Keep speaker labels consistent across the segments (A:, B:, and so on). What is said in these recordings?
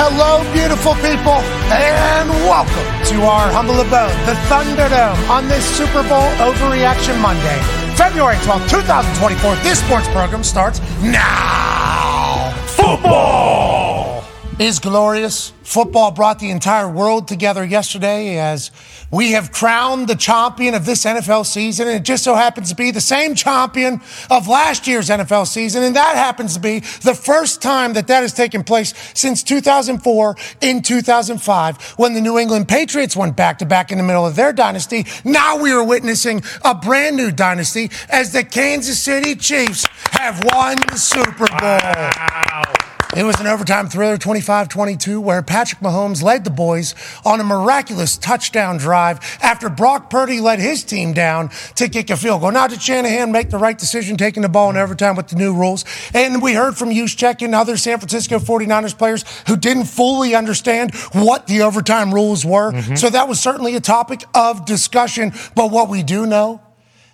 A: Hello, beautiful people, and welcome to our humble abode, the Thunderdome, on this Super Bowl Overreaction Monday, February twelfth, two 2024. This sports program starts now. Football is glorious. Football brought the entire world together yesterday as we have crowned the champion of this NFL season, and it just so happens to be the same champion of last year's NFL season, and that happens to be the first time that that has taken place since 2004 in 2005 when the New England Patriots went back to back in the middle of their dynasty. Now we are witnessing a brand new dynasty as the Kansas City Chiefs have won the Super Bowl. It was an overtime thriller 25 22 where Patrick Mahomes led the boys on a miraculous touchdown drive after Brock Purdy let his team down to kick a field goal. Now, did Shanahan make the right decision taking the ball in overtime with the new rules? And we heard from Juszczyk and other San Francisco 49ers players who didn't fully understand what the overtime rules were. So that was certainly a topic of discussion. But what we do know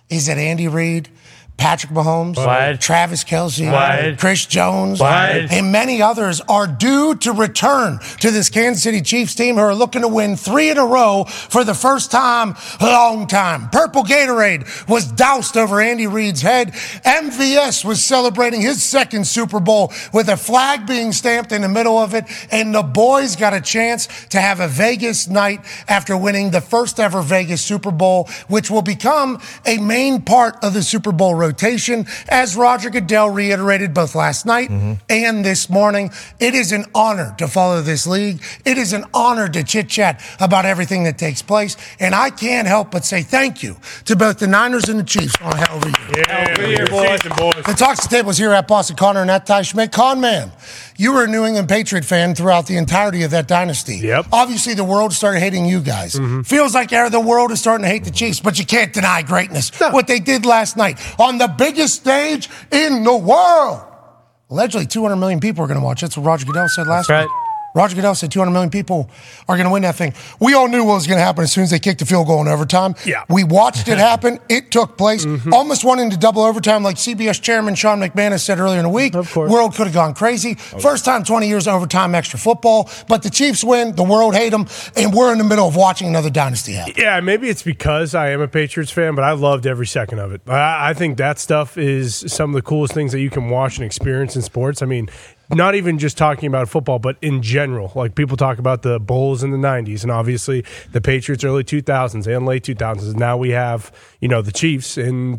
A: is that Andy Reid, Patrick Mahomes,
B: What?
A: Travis Kelsey,
B: What?
A: Chris Jones,
B: What?
A: and many others are due to return to this Kansas City Chiefs team who are looking to win three in a row for the first time, long time. Purple Gatorade was doused over Andy Reid's head. MVS was celebrating his second Super Bowl with a flag being stamped in the middle of it. And the boys got a chance to have a Vegas night after winning the first ever Vegas Super Bowl, which will become a main part of the Super Bowl rotation, as Roger Goodell reiterated both last night and this morning. It is an honor to follow this league. It is an honor to chit chat about everything that takes place. And I can't help but say thank you to both the Niners and the Chiefs on a hell of a year.
B: Yeah, good season, boys.
A: The Talks to Tables here at Boston Connor and at Ty Schmidt. Con man, you were a New England Patriot fan throughout the entirety of that dynasty.
B: Yep. Mm-hmm.
A: Obviously, the world started hating you guys. Feels like eh, the world is starting to hate the Chiefs, but you can't deny greatness. What they did last night on the biggest stage in the world. Allegedly, 200 million people are going to watch. That's what Roger Goodell said last
B: That's
A: week.
B: right.
A: Roger Goodell said 200 million people are going to win that thing. We all knew what was going to happen as soon as they kicked the field goal in overtime.
B: Yeah.
A: We watched it happen. It took place. Almost went into double overtime, like CBS chairman Sean McManus said earlier in the week. Of course. World could have gone crazy. First time 20 years overtime extra football. But the Chiefs win. The world hate them. And we're in the middle of watching another dynasty happen.
B: Yeah, maybe it's because I am a Patriots fan, but I loved every second of it. I, I think that stuff is some of the coolest things that you can watch and experience in sports. I mean, not even just talking about football, but in general. Like people talk about the Bulls in the '90s, and obviously the Patriots early 2000s and late 2000s. Now we have you know the Chiefs in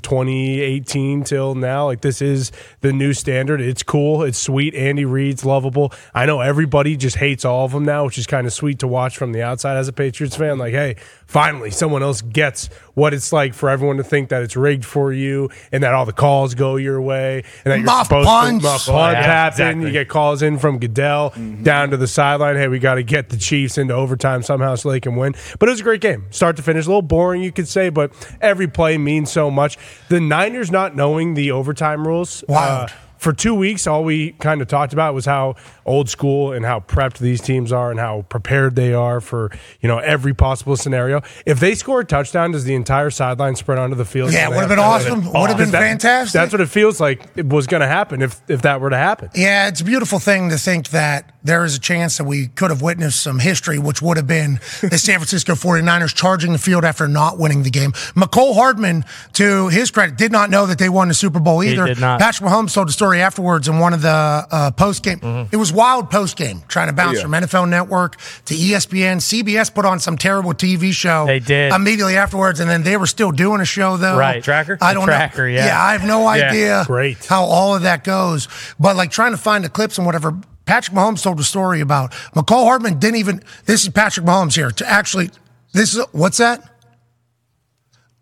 B: 2018 till now. Like this is the new standard. It's cool. It's sweet. Andy Reid's lovable. I know everybody just hates all of them now, which is kind of sweet to watch from the outside as a Patriots fan. Like, hey, finally someone else gets what it's like for everyone to think that it's rigged for you and that all the calls go your way and that you're
A: Muff
B: supposed
A: punts.
B: to muff
A: Oh,
B: punts
C: yeah,
B: happen.
C: exactly.
B: You get calls in from Goodell
A: Mm-hmm.
B: down to the sideline. Hey, we got to get the Chiefs into overtime somehow so they can win. But it was a great game, start to finish. A little boring, you could say, but every play means so much. The Niners not knowing the overtime rules. uh,
A: Wild.
B: for two weeks, all we kind of talked about was how old school and how prepped these teams are and how prepared they are for you know every possible scenario. If they score a touchdown, does the entire sideline spread onto the field?
A: Yeah, it would've been awesome. Would've been
B: That-
A: fantastic.
B: That's what it feels like it was going to happen if if that were to happen.
A: Yeah, it's a beautiful thing to think that there is a chance that we could have witnessed some history, which would have been the San Francisco 49ers charging the field after not winning the game. McCole Hardman, to his credit, did not know that they won the Super Bowl either.
C: did not.
A: Patrick Mahomes told a story afterwards in one of the uh, post game.
C: Mm-hmm.
A: It was wild post game, trying to bounce from NFL Network to E ESPN. CBS put on some terrible TV show.
C: They did.
A: Immediately afterwards, and then they were still doing a show, though.
C: Right. Tracker?
A: I don't know.
C: Tracker, yeah.
A: Yeah, I have no
C: Yeah.
A: idea
B: Great.
A: how all of that goes. But like trying to find the clips and whatever. Patrick Mahomes told a story about McCall Hardman didn't even. This is Patrick Mahomes here to actually. This is what's that?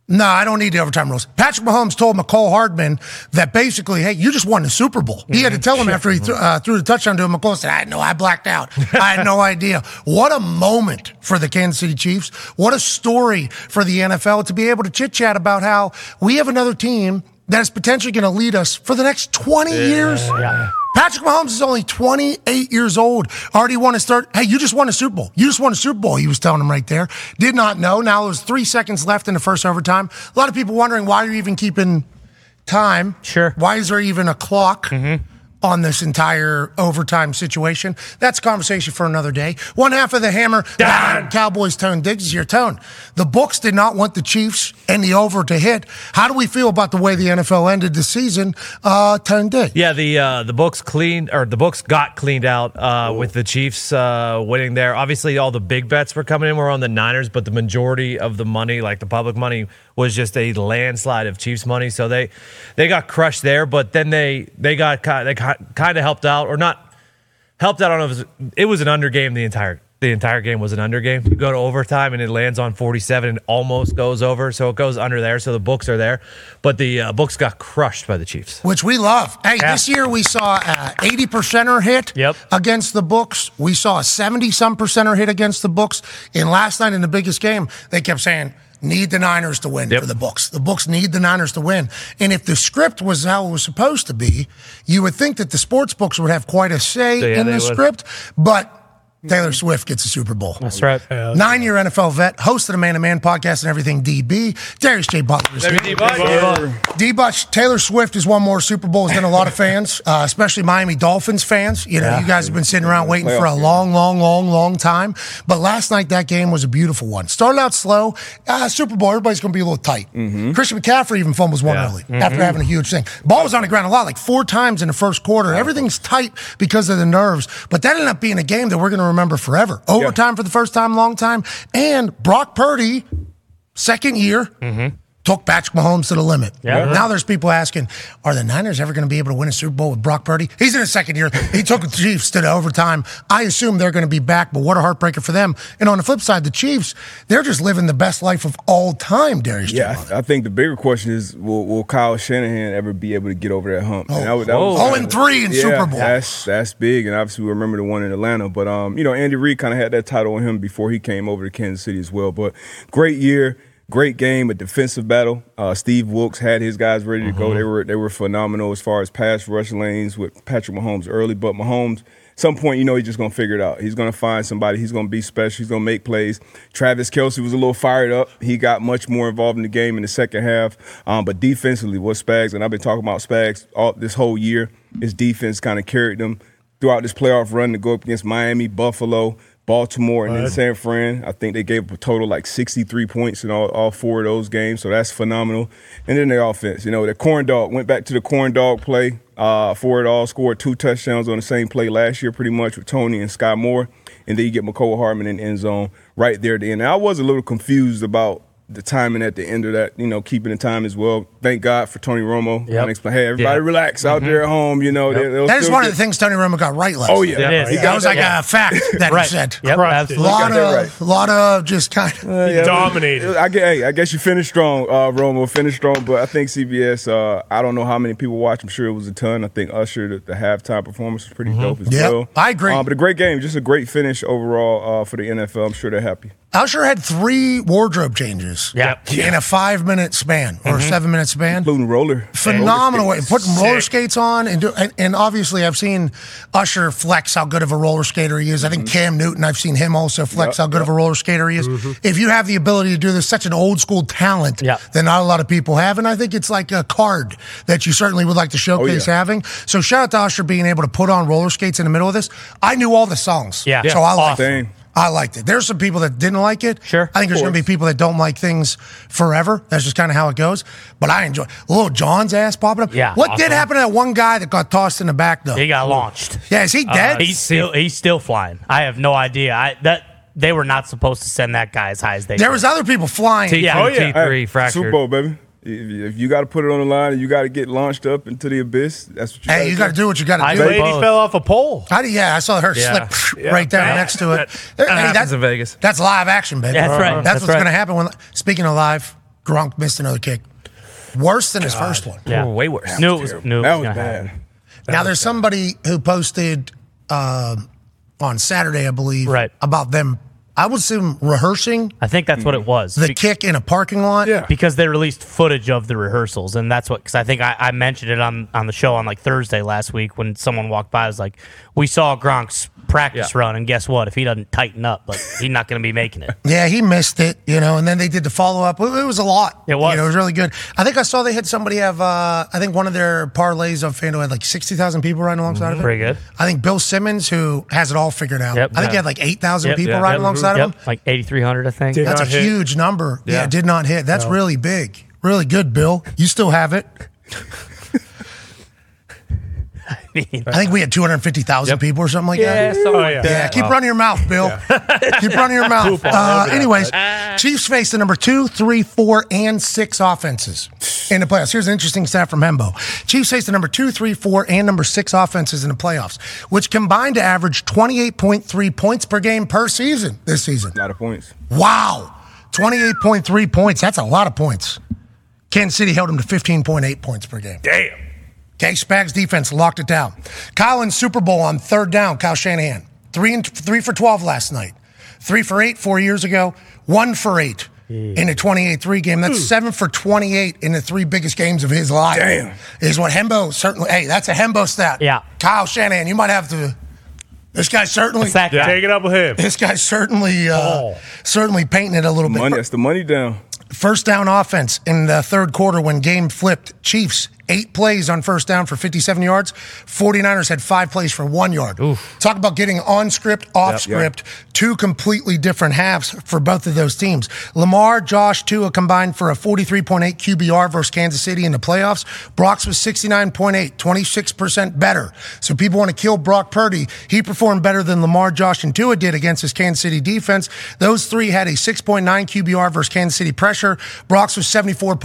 A: No, I don't need the overtime rules. Patrick Mahomes told McCall Hardman that basically, hey, you just won the Super Bowl. He had to tell him after he th- uh, threw the touchdown to him. McCall said, I know, I blacked out. I had no idea. What a moment for the Kansas City Chiefs. What a story for the NFL to be able to chit chat about how we have another team that is potentially going to lead us for the next 20 years. Patrick Mahomes is only 28 years old. Already won his third. Hey, you just won a Super Bowl. You just won a Super Bowl. He was telling him right there. Did not know. Now there's three seconds left in the first overtime. A lot of people wondering why you're even keeping time.
C: Sure.
A: Why is there even a clock? on this entire overtime situation. That's a conversation for another day. One half of the hammer,
B: Done.
A: Cowboys tone, Diggs is your tone. The books did not want the Chiefs and the over to hit. How do we feel about the way the NFL ended the season? Uh, tone Diggs.
C: Yeah, the uh, the books cleaned or the books got cleaned out uh, with the Chiefs uh, winning there. Obviously, all the big bets were coming in were on the Niners, but the majority of the money, like the public money, was just a landslide of Chiefs money. So they they got crushed there, but then they they got ki- they kind of helped out or not helped out. I don't know. If it, was, it was an under game the entire the entire game was an under game. You go to overtime and it lands on 47 and almost goes over, so it goes under there. So the books are there, but the uh, books got crushed by the Chiefs.
A: Which we love. Hey, this year we saw uh, 80 percenter hit
C: Yep.
A: against the books. We saw a 70 some percenter hit against the books. And last night in the biggest game, they kept saying, need the Niners to win
C: Yep.
A: for the books. The books need the Niners to win. And if the script was how it was supposed to be, you would think that the sports books would have quite a say
C: Yeah,
A: in
C: they
A: the
C: would.
A: script. But Taylor Swift gets a Super Bowl.
C: That's right.
A: Nine year NFL vet, host of the Man to Man podcast and everything, DB. Darius J. Butler. is here. D. Butch, Taylor Swift has won more Super Bowls than a lot of fans, uh, especially Miami Dolphins fans. You know, you guys have been sitting around waiting for a long, long, long, long time. But last night, that game was a beautiful one. Started out slow. Uh, Super Bowl, everybody's going to be a little tight. Christian McCaffrey even fumbles one early after having a huge thing. Ball was on the ground a lot, like four times in the first quarter. Everything's tight because of the nerves. But that ended up being a game that we're going to remember forever. Overtime for the first time, long time. And Brock Purdy, second year took Patrick Mahomes to the limit. Now there's people asking, are the Niners ever going to be able to win a Super Bowl with Brock Purdy? He's in his second year. He took the Chiefs to the overtime. I assume they're going to be back, but what a heartbreaker for them. And on the flip side, the Chiefs, they're just living the best life of all time, Darius.
D: Yeah, I,
A: J.
D: th- I think the bigger question is will, will Kyle Shanahan ever be able to get over that hump? And that was- that was
C: Oh.
A: Oh,
D: kinda-
A: and three in
D: yeah,
A: Super Bowl.
D: That's that's big, and obviously we remember the one in Atlanta. But um, you know, Andy Reid kind of had that title on him before he came over to Kansas City as well. But great year, great game, a defensive battle. Uh, Steve Wilkes had his guys ready to go. They were they were phenomenal as far as pass rush lanes with Patrick Mahomes early, but Mahomes. Some point, you know, he's just gonna figure it out. He's gonna find somebody. He's gonna be special. He's gonna make plays. Travis Kelsey was a little fired up. He got much more involved in the game in the second half. Um, but defensively, what Spags and I've been talking about Spags all this whole year. His defense kind of carried them throughout this playoff run to go up against Miami, Buffalo, Baltimore, and then San Fran. I think they gave up a total like 63 points in all, all four of those games, so that's phenomenal. And then their offense, you know, the corn dog went back to the corn dog play uh, for it all, scored two touchdowns on the same play last year, pretty much with Tony and Sky Moore. And then you get McCole Harmon in the end zone right there at the end. Now, I was a little confused about the timing at the end of that, you know, keeping the time as well. Thank God for Tony Romo.
C: Yep.
D: Unexpl- Hey, everybody
C: Yeah. Mm-hmm.
D: relax out there at home, you know. they- they'll
A: That is
D: still
A: one of
D: get-
A: the things Tony Romo got right last
D: Oh
A: night.
D: yeah,
C: It is. He
A: That was like
C: Yeah.
A: a fact that he said.
C: Yep,
B: Crushed it.
A: A
C: absolutely.
A: lot
D: got that
A: of,
D: right. Uh,
A: lot of just kind of.
D: Yeah,
B: Dominated.
D: I, gue- hey, I guess you finished strong, uh, Romo. Finished strong, but I think CBS. Uh, I don't know how many people watched. I'm sure it was a ton. I think Usher the, the halftime performance was pretty dope as
A: Mm-hmm. Yep,
D: well.
A: I agree.
D: Uh, but a great game, just a great finish overall uh, for the NFL. I'm sure they're happy.
A: Usher had three wardrobe changes
C: Yeah. Mm-hmm.
A: in a five minute span or a seven minute span.
D: Including roller.
A: phenomenal way.
D: roller skates.
A: Putting roller skates on and do, and, and obviously I've seen Usher flex how good of a roller skater he is. I
C: Mm-hmm.
A: think Cam Newton, I've seen him also flex how good of a roller skater he is. If you have the ability to do this, such an old school talent
C: Yeah.
A: that not a lot of people have, and I think it's like a card that you certainly would like to
C: Oh,
A: showcase having. So shout out to Usher being able to put on roller skates in the middle of this. I knew all the songs,
C: Yeah. Yeah.
A: So I liked
D: Awesome.
A: it. I liked it. There's some people that didn't like it.
C: Sure.
A: I think there's going to be people that don't like things forever. That's just kind of how it goes. But I enjoy little John's ass popping up.
C: Yeah,
A: What did
C: awesome.
A: happen to that one guy that got tossed in the back though?
E: He got launched. Uh,
A: yeah, is he dead?
E: He's still he's still flying. I have no idea. I that they were not supposed to send that guy as high as they.
A: there
E: did.
A: was other people flying.
C: T2,
E: Yeah. Oh, yeah.
D: Hey,
C: T3 fractured.
D: Super Bowl, baby. If you, if you got to put it on the line and you got to get launched up into the abyss, that's what you
A: hey, you got to do what you got
C: I
A: to do.
B: Lady
C: both.
B: fell off a pole.
A: How do- yeah, I saw her
C: Yeah.
A: slip right there next to it. There-
C: that happens in Vegas.
A: That's live action, baby.
E: That's right.
A: That's,
E: That's
A: what's
E: right.
A: going to happen. When speaking of live, Gronk missed another kick, worse than his first one.
E: yeah.
C: Oh, way worse.
E: Knew it was knew it
D: That
E: was
D: was
E: gonna
D: bad.
E: happen.
A: Now, there's somebody who posted um on Saturday, I believe,
E: Right.
A: about them, I would assume, rehearsing
E: I think that's what it was.
A: the
E: Be-
A: kick in a parking lot.
B: Mm-hmm. Yeah.
E: because they released footage of the rehearsals, and that's what. Because I think I, I mentioned it on on the show on like Thursday last week when someone walked by. I was like, "We saw Gronk s- practice
C: Yeah.
E: run, and guess what? If he doesn't tighten up, like, he's not going to be making it.
A: Yeah, he missed it, you know, and then they did the follow up. It it was a lot.
E: It was.
A: You know, it was really good. I think I saw they had somebody have, uh, I think one of their parlays of FanDuel had like 60,000 people riding alongside of it.
E: Mm-hmm. Pretty good.
A: I think Bill Simmons, who has it all figured out,
E: Yep.
A: I think he
E: Yeah.
A: had like 8,000
E: Yep.
A: people
E: Yeah.
A: riding
C: Yep.
A: alongside of him.
E: Yep, like eighty three hundred, I think.
B: Did
A: That's a
B: not hit.
A: huge number. Yeah.
C: Yeah.
A: it did not hit. That's really big. Really good, Bill. You still have it. I think we had 250,000
C: Yep.
A: people or something like that.
E: Yeah, something
B: Oh,
E: like
B: yeah.
E: that.
A: Yeah, keep running your mouth, Bill. keep running your mouth.
B: Poop all
A: Uh,
B: over that
A: anyways, Chiefs face the number two, three, four, and six offenses in the playoffs. Here's an interesting stat from Hembo. Chiefs face the number two, three, four, and number six offenses in the playoffs, which combined to average 28.3 points per game per season this season.
D: A lot of points.
A: Wow. 28.3 points. That's a lot of points. Kansas City held them to 15.8 points per game.
B: Damn.
A: Okay, Spags defense locked it down. Collins Super Bowl on third down. Kyle Shanahan three and three for twelve last night. Three for eight four years ago. One for eight in a twenty-eight three game.
B: Hmm.
A: That's seven for twenty-eight in the three biggest games of his life.
D: Damn.
A: is what Hembo certainly. Hey, that's a Hembo stat.
E: Yeah.
A: Kyle Shanahan, you might have to. This guy certainly.
E: It's that guy.
B: Take it up with him.
A: This guy certainly, uh, certainly painting it a little bit.
D: Money. That's the money down.
A: First down offense in the third quarter when game flipped. Chiefs, eight plays on first down for 57 yards. 49ers had five plays for one yard. Talk about getting on script, off script, two completely different halves for both of those teams. Lamar, Josh, Tua combined for a 43.8 QBR versus Kansas City in the playoffs. Brock's was 69.8, 26% better. So people want to kill Brock Purdy. He performed better than Lamar, Josh, and Tua did against his Kansas City defense. Those three had a 6.9 QBR versus Kansas City pressure. Brock's was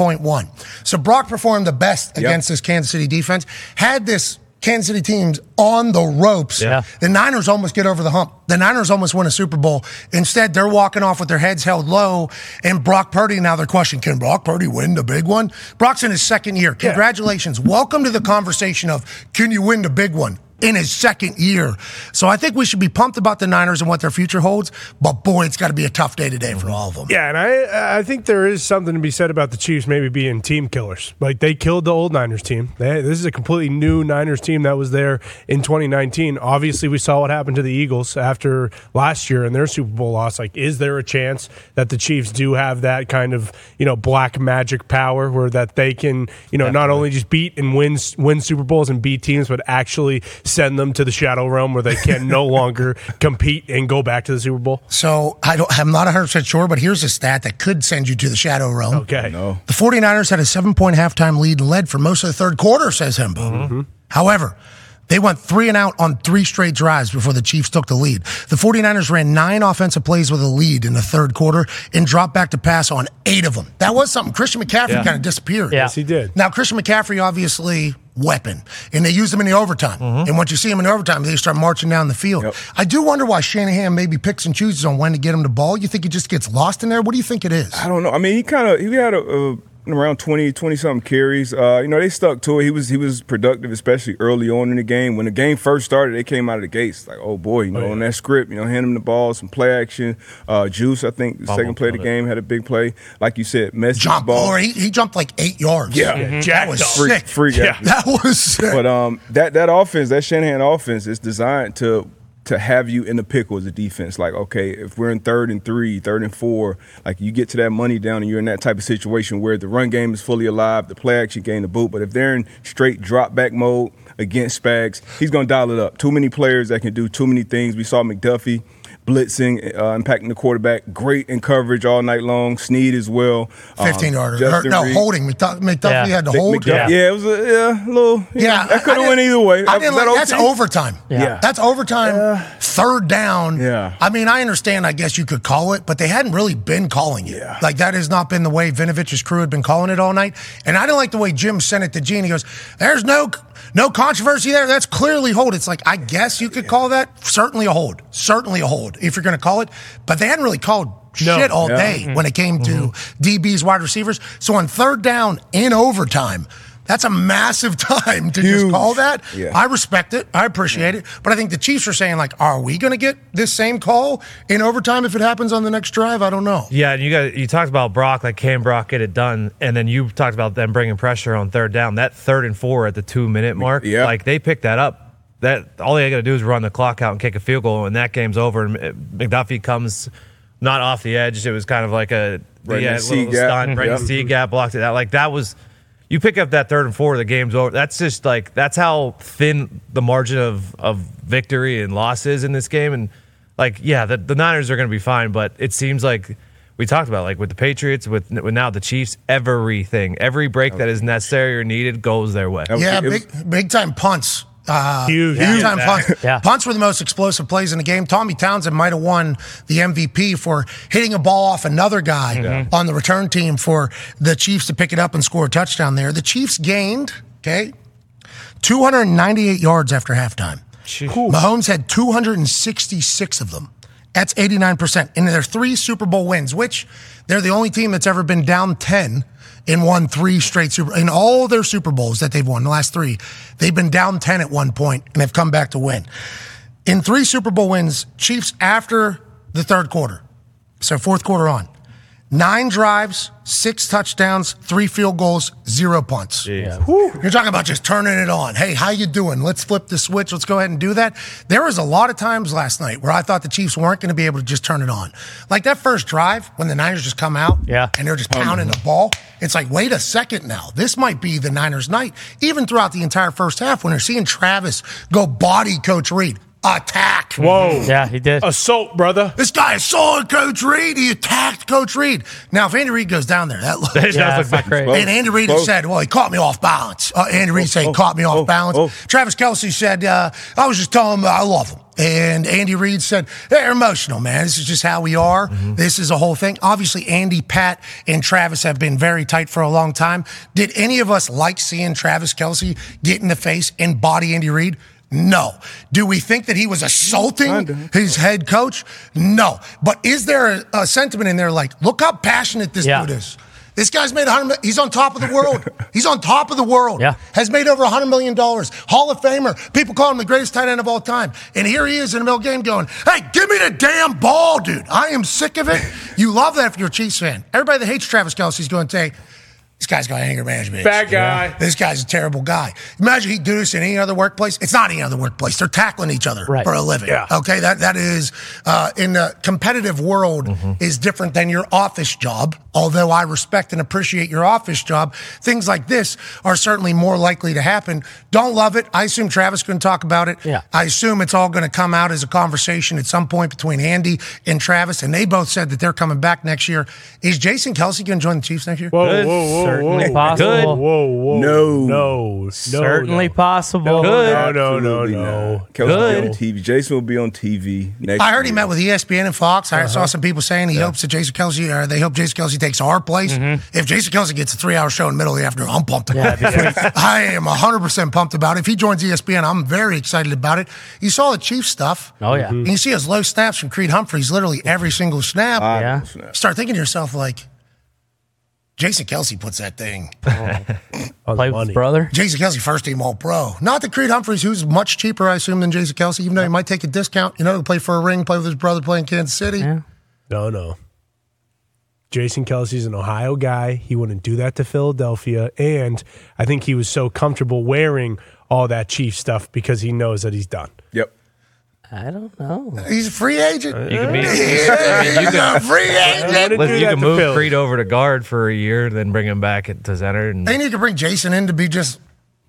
A: 74.1. So Brock performed the best against this Kansas City defense. Had this Kansas City teams on the ropes.
E: Yeah.
A: The Niners almost get over the hump. The Niners almost win a Super Bowl. Instead, they're walking off with their heads held low. And Brock Purdy, now they're questioning, can Brock Purdy win the big one? Brock's in his second year. Congratulations. Welcome to the conversation of can you win the big one? In his second year. So I think we should be pumped about the Niners and what their future holds. But boy, it's got to be a tough day today for all of them.
B: Yeah, and I I think there is something to be said about the Chiefs maybe being team killers. Like they killed the old Niners team. They, this is a completely new Niners team that was there in 2019. Obviously, we saw what happened to the Eagles after last year and their Super Bowl loss. Like, is there a chance that the Chiefs do have that kind of you know black magic power where that they can you know not only just beat and win win Super Bowls and beat teams, but actually send them to the shadow realm where they can no longer compete and go back to the Super Bowl?
A: So I don't, I'm not 100% sure, but here's a stat that could send you to the shadow realm.
B: Okay.
D: No.
A: The 49ers had a seven point halftime lead and led for most of the third quarter, says Hembo.
E: Mm-hmm.
A: However, they went three and out on three straight drives before the Chiefs took the lead. The 49ers ran nine offensive plays with a lead in the third quarter and dropped back to pass on eight of them. That was something. Christian McCaffrey kind of disappeared.
E: Yeah. Yes,
B: he did.
A: Now, Christian McCaffrey, obviously, weapon. And they used him in the overtime.
E: Mm-hmm.
A: And once you see him in overtime, they start marching down the field. I do wonder why Shanahan maybe picks and chooses on when to get him the ball. You think he just gets lost in there? What do you think it is?
D: I don't know. I mean, he kind of he had a, a around 20, 20 something carries. Uh, you know, they stuck to it. He was he was productive, especially early on in the game. When the game first started, they came out of the gates like, oh boy, you know, on that script, you know, hand him the ball, some play action. Uh, Juice, I think, the second play of the game had a big play. Like you said, Messi
A: jump
D: ball.
A: or he, he jumped like eight yards.
D: Yeah. Mhm.
A: that was
D: Freak-
A: sick.
D: freak athlete.
A: That was sick.
D: But um, that that offense, that Shanahan offense, is designed to to have you in the pickle as a defense. Like, okay, if we're in third and three, third and four, like you get to that money down, and you're in that type of situation where the run game is fully alive, the play action game, the boot. But if they're in straight drop back mode against Spags, he's gonna dial it up. Too many players that can do too many things. We saw McDuffie. Blitzing, uh, impacting the quarterback, great in coverage all night long. Sneed as well. Um,
A: 15 yarder. Or,
D: Justin
A: no,
D: Reed.
A: holding. McDuff- McDuffie
E: Yeah.
A: had to
D: Mc-
A: hold.
D: McDuff- yeah. it was a yeah, a little. Yeah, that could
A: I
D: have went
A: didn't-
D: either way.
A: I didn't
D: Is that
A: like, that's
D: OT?
A: overtime.
D: Yeah.
A: That's overtime, third down.
D: Yeah.
A: I mean, I understand, I guess you could call it, but they hadn't really been calling it.
D: Yeah.
A: Like, that has not been the way Vinovich's crew had been calling it all night. And I didn't like the way Jim sent it to Gene. He goes, There's no no controversy there. That's clearly hold. It's like, I guess you could call that certainly a hold. Certainly a hold if you're going to call it. But they hadn't really called. Shit all
D: Yeah. Mm-hmm.
A: day when it came to DBs, wide receivers. So on third down in overtime, that's a massive time to just
D: Huge.
A: call that.
D: Yeah.
A: I respect it. I appreciate it. But I think the Chiefs are saying, like, are we going to get this same call in overtime if it happens on the next drive? I don't know.
C: Yeah, and you guys, you talked about Brock, like can Brock get it done? And then you talked about them bringing pressure on third down. That third and four at the two minute mark,
D: Yeah.
C: like they picked that up that all they got to do is run the clock out and kick a field goal, and that game's over. And uh, McDuffie comes not off the edge. It was kind of like a
D: Right in
C: yeah,
D: the C
C: little
D: gap.
C: stunt, right in the
D: Yep.
C: C gap, blocked it out. Like that was. You pick up that third and four, the game's over. That's just like that's how thin the margin of of victory and loss is in this game. And like, yeah, the, the Niners are going to be fine, but it seems like we talked about like with the Patriots, with, with now the Chiefs, everything, every break that is necessary or needed goes their way.
D: was-
A: Yeah,
D: it was-
A: big big time punts. Uh,
B: Huge.
A: big
B: Huge.
A: time punts.
E: Yeah.
A: Punts were the most explosive plays in the game. Tommy Townsend might have won the MVP for hitting a ball off another guy
D: Mm-hmm.
A: on the return team for the Chiefs to pick it up and score a touchdown there. The Chiefs gained, okay, 298 yards after halftime. Mahomes had 266 of them. That's 89%. And they're three Super Bowl wins, which they're the only team that's ever been down 10 and won three straight Super in all their Super Bowls that they've won, the last three. They've been down 10 at one point and have come back to win. In three Super Bowl wins, Chiefs after the third quarter. So fourth quarter on. Nine drives, six touchdowns, three field goals, zero punts. You're talking about just turning it on. Hey, how you doing? Let's flip the switch. Let's go ahead and do that. There was a lot of times last night where I thought the Chiefs weren't going to be able to just turn it on. Like that first drive when the Niners just come out
E: Yeah.
A: and they're just pounding the ball. It's like, wait a second now. This might be the Niners' night. Even throughout the entire first half when they're seeing Travis go body Coach Reed, attack.
B: Whoa.
E: Yeah, he did.
B: Assault, brother.
A: This guy saw Oh, Coach Reed. He attacked Coach Reed. Now, if Andy Reed goes down there, that looks.
E: yeah, that's not great.
A: And Andy Reid
D: Both.
A: said, well, he caught me off balance. Uh, Andy Reid said, he
D: oh,
A: caught me off
D: oh,
A: balance.
D: oh.
A: Travis Kelsey said, uh, I was just telling him I love him. And Andy Reid said, they're emotional, man. This is just how we are.
D: Mm-hmm.
A: This is a whole thing. Obviously, Andy, Pat, and Travis have been very tight for a long time. Did any of us like seeing Travis Kelsey get in the face and body Andy Reid? No. Do we think that he was assaulting his Mm-hmm. head coach? No. But is there a, a sentiment in there like, look how passionate this
E: Yeah.
A: dude is? This guy's made 100 million. He's on top of the world. He's on top of the world.
E: Yeah.
A: Has made over $100 million. Hall of Famer. People call him the greatest tight end of all time. And here he is in the middle of the game going, hey, give me the damn ball, dude. I am sick of it. you love that if you're a Chiefs fan. Everybody that hates Travis Kelsey is going to say, this guy's got anger management.
B: Bad
A: issues."
B: guy.
A: This guy's a terrible guy. Imagine he do this in any other workplace. It's not any other workplace. They're tackling each other
E: Right.
A: for a living. Okay, that that is uh, in the competitive world
E: Mm-hmm.
A: is different than your office job. Although I respect and appreciate your office job, things like this are certainly more likely to happen. Don't love it. I assume Travis can talk about it.
E: Yeah.
A: I assume it's all going to come out as a conversation at some point between Andy and Travis, and they both said that they're coming back next year. Is Jason Kelsey going to join the Chiefs next year?
B: Whoa,
C: Good.
B: whoa, whoa,
E: Certainly
B: whoa.
E: possible.
B: Whoa, whoa.
D: No.
B: No. no
E: Certainly
B: no.
E: possible.
C: Good.
B: No, no, no,
D: Absolutely
B: no.
D: not. Kelsey will be
C: Good.
D: on TV. Jason will be on TV next.
A: I heard he
D: year.
A: met with E ESPN and Fox. I
B: Uh-huh.
A: saw some people saying he hopes that Jason Kelsey, or they hope Jason Kelsey takes our place.
E: Mm-hmm.
A: If Jason Kelsey gets a three hour show in the middle of the afternoon, I'm pumped about it. I am 100% pumped about it. If he joins E ESPN, I'm very excited about it. You saw the Chiefs stuff.
E: Oh, yeah.
A: And you see his low snaps from Creed Humphreys, literally every single snap.
E: Yeah.
A: Start thinking to yourself, like, Jason Kelsey puts that thing. Oh.
C: Oh,
B: On
E: Play
B: the
E: with his
B: money.
E: brother.
A: Jason Kelsey, first team All Pro. Not that Creed Humphreys, who's much cheaper, I assume, than Jason Kelsey, even though he might take a discount, you know, to play for a ring, play with his brother, play in Kansas City.
B: No, no. Jason Kelsey's an Ohio guy. He wouldn't do that to Philadelphia. And I think he was so comfortable wearing all that Chief stuff because he knows that he's done.
D: Yep.
E: I don't know.
A: He's a free agent.
C: You can be,
A: He's a free agent.
C: listen, you
B: that to
C: can move
B: Philly.
C: Creed over to guard for a year, then bring him back at- to center. And
A: They need to bring Jason in to be just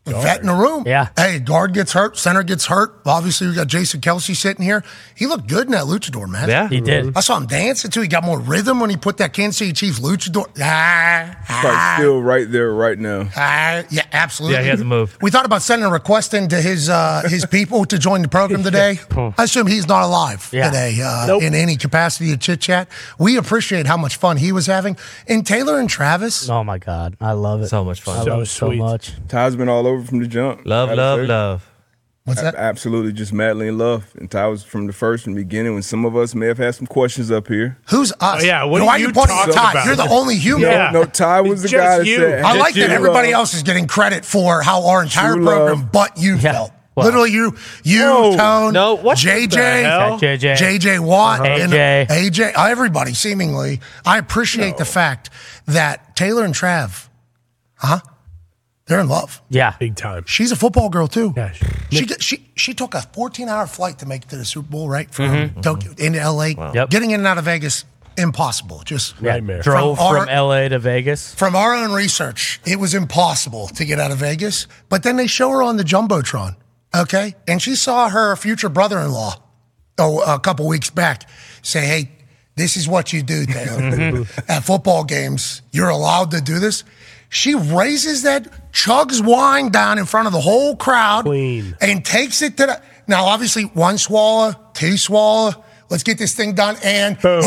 A: a vet in the room.
E: Yeah.
A: Hey, guard gets hurt, center gets hurt. Obviously, we got Jason Kelsey sitting here. He looked good in that luchador, man.
C: yeah,
E: He did.
A: I saw him dancing too. He got more rhythm when he put that Kansas City Chiefs luchador. Ah,
D: Probably
A: ah,
D: still right there right now.
A: ah. Yeah, absolutely.
C: Yeah, he hasn't moved.
A: We thought about sending a request in to his uh, his people to join the program today. I assume he's not alive
E: Yeah.
A: today uh,
B: Nope.
A: in any capacity to chit chat. We appreciate how much fun he was having. And Taylor and Travis,
E: Oh my God, I love it.
C: So much fun.
E: I
B: So
E: love it so
B: sweet.
E: much.
D: Ty's been all over from the jump.
C: love,
D: Gotta
C: love,
D: say.
C: love.
A: what's that?
D: Absolutely, just madly in love. And Ty was from the first and beginning when some of us may have had some questions up here.
A: Who's us?
B: Oh, yeah, what
A: Why
B: are
A: are
B: you
A: you pointing at
B: talking
A: Todd?
B: about?
A: You're the only human.
B: Yeah.
D: No, Ty was the
B: It's
D: guy
B: just
D: that
B: you.
D: said,
A: I like that
D: True
A: everybody
D: love.
A: else is getting credit for how our entire
D: True
A: program,
D: love.
A: but you
E: Yeah.
A: felt.
E: Wow.
A: Literally, you, you,
D: Whoa.
A: Tone,
C: No, what the
A: JJ,
C: hell? Uh-huh.
E: Yeah, JJ.
A: JJ Watt, and
E: AJ.
A: AJ, everybody seemingly. I appreciate the fact that Taylor and Trav, huh? They're in love.
E: Yeah.
B: Big time.
A: She's a football girl too.
B: Yeah, she-
A: She, did- she she took a 14 hour flight to make it to the Super Bowl, right? From Tokyo into LA.
E: Yep.
A: Getting in and out of Vegas, impossible. Just
B: Nightmare.
E: Drove
A: From
E: from,
A: our-
E: LA to Vegas.
A: From our own research, it was impossible to get out of Vegas. But then they show her on the Jumbotron, okay? And she saw her future brother in law oh, a couple weeks back say, hey, this is what you do, Taylor. At football games, you're allowed to do this. She raises that, chugs wine down in front of the whole crowd,
B: Clean.
A: and takes it to the. Now, obviously, one swallow, two swallow. Let's get this thing done. And
B: Boom.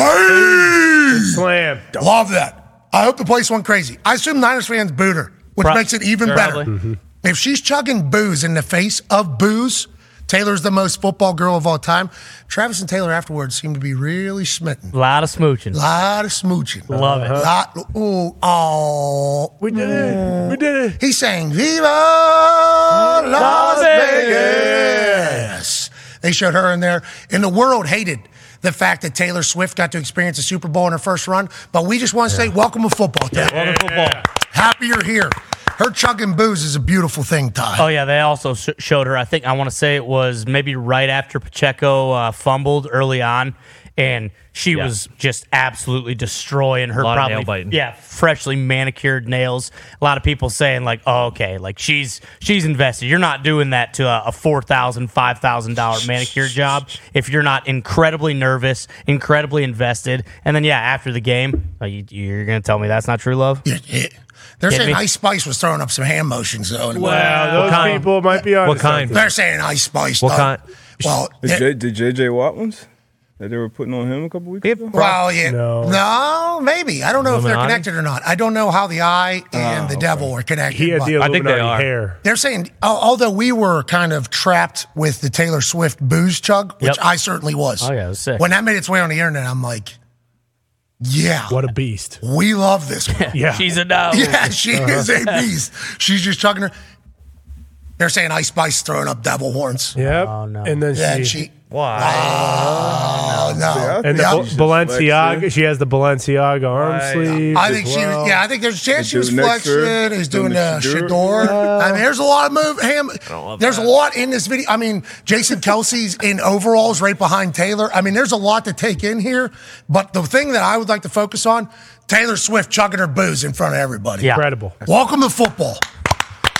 A: Hey!
B: Slam.
A: Love that. I hope the place went crazy. I assume Niners fans booed her, which
E: Pro-
A: makes it even
E: Probably.
F: Mm-hmm.
A: better. If she's chugging booze in the face of booze, Taylor's the most football girl of all time. Travis and Taylor afterwards seemed to be really smitten.
E: A lot of smooching.
A: lot of smooching.
E: Love it.
A: Lot, ooh, aw.
B: We did it. We did it.
A: He's saying Viva Las Vegas. They showed her in there, and the world hated the fact that Taylor Swift got to experience a Super Bowl in her first run. But we just want to say, welcome to football, Taylor.
E: Love the football.
A: Happy you're here. Her chugging booze is a beautiful thing, Ty.
E: Oh yeah, they also sh- showed her. I think I want to say it was maybe right after Pacheco uh, fumbled early on, and she
C: Yeah.
E: was just absolutely destroying her
C: Lot of
E: probably
C: nail biting.
E: yeah freshly manicured nails. A lot of people saying like, oh okay, like she's she's invested. You're not doing that to a, a four thousand five thousand dollar manicure job if you're not incredibly nervous, incredibly invested. And then yeah, after the game, oh, you, you're gonna tell me that's not true love?
A: Yeah, yeah. They're
E: Hit
A: saying
E: me.
A: Ice Spice was throwing up some hand motions, though. and-
B: Wow, those
E: kind?
B: people might be on.
C: What kind?
A: They're saying Ice Spice.
C: What
A: though.
C: kind-
A: Well,
D: Is
A: yeah,
D: J, did JJ Watt ones that they were putting on him a couple weeks ago?
A: well, yeah.
B: No.
A: No, maybe. I don't know if they're
C: Illuminati?
A: connected or not. I don't know how the eye and the devil are connected.
B: He had
A: but-
B: the
C: I think they
B: Illuminati
C: are.
B: hair.
A: They're saying, al- although we were kind of trapped with the Taylor Swift booze chug, which
E: Yep.
A: I certainly was.
E: Oh, yeah, it was sick.
A: When that made its way on the internet, I'm like, yeah,
B: What a beast.
A: we love this. one.
B: Yeah.
E: She's a no.
A: yeah, she is a beast. She's just chugging her. They're saying Ice Spice throwing up devil horns.
B: Yep.
E: Oh, no.
B: And then
A: Yeah, and
B: she.
A: she.
C: Why?
A: Oh no!
B: And the
A: Yeah.
B: Bal- Balenciaga, she has the Balenciaga arm
C: Right.
B: sleeve.
A: I think
B: as
A: she.
B: well.
A: Was, yeah, I think there's a chance
D: The
A: she was
D: dude next to her,
A: flexing. He's doing
D: doing
A: the
D: the shador.
A: shador.
E: Uh,
A: I mean, there's a lot of move. Ham.
C: love
A: There's
C: that.
A: a lot in this video. I mean, Jason Kelsey's in overalls right behind Taylor. I mean, there's a lot to take in here. But the thing that I would like to focus on: Taylor Swift chugging her booze in front of everybody.
E: Yeah.
B: Incredible.
A: Welcome to football.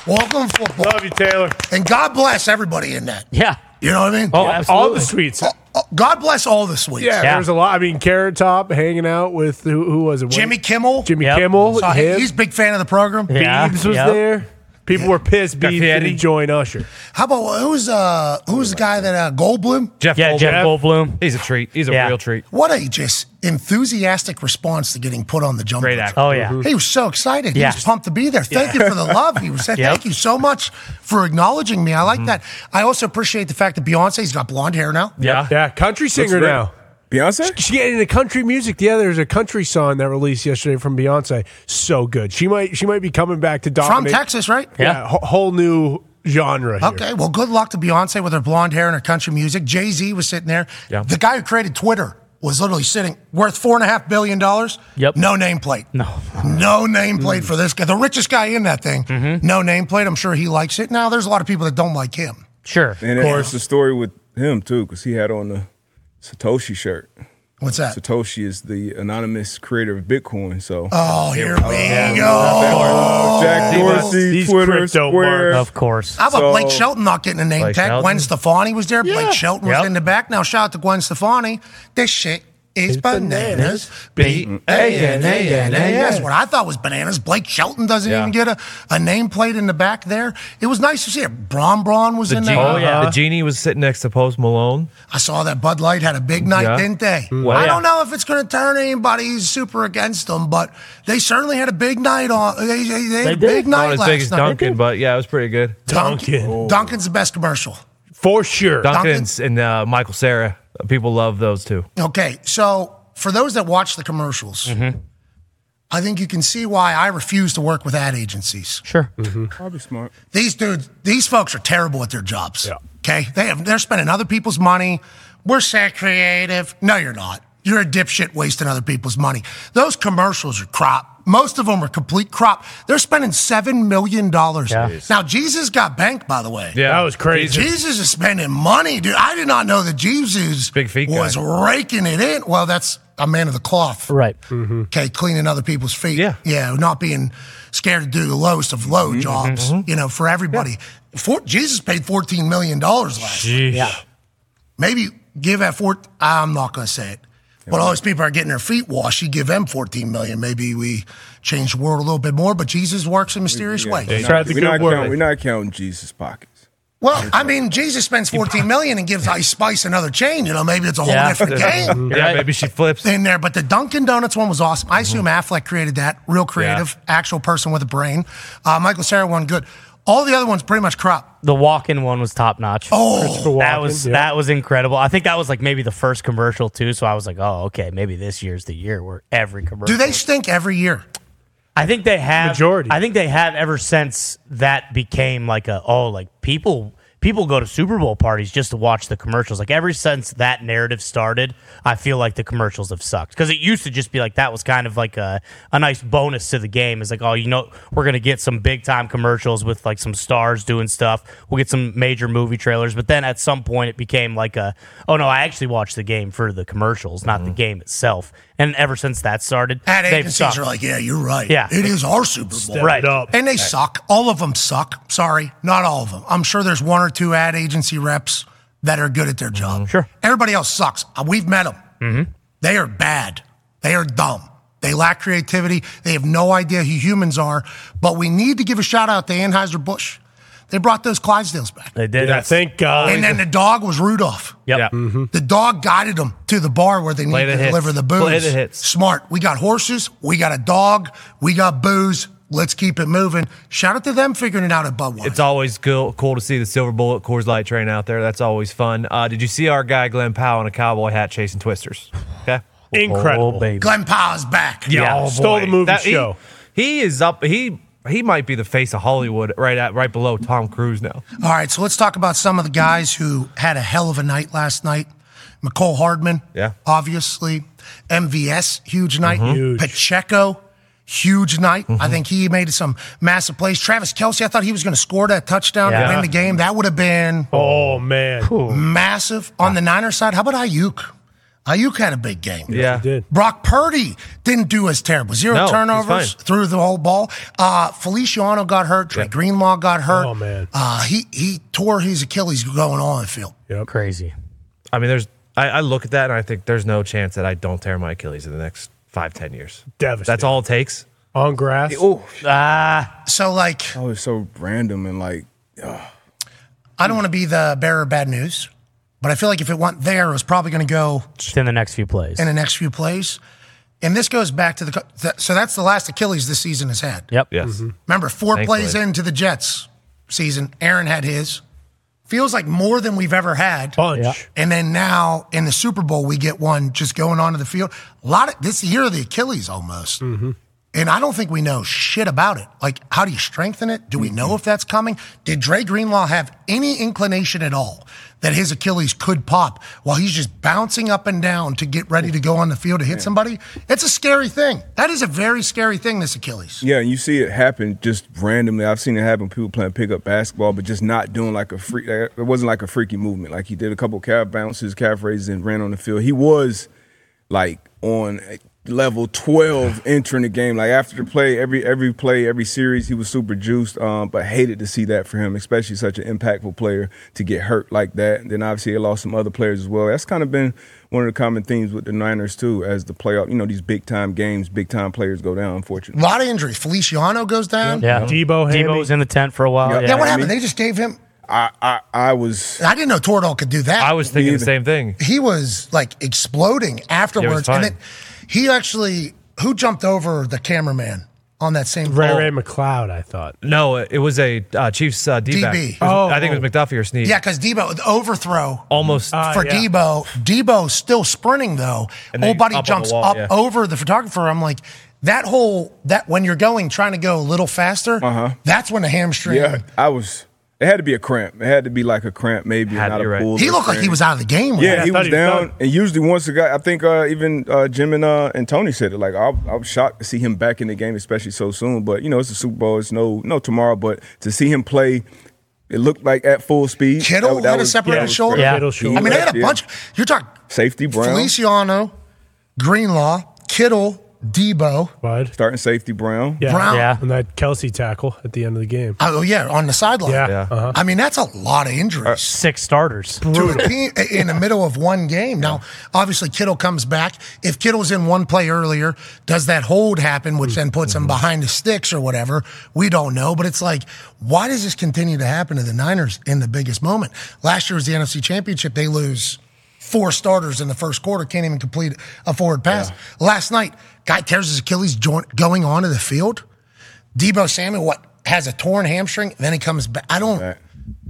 A: Welcome to football,
B: Love you, Taylor.
A: and God bless everybody in that.
E: Yeah.
A: You know what I mean?
E: Oh,
B: All the
E: absolutely.
B: sweets.
A: Oh, God bless all the sweets.
B: Yeah,
E: Yeah.
B: there's a lot. I mean, Carrot Top hanging out with who, who was it?
A: Jimmy
B: What-
A: Kimmel.
B: Jimmy
E: Yep.
B: Kimmel.
A: Saw him.
B: him.
A: He's a big fan of the program.
E: Yeah.
B: Biebs was
E: Yep.
B: there. People were pissed. Biebs
C: Daddy.
B: didn't join Usher.
A: How about who's uh who's the guy that uh, Goldblum?
C: Jeff
E: Yeah,
C: Goldblum.
E: Jeff Goldblum.
C: He's a treat. He's a
E: Yeah.
C: real treat.
A: What a just enthusiastic response to getting put on the jump.
C: Great actor.
E: Oh yeah.
A: He was so excited.
E: Yeah.
A: He was pumped to be there. Thank you for the love. He was saying,
E: Yep.
A: thank you so much for acknowledging me. I like that. I also appreciate the fact that Beyonce's got blonde hair now.
C: Yeah.
B: Yeah, country singer
D: great.
B: now.
D: Beyonce?
B: She getting into country music. Yeah, there's a country song that released yesterday from Beyonce. So good. She might she might be coming back to
A: From
B: dominate.
A: Texas, right?
B: Yeah, wh- whole new genre. here.
A: Okay, well, good luck to Beyonce with her blonde hair and her country music. Jay Z was sitting there.
C: Yeah.
A: The guy who created Twitter was literally sitting worth four and a half billion dollars.
E: Yep.
A: No nameplate.
E: No.
A: No nameplate for this guy. The richest guy in that thing. No nameplate. I'm sure he likes it. Now there's a lot of people that don't like him.
E: Sure.
D: And then it's the story with him too, because he had on the Satoshi shirt.
A: What's that?
D: Satoshi is the anonymous creator of Bitcoin. So
A: Oh, here we go.
D: Jack Dorsey,
B: These
D: Twitter,
B: crypto
D: Square.
B: marks.
E: Of course.
A: How about
D: So-
A: Blake Shelton not getting a name
C: Blake
A: tag?
C: Shelton?
A: Gwen Stefani was there. Blake Shelton was
E: Yep.
A: in the back. Now shout out to Gwen Stefani. This shit is bananas. B A N A N A S. What I thought was bananas. Blake Shelton doesn't
C: Yeah.
A: even get a, a nameplate in the back there. It was nice to see it. Bron Bron was
C: The
A: in
C: genie,
A: there.
C: the genie was sitting next to Post Malone.
A: I saw that Bud Light had a big night,
C: Yeah. Mm.
A: didn't they?
C: Well,
A: I
C: yeah.
A: don't know if it's going to turn anybody super against them, but they certainly had a big night on. They, they, they had a
E: did.
A: big night
C: Not as
A: last
C: big as
A: night.
C: Duncan, but yeah, it was pretty good.
A: Duncan.
B: Duncan.
A: Duncan's the best commercial.
B: For sure.
C: Duncan's and uh, Michael Sarah. People love those two.
A: Okay, so for those that watch the commercials,
B: Mm-hmm.
A: I think you can see why I refuse to work with ad agencies.
E: Sure.
D: Probably smart.
A: These dudes, these folks are terrible at their jobs. Okay, they have they're spending other people's money. We're so creative. No, you're not. You're a dipshit wasting other people's money. Those commercials are crap. Most of them are complete crop. They're spending $7 million. Now, Jesus got banked, by the way.
C: Yeah,
B: That was crazy.
A: Jesus is spending money, dude. I did not know that Jesus
C: Big feet guy.
A: was raking it in. Well, that's a man of the cloth.
E: Right.
A: Okay, cleaning other people's feet.
C: Mm-hmm. Yeah. Mm-hmm.
A: Yeah, not being scared to do the lowest of low jobs, you know, for everybody. For, Jesus paid $14 million last year.
C: Jeez.
E: Yeah.
A: Maybe give that four. I'm not going to say it. But all these people are getting their feet washed. You give them 14 million. Maybe we change the world a little bit more, but Jesus works in mysterious ways.
D: We're not-
B: Tried the
D: we're
B: good
D: not
B: word.
D: counting- We're not counting Jesus' pockets.
A: Well, I mean, Jesus spends 14 million and gives Ice Spice another chain. You know, maybe it's a whole
E: Yeah.
A: different game
C: Yeah, maybe she flips.
A: in there. But the Dunkin' Donuts one was awesome. I assume
E: Mm-hmm.
A: Affleck created that. Real creative, actual person with a brain. Uh, Michael Sarah one, good. All the other ones pretty much crop.
E: The walk-in one was top notch.
A: Oh,
E: that
B: Walken,
E: was
B: yeah.
E: that was incredible. I think that was like maybe the first commercial too. So I was like, oh, okay, maybe this year's the year where every commercial.
A: do they stink every year?
E: I think they have
B: Majority.
E: I think they have ever since that became like a oh like people people go to Super Bowl parties just to watch the commercials. Like ever since that narrative started, I feel like the commercials have sucked because it used to just be like that was kind of like a a nice bonus to the game. It's like oh you know we're gonna get some big time commercials with like some stars doing stuff. We'll get some major movie trailers, but then at some point it became like a oh no I actually watched the game for the commercials, not the game itself. And ever since that started,
A: Ad
E: they've
A: agencies
E: sucked.
A: are like, yeah, you're right.
E: Yeah.
A: it is our Super Bowl.
E: Right.
B: Up.
A: And they suck. All of them suck. Sorry, not all of them. I'm sure there's one or two ad agency reps that are good at their job.
E: Mm-hmm. Sure. Mm-hmm.
A: Everybody else sucks. Uh, We've met them. Mm-hmm. They are bad. They are dumb. They lack creativity. They have no idea who humans are. But we need to give a shout out to Anheuser Busch. They brought those Clydesdales back,
E: They did.
B: Yeah, thank
C: uh,
B: God.
A: and then the dog was Rudolph.
E: Yep.
C: Yeah.
A: The dog guided them to the bar where they
C: Play
A: needed
C: the
A: to
C: hits.
A: deliver the booze.
C: Play the hits.
A: Smart. We got horses. We got a dog. We got booze. Let's keep it moving. Shout out to them figuring it out at Budweiser.
C: It's always cool, cool to see the silver bullet Coors Light train out there. That's always fun. Uh, did you see our guy Glenn Powell in a cowboy hat chasing twisters? Okay.
B: Incredible.
E: Oh, baby.
A: Glenn Powell's back.
C: Yeah,
B: Oh, stole the movie
C: he-
B: show.
C: He, is up. He he might be the face of Hollywood right at right below Tom Cruise now.
A: All right, so let's talk about some of the guys who had a hell of a night last night. McCole Hardman,
C: Yeah.
A: obviously. MVS, huge night. Pacheco, huge night. I think he made some massive plays. Travis Kelsey, I thought he was going to score that touchdown to
E: Yeah.
A: win the game. That would have been
B: Oh man,
A: massive on the Niners side. How about Ayuk? Ayuk had a big game.
C: Yeah.
B: did.
A: Brock Purdy didn't do as terrible. Zero
C: No, he's
A: turnovers
C: fine.
A: through the whole ball. Uh, Feliciano got hurt. Trey Greenlaw got hurt.
B: Oh, man.
A: Uh, he he tore his Achilles going on the field.
E: Crazy.
C: I mean, there's. I, I look at that and I think there's no chance that I don't tear my Achilles in the next five ten years.
B: Devastating.
C: That's all it takes.
B: on grass.
D: Oh,
E: ah.
A: So like,
D: oh, it's so random and like
A: I
C: Hmm.
A: don't want to be the bearer of bad news, but I feel like if it went there, it was probably going to go
E: Just in the next few plays.
A: in the next few plays. And this goes back to the co- th- so that's the last Achilles this season has had.
E: yep.
C: Yes.
B: Mm-hmm.
A: Remember, four
C: Thankfully.
A: plays into the Jets season, Aaron had his. Feels like more than we've ever had.
B: Bunch.
E: Yeah.
A: And then now in the Super Bowl, we get one just going onto the field. A lot of this year of the Achilles almost. And I don't think we know shit about it. Like, how do you strengthen it? Do we know if that's coming? Did Dre Greenlaw have any inclination at all that his Achilles could pop while he's just bouncing up and down to get ready to go on the field to hit somebody? It's a scary thing. That is a very scary thing, this Achilles.
D: Yeah, and you see it happen just randomly. I've seen it happen. People playing pickup basketball, but just not doing like a freak. Like, it wasn't like a freaky movement. Like he did a couple calf bounces, calf raises, and ran on the field. He was like on level twelve entering the game. Like after the play, every every play, every series, he was super juiced. Um, but hated to see that for him, especially such an impactful player to get hurt like that. And then obviously he lost some other players as well. That's kind of been one of the common themes with the Niners too, as the playoff. You know, these big time games, big time players go down. Unfortunately.
A: A lot of injuries. Feliciano goes down.
E: Yeah.
B: Debo Hammy.
E: Debo was in the tent for a while.
D: Yep.
E: Yeah.
A: Yeah, what
D: I
A: happened?
D: mean-
A: They just gave him.
D: I, I, I was
A: I didn't know Toradol could do that.
C: I was thinking the same thing.
A: he was like exploding afterwards, and
C: fine.
A: then he actually who jumped over the cameraman on that same
B: Ray
A: ball?
B: Ray McLeod. I thought.
C: No, it it was a uh, Chiefs uh, D-back.
A: DB.
C: It was- I think
B: Oh.
C: it was McDuffie or Snead.
A: Yeah, because Debo the overthrow
C: Almost.
D: Uh,
A: for
B: yeah.
A: Debo. Debo still sprinting though.
C: And
A: Whole
C: they
A: body
C: up on the
A: jumps
C: wall,
A: up
C: yeah.
A: over the photographer. I'm like that whole that when you're going trying to go a little faster, that's when the hamstring.
D: Uh-huh. yeah, I was It had to be a cramp. It had to be like a cramp, maybe
C: Had to
D: not
C: be
D: a
C: right.
D: pull.
A: He
D: or
A: looked like he
D: something.
A: was out of the game. Right
D: Yeah,
B: I
D: he
B: thought
D: was
B: he was
D: down,
B: done.
D: and usually once a guy, I think uh, even uh, Jim and uh, and Tony said it. Like I, I'm shocked to see him back in the game, especially so soon. But you know, it's a Super Bowl. It's no no tomorrow, but to see him play, it looked like at full speed.
A: Kittle
D: That- that
A: had a
D: was-
A: separated
D: that was
A: shoulder.
B: Yeah.
D: crazy.
B: Kittle shoulder.
A: I mean, they had a
D: Yeah.
A: bunch. You're talking
D: Safety Brown,
A: Feliciano, Greenlaw, Kittle, Debo.
B: Bud.
D: starting safety Brown.
B: Yeah.
A: Brown.
E: Yeah.
B: And that Kelsey tackle at the end of the game.
A: Oh yeah, on the sideline.
B: Yeah. Yeah. Uh-huh.
A: I mean, that's a lot of injuries
E: Six starters.
A: to a team in the middle of one game. Now, obviously, Kittle comes back. If Kittle's in one play earlier, does that hold happen, which then puts him behind the sticks or whatever? We don't know. But it's like, why does this continue to happen to the Niners in the biggest moment? Last year was the NFC Championship. They lose four starters in the first quarter, can't even complete a forward pass. Last night, guy tears his Achilles joint going onto the field. Debo Samuel, what has a torn hamstring, then he comes back. I don't.
D: Right.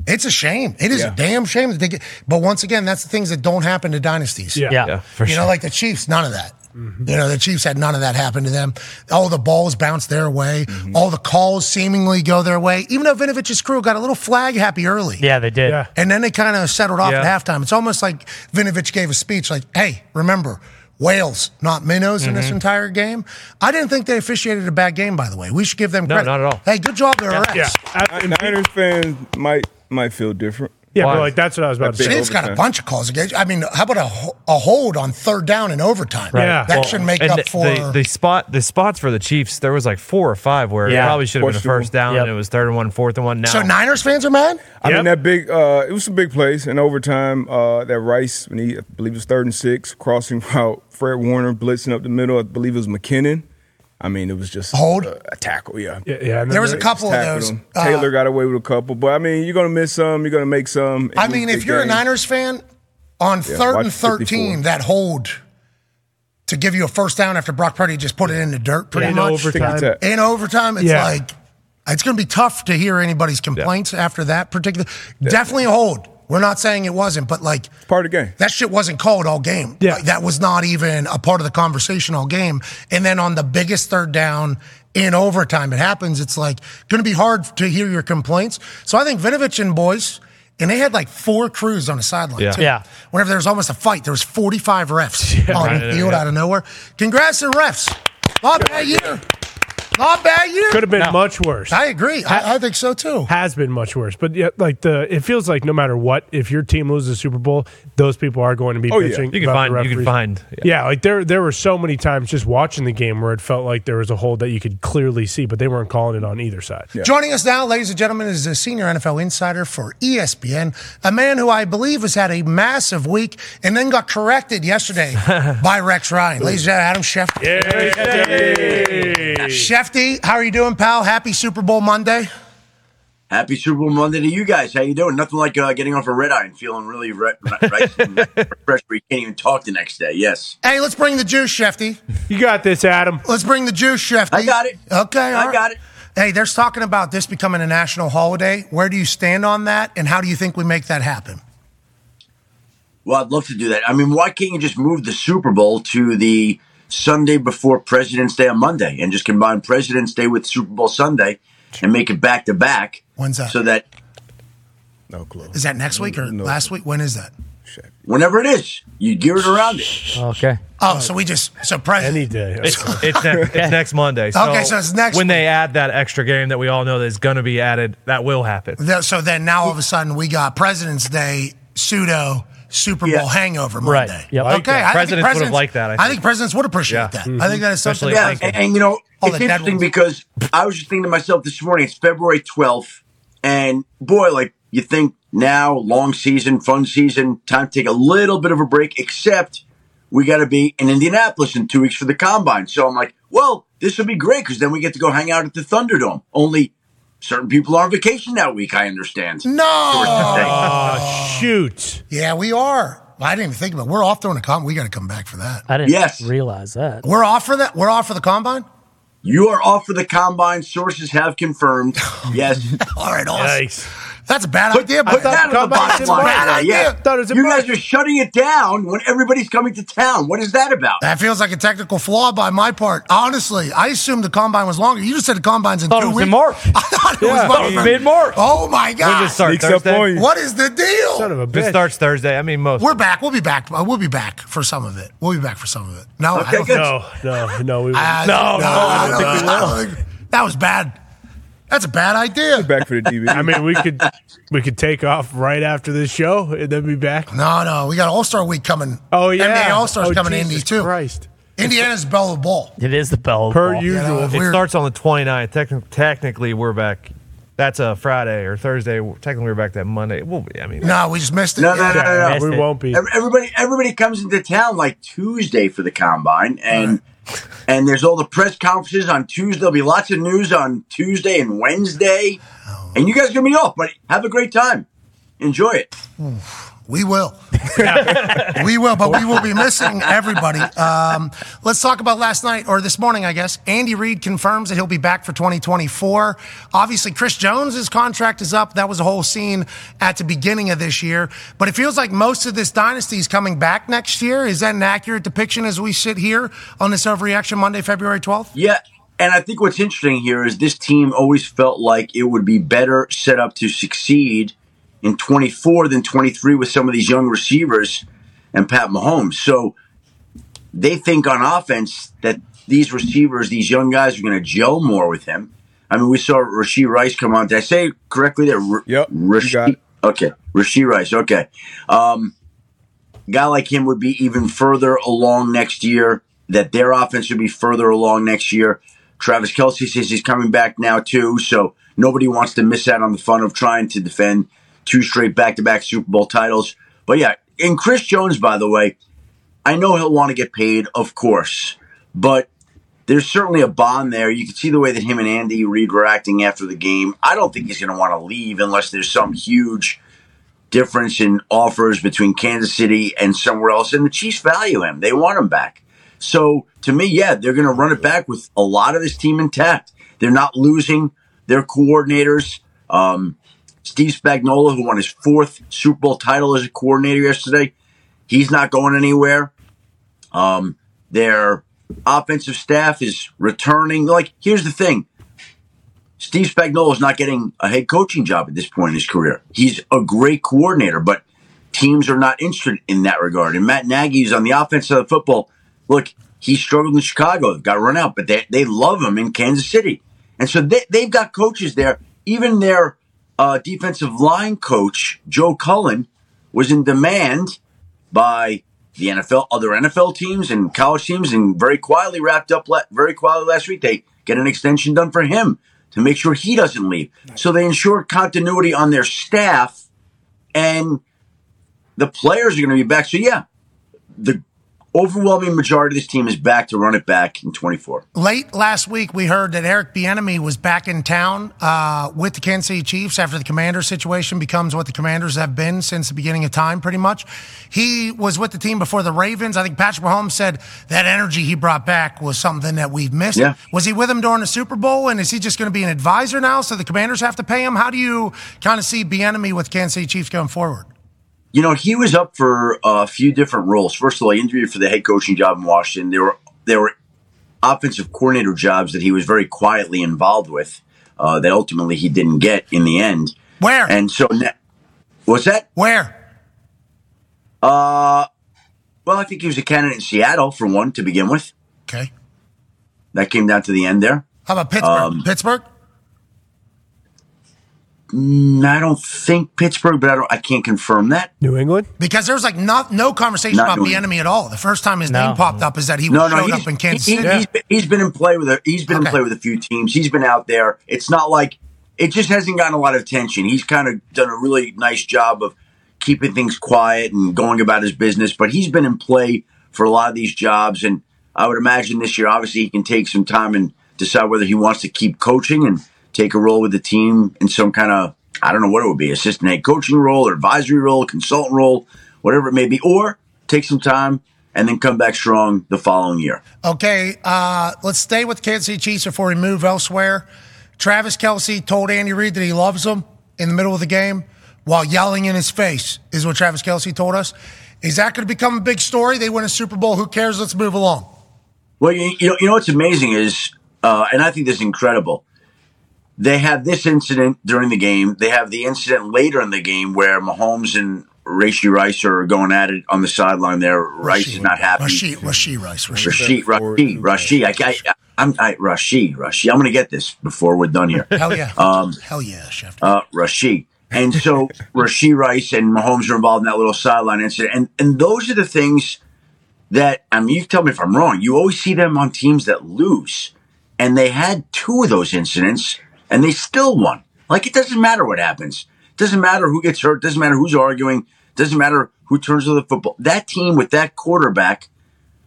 A: It's a shame. It is
D: Yeah.
A: a damn shame that they get. But once again, that's the things that don't happen to dynasties.
B: Yeah.
E: Yeah.
C: Yeah, for
A: you
C: sure.
A: know, like the Chiefs, none of that. You know, the Chiefs had none of that happen to them. All the balls bounce their way. All the calls seemingly go their way. Even though Vinovich's crew got a little flag happy early.
E: Yeah, they did.
B: Yeah.
A: And then they kind of settled off
C: Yeah.
A: at halftime. It's almost like Vinovich gave a speech like, hey, remember, Wales, not minnows in
B: Mm-hmm.
A: this entire game. I didn't think they officiated a bad game, by the way. We should give them
C: No,
A: credit.
C: not at all.
A: Hey, good job there, refs.
B: Yeah. I-
D: Nin-
B: and-
D: Niners fans might might feel different.
B: yeah,
C: Why?
B: but like that's what I was about to
D: That
B: say.
D: big-
A: Chiefs got a
D: overtime.
A: bunch of calls against. I mean, how about a, ho- a hold on third down in overtime?
B: Yeah.
A: That
B: Well,
A: should make
C: and
A: up
C: the,
A: for.
C: the, the spot the spots for the Chiefs. There was like four or five where
E: Yeah.
C: it probably should have been a
D: Questionable.
C: first down,
E: Yep.
C: and it was third and one, fourth and one. Now
A: so Niners fans are mad?
D: I
B: Yep.
D: mean that big. Uh, it was some big plays in overtime. Uh, that Rice, when he, I believe it was third and six, crossing route. Fred Warner blitzing up the middle. I believe it was McKinnon. I mean, it was just
A: Hold.
D: a, a tackle. Yeah,
B: Yeah, yeah, and
A: There was a
B: then-
A: couple of
D: Tackled
A: those.
D: him.
A: Uh,
D: Taylor got away with a couple, but I mean, you're gonna miss some. You're gonna make some.
A: I mean, if you're a Niners fan, on third
D: watch
A: and 13,
D: 54.
A: that hold to give you a first down after Brock Purdy just put it in the dirt pretty
B: in
A: much.
B: overtime.
D: Ticky-tack.
A: in overtime, it's
B: Yeah.
A: like it's going to be tough to hear anybody's complaints after that particular. Definitely a hold. We're not saying it wasn't, but like
D: part of the game.
A: that shit wasn't called all game.
B: Yeah.
A: Like, that was not even a part of the conversation all game. And then on the biggest third down in overtime, it happens. It's like going to be hard to hear your complaints. So I think Vinovich and boys. And they had like four crews on the sideline.
C: Yeah.
A: Too.
E: Yeah.
A: Whenever there was almost a fight, there was 45 refs on
C: Right,
A: the field
C: yeah.
A: out of nowhere. Congrats to the refs. Not bad year. Not bad year.
B: Could have been
E: No.
B: much worse.
A: I agree. I, I think so too.
B: has been much worse. But yeah, like the it feels like no matter what, if your team loses the Super Bowl, those people are going to be
D: Oh, yeah.
B: bitching.
C: you can
B: about the
C: find you
B: referees.
C: can find
B: Yeah, like there there were so many times just watching the game where it felt like there was a hole that you could clearly see, but they weren't calling it on either side.
A: Joining us now, ladies and gentlemen, is a senior NFL insider for E ESPN, a man who I believe has had a massive week and then got corrected yesterday by Rex Ryan. Ladies and gentlemen, Adam Schefter. Shefty, how are you doing, pal? Happy Super Bowl Monday.
G: Happy Super Bowl Monday to you guys. How you doing? Nothing like uh, getting off a red eye and feeling really re- re- right and fresh where you can't even talk the next day. Yes.
A: Hey, let's bring the juice, Shefty.
B: You got this, Adam.
A: Let's bring the juice, Shefty.
G: I got it.
A: Okay, all
G: I
A: right.
G: got it.
A: Hey, there's talking about this becoming a national holiday. Where do you stand on that, and how do you think we make that happen?
G: Well, I'd love to do that. I mean, why can't you just move the Super Bowl to the Sunday before President's Day on Monday and just combine President's Day with Super Bowl Sunday and make it back to back?
A: When's that?
G: So that
D: No clue.
A: Is that next week or last week? When is that?
G: whenever it is, you gear it around it.
E: Okay.
A: Oh, so we just so president.
B: Any day.
C: It's, it's, ne- it's next Monday. So
A: Okay, so it's next
C: When they add that extra game that we all know that's going to be added, that will happen.
A: Th- So then now all of a sudden we got President's Day pseudo Super Bowl
G: Yeah.
A: hangover
E: Right.
A: Monday.
E: Yep.
A: Okay.
E: Like
A: I
C: that.
A: think
C: Presidents would've liked that, I
A: I
C: think.
A: think presidents would appreciate
C: Yeah. Mm-hmm.
A: that. I think that is something.
C: Especially-
G: Yeah,
A: that-
G: and, and, you know,
A: All
G: it's
A: the dead
G: interesting
A: ones.
G: because I was just thinking to myself this morning. It's February twelfth, and boy, like you think now, long season, fun season, time to take a little bit of a break. Except we got to be in Indianapolis in two weeks for the combine. So I'm like, well, this would be great because then we get to go hang out at the Thunderdome. Only certain people are on vacation that week. I understand.
A: no.
B: Shoot.
A: Yeah, we are. I didn't even think about. it. We're off during the combine. We got to come back for that.
H: I didn't
G: Yes.
H: realize that.
A: We're off for that. We're off for the combine.
G: You are off for the combine. Sources have confirmed. Yes.
A: All right. Awesome.
B: Yikes.
A: That's a bad idea, but
G: Put that
A: that's
G: on the bottom
A: It's a
G: line.
A: bad
G: Yeah,
A: idea.
G: yeah.
B: Thought it was a
G: you
B: mark.
G: guys are shutting it down when everybody's coming to town. What is that about?
A: That feels like a technical flaw by my part. Honestly, I assumed the combine was longer. You just said the combine's in
E: Thought
A: two
E: it was
A: weeks.
E: in March.
A: I thought it
B: Yeah.
A: was
E: Mid March.
A: Oh my
C: We
A: god!
C: just start
D: Sneaks up on
C: Thursday.
D: you.
A: what is the deal?
B: Son of a bitch.
C: This starts Thursday. I mean, most.
A: We're back. We'll be back. Uh, We'll be back for some of it. We'll be back for some of it. No, I
G: Okay,
A: don't
G: good.
A: think.
B: no, no, no. We
A: Uh,
B: won't.
C: No, no, I
A: don't think think- that was bad. That's a bad idea.
D: Back for the DVD.
B: I mean, we could we could take off right after this show and then be back.
A: No, no, we got All Star Week coming.
B: Oh yeah,
A: NBA All Stars
B: Oh,
A: coming to Indy
B: Jesus
A: too.
B: Christ,
A: Indiana's bell of the ball.
E: It is the bell. of
B: per
E: ball.
A: You know,
B: usual.
C: It
A: we're-
C: starts on the 29th. Techn- technically, we're back. That's a Friday or Thursday. Technically, we're back that Monday. We'll be. I mean,
A: No, we just missed it.
G: No, no, no, no, no.
B: Yeah, we
E: Missed it.
B: won't be.
G: Ev- Everybody, everybody comes into town like Tuesday for the combine, and and there's all the press conferences on Tuesday. There'll be lots of news on Tuesday and Wednesday,
A: Oh.
G: and you guys are gonna be off. But have a great time, enjoy it.
A: We will. we will, but we will be missing everybody. Um, let's talk about last night, or this morning, I guess. Andy Reid confirms that he'll be back for 2024. Obviously, Chris Jones' contract is up. That was a whole scene at the beginning of this year. But it feels like most of this dynasty is coming back next year. Is that an accurate depiction as we sit here on this Overreaction Monday, February 12th?
G: Yeah. And I think what's interesting here is this team always felt like it would be better set up to succeed in 24 than 23 with some of these young receivers and Pat Mahomes. So they think on offense that these receivers, these young guys, are going to gel more with him. I mean, we saw Rasheed Rice come on. Did I say it correctly there? R-
D: Yep, you got
G: Rasheed.
D: it.
G: Okay. Rasheed Rice. Okay. Um, guy like him would be even further along next year, that their offense would be further along next year. Travis Kelsey says he's coming back now, too. So nobody wants to miss out on the fun of trying to defend two straight back to back Super Bowl titles. But yeah, and Chris Jones, by the way, I know he'll want to get paid, of course, but there's certainly a bond there. You can see the way that him and Andy Reid were acting after the game. I don't think he's going to want to leave unless there's some huge difference in offers between Kansas City and somewhere else. And the Chiefs value him; they want him back. So to me, yeah, they're going to run it back with a lot of this team intact. They're not losing their coordinators. Um, Steve Spagnuolo, who won his fourth Super Bowl title as a coordinator yesterday, he's not going anywhere. Um, their offensive staff is returning. Like, here's the thing. Steve Spagnuolo is not getting a head coaching job at this point in his career. He's a great coordinator, but teams are not interested in that regard. And Matt Nagy is on the offense side of football. Look, he struggled in Chicago, got run out, but they, they love him in Kansas City. And so they, they've got coaches there. Even their uh, defensive line coach, Joe Cullen, was in demand by the NFL, other NFL teams and college teams, and very quietly wrapped up la- very quietly last week. They get an extension done for him to make sure he doesn't leave. So they ensure continuity on their staff, and the players are going to be back. So yeah, the overwhelming majority of this team is back to run it back in 24.
A: Late last week, we heard that Eric Bieniemy was back in town uh, with the Kansas City Chiefs after the Commander situation becomes what the Commanders have been since the beginning of time, pretty much. He was with the team before the Ravens. I think Patrick Mahomes said that energy he brought back was something that we've missed.
G: Yeah.
A: Was he with him during the Super Bowl, and is he just going to be an advisor now, so the Commanders have to pay him? How do you kind of see Bieniemy with Kansas City Chiefs going forward?
G: You know, he was up for a few different roles. First of all, he interviewed for the head coaching job in Washington. There were there were offensive coordinator jobs that he was very quietly involved with uh, that ultimately he didn't get in the end.
A: Where?
G: And so, ne- what's that? Uh,
A: Where?
G: Well, I think he was a candidate in Seattle for one to begin with.
A: Okay.
G: That came down to the end there.
A: How about Pittsburgh?
G: Um,
A: Pittsburgh?
G: And I don't think Pittsburgh, but I don't. I can't confirm that.
B: New England.
A: Because there was like no, no conversation
G: Not
A: about
G: doing
A: the
G: it.
A: enemy at all. The first time his
E: No.
A: name popped up is that he
G: No,
A: was
G: no,
A: showed
G: he's,
A: up in Kansas
G: he,
A: City.
G: has been, he's been in play with a he's been
A: Okay.
G: in play with a few teams. He's been out there. It's not like it just hasn't gotten a lot of attention. He's kind of done a really nice job of keeping things quiet and going about his business. But he's been in play for a lot of these jobs, and I would imagine this year, obviously, he can take some time and decide whether he wants to keep coaching and take a role with the team in some kind of I don't know what it would be assistant head coaching role or advisory role, consultant role, whatever it may be, or take some time. And then come back strong the following year.
A: Okay, uh, let's stay with Kansas City Chiefs before we move elsewhere. Travis Kelsey told Andy Reid that he loves him. in the middle of the game while yelling in his face, is what Travis Kelsey told us. Is that going to become a big story? They win a Super Bowl. Who cares? Let's move along.
G: Well, you, you know, you know what's amazing is, uh, and I think this is incredible. They have this incident during the game. They have the incident later in the game where Mahomes and Rashi Rice are going at it on the sideline. There, Rice is not happy.
A: Rasheed, Rasheed Rice. Rasheed.
G: Rashid, Rashid, Rashid. I, I, I'm I, Rashid, Rashid. I'm going to get this before we're done here.
A: Hell yeah.
G: Um,
A: Hell yeah, Chef.
G: uh, Rashid. And so Rashid Rice and Mahomes are involved in that little sideline incident. And and those are the things that I mean, you tell me if I'm wrong. You always see them on teams that lose, and they had two of those incidents, and they still won. Like it doesn't matter what happens. Doesn't matter who gets hurt. Doesn't matter who's arguing. Doesn't matter who turns to the football. That team with that quarterback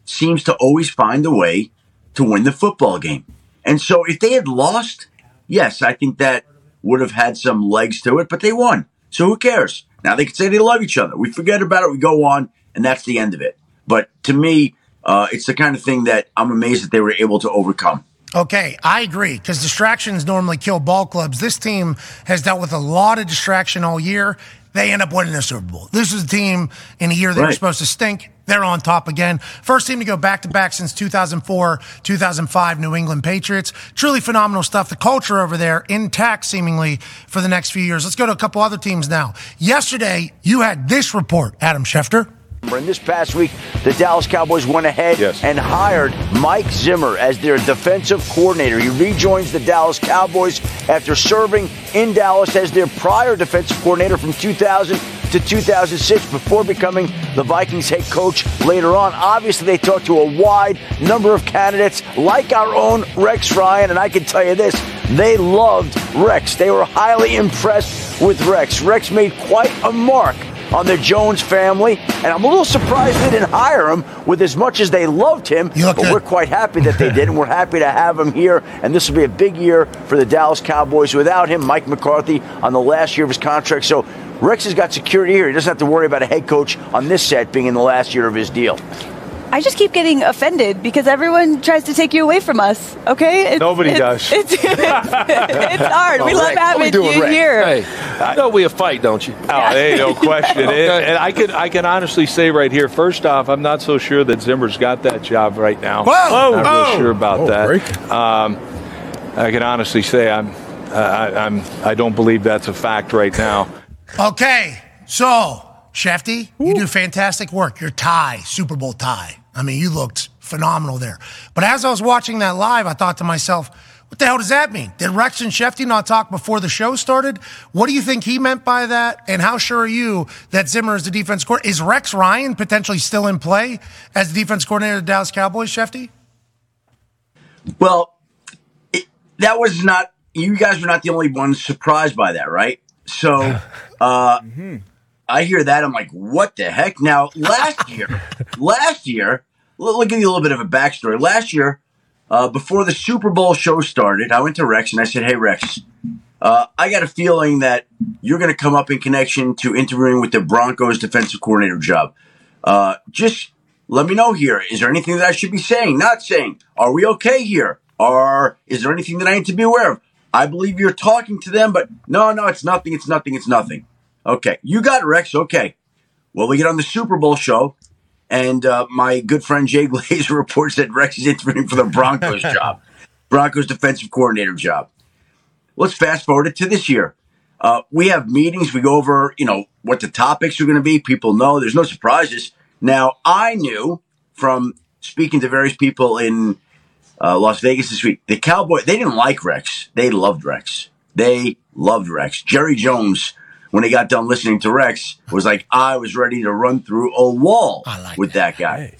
G: seems to always find a way to win the football game. And so if they had lost, yes, I think that would have had some legs to it, but they won. So who cares? Now they can say they love each other. We forget about it, we go on, and that's the end of it. But to me, uh, it's the kind of thing that I'm amazed that they were able to overcome.
A: Okay, I agree because distractions normally kill ball clubs. This team has dealt with a lot of distraction all year. They end up winning the Super Bowl. This is a team in a year they were
G: Right.
A: supposed to stink. They're on top again. First team to go back to back since 2004, 2005, New England Patriots. Truly phenomenal stuff. The culture over there intact seemingly for the next few years. Let's go to a couple other teams now. Yesterday, you had this report, Adam Schefter.
H: And this past week, the Dallas Cowboys went ahead
D: Yes.
H: and hired Mike Zimmer as their defensive coordinator. He rejoins the Dallas Cowboys after serving in Dallas as their prior defensive coordinator from 2000 to 2006 before becoming the Vikings head coach later on. Obviously, they talked to a wide number of candidates like our own Rex Ryan, and I can tell you this, they loved Rex. They were highly impressed with Rex. Rex made quite a mark on the Jones family, and I'm a little surprised they didn't hire him with as much as they loved him.
A: You look
H: But
A: good.
H: we're quite happy that they did, and we're happy to have him here. And this will be a big year for the Dallas Cowboys. Without him, Mike McCarthy on the last year of his contract, so Rex has got security here. He doesn't have to worry about a head coach on this set being in the last year of his deal.
I: I just keep getting offended because everyone tries to take you away from us. Okay, It's-
J: Nobody
I: it's-
J: does.
I: It's, it's, it's hard. we
J: Well,
I: love
H: what
J: Rick,
H: we
I: having
H: doing,
I: you
H: Rick?
I: here.
J: Hey, I- I know we a fight, don't you? Oh, hey, no question. And- Okay. And I can I can honestly say right here, first off, I'm not so sure that Zimmer's got that job right now.
A: Whoa!
J: Not
B: Whoa!
J: real sure about
D: Oh,
J: that.
D: break.
J: Um, I can honestly say I'm uh, I, I'm I don't believe that's a fact right now.
A: Okay, so Shefty, you do fantastic work. Your tie, Super Bowl tie. I mean, you looked phenomenal there. But as I was watching that live, I thought to myself, what the hell does that mean? Did Rex and Shefty not talk before the show started? What do you think he meant by that? And how sure are you that Zimmer is the defense coordinator? Is Rex Ryan potentially still in play as the defense coordinator of the Dallas Cowboys, Shefty?
G: Well, it, that was not, you guys were not the only ones surprised by that, right? So uh, I hear that. I'm like, what the heck? Now, last year, last year, let, let me give you a little bit of a backstory. Last year, uh, before the Super Bowl show started, I went to Rex and I said, hey, Rex, uh, I got a feeling that you're going to come up in connection to interviewing with the Broncos defensive coordinator job. Uh, just let me know here. Is there anything that I should be saying, not saying? Are we okay here? Or is there anything that I need to be aware of? I believe you're talking to them, but no, no, it's nothing. It's nothing. It's nothing. Okay. You got it, Rex. Okay. Well, we get on the Super Bowl show, and uh, my good friend Jay Glazer reports that Rex is interviewing for the Broncos job, Broncos defensive coordinator job. Let's fast forward it to this year. Uh, we have meetings. We go over, you know, what the topics are going to be. People know there's no surprises. Now, I knew from speaking to various people in uh, Las Vegas this week, the Cowboy, they didn't like Rex. They loved Rex. They loved Rex. Jerry Jones, when he got done listening to Rex, was like, I was ready to run through a wall with that, guy.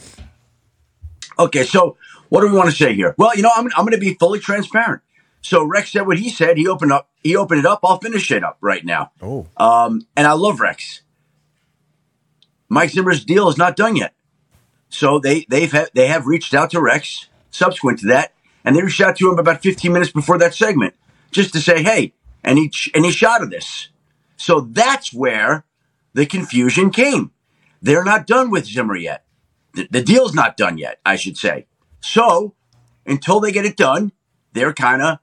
G: Okay, so what do we want to say here? Well, you know, I'm, I'm going to be fully transparent. So Rex said what he said. He opened up. He opened it up. I'll finish it up right now. Oh. Um, and I love Rex. Mike Zimmer's deal is not done yet. So they they've ha- they have reached out to Rex subsequent to that, and they reached out to him about 15 minutes before that segment just to say, hey, any ch- any shot of this. So that's where the confusion came. They're not done with Zimmer yet. The, the deal's not done yet, I should say. So until they get it done, they're kind of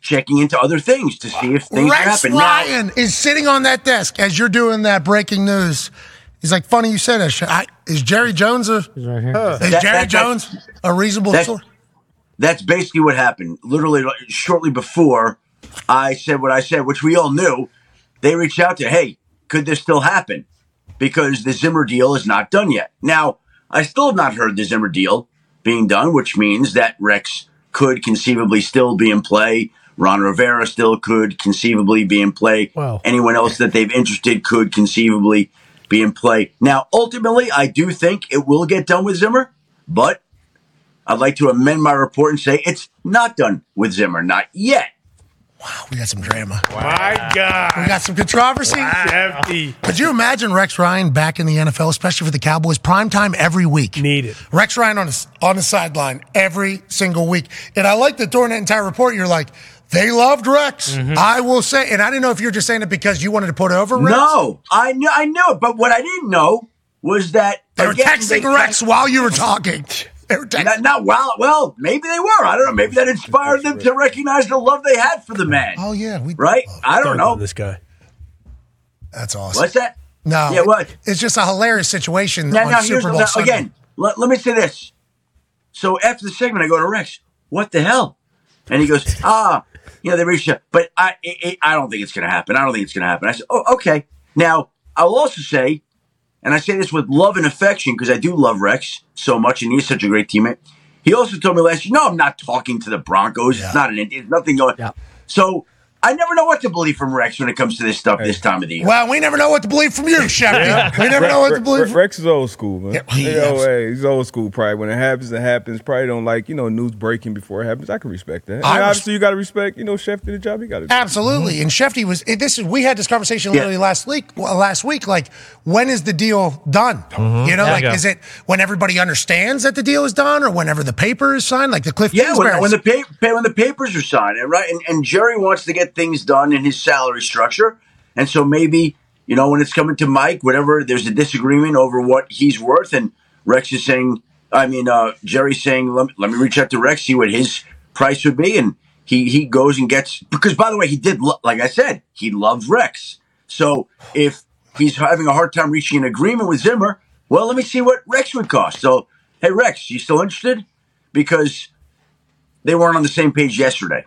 G: checking into other things to see if things
A: Rex
G: happen. Now-
A: Ryan is sitting on that desk as you're doing that breaking news. He's like, funny you said that. Sh- I, is Jerry Jones a Huh. is Jerry
G: That- that-
A: Jones a reasonable
G: That-
A: source?
G: that's basically what happened. Literally, like, shortly before I said what I said, which we all knew, they reached out to, hey, could this still happen? Because the Zimmer deal is not done yet. Now, I still have not heard the Zimmer deal being done, which means that Rex could conceivably still be in play. Ron Rivera still could conceivably be in play.
B: Wow.
G: Anyone else that they've interested could conceivably be in play. Now, ultimately, I do think it will get done with Zimmer, but I'd like to amend my report and say it's not done with Zimmer, not yet.
A: We got some drama.
B: My
A: We
B: God.
A: got some controversy.
D: E.
B: Hefty.
A: Could you imagine Rex Ryan back in the NFL, especially for the Cowboys, prime time every week?
B: Need it.
A: Rex Ryan on the, on the sideline every single week. And I like that during that entire report, you're like, they loved Rex. I will say, and I didn't know if you were just saying it because you wanted to put over Rex.
G: No, I knew, I knew it, but what I didn't know was that
A: They were
G: again,
A: texting
G: they-
A: Rex while you were talking. They were texting.
G: Not, not well, well, maybe they were. I don't know. Maybe that inspired them to recognize the love they had for the man,
A: Oh, yeah. We,
G: right? I
B: Don't
G: don't know.
B: This guy.
A: That's awesome.
G: What's that?
A: No.
G: Yeah, what?
A: It's just a hilarious situation
G: Now,
A: on
G: now here's
A: Super Bowl
G: now,
A: Sunday.
G: again. Let, let me say this. So after the segment, I go to Rex. What the hell? And he goes, Ah, you know they reached out, but I, it, it- I don't think it's going to happen. I don't think it's going to happen. I said, Oh, okay. Now I'll also say, and I say this with love and affection because I do love Rex so much, and he's such a great teammate. He also told me last year, No, I'm not talking to the Broncos. It's not an. It's nothing going. So I never know what to believe from Rex when it comes to this stuff this time of the year.
A: Well, we never know what to believe from you, Shepard. We never know what to believe.
D: Rex, Rex is old school, man.
A: Yeah, he
D: You know,
A: is.
D: hey, he's old school. Probably when it happens, it happens. Probably don't like you know news breaking before it happens. I can respect that.
A: I
D: And
A: res-
D: obviously, you got to respect you know Chef did the job. He got to.
A: Absolutely.
G: Mm-hmm.
A: And Shefty was it- this is we had this conversation literally last week well, last week like when is the deal done?
G: Mm-hmm.
A: You know,
C: There
A: like
C: you go.
A: is it when everybody understands that the deal is done or whenever the paper is signed like the Cliff
G: Yeah, when,
A: Kingsbury.
G: when the pay, pay, when the papers are signed, and right? And, and Jerry wants to get things done in his salary structure, and so maybe you know when it's coming to Mike, whatever, there's a disagreement over what he's worth, and Rex is saying, I mean, uh, Jerry's saying, let me, let me reach out to Rex, see what his price would be, and he he goes and gets because by the way, he did lo- like I said, he loves Rex, so if he's having a hard time reaching an agreement with Zimmer, well, let me see what Rex would cost. So, hey, Rex, you still interested? Because they weren't on the same page yesterday.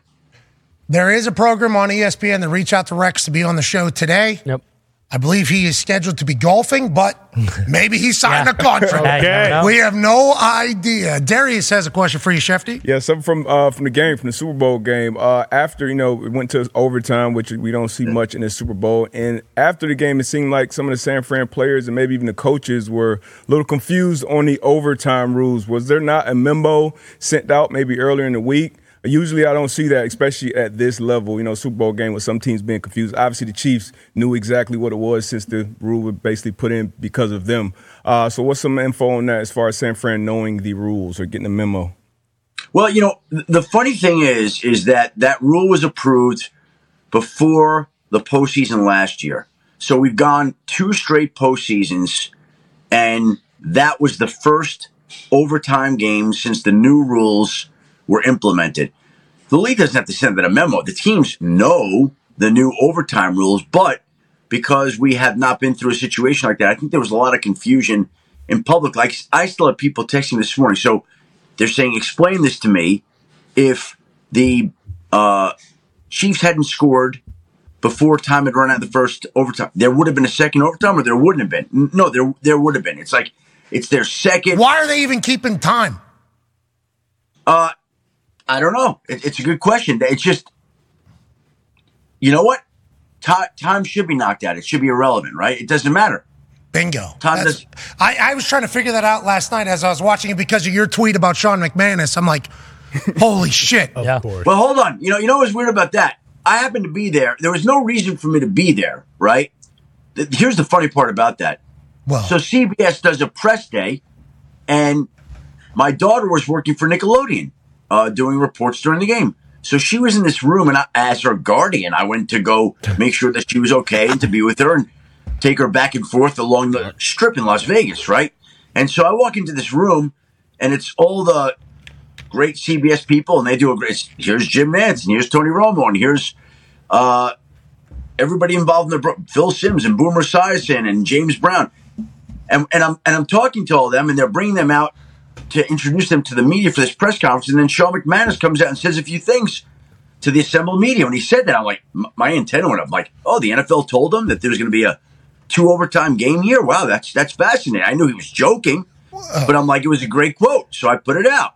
A: there is a program on E ESPN that reach out to Rex to be on the show today.
E: Yep.
A: I believe he is scheduled to be golfing, but maybe he signed a contract.
E: Yeah, you never know.
A: We have no idea. Darius has a question for you, Shefty.
D: Yeah, something from uh, from the game, from the Super Bowl game. Uh, after you know, it went to overtime, which we don't see much in the Super Bowl. And after the game, it seemed like some of the San Fran players and maybe even the coaches were a little confused on the overtime rules. Was there not a memo sent out maybe earlier in the week? Usually, I don't see that, especially at this level. You know, Super Bowl game with some teams being confused. Obviously, the Chiefs knew exactly what it was since the rule was basically put in because of them. Uh, so, what's some info on that as far as San Fran knowing the rules or getting a memo?
G: Well, you know, th- the funny thing is, is that that rule was approved before the postseason last year. So we've gone two straight postseasons, and that was the first overtime game since the new rules were implemented. The league doesn't have to send out a memo. The teams know the new overtime rules, but because we have not been through a situation like that, I think there was a lot of confusion in public. Like I still have people texting this morning, so they're saying, "Explain this to me." If the uh, Chiefs hadn't scored before time had run out of the first overtime, there would have been a second overtime, or there wouldn't have been. N- No, there there would have been. It's like it's their second.
A: Why are they even keeping time?
G: Uh, I don't know. It, it's a good question. It's just, you know what? Time, time should be knocked out. It should be irrelevant, right? It doesn't matter.
A: Bingo.
G: Tom,
A: That's-
G: does-
A: I, I was trying to figure that out last night as I was watching it because of your tweet about Sean McManus. I'm like, holy shit.
E: Yeah.
B: Of course.
G: But hold on. You know, you know what's weird about that? I happened to be there. There was no reason for me to be there, right? Th- Here's the funny part about that.
A: Well,
G: So CBS does a press day, and my daughter was working for Nickelodeon, uh, doing reports during the game. So she was in this room, and I, as her guardian, I went to go make sure that she was okay and to be with her and take her back and forth along the strip in Las Vegas, right? And so I walk into this room, and it's all the great CBS people, and they do a great. Here's Jim Nance, and here's Tony Romo, and here's uh, everybody involved in the pro- Phil Sims and Boomer Esiason and James Brown, and and I'm and I'm talking to all of them, and they're bringing them out to introduce them to the media for this press conference, and then Sean McManus comes out and says a few things to the assembled media. When he said that, I'm like, m- my antenna went up. I'm like, oh, the NFL told them that there was going to be a two overtime game here. Wow, that's that's fascinating. I knew he was joking, but I'm like, it was a great quote, so I put it out.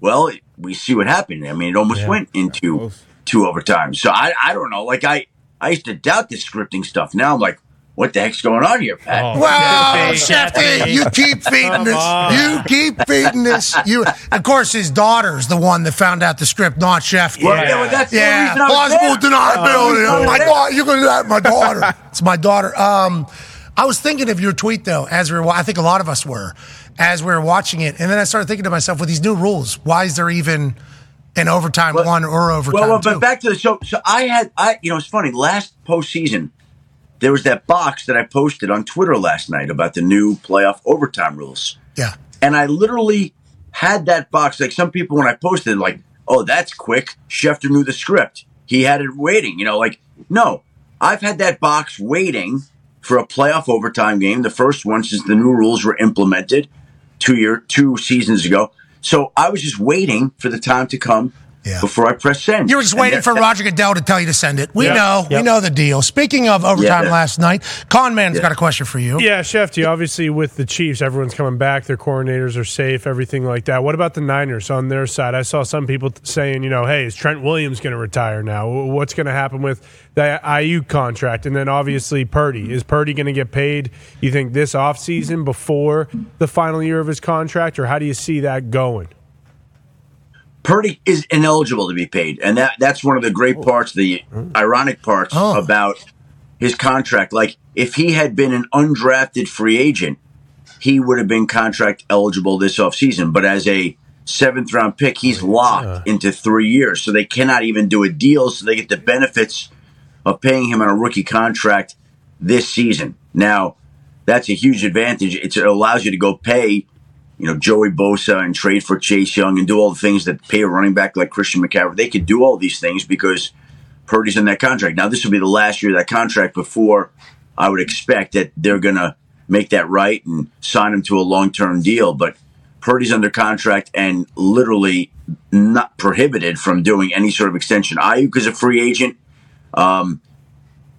G: Well, we see what happened. I mean, it almost went into two overtime. So I, I don't know. Like I, I used to doubt this scripting stuff. Now I'm like, what the heck's going on here, Pat?
A: Oh, Wow, Shefty, you keep feeding this. You keep feeding this. You, of course, his daughter's the one that found out the script, not Shefty.
G: Well, yeah, well, that's the
A: yeah,
G: reason I was
A: plausible
G: there.
A: deniability.
G: Oh,
A: Oh, my
G: yeah.
A: daughter, you're gonna do that, to my daughter. it's my daughter. Um, I was thinking of your tweet though, as we were. wa- I think a lot of us were, as we were watching it, and then I started thinking to myself, with these new rules, why is there even an overtime
G: Well-
A: one or overtime
G: Well, well,
A: two?
G: but back to the show. So I had, I you know, it's funny. Last postseason, there was that box that I posted on Twitter last night about the new playoff overtime rules,
A: yeah,
G: and I literally had that box. Like some people, when I posted, like, "Oh, that's quick." Schefter knew the script. He had it waiting. You know, like no, I've had that box waiting for a playoff overtime game, the first one since the new rules were implemented two year two seasons ago. So I was just waiting for the time to come.
A: Yeah.
G: Before I press send,
A: You were just
G: And
A: waiting
G: that-
A: for Roger Goodell to tell you to send it. We
B: Yep.
A: know. We
B: Yep.
A: know the deal. Speaking of overtime
G: Yeah.
A: last night, Con Man's
G: Yeah.
A: got a question for you.
B: Yeah, Shefty, obviously with the Chiefs, everyone's coming back. Their coordinators are safe, everything like that. What about the Niners on their side? I saw some people t- saying, you know, hey, is Trent Williams going to retire now? W- What's going to happen with that IU contract? And then obviously Purdy. Is Purdy going to get paid, you think, this offseason before the final year of his contract? Or how do you see that going?
G: Purdy is ineligible to be paid, and that that's one of the great parts, the ironic parts
A: Oh.
G: about his contract. Like if he had been an undrafted free agent, he would have been contract eligible this offseason. But as a seventh round pick, he's locked into three years, so they cannot even do a deal. So they get the benefits of paying him on a rookie contract this season. Now, that's a huge advantage. It's, it allows you to go pay you know, Joey Bosa and trade for Chase Young and do all the things that pay a running back like Christian McCaffrey. They could do all these things because Purdy's in that contract. Now, this will be the last year of that contract before I would expect that they're going to make that right and sign him to a long term deal. But Purdy's under contract and literally not prohibited from doing any sort of extension. Ayuk is a free agent. Um,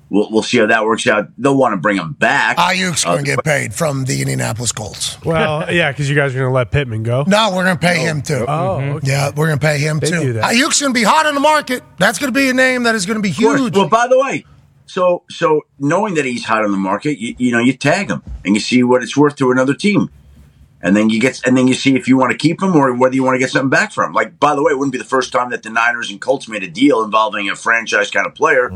G: we'll, we'll see how that works out. They'll want to bring him back.
A: Ayuk's
G: Uh,
A: going to Ah, get paid from the Indianapolis Colts.
B: Well, yeah, because you guys are going to let Pittman go.
A: No, we're going to pay him too.
B: Oh,
G: Mm-hmm.
B: okay.
A: Yeah, we're going to pay him
B: They
A: too.
B: do that.
A: Ayuk's going to be hot on the market. That's going to be a name that is going to be
G: course.
A: huge.
G: Well, by the way, so so knowing that he's hot on the market, you, you know, you tag him and you see what it's worth to another team, and then you get and then you see if you want to keep him or whether you want to get something back from. him. Like, by the way, it wouldn't be the first time that the Niners and Colts made a deal involving a franchise kind of player.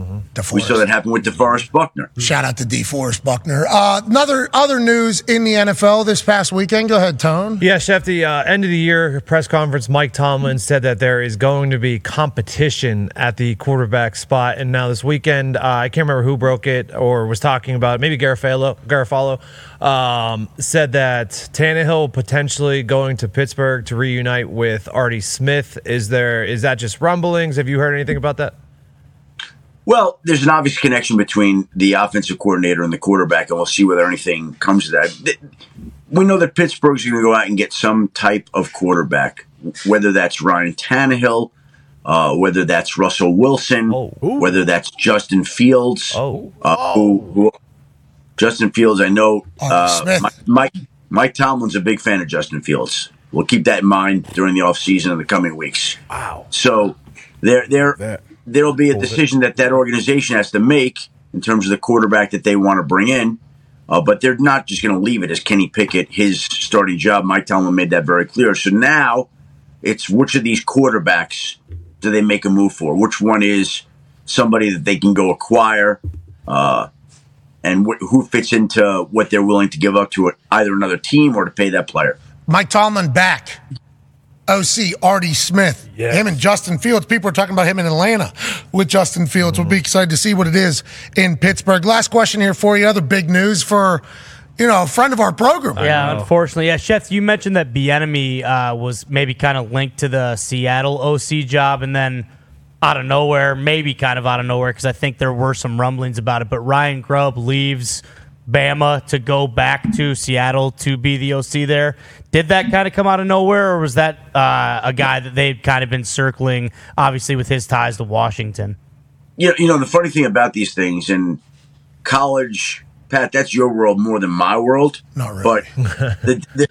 G: We saw
A: Mm-hmm.
G: that
A: DeForest.
G: happen with DeForest Buckner.
A: Shout out to D. Forest Buckner. Uh, another other news in the NFL this past weekend. Go ahead, Tone.
C: Yeah, Chef, the uh, end of the year press conference, Mike Tomlin said that there is going to be competition at the quarterback spot. And now this weekend, uh, I can't remember who broke it or was talking about, it. maybe Garofalo, Garofalo um, said that Tannehill potentially going to Pittsburgh to reunite with Artie Smith. Is there is that just rumblings? Have you heard anything about that?
G: Well, there's an obvious connection between the offensive coordinator and the quarterback, and we'll see whether anything comes of that. Th- We know that Pittsburgh's going to go out and get some type of quarterback, whether that's Ryan Tannehill, uh, whether that's Russell Wilson,
C: Oh. Ooh.
G: whether that's Justin Fields,
C: Oh,
G: uh, who, who Justin Fields. I know
A: Arthur
G: uh,
A: Smith.
G: Mike, Mike Mike Tomlin's a big fan of Justin Fields. We'll keep that in mind during the offseason in the coming weeks. Wow. So there there
D: That-
G: there'll be a decision that that organization has to make in terms of the quarterback that they want to bring in. Uh, but they're not just going to leave it as Kenny Pickett his starting job. Mike Tomlin made that very clear. So now it's which of these quarterbacks do they make a move for? Which one is somebody that they can go acquire? Uh, and wh- who fits into what they're willing to give up to it, either another team or to pay that player.
A: Mike Tomlin back. OC Artie Smith.
B: Yes.
A: Him and Justin Fields. People are talking about him in Atlanta with Justin
B: Mm-hmm.
A: Fields. We'll be excited to see what it is in Pittsburgh. Last question here for you. Other big news for you know, a friend of our program.
E: Yeah, unfortunately. Yeah, Chef, you mentioned that Bienemy uh, was maybe kind of linked to the Seattle OC job, and then out of nowhere, maybe kind of out of nowhere, because I think there were some rumblings about it. But Ryan Grubb leaves Bama to go back to Seattle to be the OC there. Did that kind of come out of nowhere, or was that uh, a guy that they'd kind of been circling, obviously with his ties to Washington?
G: you know, you know the funny thing about these things and college pat that's your world more than my world
A: Not really.
G: but the, the,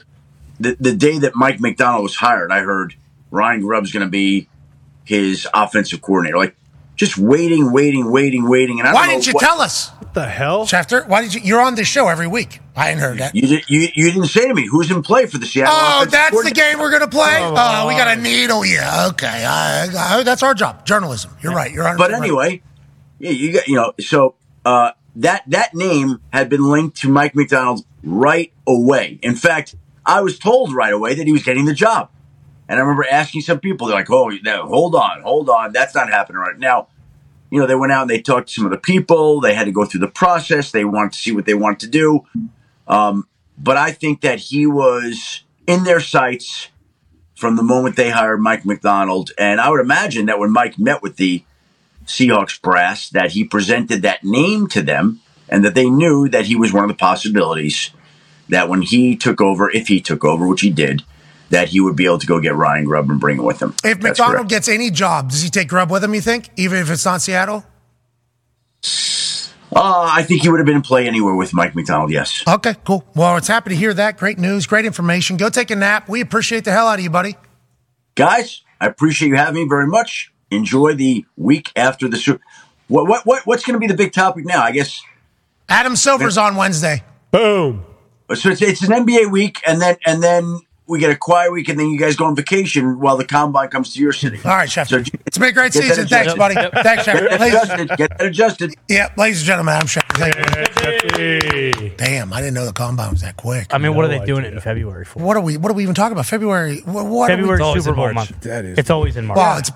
G: the, the day that mike mcdonald was hired i heard ryan grubb's going to be his offensive coordinator like just waiting waiting waiting waiting and I
A: Why
G: don't know
A: didn't you
G: what-
A: tell us,
B: What the hell?
A: Schefter? Why did you? You're on this show every week. I ain't heard that.
G: you, di- you, you didn't say to me who's in play for the
A: Oh,
G: Seattle. offensive
A: that's the
G: coordinator.
A: game we're gonna play. Oh, we got a needle. Yeah, okay. I, I, that's our job, journalism. You're right. You're on.
G: But anyway, yeah, you got you know, so uh, that that name had been linked to Mike McDonald right away. In fact, I was told right away that he was getting the job, and I remember asking some people, they're like, "Oh, no, hold on, hold on, that's not happening right now." You know, they went out and they talked to some of the people. They had to go through the process. They wanted to see what they wanted to do. Um, but I think that he was in their sights from the moment they hired Mike McDonald. And I would imagine that when Mike met with the Seahawks brass that he presented that name to them and that they knew that he was one of the possibilities that when he took over, if he took over, which he did, that he would be able to go get Ryan Grubb and bring him with him.
A: if
G: That's
A: McDonald
G: correct.
A: gets any job, does he take Grubb with him? You think, even if it's not Seattle?
G: uh, I think he would have been in play anywhere with Mike McDonald, yes.
A: Okay, cool. Well, it's happy to hear that. Great news, great information. Go take a nap. We appreciate the hell out of you, buddy.
G: Guys, I appreciate you having me very much. Enjoy the week after the Super. What, what, what, what's going to be the big topic now? I guess
A: Adam Silver's on Wednesday.
B: Boom.
G: So it's, it's an NBA week, and then and then we get a quiet week, and then you guys go on vacation while the combine comes to your city.
A: All right, Chef.
G: So
A: it's been a great
G: get that
A: season. Thanks,
G: adjusted.
A: buddy. Thanks, Chef.
G: Get that
A: Ladies,
G: adjusted. Get that adjusted.
A: yeah, ladies and gentlemen, I'm Chef.
B: Hey.
A: Damn, I didn't know the combine was that quick.
E: I mean, what are
B: No
E: they doing it
B: idea.
E: in February for?
A: What are we? What are we even talking about? February. wh- What? are we-
E: February
C: always
E: Super
C: in
E: Bowl
C: March.
E: month.
D: That is-
E: it's always in March.
A: well, it's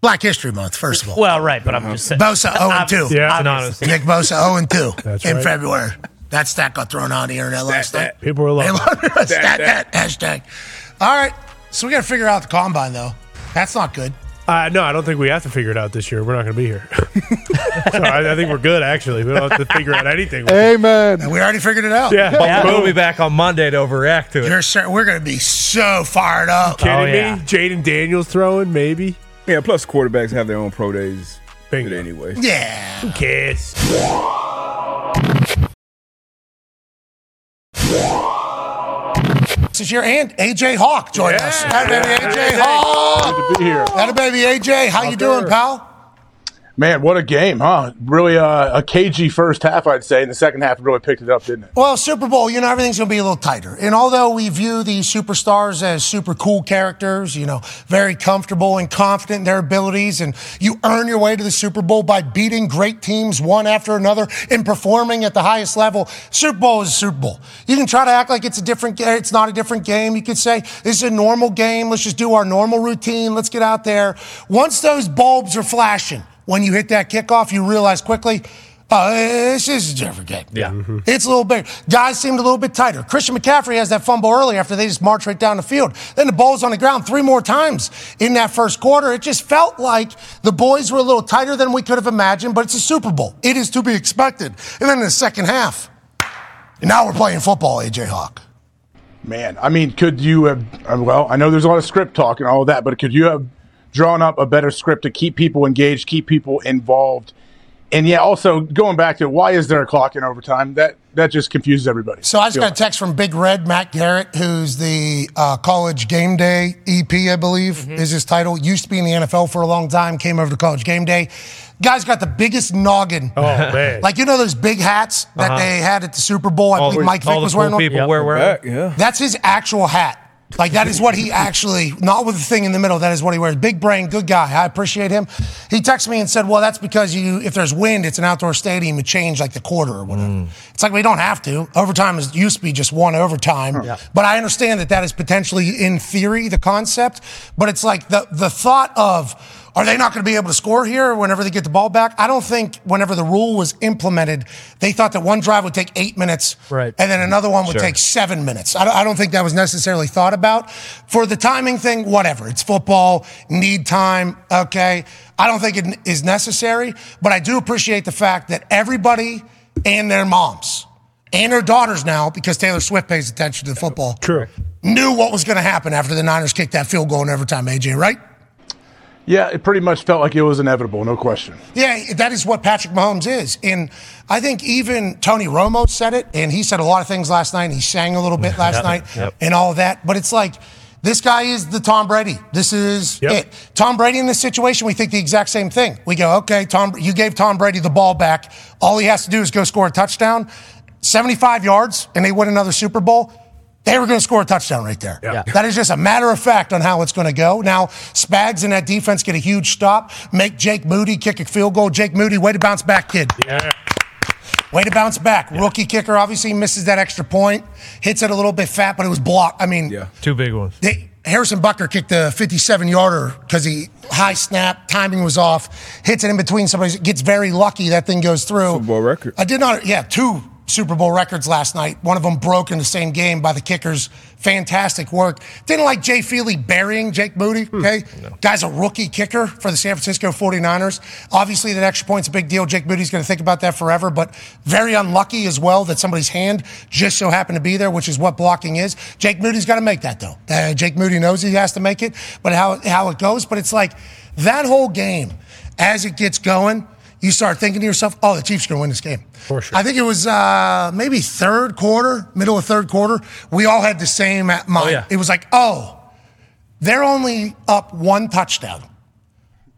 A: Black History Month, first of all.
E: Well, right, but I'm just saying.
A: Bosa 0 and 2.
B: Yeah, it's an
E: Obviously.
A: Nick Bosa 0 and 2
B: That's
A: in
B: right.
A: February. That stat got thrown on the internet last night.
B: People were
A: They
B: loving it.
A: love it. Stat, that, hashtag. All right. So we got to figure out the combine, though. That's not good.
B: Uh, no, I don't think we have to figure it out this year. We're not going to be here. so I, I think we're good, actually. We don't have to figure out anything.
A: And We already figured it out.
B: Yeah.
C: But
B: Boom.
C: we'll be back on Monday to overreact to it.
A: You're sure, we're going to be so fired up.
B: Kidding
E: Oh, yeah.
B: me? Jaden Daniels throwing, maybe?
D: Yeah, plus quarterbacks have their own pro days
B: Bingo.
D: anyway.
A: Yeah.
B: Kids.
A: This is your aunt, AJ Hawk, join us.
B: Yeah.
A: That baby AJ
B: Yeah.
A: Hawk.
K: Good to be here.
A: That baby AJ. How you doing, pal?
K: Man, what a game, huh? Really uh, a cagey first half, I'd say, and the second half really picked it up, didn't it?
A: Well, Super Bowl, you know, everything's going to be a little tighter. And although we view these superstars as super cool characters, you know, very comfortable and confident in their abilities, and you earn your way to the Super Bowl by beating great teams one after another and performing at the highest level, Super Bowl is Super Bowl. You can try to act like it's a different game, it's not a different game. You could say, this is a normal game. Let's just do our normal routine. Let's get out there. Once those bulbs are flashing, when you hit that kickoff, you realize quickly, oh, this is a different game.
C: Yeah.
B: Mm-hmm.
A: Mm-hmm. It's a little bigger. Guys seemed a little bit tighter. Christian McCaffrey has that fumble early after they just march right down the field. Then the ball's on the ground three more times in that first quarter. It just felt like the boys were a little tighter than we could have imagined, but it's a Super Bowl. It is to be expected. And then in the second half, and now we're playing football, AJ Hawk.
K: Man, I mean, could you have? uh, Well, I know there's a lot of script talk and all of that, but could you have drawn up a better script to keep people engaged, keep people involved, and yeah, also going back to why is there a clock in overtime? That that just confuses everybody.
A: So I just got a text from Big Red Matt Garrett, who's the uh, college game day EP, I believe
C: Mm-hmm.
A: is his title. Used to be in the NFL for a long time, came over to college game day. Guy's got the biggest noggin.
B: Oh, man.
A: Like you know those big hats that they had at the Super Bowl. I believe Mike Vick
C: Uh-huh. all the
A: was
C: cool
A: wearing one.
C: people were wearing
D: Back, yeah.
A: That's his actual hat. Like that is what he actually, not with the thing in the middle. That is what he wears. Big brain, good guy. I appreciate him. He texted me and said, "Well, that's because you, if there's wind, it's an outdoor stadium. It changed like the quarter or whatever. It's like we don't have to. Overtime is used to be just one overtime. But I understand that that is potentially in theory the concept. But it's like the the thought of are they not going to be able to score here whenever they get the ball back? I don't think whenever the rule was implemented, they thought that one drive would take eight minutes
E: Right.
A: and then another one would
C: Sure.
A: take seven minutes. I don't, I don't think that was necessarily thought about. For the timing thing, whatever. It's football, need time, okay? I don't think it is necessary, but I do appreciate the fact that everybody and their moms and their daughters now, because Taylor Swift pays attention to the football,
B: True.
A: knew what was going to happen after the Niners kicked that field goal in overtime, AJ, right?
K: Yeah, it pretty much felt like it was inevitable, no question.
A: Yeah, that is what Patrick Mahomes is. And I think even Tony Romo said it, and he said a lot of things last night, and he sang a little bit last night
C: yep.
A: and all of that. But it's like, this guy is the Tom Brady. This is
B: Yep.
A: it. Tom Brady in this situation, we think the exact same thing. We go, okay, Tom, you gave Tom Brady the ball back. All he has to do is go score a touchdown, 75 yards, and they win another Super Bowl. They were going to score a touchdown right there.
B: Yeah.
A: That is just a matter of fact on how it's going to go. Now, Spags and that defense get a huge stop, make Jake Moody kick a field goal. Jake Moody, way to bounce back, kid.
B: Yeah.
A: Way to bounce back. Rookie kicker obviously misses that extra point, hits it a little bit fat, but it was blocked. I mean,
D: Yeah.
C: Two big ones.
A: they, Harrison Bucker kicked the 57 yarder because he high snap, timing was off, hits it in between somebody, gets very lucky. That thing goes through.
D: Football record.
A: I did not, yeah, two Super Bowl records last night. One of them broke in the same game by the kickers. Fantastic work. Didn't like Jay Feely burying Jake Moody, okay? Guy's a rookie kicker for the San Francisco 49ers. Obviously, that extra point's a big deal. Jake Moody's going to think about that forever, but very unlucky as well that somebody's hand just so happened to be there, which is what blocking is. Jake Moody's got to make that, though. Uh, Jake Moody knows he has to make it, but how, how it goes. But it's like that whole game, as it gets going, you start thinking to yourself, oh, the Chiefs are going to win this game. For sure. I think it was uh, maybe third quarter, middle of third quarter. We all had the same at mind.
C: yeah.
A: It was like, oh, they're only up one touchdown,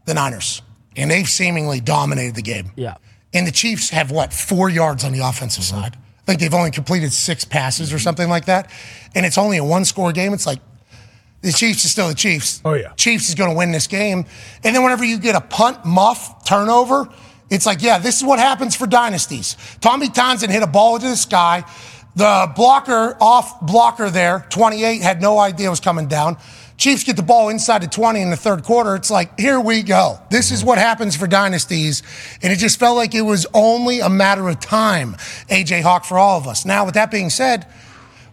A: the Niners, and they've seemingly dominated the game.
E: Yeah.
A: And the Chiefs have what four yards on the offensive side. I think they've only completed six passes or something like that, and it's only a one-score game. It's like the Chiefs is still the Chiefs.
B: Oh, yeah.
A: Chiefs is going to win this game. And then whenever you get a punt, muff, turnover, it's like, yeah, this is what happens for dynasties. Tommy Tonson hit a ball into the sky. The blocker, off blocker there, 28, had no idea it was coming down. Chiefs get the ball inside the 20 in the third quarter. It's like, here we go. This is what happens for dynasties. And it just felt like it was only a matter of time, AJ Hawk, for all of us. Now, with that being said,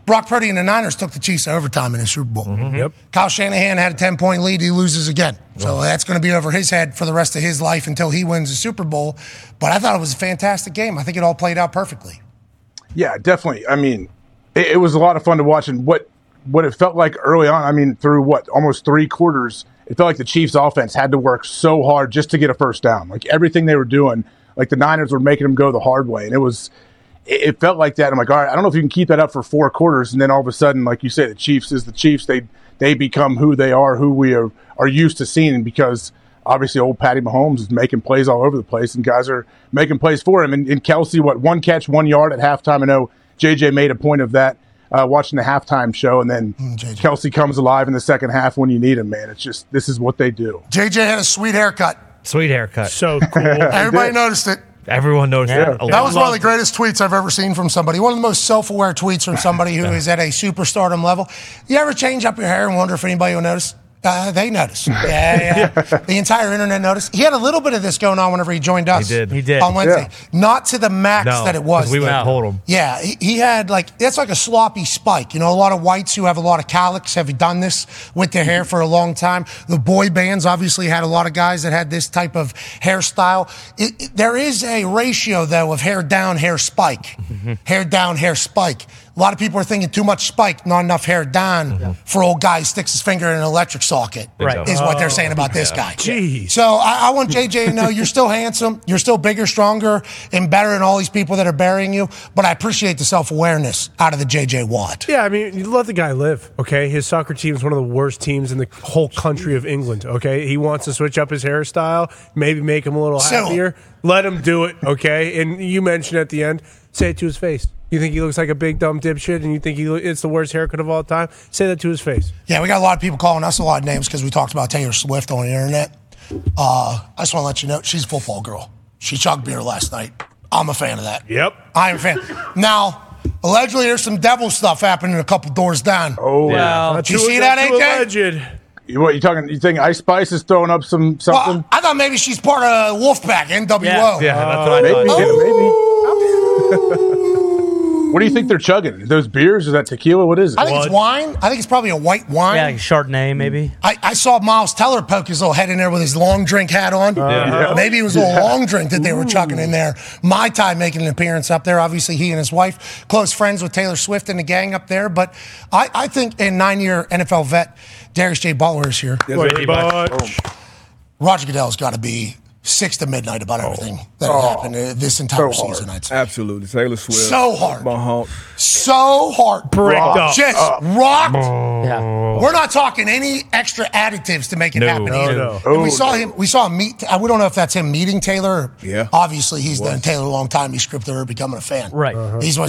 A: Brock Purdy and the Niners took the Chiefs to overtime in the Super Bowl.
B: Yep.
A: Kyle Shanahan had a 10 point lead. He loses again. So that's going to be over his head for the rest of his life until he wins the Super Bowl. But I thought it was a fantastic game. I think it all played out perfectly.
K: Yeah, definitely. I mean, it, it was a lot of fun to watch, and what what it felt like early on. I mean, through what almost three quarters, it felt like the Chiefs' offense had to work so hard just to get a first down. Like everything they were doing, like the Niners were making them go the hard way, and it was. It it felt like that. I'm like, all right, I don't know if you can keep that up for four quarters, and then all of a sudden, like you say, the Chiefs is the Chiefs. They they become who they are, who we are are used to seeing, because obviously old Patty Mahomes is making plays all over the place, and guys are making plays for him. And, and Kelsey, what one catch, one yard at halftime. I know JJ made a point of that uh, watching the halftime show, and then
A: JJ.
K: Kelsey comes alive in the second half when you need him. Man, it's just this is what they do.
A: JJ had a sweet haircut.
C: Sweet haircut.
B: So cool.
A: Everybody noticed it.
C: Everyone knows that.
A: That was one of the greatest tweets I've ever seen from somebody. One of the most self-aware tweets from somebody who is at a superstardom level. You ever change up your hair and wonder if anybody will notice? Uh, they notice. Yeah, yeah. The entire internet noticed. He had a little bit of this going on whenever he joined us.
C: He did. He
E: did.
A: on Wednesday. Not to the max
C: No,
A: that it was.
C: 'cause we went
A: though.
C: Hold'em.
A: Yeah, he, he had like that's like a sloppy spike. You know, a lot of whites who have a lot of cowlicks have done this with their hair for a long time. The boy bands obviously had a lot of guys that had this type of hairstyle. It, it- there is a ratio though of hair down, hair spike,
C: Mm-hmm.
A: hair down, hair spike. A lot of people are thinking too much spike, not enough hair down
C: Mm-hmm.
A: for old guy who sticks his finger in an electric socket.
C: Right.
A: is what they're saying about this guy.
B: Jeez.
A: So I, I want JJ to know you're still handsome, you're still bigger, stronger, and better than all these people that are burying you. But I appreciate the self awareness out of the JJ Watt.
B: Yeah, I mean, you let the guy live, okay? His soccer team is one of the worst teams in the whole country of England, okay? He wants to switch up his hairstyle, maybe make him a little
A: So-
B: happier. Let him do it, okay? And you mentioned at the end, say it to his face. You think he looks like a big dumb dipshit, and you think he lo- it's the worst haircut of all time? Say that to his face.
A: Yeah, we got a lot of people calling us a lot of names because we talked about Taylor Swift on the internet. Uh, I just want to let you know she's a football girl. She chugged beer last night. I'm a fan of that.
B: Yep.
A: I am a fan. Now, allegedly, there's some devil stuff happening a couple doors down.
K: Oh,
C: Well,
A: you see that, AJ?
B: Alleged.
K: You, what you talking? You think Ice Spice is throwing up some something?
A: Well, I thought maybe she's part of Wolfpack, NWO.
C: yeah, that's what I
K: maybe,
C: thought.
K: yeah,
A: Oh.
K: maybe. what do you think they're chugging? Those beers? Is that tequila? What is it?
A: I think it's wine. I think it's probably a white wine.
E: Yeah, like Chardonnay maybe.
A: I, I saw Miles Teller poke his little head in there with his long drink hat on.
K: Uh-huh.
C: Yeah.
A: Maybe it was a little long drink that they were chucking in there. My Ty making an appearance up there. Obviously, he and his wife, close friends with Taylor Swift and the gang up there. But I, I think in nine year NFL vet, Darius J. Butler is here.
D: That's
C: Pretty
D: right.
C: much.
A: Roger Goodell's got to be six to midnight about everything that
K: Oh.
A: happened uh, this entire
K: So hard.
A: season. I'd say.
D: Absolutely. Taylor Swift.
A: So hard.
D: Mahonk.
A: So hard.
B: Bricked up. Uh, Oh.
A: Just
D: Uh,
A: rocked.
E: Yeah.
A: We're not talking any extra additives to make it
C: No.
A: happen.
C: No,
A: either.
B: no.
A: And we
K: Oh,
A: saw him. We saw him meet. uh, We don't know if that's him meeting Taylor.
D: Yeah.
A: Obviously, he's known Taylor a long time. He scripted her becoming a fan.
E: Right. Uh-huh.
A: He's one.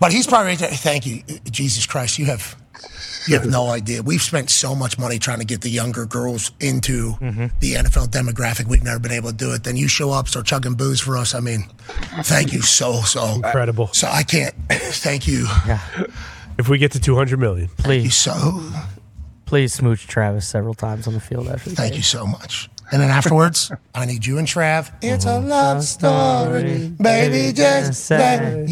A: But he's probably. right there, Thank you, Jesus Christ. You have. You have no idea. We've spent so much money trying to get the younger girls into the NFL demographic. We've never been able to do it. Then you show up, start chugging booze for us. I mean, thank you so so.
B: Incredible.
A: So I can't. Thank you.
B: If we get to 200 million,
A: You
E: Please,
A: so.
E: please smooch Travis several times on the field after. the
A: Thank
E: game.
A: you so much. And then afterwards, I need you and Trav. It's a love story, baby. Just say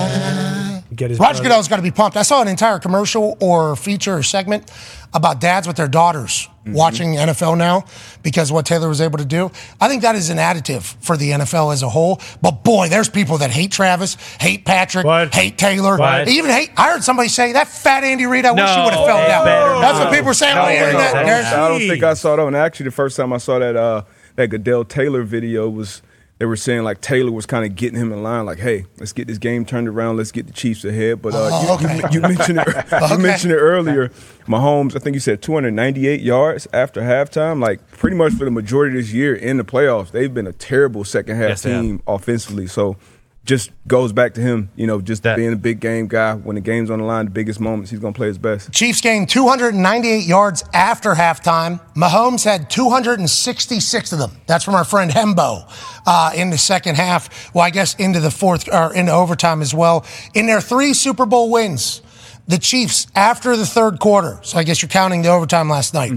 A: yeah.
B: get his.
A: Roger
B: brother-
A: Goodell's got to be pumped. I saw an entire commercial or feature or segment about dads with their daughters watching NFL now because what Taylor was able to do. I think that is an additive for the NFL as a whole. But boy, there's people that hate Travis, hate Patrick,
B: What?
A: hate Taylor,
C: What?
A: even hate. I heard somebody say that fat Andy Reid. I wish he
C: No,
A: would have fell
C: it's
A: down.
C: better
A: That's what
C: not.
A: people were saying
D: No,
A: on the
D: no,
A: internet.
D: no,
A: There's-
D: I don't think I saw that one. Actually, the first time I saw that uh, that Goodell Taylor video was they were saying like Taylor was kind of getting him in line, like, "Hey, let's get this game turned around. Let's get the Chiefs ahead." But uh,
A: Oh,
D: you,
A: okay.
D: you, you mentioned it.
A: Okay.
D: You mentioned it earlier. Mahomes, I think you said 298 yards after halftime. Like pretty much for the majority of this year in the playoffs, they've been a terrible second half
C: Yes, they have.
D: team offensively. So. Just goes back to him, you know, just
C: That-
D: being a big game guy. When the game's on the line, the biggest moments, he's gonna play his best.
A: Chiefs gained 298 yards after halftime. Mahomes had 266 of them. That's from our friend Hembo uh, in the second half. Well, I guess into the fourth or into overtime as well. In their three Super Bowl wins, the Chiefs after the third quarter. So I guess you're counting the overtime last night.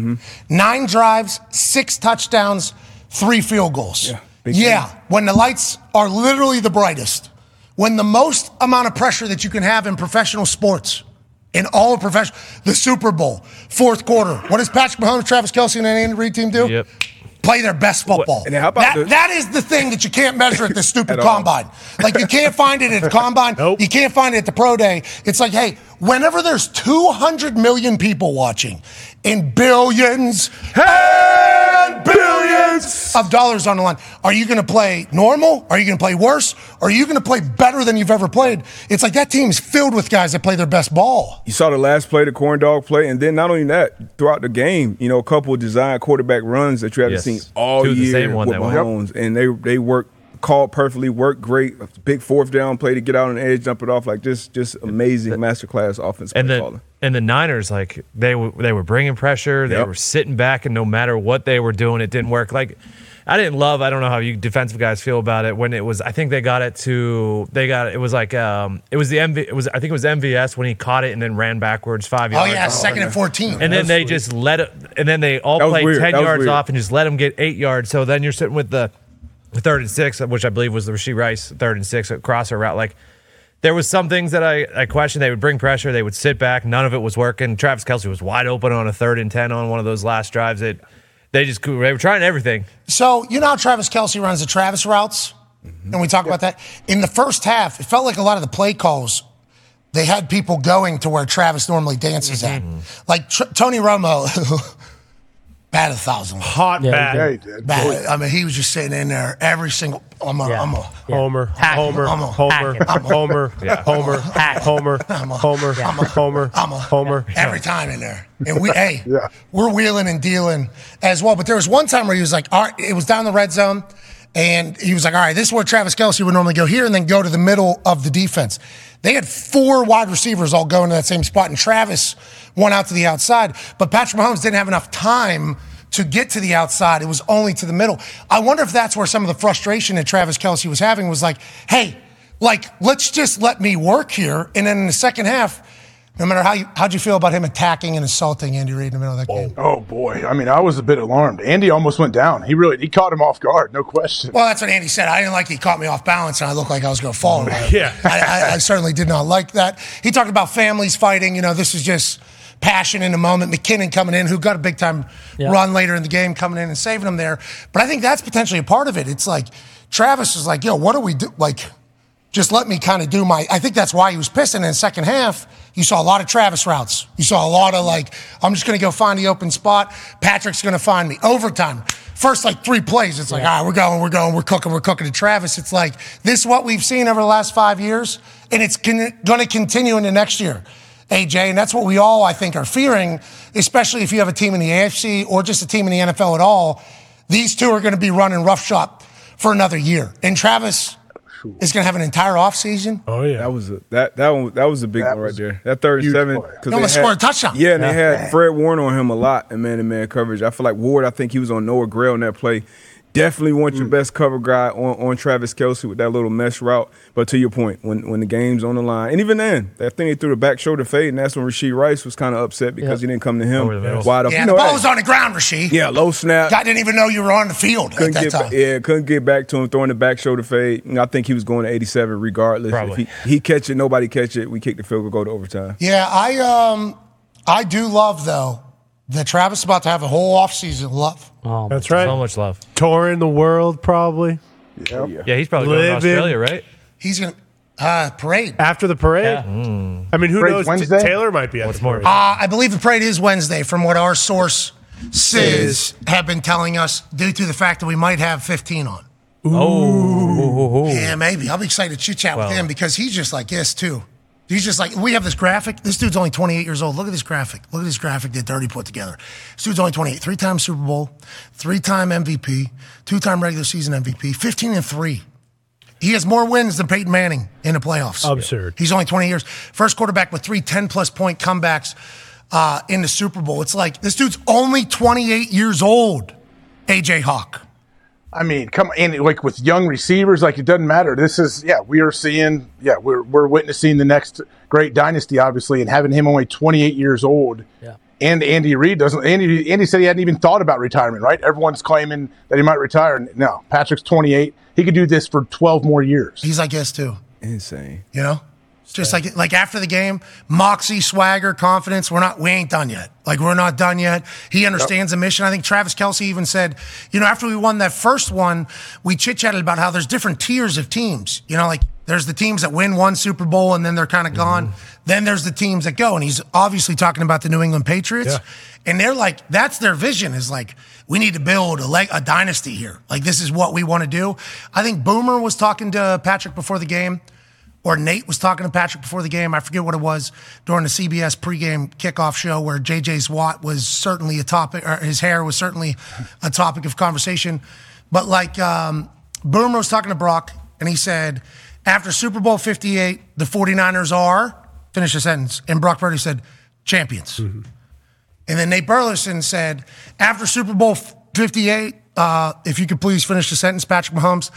A: Nine drives, six touchdowns, three field goals. Yeah,
D: big
A: when the lights are literally the brightest, when the most amount of pressure that you can have in professional sports in all of professional, the Super Bowl, fourth quarter. What does Patrick Mahomes, Travis Kelsey, and that Andy Reid team do?
C: Yep.
A: Play their best football.
D: And how about
A: that,
D: the-
A: that is the thing that you can't measure at the stupid
D: At all.
A: combine. Like you can't find it at the combine.
B: Nope.
A: You can't find it at the pro day. It's like, hey, whenever there's 200 million people watching and billions and billions of dollars on the line, are you going to play normal? Are you going to play worse? Are you going to play better than you've ever played? It's like that team's filled with guys that play their best ball.
D: You saw the last play, the corn dog play, and then not only that, throughout the game, you know, a couple of design quarterback runs that you haven't
C: Yes.
D: seen all
C: Two, the
D: year
C: same one
D: with
C: that went. Yep.
D: Mahomes, and they they work called perfectly, worked great, big fourth down play to get out on the edge, jump it off, like just just amazing masterclass offense
C: and
D: play
C: the
D: calling.
C: and the Niners like they were they were bringing pressure. They
D: Yep.
C: were sitting back, and no matter what they were doing, it didn't work. Like I didn't love. I don't know how you defensive guys feel about it. When it was, I think they got it to they got it was like um it was the MV it was I think it was MVS when he caught it and then ran backwards five
A: Oh,
C: yards.
A: yeah, second and 14.
C: And then they just let it, and then they all
D: That was
C: played
D: weird.
C: ten
D: That was
C: yards
D: weird.
C: off and just let them get eight yards. So then you're sitting with the third and six, which I believe was the Rasheed Rice third and six at crosser route. Like there was some things that I, I questioned. They would bring pressure, they would sit back, none of it was working. Travis Kelsey was wide open on a third and ten on one of those last drives. It they just they were trying everything.
A: So you know how Travis Kelsey runs the Travis routes, and we talk about that in the first half. It felt like a lot of the play calls. They had people going to where Travis normally dances at, like tr- Tony Romo. Bat a thousand.
B: hot
E: Yeah,
B: bat.
K: Yeah, he did.
A: Bat. I mean, he was just sitting in there every single. I'm a,
E: Yeah.
A: I'm a,
B: Homer,
E: Hack him.
B: Homer,
A: I'm a-
B: Homer,
E: hack him.
B: Homer, Homer,
E: Hack him.
B: Homer,
A: I'm a-
B: Homer,
A: I'm a-
B: Homer,
A: I'm a-
B: Homer.
A: every time in there. And we, hey,
K: Yeah.
A: we're wheeling and dealing as well. But there was one time where he was like, all right, it was down the red zone. And he was like, all right, this is where Travis Kelsey would normally go here and then go to the middle of the defense. They had four wide receivers all going to that same spot. And Travis went out to the outside. But Patrick Mahomes didn't have enough time to get to the outside. It was only to the middle. I wonder if that's where some of the frustration that Travis Kelsey was having was like, hey, like, let's just let me work here. And then in the second half, No matter how you, how'd you feel about him attacking and assaulting Andy Reid in the middle of that game?
K: Oh boy, I mean, I was a bit alarmed. Andy almost went down. He really he caught him off guard, no question.
A: Well, that's what Andy said. I didn't like he caught me off balance and I looked like I was going to fall. yeah. I, I, I certainly did not like that. He talked about families fighting. You know, this is just passion in the moment. McKinnon coming in, who got a big time
L: Yeah.
A: run later in the game, coming in and saving him there. But I think that's potentially a part of it. It's like Travis is like, yo, what do we do? Like, just let me kind of do my. I think that's why he was pissing in the second half. You saw a lot of Travis routes. You saw a lot of like, I'm just going to go find the open spot. Patrick's going to find me. Overtime. First, like three plays, it's like, all right, we're going, we're going, we're cooking, we're cooking to Travis. It's like, this is what we've seen over the last five years, and it's con- going to continue into next year. AJ, and that's what we all, I think, are fearing, especially if you have a team in the AFC or just a team in the NFL at all. These two are going to be running roughshod for another year. And Travis is going to have an entire offseason.
B: Oh yeah,
D: that was a that that one that was a big one right there. That third and seven,
A: He
D: because
A: almost scored a touchdown.
D: Yeah, and
A: Yeah.
D: they had Fred Warner on him a lot in man-to-man coverage. I feel like Ward. I think he was on Noah Gray on that play. Definitely want
A: Mm.
D: your best cover guy on, on Travis Kelsey with that little mesh route. But to your point, when when the game's on the line, and even then, I think they threw the back shoulder fade, and that's when Rasheed Rice was kind of upset because
B: Yeah.
D: he didn't come to
B: Over the middle.
D: him wide up.
A: Yeah,
D: You know,
A: the ball
D: hey,
A: was on the ground, Rasheed.
D: Yeah, low snap.
A: I didn't even know you were on the field at
D: Couldn't
A: that
D: get,
A: time.
D: yeah, couldn't get back to him throwing the back shoulder fade. And I think he was going to 87 regardless.
A: Probably.
D: If he, he catch it, nobody catch it. We kick the field goal, go to overtime.
A: Yeah, I um, I do love though that Travis is about to have a whole offseason of love.
E: Oh,
B: That's right. So
C: much love.
B: Touring the world, probably.
C: Yeah, he's probably going to
B: Living.
C: Australia, right?
A: He's gonna uh, parade
B: after the parade.
C: Mm.
B: I mean, who
A: Parade's
B: knows? T-
A: Wednesday?
B: Taylor might be at What's the parade.
A: Uh, I believe the parade is Wednesday, from what our source says have been telling us, due to the fact that we might have 15 on.
C: Oh,
A: Yeah, maybe. I'll be excited to chit chat
C: Well.
A: with him because he's just like this too. He's just like we have this graphic. This dude's only 28 years old. Look at this graphic. Look at this graphic that Dirty put together. This dude's only 28. Three-time Super Bowl, three-time MVP, two-time regular season MVP, 15 and three. He has more wins than Peyton Manning in the playoffs.
B: Absurd.
A: He's only 20 years. First quarterback with three 10 plus point comebacks uh, in the Super Bowl. It's like this dude's only 28 years old, AJ Hawk.
K: I mean, come and like with young receivers, like it doesn't matter. This is yeah, we are seeing yeah, we're we're witnessing the next great dynasty, obviously, and having him only 28 years old. Yeah. And Andy Reid doesn't. Andy Andy said he hadn't even thought about retirement. Right? Everyone's claiming that he might retire. No, Patrick's 28. He could do this for 12 more years.
A: He's like this too.
D: Insane.
A: You know, just like like after the game, moxie, swagger, confidence. We're not, we ain't done yet. Like we're not done yet. He understands the mission. I think Travis Kelsey even said, you know, after we won that first one, we chit chatted about how there's different tiers of teams. You know, like there's the teams that win one Super Bowl and then they're kind of gone. Then there's the teams that go, and he's obviously talking about the New England Patriots. And they're like, that's their vision is like, we need to build a, leg- a dynasty here. Like, this is what we want to do. I think Boomer was talking to Patrick before the game or Nate was talking to Patrick before the game. I forget what it was during the CBS pregame kickoff show where JJ's Watt was certainly a topic, or his hair was certainly a topic of conversation. But like um, Boomer was talking to Brock, and he said, after Super Bowl 58, the 49ers are, finish the sentence. And Brock Purdy said, champions. And then Nate Burleson said, after Super Bowl 58, uh, if you could please finish the sentence, Patrick Mahomes,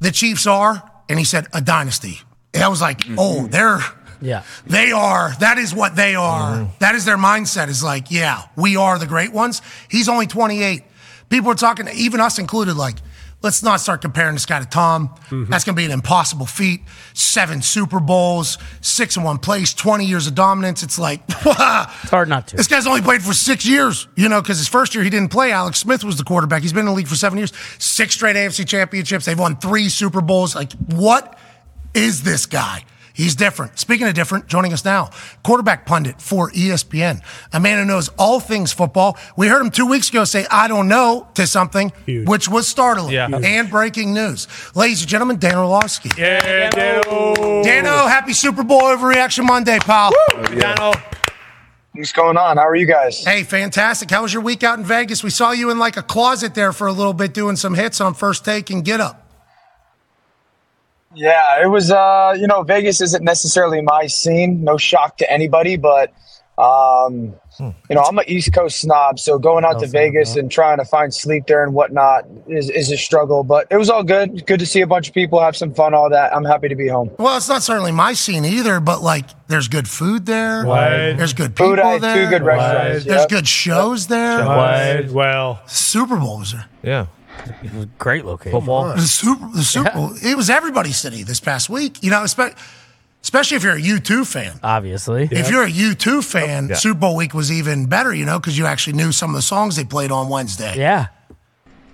A: the Chiefs are, and he said, a dynasty. And I was like, oh, they're,
L: Yeah.
A: they are, that is what they are. That is their mindset is like, yeah, we are the great ones. He's only 28. People are talking, even us included, like, let's not start comparing this guy to Tom. That's going to be an impossible feat. Seven Super Bowls, six in one place, 20 years of dominance. It's like,
B: Ah!
E: It's hard not to.
A: This guy's only played for six years, you know, because his first year he didn't play. Alex Smith was the quarterback. He's been in the league for seven years, six straight AFC championships. They've won three Super Bowls. Like, what is this guy? He's different. Speaking of different, joining us now, quarterback pundit for E ESPN, a man who knows all things football. We heard him two weeks ago say, I don't know, to something, which was startling
B: Yeah. Huge.
A: and breaking news. Ladies and gentlemen, Dan Orlovsky.
B: Yeah, Dano.
A: Dano, happy Super Bowl overreaction Monday, pal. oh,
B: Dano.
F: What's going on? How are you guys?
A: Hey, fantastic. How was your week out in Vegas? We saw you in like a closet there for a little bit doing some hits on first take and get up.
F: Yeah, it was. Uh, you know, Vegas isn't necessarily my scene. No shock to anybody, but um, you know, I'm an East Coast snob, so going out to Vegas and trying to find sleep there and whatnot is, is a struggle. But it was all good. Good to see a bunch of people, have some fun, all that. I'm happy to be home.
A: Well, it's not certainly my scene either, but like there's good food there.
F: Right.
A: There's good people
F: Food, I had
A: there.
F: two good restaurants, Right.
A: There's
F: yep.
A: good shows there.
B: Right. Well,
A: Super Bowl was there.
C: Yeah.
E: Great location.
C: Football.
A: The Super, the Super Bowl. It was everybody's city this past week. You know, espe- especially if you're a U2 fan.
E: Obviously.
A: If you're a U2 fan,
E: Yeah.
A: Super Bowl week was even better, you know, because you actually knew some of the songs they played on Wednesday.
E: Yeah.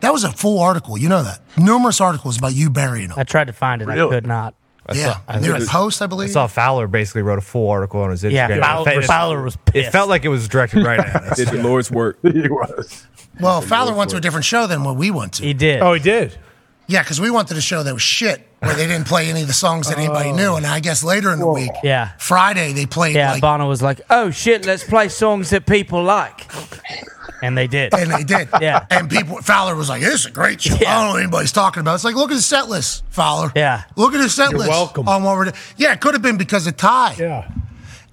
A: That was a full article. You know that. Numerous articles about you burying them.
E: I tried to find it. I
A: Really?
E: could not.
A: yeah. they were post, I believe.
C: I saw Fowler basically wrote a full article on his Instagram.
E: Yeah,
C: It
E: Fowler-
C: felt-
E: Fowler was
C: It felt like it was directed right at us.
D: Did the Lord's work.
K: He was.
A: Well, Fowler went to a different show than what we went to.
E: He did.
B: Oh, he did.
A: Yeah, because we went to the show that was shit, where they didn't play any of the songs that anybody
E: Oh.
A: knew. And I guess later in the week,
E: Yeah.
A: Friday, they played
E: Yeah,
A: like.
E: Bono was like, "Oh shit, let's play songs that people like," and they did.
A: and they did.
E: Yeah.
A: And people, Fowler was like, this is a great show. I don't know what anybody's talking about. It's like, look at the set list, Fowler.
E: Yeah.
A: Look at the set
B: You're
A: list.
B: welcome.
A: On what we're doing. Yeah, it could have been because of Ty.
B: Yeah.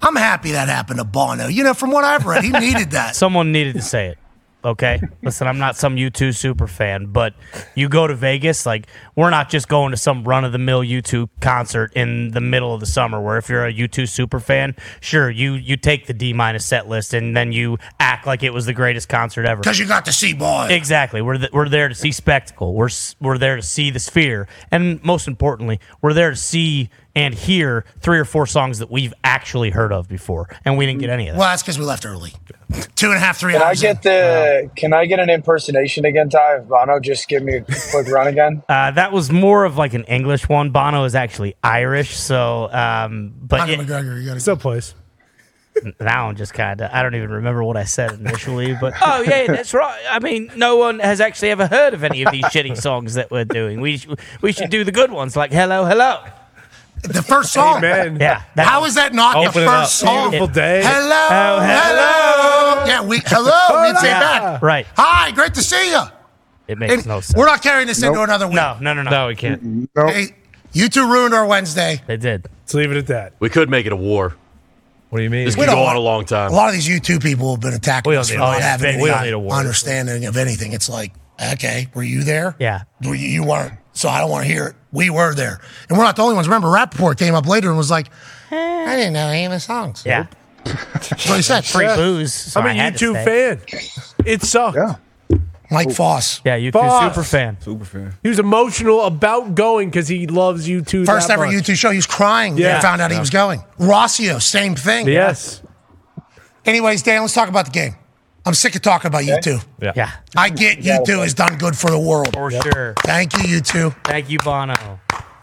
A: I'm happy that happened to Bono. You know, from what I've read, he needed that.
E: Someone needed to say it. Okay, listen, I'm not some U2 super fan, but you go to Vegas, like we're not just going to some run of the mill U2 concert in the middle of the summer. Where if you're a U2 super fan, sure you you take the D minus set list and then you act like it was the greatest concert ever.
A: Because you got to see Bono.
E: Exactly. We're th- we're there to see spectacle. We're s- we're there to see the sphere, and most importantly, we're there to see and hear three or four songs that we've actually heard of before, and we didn't get any of that.
A: Well, that's because we left early. Two and a half, three
F: Can I
A: hours. in.
F: get the? Can I get an impersonation again, Ty? If Bono, just give me a quick run again.
E: Uh, that was more of like an English one. Bono is actually Irish, so um, but
A: Conor
E: it,
A: McGregor, you got to.
B: Someplace.
E: that one just kind of I don't even remember what I said initially. But oh yeah, that's right. I mean, no one has actually ever heard of any of these shitty songs that we're doing. We sh- we should do the good ones like Hello, Hello.
A: The first song.
B: Amen.
E: Yeah, that
A: How is that not
C: Open
A: the
C: it up.
A: first song?
B: Beautiful day.
A: Hello,
E: Oh,
A: hello. Yeah, we hello. We'd say
E: Hola.
A: back.
E: Right.
A: Hi, great to see you.
E: it makes no sense.
A: We're not carrying this into another week.
E: No, no, no, no.
C: No, we can't.
A: Hey, you two ruined our Wednesday.
E: They did.
B: Let's leave it at that.
L: We could make it a war.
C: What do you mean?
L: This could
A: don't
L: go
A: want-
L: on a long time.
A: A lot of these YouTube people have been attacking
C: We don't
A: us for
C: need-
A: not
C: oh,
A: having any
C: we don't need a war.
A: understanding of anything. It's like, okay, were you there?
E: Yeah.
A: Were you, you weren't. So I don't want to hear it. We were there. And we're not the only ones. Remember, Rappaport came up later and was like, I didn't know any of the songs.
E: Yeah.
A: That's what he said.
E: Free booze. so
B: I'm
E: I
B: a
E: had to
B: YouTube
E: stay.
B: fan. It sucked.
K: Yeah.
A: Mike Foss.
E: Yeah, YouTube
B: Boss.
E: super fan.
D: Super fan.
B: He was emotional about going because he loves you too.
A: First
B: that
A: ever
B: much.
A: YouTube show. He was crying when
B: Yeah.
A: he found out he was going. Rossio, same thing.
B: Yes.
A: Anyways, Dan, let's talk about the game. I'm sick of talking about you two.
E: Yeah,
A: I get you two has done good for the world.
E: for sure.
A: Thank you, you two.
E: Thank you, Bono.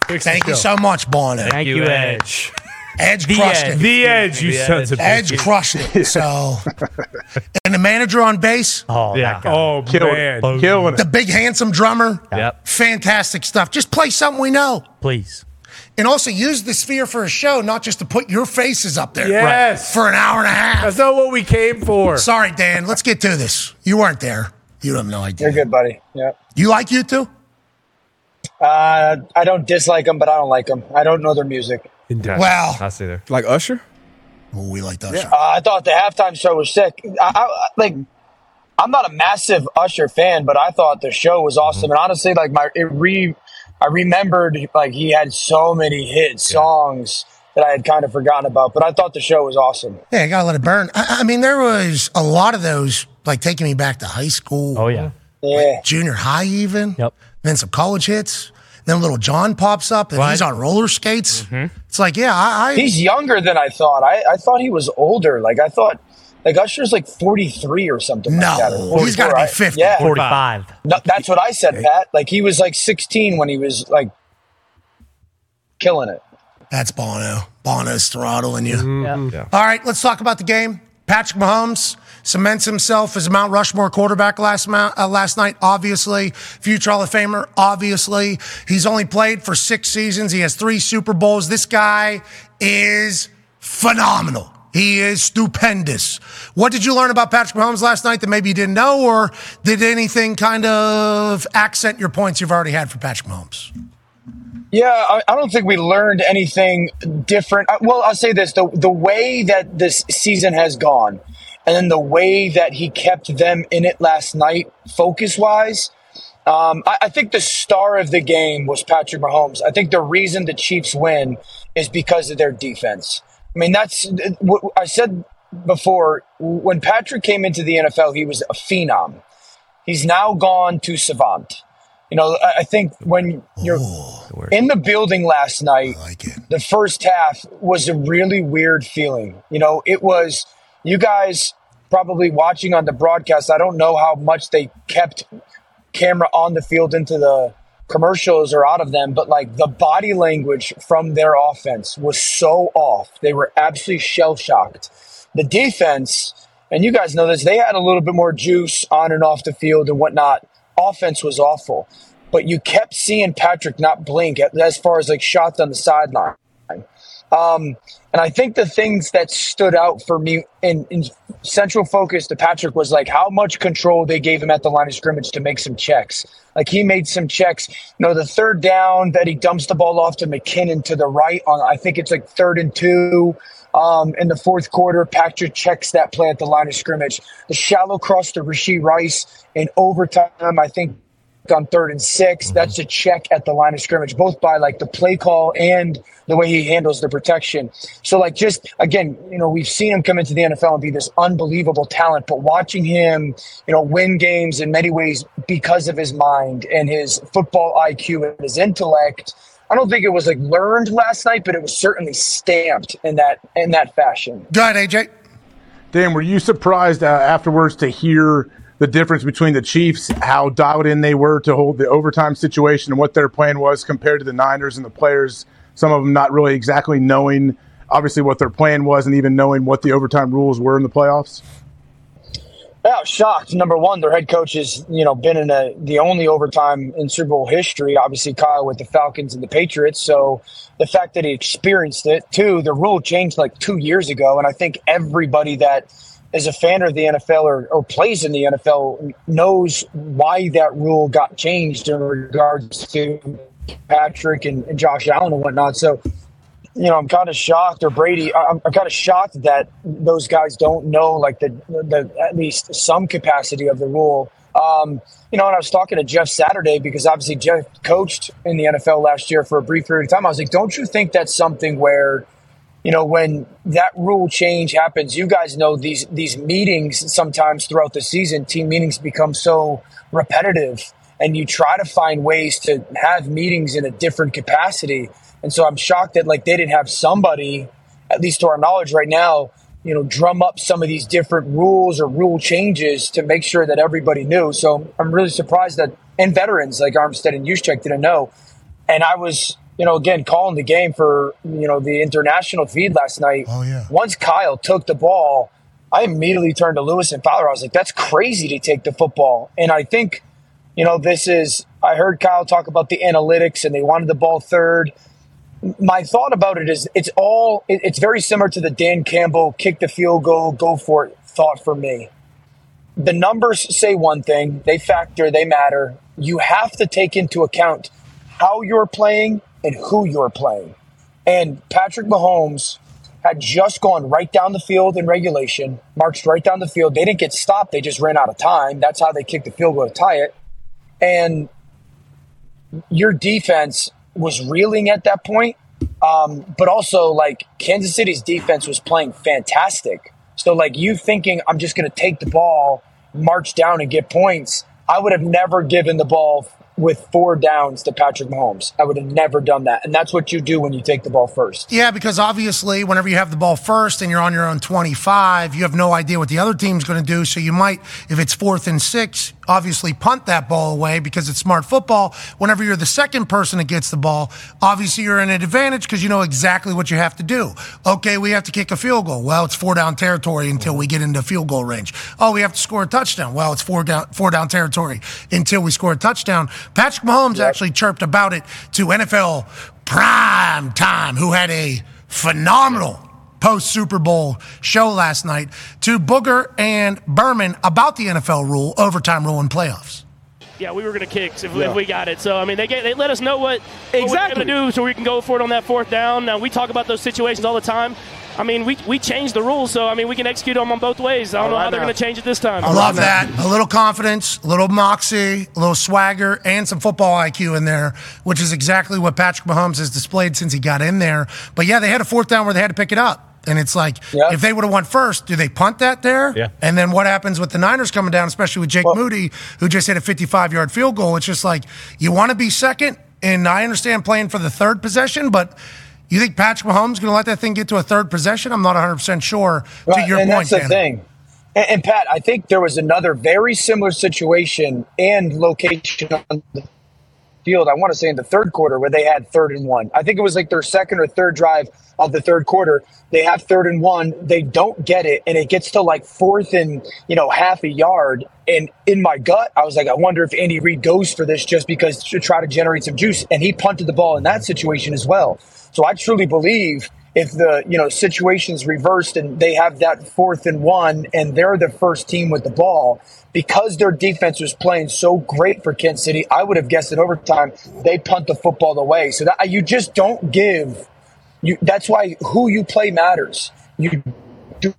B: Fix the
A: Thank you
B: show.
A: so much, Bono.
E: Thank you, Edge.
A: Edge
E: The
A: crushed
E: Edge.
A: it.
B: The edge, you sons of
A: Edge crushed it. So, and the manager on base,
E: Oh, yeah.
B: Oh
K: Killing
B: man.
K: it. Killing it.
A: the big handsome drummer.
C: Yep.
A: Fantastic stuff. Just play something we know.
E: please.
A: And also use the sphere for a show, not just to put your faces up there
B: Yes.
A: for an hour and a half.
B: That's not what we came for.
A: Sorry, Dan. Let's get to this. You weren't there. You have no idea.
F: You're good, buddy. Yeah.
A: You like you two?
F: Uh, I don't dislike them, but I don't like them. I don't know their music.
A: Well,
C: I see there.
D: Like Usher?
A: well, we like that. show.
F: Uh, I thought the halftime show was sick. I, I like. I'm not a massive Usher fan, but I thought the show
A: Mm-hmm.
F: was awesome. And honestly, like my it re, I remembered like he had so many hit songs that I had kind of forgotten about. But I thought the show was awesome.
A: Yeah, you gotta let it burn. I, I mean, there was a lot of those, like taking me back to high school,
E: Oh, yeah.
F: Yeah,
A: junior high, even.
E: Yep.
A: Then some college hits. Then little John pops up, and he's on roller skates. It's like, yeah, I, I
F: he's younger than I thought. I, I thought he was older. Like I thought, like Usher's like 43 or something. like that, or
A: no, he's
F: 44,
A: got to be
F: right?
A: fifty.
F: Yeah,
E: 45.
F: No, that's what I said, Pat. Like he was like 16 when he was like killing it.
A: That's Bono. Bono's throttling you. All right, let's talk about the game. Patrick Mahomes cements himself as Mount Rushmore quarterback last ma- uh, last night. Obviously, future Hall of Famer. Obviously, he's only played for six seasons. He has three Super Bowls. This guy is phenomenal. He is stupendous. What did you learn about Patrick Mahomes last night that maybe you didn't know, or did anything kind of accent your points you've already had for Patrick Mahomes?
F: Yeah, I, I don't think we learned Uh, anything different. I, well, I'll say this: the the way that this season has gone, and then the way that he kept them in it last night, focus wise. Um, I, I think the star of the game was Patrick Mahomes. I think the reason the Chiefs win is because of their defense. I mean, that's what I said before. When Patrick came into the NFL, he was a phenom. He's now gone to Savant. You know, I I think when you're in the building last night, the first half was a really weird feeling. You know, it was you guys probably watching on the broadcast. I don't know how much they kept camera on the field into the commercials or out of them, but like the body language from their offense was so off. They were absolutely shell shocked. The defense, and you guys know this, they had a little bit more juice on and off the field and whatnot. Offense was awful, but you kept seeing Patrick not blink at- as far as like shots on the sideline. Um, and I think the things that stood out for me in, in central focus to Patrick was like how much control they gave him at the line of scrimmage to make some checks. Like he made some checks. You know, the third down that he dumps the ball off to McKinnon to the right on, I think it's like third and two. Um, in the fourth quarter, Patrick checks that play at the line of scrimmage. The shallow cross to Rasheed Rice in overtime, I think on third and 6 That's a check at the line of scrimmage, both by like the play call and the way he handles the protection. So like just again, you know, we've seen him come into the NFL and be this unbelievable talent, but watching him, you know, win games in many ways because of his mind and his football IQ and his intellect. I don't think it was like learned last night, but it was certainly stamped in that in that fashion.
A: Go ahead, AJ.
K: Dan, were you surprised uh, afterwards to hear the difference between the Chiefs, how dialed in they were to hold the overtime situation and what their plan was compared to the Niners and the players? Some of them not really exactly knowing, obviously, what their plan was and even knowing what the overtime rules were in the playoffs?
F: Yeah, I was shocked. Number one, their head coach has you know been in a, the only overtime in Super Bowl history. Obviously, Kyle with the Falcons and the Patriots. So the fact that he experienced it. Two, the rule changed like two years ago, and I think everybody that is a fan of the NFL or, or plays in the NFL knows why that rule got changed in regards to Patrick and, and Josh Allen and whatnot. So you know, I'm kind of shocked, or Brady, I- I'm, I'm kind of shocked that those guys don't know, like, the, the at least some capacity of the rule. Um, you know, and I was talking to Jeff Saturday because obviously Jeff coached in the NFL last year for a brief period of time. I was like, don't you think that's something where, you know, when that rule change happens, you guys know these these meetings sometimes throughout the season, team meetings become so repetitive and you try to find ways to have meetings in a different capacity. And so I'm shocked that like they didn't have somebody, at least to our knowledge right now, you know, drum up some of these different rules or rule changes to make sure that everybody knew. So I'm really surprised that and veterans like Armstead and Juszczyk didn't know. And I was, you know, again calling the game for you know the international feed last night. Oh yeah. Once Kyle took the ball, I immediately turned to Lewis and Fowler. I was like, "That's crazy to take the football." And I think you know, this is, I heard Kyle talk about the analytics and they wanted the ball third. My thought about it is it's all, it- it's very similar to the Dan Campbell kick the field goal, go for it thought for me. The numbers say one thing, they factor, they matter. You have to take into account how you're playing and who you're playing. And Patrick Mahomes had just gone right down the field in regulation, marched right down the field. They didn't get stopped, they just ran out of time. That's how they kicked the field goal to tie it and your defense was reeling at that point. Um, but also, like Kansas City's defense was playing fantastic. So, like you thinking, I'm just going to take the ball, march down, and get points. I would have never given the ball with four downs to Patrick Mahomes. I would have never done that, and that's what you do when you take the ball first.
A: Yeah, because obviously, whenever you have the ball first and you're on your own 25, you have no idea what the other team's going to do. So you might, if it's fourth and six, obviously punt that ball away because it's smart football. Whenever you're the second person that gets the ball, obviously you're in an advantage because you know exactly what you have to do. Okay, we have to kick a field goal. Well, it's four down territory until we get into field goal range. Oh, we have to score a touchdown. Well, it's four down four down territory until we score a touchdown. Patrick Mahomes actually chirped about it to NFL prime time, who had a phenomenal post Super Bowl show last night, to Booger and Berman about the NFL rule, overtime rule, and playoffs.
L: Yeah, we were going to kick if, if
A: Yeah.
L: we got it. So I mean, they get, they let us know what exactly what we're going to do, so we can go for it on that fourth down. Now we talk about those situations all the time. I mean, we, we changed the rules, so I mean, we can execute them on both ways. I don't know how they're going to change it this time.
A: I love that. A little confidence, a little moxie, a little swagger, and some football IQ in there, which is exactly what Patrick Mahomes has displayed since he got in there. But yeah, they had a fourth down where they had to pick it up. And it's like, if they would have won first, do they punt that there?
C: Yeah.
A: And then what happens with the Niners coming down, especially with Jake Moody, who just hit a 55 yard field goal? It's just like, you want to be second, and I understand playing for the third possession, but you think Patrick Mahomes going to let that thing get to a third possession? I'm not 100% sure to
F: Right,
A: your
F: and
A: point,
F: that's the
A: Dan.
F: thing. And, and Pat, I think there was another very similar situation and location on the field. I want to say in the third quarter where they had third and one. I think it was like their second or third drive of the third quarter. They have third and one. They don't get it, and it gets to like fourth and you know half a yard. And in my gut, I was like, I wonder if Andy Reid goes for this just because to try to generate some juice. And he punted the ball in that situation as well. So I truly believe if the you know situation's reversed and they have that fourth and one and they're the first team with the ball because their defense was playing so great for Kansas City, I would have guessed in overtime they punt the football away. So that you just don't give. You that's why who you play matters. You do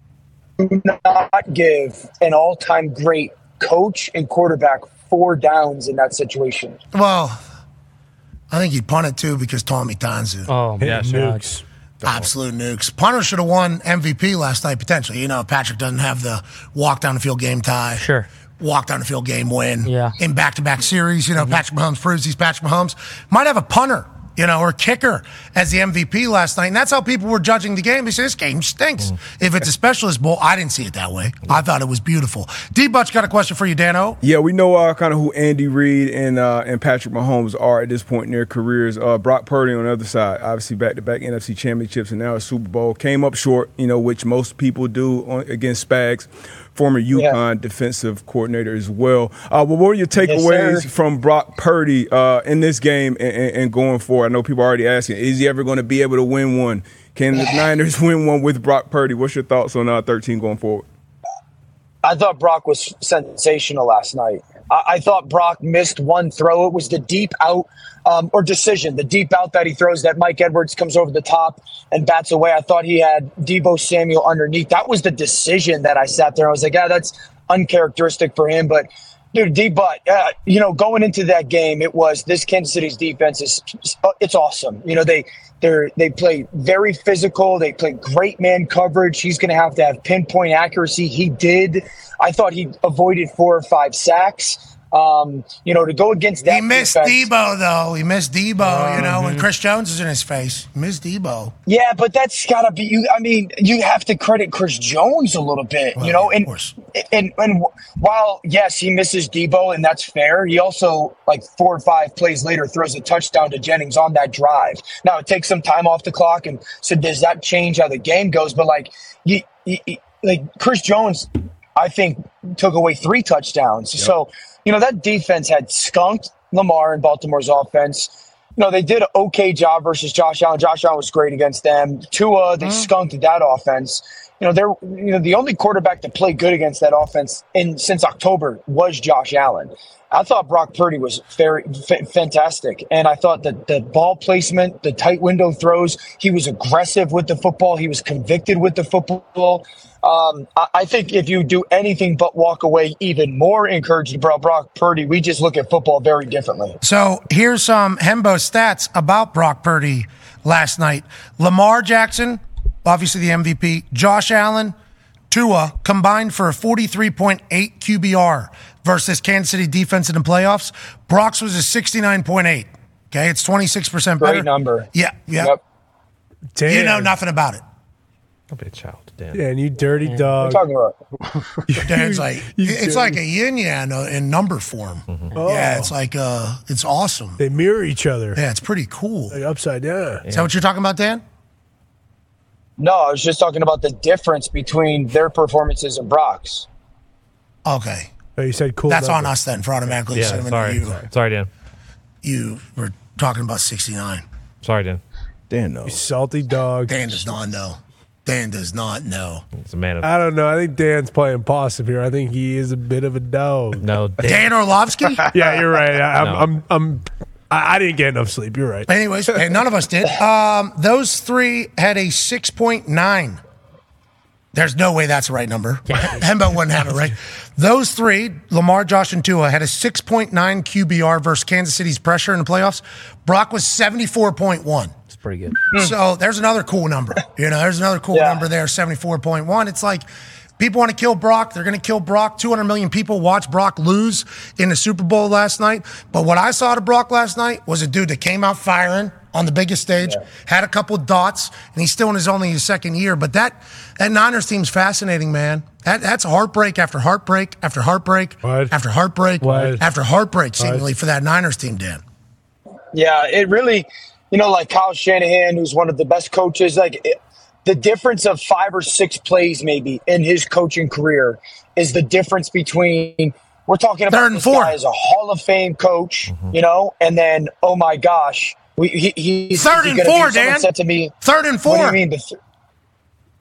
F: not give an all-time great coach and quarterback four downs in that situation.
A: Well, I think he'd punt it too because Tommy Tanzu.
E: Oh, my Hitting God. nukes.
A: Absolute nukes. Punter should have won MVP last night potentially. You know, Patrick doesn't have the walk down the field game tie. Sure. Walk down the field game win. Yeah. Mhm. In back to back series, you know, Patrick Mahomes proves he's Patrick Mahomes. Might have a punter, you know, or kicker as the MVP last night. And that's how people were judging the game. They say this game stinks. If it's a specialist bowl, I didn't see it that way. I thought it was beautiful. D Butch got a question for you, Dano.
D: Yeah, we know uh, kind of who Andy Reid and uh, and Patrick Mahomes are at this point in their careers. Uh, Brock Purdy on the other side, obviously back to back NFC championships and now a Super Bowl came up short, you know, which most people do on, against Spags, former UConn defensive coordinator as well. Uh, what were your takeaways
F: sir.
D: from Brock Purdy uh, in this game and, and, and going forward? I know people are already asking, is he ever going to be able to win one? Can the Niners win one with Brock Purdy? What's your thoughts on uh, 13 going forward?
F: I thought Brock was sensational last night. I, I thought Brock missed one throw. It was the deep out um, or decision, the deep out that he throws that Mike Edwards comes over the top and bats away. I thought he had Debo Samuel underneath. That was the decision that I sat there. I was like, yeah, that's uncharacteristic for him. But dude, D Butt, uh, you know, going into that game, it was this Kansas City's defense is uh, it's awesome. You know, they they're they play very physical. They play great man coverage. He's going to have to have pinpoint accuracy. He did. I thought he avoided four or five sacks. Um, you know, to go against that,
A: He missed
F: defense-
A: Debo though. He missed Debo, you know, when Chris Jones is in his face. He missed Debo.
F: Yeah, but that's gotta be you. I mean, you have to credit Chris Jones a little bit, you know. And and and while yes, he misses Debo, and that's fair. He also like four or five plays later throws a touchdown to Jennings on that drive. Now it takes some time off the clock, and so does that change how the game goes? But like you, you you- like Chris Jones, I think took away three touchdowns. So you know that defense had skunked Lamar and Baltimore's offense you know, they did an okay job versus Josh Allen. Josh Allen was great against them. Tua, they skunked that offense. You know, they're you know the only quarterback to play good against that offense in since October was Josh Allen. I thought Brock Purdy was very f- fantastic, and I thought that the ball placement, the tight window throws, he was aggressive with the football. He was convicted with the football. Um, I, I think if you do anything but walk away even more encouraged about Brock Purdy, we just look at football very differently.
A: So here's some Hembo stats about Brock Purdy last night. Lamar Jackson, obviously the MVP, Josh Allen, Tua combined for a 43.8 QBR versus Kansas City defense in the playoffs. Brock's was a 69.8. Okay, it's 26% better.
F: Great number.
A: Yeah, yeah. You know nothing about it.
C: Don't be a child, Dan.
B: Dan, you dirty dog.
A: Dan's like
B: You
A: it's
B: dirty- Oh.
A: like a yin yang uh, in number form.
C: Mm-hmm.
A: Yeah, it's like uh, it's awesome.
B: They mirror each other.
A: Yeah, it's pretty cool.
B: Like upside down.
A: Is that what you're talking about, Dan?
F: No, I was just talking about the difference between their performances and Brock's.
A: Okay,
B: Oh, you said cool.
A: that's on
B: number.
A: us then for automatically
C: Yeah,
A: assuming
C: sorry,
A: you
C: sorry. Sorry, Dan.
A: you were talking about 69.
C: Sorry, Dan.
D: Dan knows.
B: You salty dog.
A: Dan does not know. Dan does not know.
C: It's a man of
B: I don't know. I think Dan's playing possum here. I think he is a bit of a dog.
C: no. Dan,
A: Dan Orlovsky?
B: Yeah, you're right. I, I'm,
C: No.
B: I'm I'm I, I didn't get enough sleep. You're right.
A: Anyways, hey, none of us did. Um, those three had a 6.9. There's no way that's the right number. Hembo wouldn't have it right. Those three, Lamar, Josh, and Tua, had a 6.9 QBR versus Kansas City's pressure in the playoffs. Brock was 74.1.
E: It's pretty good.
A: So there's another cool number. You know, there's another cool number there, 74.1. It's like people want to kill Brock. They're going to kill Brock. 200 million people watched Brock lose in the Super Bowl last night. But what I saw to Brock last night was a dude that came out firing on the biggest stage, had a couple dots, and he's still in his only his second year. But that that Niners team's fascinating, man. That, that's heartbreak after heartbreak after heartbreak after heartbreak after heartbreak, seemingly, for that Niners team, Dan.
F: Yeah, it really, you know, like Kyle Shanahan, who's one of the best coaches, like it, the difference of five or six plays maybe in his coaching career is the difference between we're talking about
A: Third and
F: this
A: four.
F: guy as a Hall of Fame coach, you know, and then oh my gosh, we, he, he's
A: Third and
F: he's gonna
A: four,
F: be- someone
A: Dan.
F: Said to me,
A: third and
F: What do
A: four.
F: you mean the, th-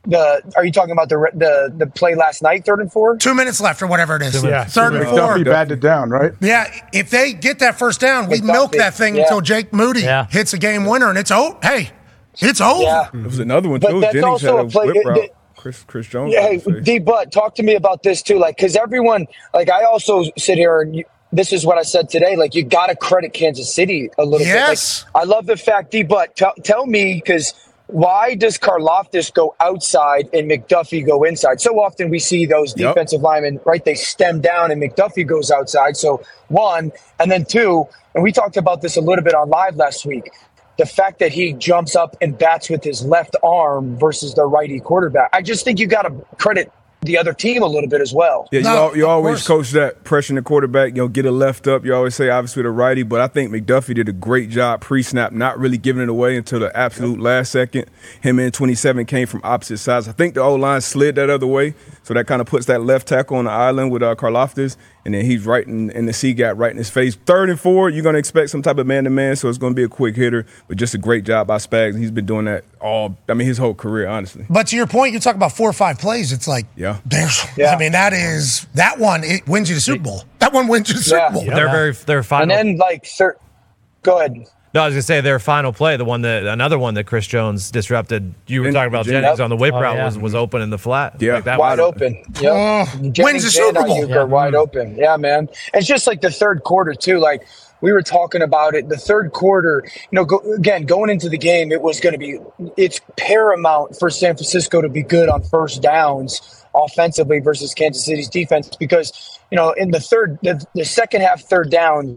F: the? Are you talking about the re- the the play last night, third and four?
A: Two minutes left or whatever it is.
K: Yeah.
A: Third and four.
K: McDuffie batted down, right?
A: Yeah, if they get that first down, we
F: McDuffie,
A: milk that thing
F: yeah.
A: until Jake Moody hits a game winner, and it's oh hey, it's over.
D: There was another one
F: But
D: too.
F: that's
D: Jennings
F: also
D: had a
F: a play-
D: whip
F: it-
D: route.
F: it-
D: Chris Chris Jones.
F: Yeah,
D: had a
F: hey,
D: face.
F: D. Butt, talk to me about this too, like because everyone, like I also sit here and you, this is what I said today. Like you got to credit Kansas City a little
A: Yes.
F: bit. Like, I love the fact D. Butt, tell tell me because why does Karloftis go outside and McDuffie go inside? So often we see those
D: Yep.
F: defensive linemen, right? They stem down and McDuffie goes outside. So one, and then two, and we talked about this a little bit on live last week the fact that he jumps up and bats with his left arm versus the righty quarterback. I just think you got to credit the other team a little bit as well.
D: Yeah, you, al- you always coach that pressing the quarterback. You know, get a left up. You always say obviously the righty, but I think McDuffie did a great job pre-snap, not really giving it away until the absolute last second. Him and 27 came from opposite sides. I think the O line slid that other way, so that kind of puts that left tackle on the island with uh, Karloftis, and then he's right in, in the C gap, right in his face. Third and four, you're going to expect some type of man to man, so it's going to be a quick hitter, but just a great job by Spags. He's been doing that all. I mean, his whole career, honestly.
A: But to your point, you talk about four or five plays. It's like,
D: Yeah.
A: there's, I mean, that is that one. It wins you the Super Bowl. That one wins you the Super
F: Yeah.
A: Bowl.
C: They're very they're
F: And
C: final.
F: then like, sir, go ahead.
C: no, I was gonna say their final play, the one that another one that Chris Jones disrupted. You were talking about
D: Jennings.
C: Jennings on the whip
E: Oh,
C: route
E: yeah.
C: was, was open in the flat.
D: Yeah.
C: Like, that
F: wide
C: was-
F: open. Yep.
A: wins Oh, the Super Bowl.
F: Ayuk are wide open. Yeah, man. It's just like the third quarter too. Like we were talking about it. The third quarter, you know, go, again going into the game, it was going to be. It's paramount for San Francisco to be good on first downs offensively versus Kansas City's defense because you know in the third, the, the second half, third downs,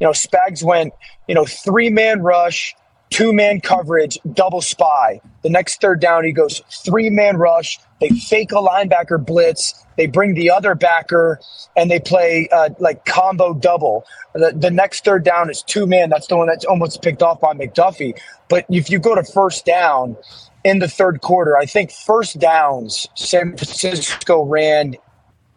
F: you know, Spags went, you know, three man rush, two man coverage, double spy. The next third down, he goes three man rush. They fake a linebacker blitz. They bring the other backer and they play uh, like combo double. The, the next third down is two man. That's the one that's almost picked off by McDuffie. But if you go to first down in the third quarter, I think first downs, San Francisco ran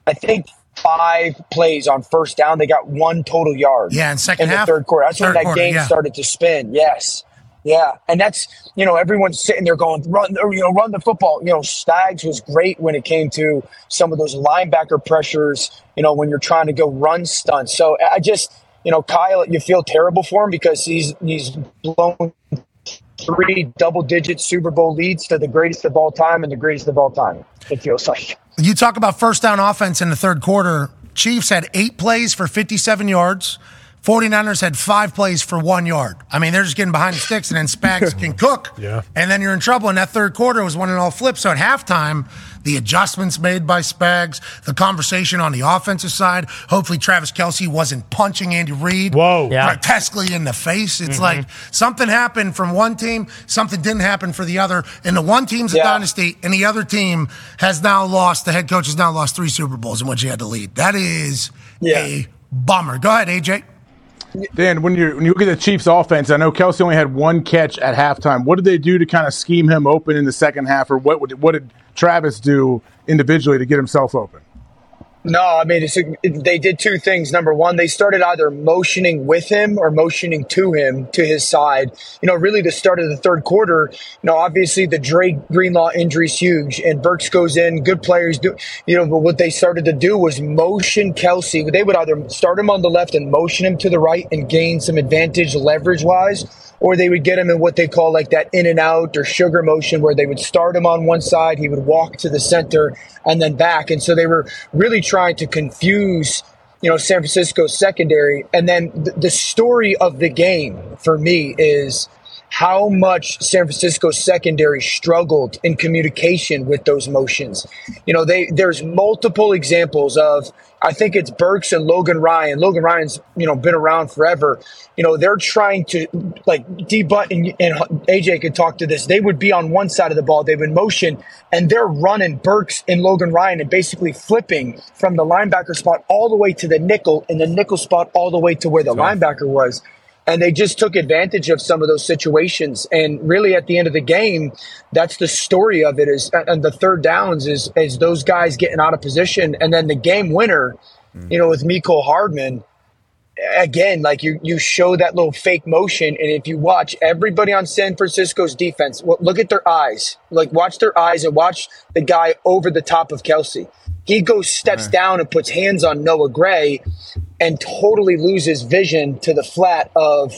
F: I think five plays on first down. They got one total yard.
A: Yeah, in second
F: in
A: half?
F: the third quarter. That's
A: Third
F: when that
A: quarter,
F: game
A: yeah.
F: started to spin. Yes. Yeah, and that's you know everyone's sitting there going run or you know run the football. You know Stags was great when it came to some of those linebacker pressures. You know when you're trying to go run stunts. So I- I just you know Kyle, you feel terrible for him because he's he's blown three double digit Super Bowl leads to the greatest of all time and the greatest of all time. It feels like.
A: You talk about first down offense in the third quarter. Chiefs had eight plays for 57 yards. 49ers had five plays for one yard. I mean, they're just getting behind the sticks, and then Spags can cook.
B: Yeah.
A: And then you're in trouble. And that third quarter was one and all flip. So at halftime, the adjustments made by Spags, the conversation on the offensive side. Hopefully, Travis Kelsey wasn't punching Andy Reid
B: Whoa.
E: Yeah.
A: grotesquely in the face. It's like something happened from one team, something didn't happen for the other. And the one team's a
F: Yeah.
A: dynasty, and the other team has now lost. The head coach has now lost three Super Bowls in which he had to lead. That is
F: Yeah.
A: a bummer. Go ahead, AJ.
K: Dan, when you when you look at the Chiefs' offense, I know Kelsey only had one catch at halftime. What did they do to kind of scheme him open in the second half, or what would, what did Travis do individually to get himself open?
F: No, I mean, it's, it, they did two things. Number one, they started either motioning with him or motioning to him to his side. You know, really the start of the third quarter, you know, obviously the Drake Greenlaw injury is huge and Burks goes in, good players do, you know, but what they started to do was motion Kelsey. They would either start him on the left and motion him to the right and gain some advantage leverage wise, or they would get him in what they call like that in and out or sugar motion where they would start him on one side, he would walk to the center and then back. And so they were really trying to confuse, you know, San Francisco's secondary. And then th- the story of the game for me is how much San Francisco's secondary struggled in communication with those motions. You know, they there's multiple examples of I think it's Burks and Logan Ryan. Logan Ryan's, you know, been around forever. You know, they're trying to like debutt and, and AJ could talk to this. They would be on one side of the ball. They would motion and they're running Burks and Logan Ryan and basically flipping from the linebacker spot all the way to the nickel and the nickel spot all the way to where the linebacker was and they just took advantage of some of those situations. And really, at the end of the game, that's the story of it. Is and the third downs is is those guys getting out of position, and then the game winner, you know, with Miko Hardman. Again, like you, you show that little fake motion, and if you watch everybody on San Francisco's defense, well, look at their eyes. Like watch their eyes and watch the guy over the top of Kelsey. He goes steps
M: Right.
F: down and puts hands on Noah Gray, and totally loses vision to the flat of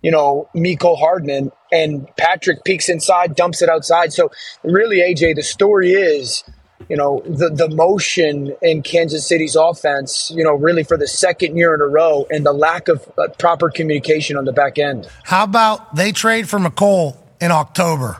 F: you know Miko Hardman and Patrick peeks inside, dumps it outside. So really, AJ, the story is you know the the motion in Kansas City's offense, you know, really for the second year in a row, and the lack of uh, proper communication on the back end.
A: How about they trade for McColl in October?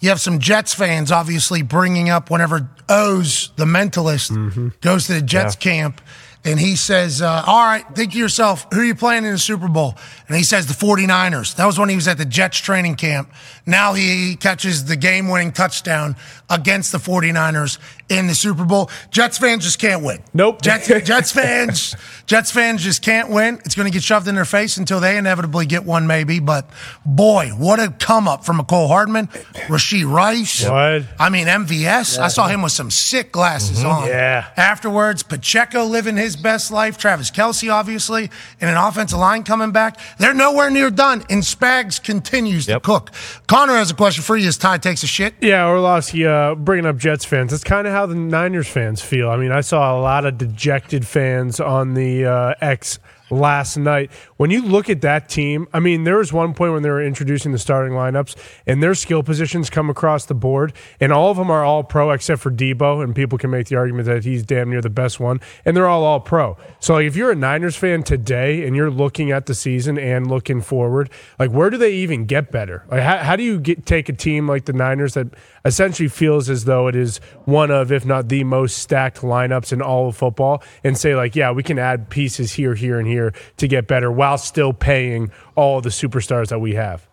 A: you have some Jets fans obviously bringing up whenever O's, the mentalist, goes to the Jets camp and he says, uh, All right, think to yourself, who are you playing in the Super Bowl? And he says, The 49ers. That was when he was at the Jets training camp. Now he catches the game winning touchdown against the 49ers in the Super Bowl. Jets fans just can't win. Nope. Jets, Jets fans, Jets fans just can't win. It's going to get shoved in their face until they inevitably get one, maybe. But boy, what a come up from Nicole Hardman, Rasheed Rice.
B: What?
A: I mean, MVS. I saw
B: Yeah.
A: him with some sick glasses
B: Mhm.
A: on.
B: Yeah.
A: Afterwards, Pacheco living his best life, Travis Kelsey, obviously, and an offensive line coming back. They're nowhere near done, and Spags continues to cook. Connor has a question for you as Ty takes a shit.
B: Yeah, Orlovsky uh, bringing up Jets fans. That's kind of how the Niners fans feel. I mean, I saw a lot of dejected fans on the uh, X last night. When you look at that team, I mean, there was one point when they were introducing the starting lineups, and their skill positions come across the board, and all of them are all pro except for Debo, and people can make the argument that he's damn near the best one, and they're all all pro. So like, if you're a Niners fan today and you're looking at the season and looking forward, like where do they even get better? Like how, how do you get take a team like the Niners that essentially feels as though it is one of, if not the most stacked lineups in all of football, and say like, yeah, we can add pieces here, here, and here to get better while still paying all the superstars that we have.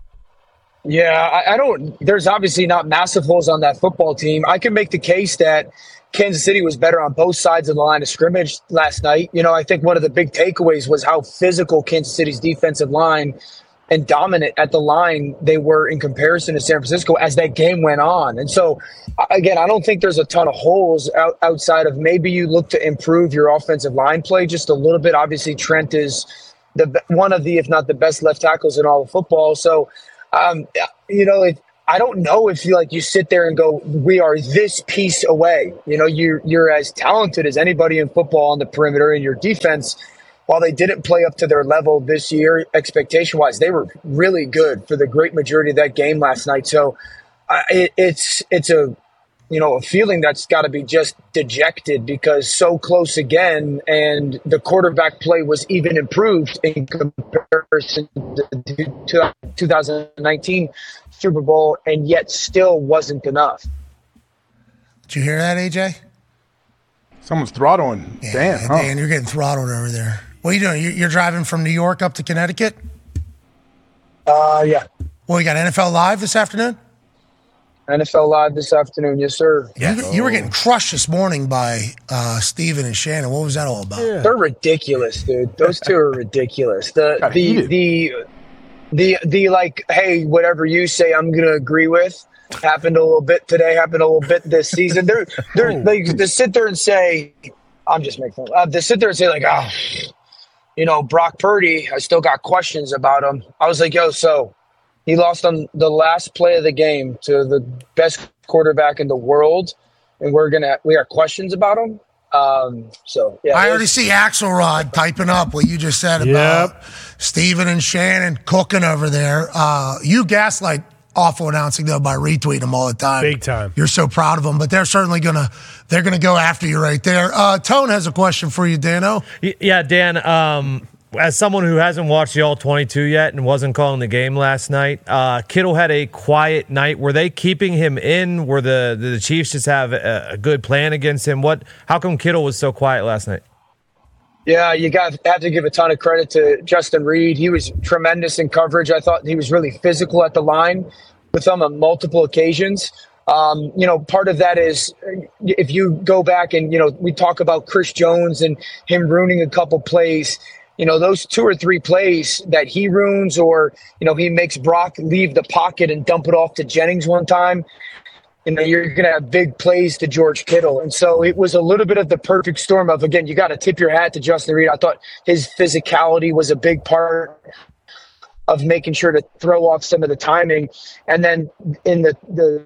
F: Yeah, I, I don't. There's obviously not massive holes on that football team. I can make the case that Kansas City was better on both sides of the line of scrimmage last night. You know, I think one of the big takeaways was how physical Kansas City's defensive line and dominant at the line they were in comparison to San Francisco as that game went on. And so, I- again, I don't think there's a ton of holes out, outside of maybe you look to improve your offensive line play just a little bit. Obviously, Trent is the be- one of the, if not the best left tackles in all of football. So, um, you know, it, I don't know if you like you sit there and go, we are this piece away. You know, you're you're as talented as anybody in football on the perimeter, and your defense, while they didn't play up to their level this year, expectation wise, they were really good for the great majority of that game last night. So, I it, it's it's a you know, a feeling that's got to be just dejected because so close again, and the quarterback play was even improved in comparison to the 2019 Super Bowl, and yet still wasn't enough.
A: Did you hear that, AJ?
K: Someone's throttling. Dan, huh?
A: Dan, you're getting throttled over there. What are you doing? You- You're driving from New York up to Connecticut?
F: Uh, yeah.
A: Well, you got NFL Live this afternoon?
F: NFL Live this afternoon, yes, sir.
A: Yeah. You,
K: Oh.
A: you were getting crushed this morning by uh, Steven and Shannon. What was that all about?
F: They're ridiculous, dude. Those two are ridiculous. The
A: Got
F: the
A: heated.
F: the the the like, hey, whatever you say, I'm gonna agree with.
A: Oh,
F: Happened a little bit today. Happened a little bit this season. They're they're they, they sit there and say, I'm just making fun. Uh, to sit there and say like, ah, you know, Brock Purdy, I still got questions about him. I was like, yo, so he lost on the last play of the game to the best quarterback in the world, and we're gonna we got questions about him. Um, so yeah,
A: I
F: it
A: already
F: was-
A: see Axelrod typing up what you just said about Steven and Shannon cooking over there. Uh, you gaslight awful announcing though by retweeting them all the time.
B: Big time.
A: You're so proud of them, but they're certainly gonna they're gonna go after you right there. Uh, Tone has a question for you, Dano.
C: Y- Yeah, Dan. Um, as someone who hasn't watched the All 22 yet and wasn't calling the game last night, uh, Kittle had a quiet night. Were they keeping him in? Were the the Chiefs just have a, a good plan against him? What? How come Kittle was so quiet last night?
F: Yeah, you got have to give a ton of credit to Justin Reed. He was tremendous in coverage. I thought he was really physical at the line with them on multiple occasions. Um, you know, part of that is uh, if you go back and you know we talk about Chris Jones and him ruining a couple plays. You know, those two or three plays that he ruins, or you know, he makes Brock leave the pocket and dump it off to Jennings one time you know, you're going to have big plays to George Kittle. And so it was a little bit of the perfect storm of, again, you got to tip your hat to Justin Reed. I thought his physicality was a big part of making sure to throw off some of the timing. And then in the, the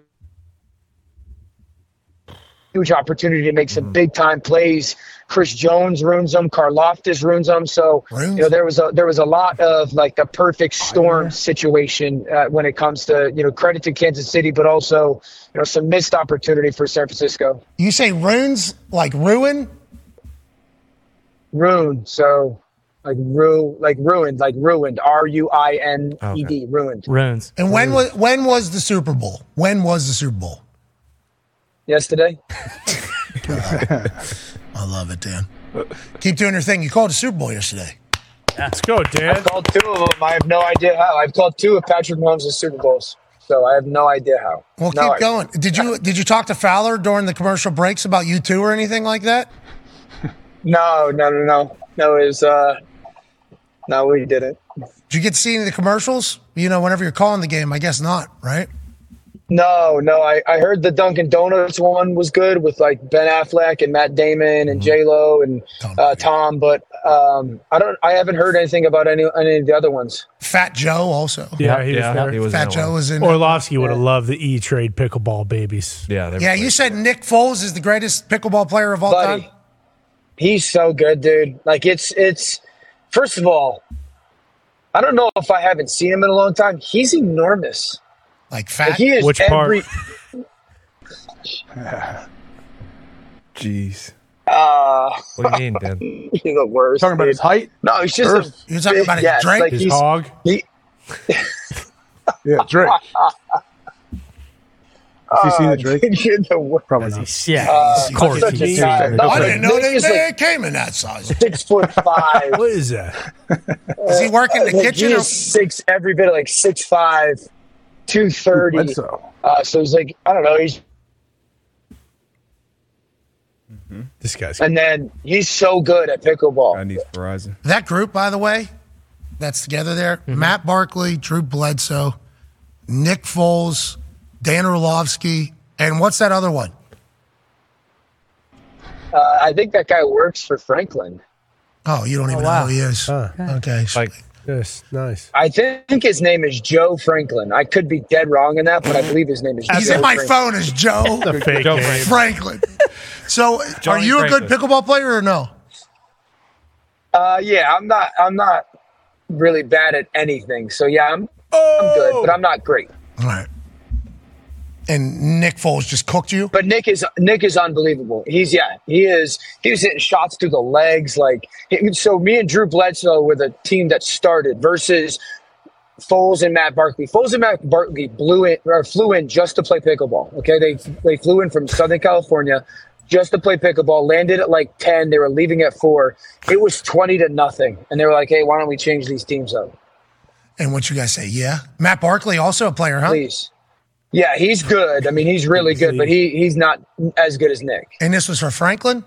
F: huge opportunity to make some
A: Mm-hmm.
F: big time plays. Chris Jones ruins them. Karloftis ruins them. So you know there was a there was a lot of like the perfect
A: Oh,
F: storm situation uh, when it comes to you know credit to Kansas City, but also you know some missed opportunity for San Francisco.
A: You say runes like ruin?
F: Ruin. So like ru like ruined like ruined R U I N E D ruined.
E: Ruins.
A: And when was when was the Super Bowl? When was the Super Bowl?
F: yesterday.
A: I love it, Dan. Keep doing your thing. You called the Super Bowl yesterday.
B: Let's go, Dan.
F: I've called two of them. I have no idea how. I've called two of Patrick Mahomes' Super Bowls. So I have no idea how.
A: Well,
F: No
A: keep
F: idea.
A: going. Did you did you talk to Fowler during the commercial breaks about you two or anything like that?
F: No, no, no, no. No, it was, uh, no, we didn't.
A: Did you get to see any of the commercials? You know, whenever you're calling the game, I guess not, right?
F: No, no. I, I heard the Dunkin' Donuts one was good with like Ben Affleck and Matt Damon
A: Mm-hmm.
F: and J Lo and uh, Tom, but um, I don't. I haven't heard anything about any any of the other ones.
A: Fat Joe also.
B: Yeah, he was there.
A: Fat Joe was in.
B: Orlovsky would have loved the E Trade pickleball babies.
C: Yeah,
A: yeah, you said Nick Foles is the greatest pickleball player of all time.
F: He's so good, dude. Like it's it's. First of all, I don't know if I haven't seen him in a long time. He's enormous.
A: Like fat.
F: Like, he is
B: Which part?
F: every.
D: Jeez.
F: Uh,
C: What do you mean, Dan?
F: He's the worst.
K: Talking about his height?
F: No, he's just.
K: Earth.
A: You're talking about his
F: yes,
A: Drake?
F: like
B: His
F: he's-
B: hog.
F: He,
K: Yeah, Drake. Has he seen the Drake?
F: uh, You're the worst. Uh,
K: Probably not.
E: Yeah, of course.
F: such a
E: he's-
F: guy.
K: he's-
F: No,
A: I
F: like,
A: didn't know
F: Nick
A: they
F: is
A: they
F: like
A: came in that size.
F: six foot five.
B: What is that?
A: Does he work in the
F: Uh, Like,
A: kitchen?
F: He
A: or-
F: is six, every bit of like six five, two thirty.
K: Went so.
F: Uh, so he's like, I don't know. He's
B: This guy's.
F: and then he's so good at
D: I
F: pickleball.
D: need Verizon.
A: That group, by the way, that's together there Matt Barkley, Drew Bledsoe, Nick Foles, Dan Orlovsky, and what's that other one?
F: Uh, I think that guy works for Franklin.
A: Oh, you don't even know who he is. Okay.
C: Like,
B: Yes, nice.
F: I think his name is Joe Franklin. I could be dead wrong in that, but I believe his name is.
A: He's
F: Joe
A: in my
F: Franklin.
A: phone as Joe
B: The fake
C: Joe
B: game.
C: Frank.
A: Franklin. So, are
C: Johnny
A: you a good
C: Franklin.
A: pickleball player or no?
F: Uh, yeah, I'm not. I'm not really bad at anything. So yeah, I'm. I'm good, but I'm not great.
A: All right. And Nick Foles just cooked you?
F: But Nick is Nick is unbelievable. He's yeah, he is. He was hitting shots through the legs. Like he- so, me and Drew Bledsoe were the team that started versus Foles and Matt Barkley. Foles and Matt Barkley blew in or flew in just to play pickleball. Okay, they they flew in from Southern California just to play pickleball. Landed at like ten. They were leaving at four. It was twenty to nothing, and they were like, "Hey, why don't we change these teams up,
A: And what you guys say? Yeah. Matt Barkley, also a player, huh?
F: please?" Yeah, he's good. I mean, he's really good, but he he's not as good as Nick.
A: And this was for Franklin?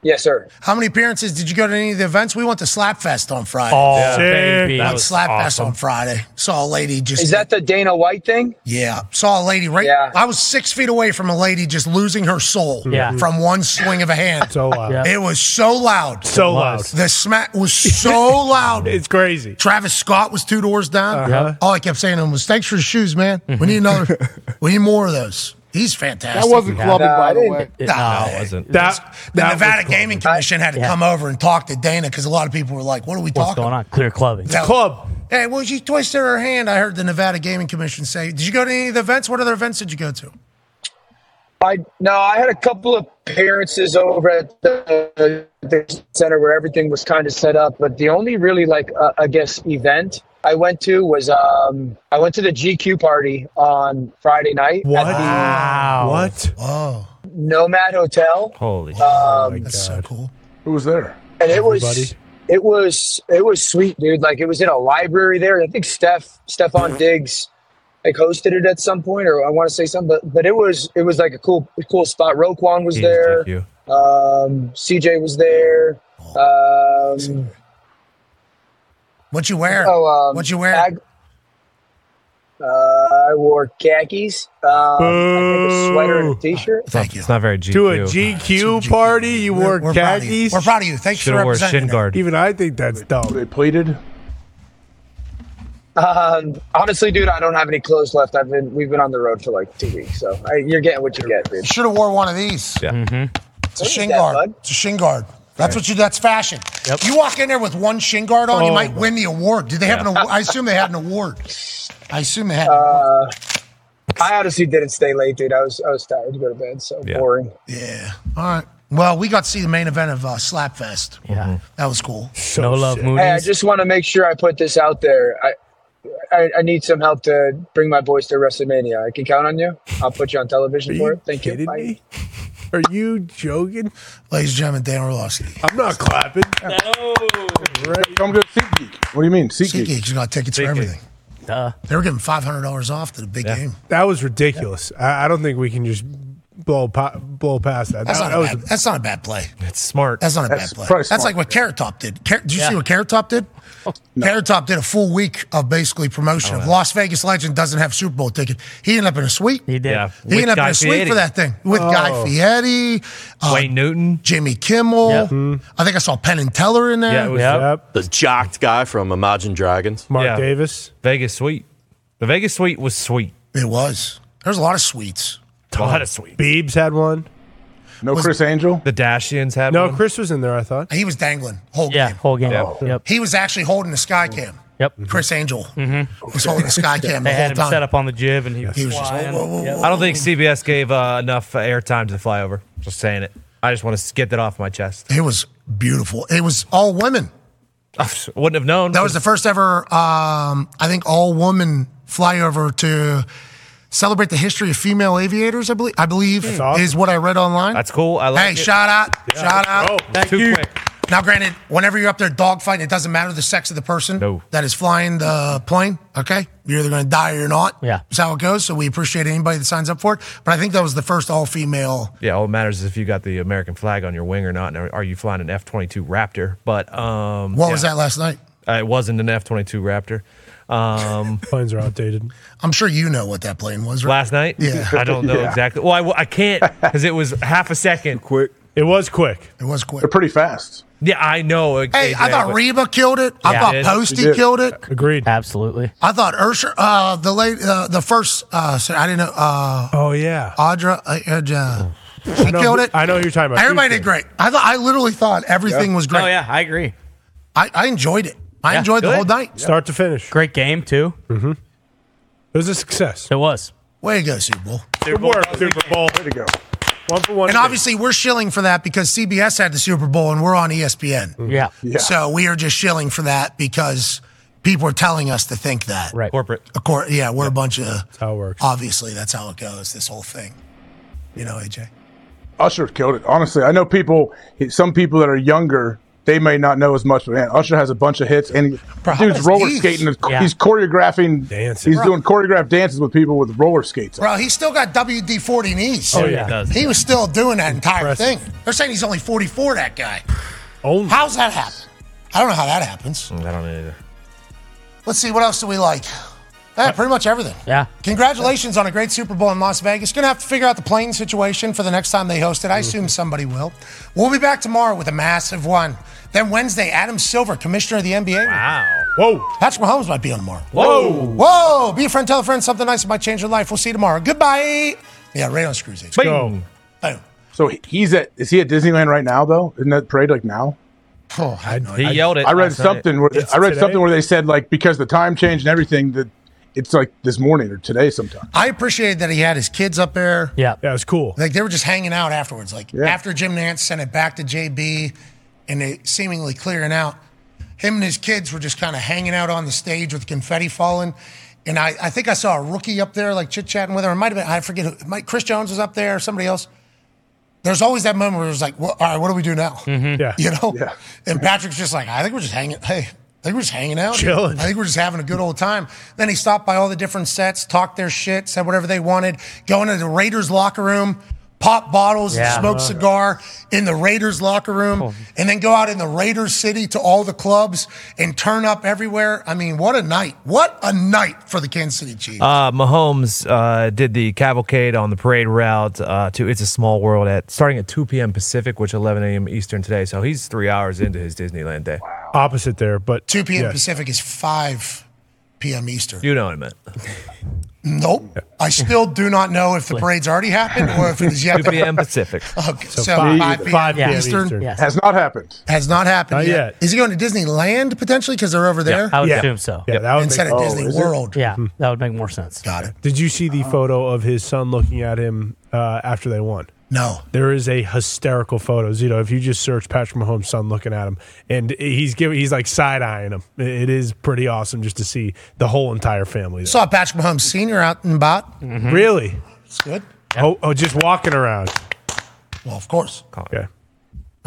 F: Yes, sir.
A: How many appearances did you go to any of the events? We went to Slapfest on Friday.
F: Oh, Yeah. baby.
A: We
F: That
A: went
F: was
A: Slapfest
F: awesome.
A: on Friday. Saw a lady just.
F: Is that the Dana White thing?
A: Yeah, saw a lady right. I was six feet away from a lady just losing her soul
F: Yeah.
A: from one swing of a hand. so
B: loud. Yeah.
A: It was so loud.
B: So It was. loud.
A: The smack was so loud.
B: It's crazy.
A: Travis Scott was two doors down.
B: Uh-huh.
A: All I kept saying to him was, "Thanks for the shoes, man. We need another. we need more of those." He's fantastic.
K: That wasn't clubbing, Yeah. by the way.
A: No,
K: No,
A: it wasn't. the Nevada Gaming Commission had to come over and talk to Dana because a lot of people were like, "What are we
E: What's
A: talking
E: going on? Clear clubbing.
A: That- Hey, well, she twisted her hand. I heard the Nevada Gaming Commission say. Did you go to any of the events? What other events did you go to?
F: I no, I had a couple of appearances over at the, the center where everything was kind of set up, but the only really like uh, I guess event I went to was um I went to the GQ party on Friday night. What?
B: What?
A: Oh.
F: Nomad Hotel.
C: Holy.
F: Um,
A: That's so cool.
K: Who was there?
F: and it was
K: Everybody.
F: it was it was sweet, dude. Like it was in a library there. I think Steph Stefan
B: Mm-hmm.
F: Diggs like hosted it at some point, or I want to say something, but but it was it was like a cool cool spot. Roquan was there. Um, CJ was there.
B: Oh.
F: Um,
A: what you wear?
F: Oh, um,
A: What you wear?
F: uh, I wore khakis, um, I think a sweater and a t-shirt.
A: Thank you.
C: It's not very GQ.
B: To a GQ party, you wore
A: we're proud of you.
B: khakis.
A: We're proud of you. Thanks for
B: Should've wore
A: representing
B: shin
A: it.
B: guard. Even I think that's dumb.
K: They pleated.
F: Um, honestly, dude, I don't have any clothes left. I've been we've been on the road for like two weeks, so I, you're getting what you get, dude.
A: Should have wore one of these.
C: Yeah.
E: Mm-hmm.
A: It's a shin guard. It's a shin guard. That's what you. That's fashion. You walk in there with one shin guard on, you
F: Oh,
A: might
F: my-
A: win the award. Did they have an
F: Yeah.
A: award? I assume they had an award. I assume they had.
F: Uh, I honestly didn't stay late, dude. I was I was tired to go to bed, so boring.
A: Yeah. All right. Well, we got to see the main event of uh, Slapfest.
F: Yeah.
A: That was cool.
F: No
E: love
F: Hey, I just want to make sure I put this out there. I, I I need some help to bring my boys to WrestleMania. I can count on you. I'll put you on television for it. Thank you. Bye.
B: Are you joking?
A: Ladies and gentlemen, Dan Orlovsky.
B: I'm not clapping.
K: Come to SeatGeek. What do you mean? SeatGeek.
A: SeatGeek's got tickets for everything. They were giving five hundred dollars off to the big game.
B: That was ridiculous. I, I don't think we can just blow pa- blow past that.
A: That's
B: that,
A: not a
B: that
A: bad- that's not a bad play.
C: It's smart.
A: That's not a
B: That's
A: bad play.
B: probably
A: That's
B: smart.
A: like what Carrot Top did. Car- did you see
B: Yeah.
A: what Carrot Top did? Carrot Top did a full week of basically promotion
C: Oh,
A: of Las Vegas legend doesn't have Super Bowl ticket. He ended up in a suite. He
C: did. Yeah.
A: He
C: With
A: ended up in
C: Guy
A: a suite
C: Fieri.
A: for that thing with Guy
C: Oh.
A: Fieri, uh,
C: Wayne Newton, Mm-hmm.
A: Jimmy Kimmel. I think I saw Penn and Teller in there.
M: The jocked guy from Imagine Dragons.
B: Mark Davis.
C: Vegas Suite. The Vegas Suite was sweet.
A: It was. There's a lot of sweets.
C: A lot of sweet.
B: Beebs had one.
K: No
A: Was-
K: Chris Angel.
C: The Dashians had
B: no.
C: one.
B: Chris was in there. I thought
A: He was dangling whole game.
E: whole game. Yep. Mm-hmm.
A: He was actually holding the sky cam.
E: Yep. Mm-hmm.
A: Chris Angel was holding the sky cam the
E: They had
A: whole
E: him
A: time.
E: set up on the jib, and he,
A: He was just,
E: flying.
A: whoa, whoa, whoa.
C: I don't think CBS gave uh, enough airtime to the flyover. Just saying it. I just want to get that off my chest.
A: It was beautiful. It was all women.
C: Wouldn't have known.
A: That was the first ever, um, I think, all woman flyover to celebrate the history of female aviators. I believe, I believe is what I read online.
C: That's cool. I like
A: hey,
C: it.
A: shout out,
C: Yeah.
A: shout out.
C: Oh, Thank too you. quick.
A: Now, granted, whenever you're up there dogfighting, it doesn't matter the sex of the person that is flying the plane. Okay, you're either going to die or you're not.
C: Yeah.
A: that's how it goes. So we appreciate anybody that signs up for it. But I think that was the first all-female.
C: Yeah, all that matters is if you got the American flag on your wing or not. And are- are you flying an F twenty two Raptor? But um,
A: What
C: yeah.
A: was that last night?
C: Uh, it wasn't an F twenty two Raptor. Um,
B: planes are outdated.
A: I'm sure you know what that plane was. Right?
C: Last night,
A: Yeah.
C: I don't know
A: Yeah.
C: exactly. Well, I, w- I can't because it was half a second.
K: Quick.
B: It was quick.
A: It was quick.
K: They're pretty fast.
C: Yeah, I know.
A: Hey, I thought Reba killed it. I
C: Yeah,
A: thought
C: it-
A: Posty
C: it did.
A: killed it.
B: Agreed.
E: Absolutely.
A: I thought Ursher, uh, the late, uh, the first, uh, so I didn't know. Uh,
B: oh yeah,
A: Audra, uh, Audra she
B: I know
A: killed
B: who-
A: it.
B: I know who you're talking about.
A: Everybody
B: She
A: did great. I thought I literally thought everything was great.
E: Oh yeah, I agree.
A: I, I enjoyed it. I
E: Yeah,
A: enjoyed the
E: good.
A: whole night.
B: Start to finish.
E: Great game too.
B: Mm-hmm. It was a success.
E: It was.
A: Way to go, Super Bowl.
B: Good work, Super Bowl. Way to go. One for one.
A: And obviously, we're shilling for that because CBS had the Super Bowl and we're on E ESPN.
E: Mm-hmm. Yeah. Yeah.
A: So we are just shilling for that because people are telling us to think that. Right.
C: Corporate.
A: Of course. Yeah, we're a bunch of. That's
B: how it works.
A: Obviously, that's how it goes. This whole thing. You know, AJ.
K: Usher killed it. Honestly, I know people. Some people that are younger they may not know as much. But man, Usher has a bunch of hits, and he, dude's roller
A: he's-
K: skating.
A: Yeah.
K: He's choreographing
A: Dancing.
K: He's doing choreographed dances with people with roller skates.
A: Bro, he's still got WD 40 knees.
K: Oh, yeah. He does.
A: He was still doing that entire
K: Impressive.
A: thing. They're saying he's only 44, that guy. How's that happen? I don't know how that happens.
C: I don't know either.
A: Let's see, what else do we like? Yeah, pretty much everything.
E: Yeah.
A: Congratulations on a great Super Bowl in Las Vegas. Going to have to figure out the plane situation for the next time they host it. I assume somebody will. We'll be back tomorrow with a massive one. Then Wednesday, Adam Silver, commissioner of the NBA.
C: Wow.
B: Whoa.
A: Patrick Mahomes might be on tomorrow.
B: Whoa.
A: Whoa. Be a friend, tell a friend something nice that might change your life. We'll see you tomorrow. Goodbye. Yeah, right on Screw's Let's
K: go. So he's at is he at Disneyland right now though? Isn't that parade like now?
A: Oh, I,
K: know.
C: He
K: I-
C: yelled it
K: I read
C: last night.
K: something where
C: It's
K: I read
C: today?
K: something where they said like because the time change and everything that it's like this morning or today sometime.
A: I appreciated that he had his kids up there.
E: Yeah.
B: Yeah, it's cool.
A: Like they were just hanging out afterwards. Like after Jim Nance sent it back to JB and they seemingly clearing out, him and his kids were just kind of hanging out on the stage with confetti falling. And I, I think I saw a rookie up there like chit chatting with her. It might have been, I forget who, it might, Chris Jones was up there or somebody else. There's always that moment where it was like, well, all right, what do we do now?
B: Yeah.
A: You know? And Patrick's just like, I think we're just hanging. Hey, I think we're just hanging out.
B: Chilling.
A: I think we're just having a good old time. Then he stopped by all the different sets, talked their shit, said whatever they wanted, going into the Raiders locker room, pop bottles,
N: Yeah.
A: and smoke
N: Oh, yeah.
A: cigar in the Raiders locker room, and then go out in the Raiders city to all the clubs and turn up everywhere. I mean, what a night. What a night for the Kansas City Chiefs.
C: Uh, Mahomes uh, did the cavalcade on the parade route uh, to "It's a Small World" at starting at 2 p.m. Pacific, which 11 a.m. Eastern today. So he's three hours into his Disneyland day.
B: Opposite there, but
A: 2 p.m.
B: yes.
A: Pacific is 5 p.m. Eastern.
C: You know what I meant.
A: Nope. I still do not know if the parade's already happened or if it is yet
C: 2 p.m. Pacific.
A: Okay, so, 5, 5 p.m. Eastern.
K: has not happened.
A: Has not happened
K: Not
A: yet.
K: yet.
A: Is he going to Disneyland potentially because they're over there?
E: I would assume so.
A: Instead
K: Oh,
A: of Disney World.
E: Yeah, that would make more sense.
A: Hmm. Got it.
B: Did you see the photo of his son looking at him uh, after they won?
A: No.
B: There is a hysterical photo. Zito, if you just search Patrick Mahomes' son looking at him, and he's giving, he's like side eyeing him. It- It is pretty awesome just to see the whole entire family. There. Mm-hmm.
A: Saw Patrick Mahomes Sr. out and about.
B: Really?
A: It's good.
B: Oh, oh, just walking around.
A: Well, of course.
B: Okay.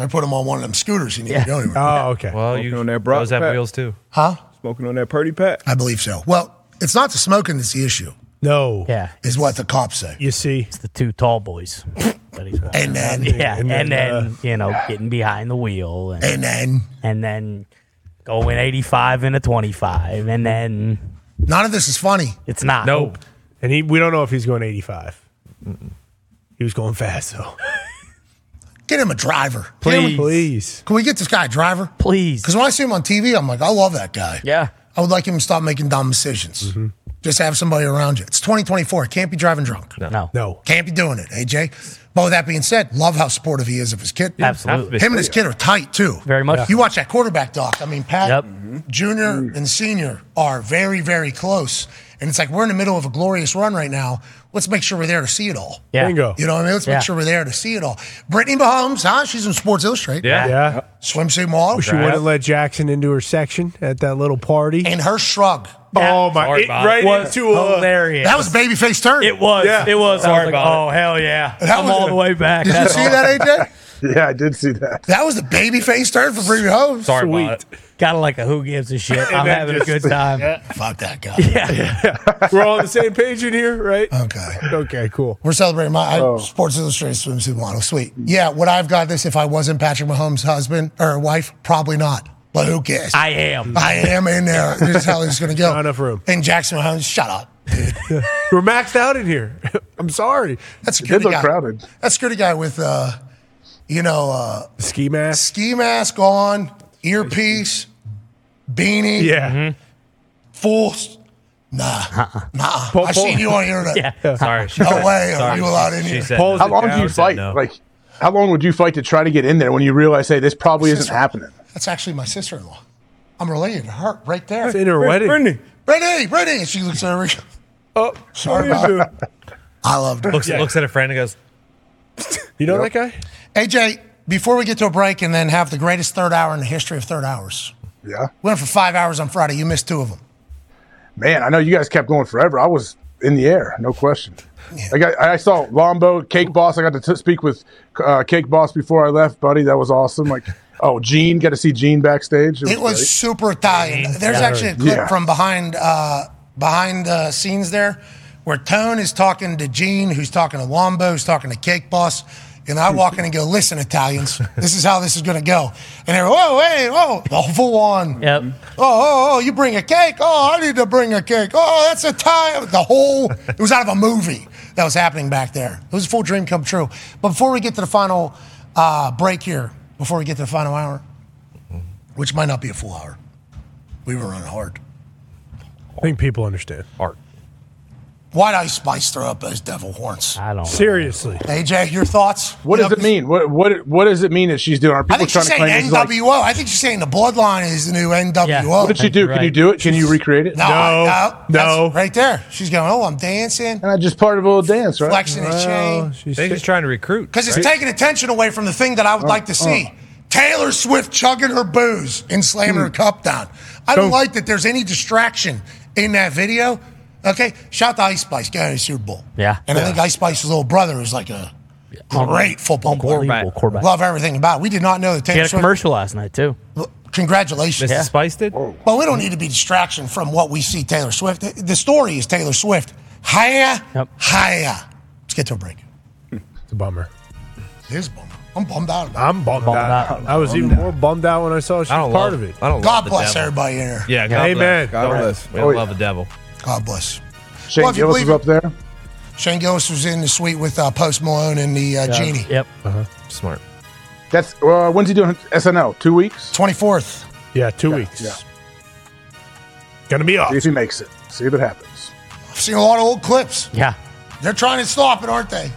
A: I put him on one of them scooters. He didn't go anywhere.
B: Oh, okay.
C: Well,
D: you on that Brock
C: those have
D: Pat.
C: wheels too.
A: Huh?
D: Smoking on that Purdy Pat?
A: I believe so. Well, it's not the smoking that's the issue,
B: No.
E: Yeah.
A: is what the cops say.
B: You see,
E: it's the two tall boys. that he's watching.
A: And then-
E: yeah,
A: and then,
E: and then,
A: uh,
E: you know, getting behind the wheel, and,
A: and then,
E: and then going eighty-five into twenty-five, and then
A: none of this is funny.
E: It's not.
B: Nope. And he, we don't know if he's going 85. He was going fast though.
A: Get him a driver. Get him a-
B: please.
A: Can we get this guy a driver?
E: Please.
A: Because when I see him on TV, I'm like, I love that guy.
E: Yeah.
A: I would like him to stop making dumb decisions. Just have somebody around you. It's 2024. Can't be driving drunk.
E: No.
B: No.
A: Can't be doing it, AJ. But with that being said, love how supportive he is of his kid.
E: Yeah, Absolutely.
A: Him and his kid are tight, too.
E: Very much. Yeah.
A: You watch that quarterback doc. I mean, Pat Junior and Senior are very, very close. And it's like we're in the middle of a glorious run right now. Let's make sure we're there to see it all.
B: Yeah. Bingo.
A: You know what I mean? Let's
B: Yeah.
A: make sure we're there to see it all. Brittany Mahomes, huh? She's in Sports Illustrated.
B: Yeah. Yeah.
A: Swimsuit model.
B: She wouldn't let Jackson into her section at that little party.
A: And her shrug.
B: Oh my! It, right into a
A: That was babyface turn.
E: It was.
B: Yeah.
E: It was. I
B: Sorry
E: was like,
B: about
E: oh hell yeah!
A: That
E: I'm
A: was
E: all
A: a-
E: the way back.
A: Did you
E: That's
A: see
E: all.
A: that, AJ?
K: yeah, I did see that.
A: That was the babyface turn for Brittany Mahomes.
E: Sorry about it. Got like a who gives a shit.
A: And
E: I'm
A: then
E: having
A: just-
E: a good time.
A: Yeah. Fuck that guy.
B: We're all on the same page in here, right?
A: Okay.
B: Okay, cool.
A: We're celebrating my I- Sports Illustrated swimsuit model. Sweet. Yeah, would I have got this if I wasn't Patrick Mahomes' husband or wife? Probably not. But who cares?
E: I am.
A: I am in there. This is how it's going to go. Not enough
B: room.
A: And Jackson Mahomes, shut up.
B: We're maxed out in here. I'm sorry.
A: That's
B: It
A: a
B: did
A: good
B: look
A: guy.
B: crowded.
A: That security guy with, uh, you know, uh,
B: ski mask,
A: ski mask on, earpiece, beanie.
B: Yeah.
C: Mm-hmm.
B: Uh-uh.
A: Full. s- Nah. Nah. I seen you on the internet.
C: Sorry.
A: No way are you allowed in here.
K: how long do you fight? Like, how long would you fight to try to get in there when you realize, hey, this probably isn't happening?
A: That's actually my sister in law. I'm related to her right there.
B: in her wedding. Brittany.
A: Brittany, Brittany. And she looks over. Oh, sorry
B: what are you
A: about that. I loved it.
C: Looks, looks at a friend and goes,
B: You know that guy?
A: AJ, before we get to a break and then have the greatest third hour in the history of third hours,
K: Yeah.
A: we went for five hours on Friday. You missed two of them.
K: Man, I know you guys kept going forever. I was in the air, no question. Like I, I saw Lombo, Cake Boss. I got to t- speak with uh, Cake Boss before I left, buddy. That was awesome. Like Oh, Gene, got to see Gene backstage.
A: It was super Italian. There's
K: Yeah.
A: actually a clip
K: Yeah.
A: from behind uh, behind the scenes there, where Tone is talking to Gene, who's talking to Wombo, who's talking to Cake Boss, and I walk in and go, "Listen, Italians, this is how this is going to go." And they're, "Whoa, hey, oh, the full on."
E: Yep.
A: Oh, oh, oh, you bring a cake. Oh, I need to bring a cake. Oh, that's a tie. The whole, it was out of a movie that was happening back there. It was a full dream come true. But before we get to the final uh, break here, before we get to the final hour, which might not be a full hour, we were running hard.
B: I think people understand. Art.
A: Why'd I spice throw up those devil horns? I don't
B: Seriously.
A: AJ, your thoughts?
K: What
A: You
K: does
A: know,
K: it mean? What what what does it mean that she's doing? Are
A: I
K: people
A: think she's
K: trying to claim
A: saying
K: this is like?
A: NWO. I think she's saying the bloodline is the new NWO.
K: What did she do? Can you do it? Can you recreate it?
A: No, I- no, that's right there. She's going. Oh, I'm dancing. And
K: I just part of a little dance, right?
A: Flexing his chain.
C: She's They're just trying to recruit
A: Because it's
C: right?
A: taking attention away from the thing that I would
K: Oh,
C: Uh,
A: like to see.
C: uh.
A: Taylor Swift chugging her booze and slamming her
K: Hmm.
A: cup down. I don't,
B: Don't-
A: like that there's any distraction in that video. Okay, shout to Ice Spice, guy in the Super Bowl.
E: Yeah.
A: And I think Ice Spice's little brother was like a great football
E: Unbelievable
A: player.
E: quarterback.
A: Love everything about it. We did not know that
E: She
A: Taylor
E: had a
A: Swift.
E: commercial last night too.
A: Congratulations.
E: Mrs. Spice
C: did.
A: Well, we don't need to be distraction from what we see Taylor Swift. The- The story is Taylor Swift. Hiya, hiya. Let's get to a break.
B: It's a bummer.
A: It is a bummer. I'm bummed out. About it.
B: I'm bummed,
A: Bummed
B: out.
A: out.
B: I was
A: Bummed
B: even more bummed out when I saw she was
A: I don't
B: part
A: love-
B: of it.
A: I don't God love the bless devil. everybody in here.
C: Yeah, God
B: Amen.
C: bless. God Don't- bless. we don't Oh, love yeah. the devil.
A: God bless.
K: Shane
A: Well, if you
K: Gillis
A: believe
K: is up there.
A: Shane Gillis was in the suite with uh, Post Malone and the uh, Genie.
E: Yep.
B: Uh-huh.
C: Smart.
K: That's uh, when's he doing SNL? Two weeks.
A: Twenty fourth.
B: Yeah, two weeks. Gonna be off.
K: See if he makes it. See if it happens.
A: I've seen a lot of old clips.
E: Yeah.
A: They're trying to stop it, aren't they?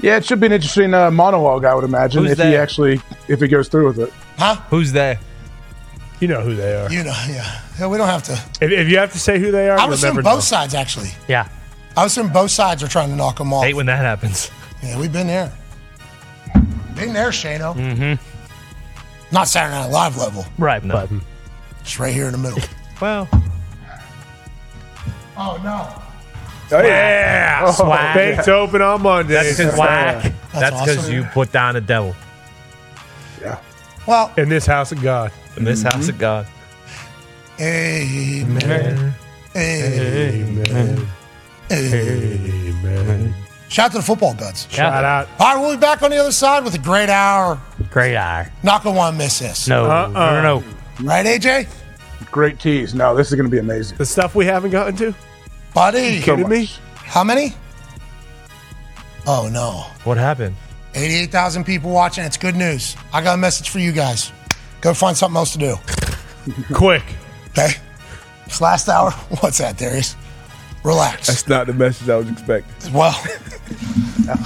K: Yeah, it should be an interesting uh, monologue. I would imagine
A: Who's
K: if
A: they?
K: he actually if he goes through with it.
A: Huh?
C: Who's they?
B: You know who they are.
A: You know, yeah. yeah we don't have to.
B: If, if you have to say who they are,
A: I
B: you'll
A: was in
B: never
A: both
B: know.
A: sides, actually.
E: Yeah.
A: I was in both sides are trying to knock them off.
C: Hate when that happens.
A: Yeah, we've been there. Been there, Shano.
C: Mm-hmm.
A: Not Saturday Night Live level.
E: Right, but
A: It's right here in the middle.
C: well.
A: Oh, no.
B: Oh, Yeah.
C: Swag.
B: Baked open on Monday.
C: That's because
B: Swag.
C: that's because
B: awesome.
C: you put down the devil
A: Well,
B: in this house of God.
C: in this
B: Mm-hmm.
C: house of God.
A: Amen. Amen. Amen. Shout out to the football gods.
E: Shout
B: out.
A: All right, we'll be back on the other side with a great hour.
E: Great eye.
A: Not gonna want to miss this.
E: No, no,
B: Uh-uh.
E: no,
A: Right, AJ?
K: Great tease. No, this is going to be amazing.
B: The stuff we haven't gotten to.
A: Buddy,
B: You kidding me?
A: How many? Oh no.
C: What happened?
A: 88,000 people watching. It's good news. I got a message for you guys. Go find something else to do.
B: Quick.
A: Okay. This last hour. What's that, Darius? Relax.
D: That's not the message I was expecting.
A: Well,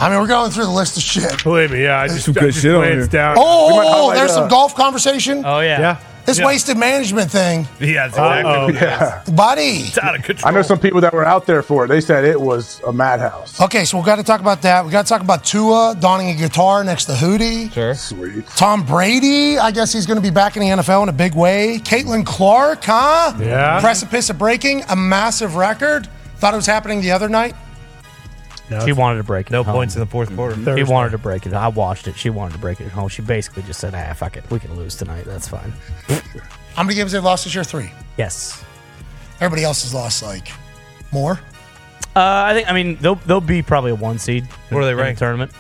A: I mean, we're going through the list of shit.
B: Believe me, yeah. I
D: There's
B: just,
D: some
B: I
D: good
B: just
D: shit on
B: glanced
D: here.
B: down.
A: Oh, oh, oh, there's some golf conversation.
E: Oh yeah.
B: Yeah.
A: This
B: Yeah.
A: wasted management thing.
C: Yeah,
B: Uh-oh.
K: Yeah.
A: Buddy.
C: It's out of
K: I know some people that were out there for it. They said it was a madhouse.
A: Okay, so we got to talk about that. We got to talk about Tua donning a guitar next to Hootie.
C: Sure.
K: Sweet.
A: Tom Brady, I guess he's going to be back in the NFL in a big way. Caitlin Clark, huh?
B: Yeah.
A: Precipice of breaking a massive record. Thought it was happening the other night.
E: She wanted to break it.
C: No
E: home.
C: points in the
A: Mm-hmm.
C: fourth quarter.
E: She wanted to break it. I watched it. She wanted to break it at home. She basically just said, "Ah, fuck it. We can lose tonight. That's fine."
A: How many games they've lost this year? Three.
E: Yes.
A: Everybody else has lost like more.
E: Uh, I think. I mean, they'll they'll be probably a one seed.
C: Where are they
E: in the
C: ranked? Uh,
E: tournament.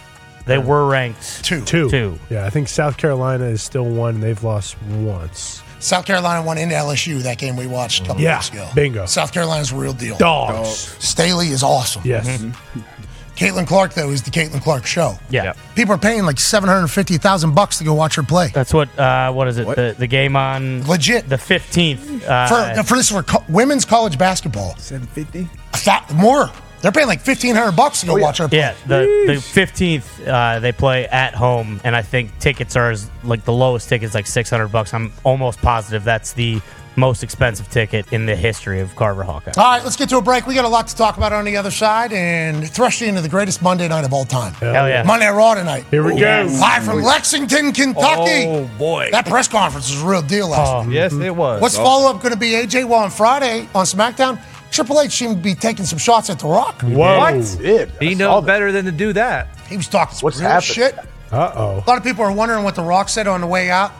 E: They were ranked
A: two.
B: Two.
E: Two.
B: Yeah, I think South Carolina is still one. and They've lost once.
A: South Carolina won into LSU that game we watched a couple
B: Yeah,
A: weeks ago.
B: bingo.
A: South Carolina's a real deal.
B: Dogs.
A: Staley is awesome.
B: Yes.
D: Mm-hmm.
A: Caitlin Clark though is the Caitlin Clark show.
E: Yeah.
A: People are paying like seven hundred fifty thousand bucks to go watch her play.
E: That's what. Uh, what is it? The the game on
A: legit
E: the fifteenth. Uh,
A: for, for this for co- women's college basketball.
D: Seven fifty.
A: More. They're paying like fifteen hundred bucks to go watch her. play.
E: Yeah, the the fifteenth uh, they play at home, and I think tickets are as, like the lowest ticket is like six hundred bucks. I'm almost positive that's the most expensive ticket in the history of Carver Hawkeye.
A: All right, let's get to a break. We got a lot to talk about on the other side and thrusting into the greatest Monday night of all time.
E: Hell yeah.
A: Monday Night Raw tonight.
B: Here we go.
A: Live from Lexington, Kentucky.
C: Oh, boy.
A: That press conference was a real deal last night.
C: Yes, it was.
A: What's follow up going to be, AJ? Well, on Friday on SmackDown, Triple H seemed to be taking some shots at The Rock.
C: Whoa. What? He knows better than to do that.
A: He was talking some
C: What's
A: real
C: happening?
A: shit.
B: Uh oh.
A: A lot of people are wondering what The Rock said on the way out.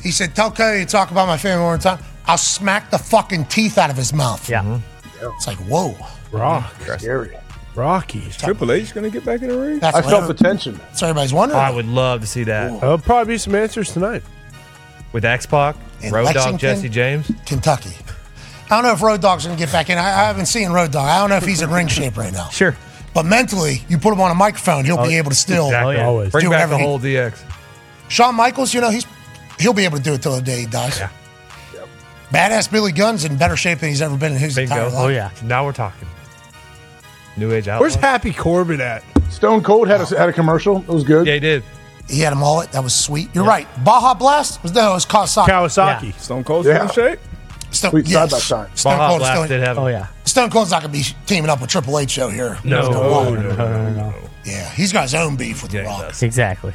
A: He said, Tell Cody to talk about my family one more time. I'll smack the fucking teeth out of his mouth. Yeah. It's like, whoa.
B: Rock.
A: Scary.
B: Rocky.
D: Triple H going to get back in the ring?
A: That's I what felt I- the
K: tension.
A: So everybody's wondering.
C: I would love to see that.
B: There'll probably be some answers tonight.
C: With X Pac,
A: In
C: Road
A: Lexington?
C: Dog Jesse James.
A: Kentucky. I don't know if Road Dog's going to get back in. I, I haven't seen Road Dog. I don't know if he's in ring shape right now.
C: Sure. Oh,
A: But mentally, you put him on a microphone, he'll be able to still
C: Exactly.
A: do
C: Bring back
A: whatever
C: the
A: he-
C: whole DX.
A: Shawn Michaels, you know, he's he'll be able to do it till the day he dies. Yeah. Badass Billy Gunn's in better shape than he's ever been in his entire life.
C: Oh, yeah. Now we're talking. New Age Outlaw.
K: Where's
B: Happy Corbin at?
K: Stone Cold had a, had a commercial. It was good.
C: Yeah, he did.
A: He had a mullet. That was sweet. You're right. Baja Blast was no, it was Kawasaki.
B: Kawasaki.
D: Stone Cold
A: Yeah.
D: Stone Shape?
A: Stone, Sweet yes. side by side. Stone
C: Baja
A: Cold's
C: Blast
A: still in-
C: did have- Oh, yeah.
A: Stone Cold's not going to be teaming up with Triple H out here. There's
C: No,
A: way.
C: no, no, no.
A: Yeah, he's got his own beef with The Rock.
E: Exactly.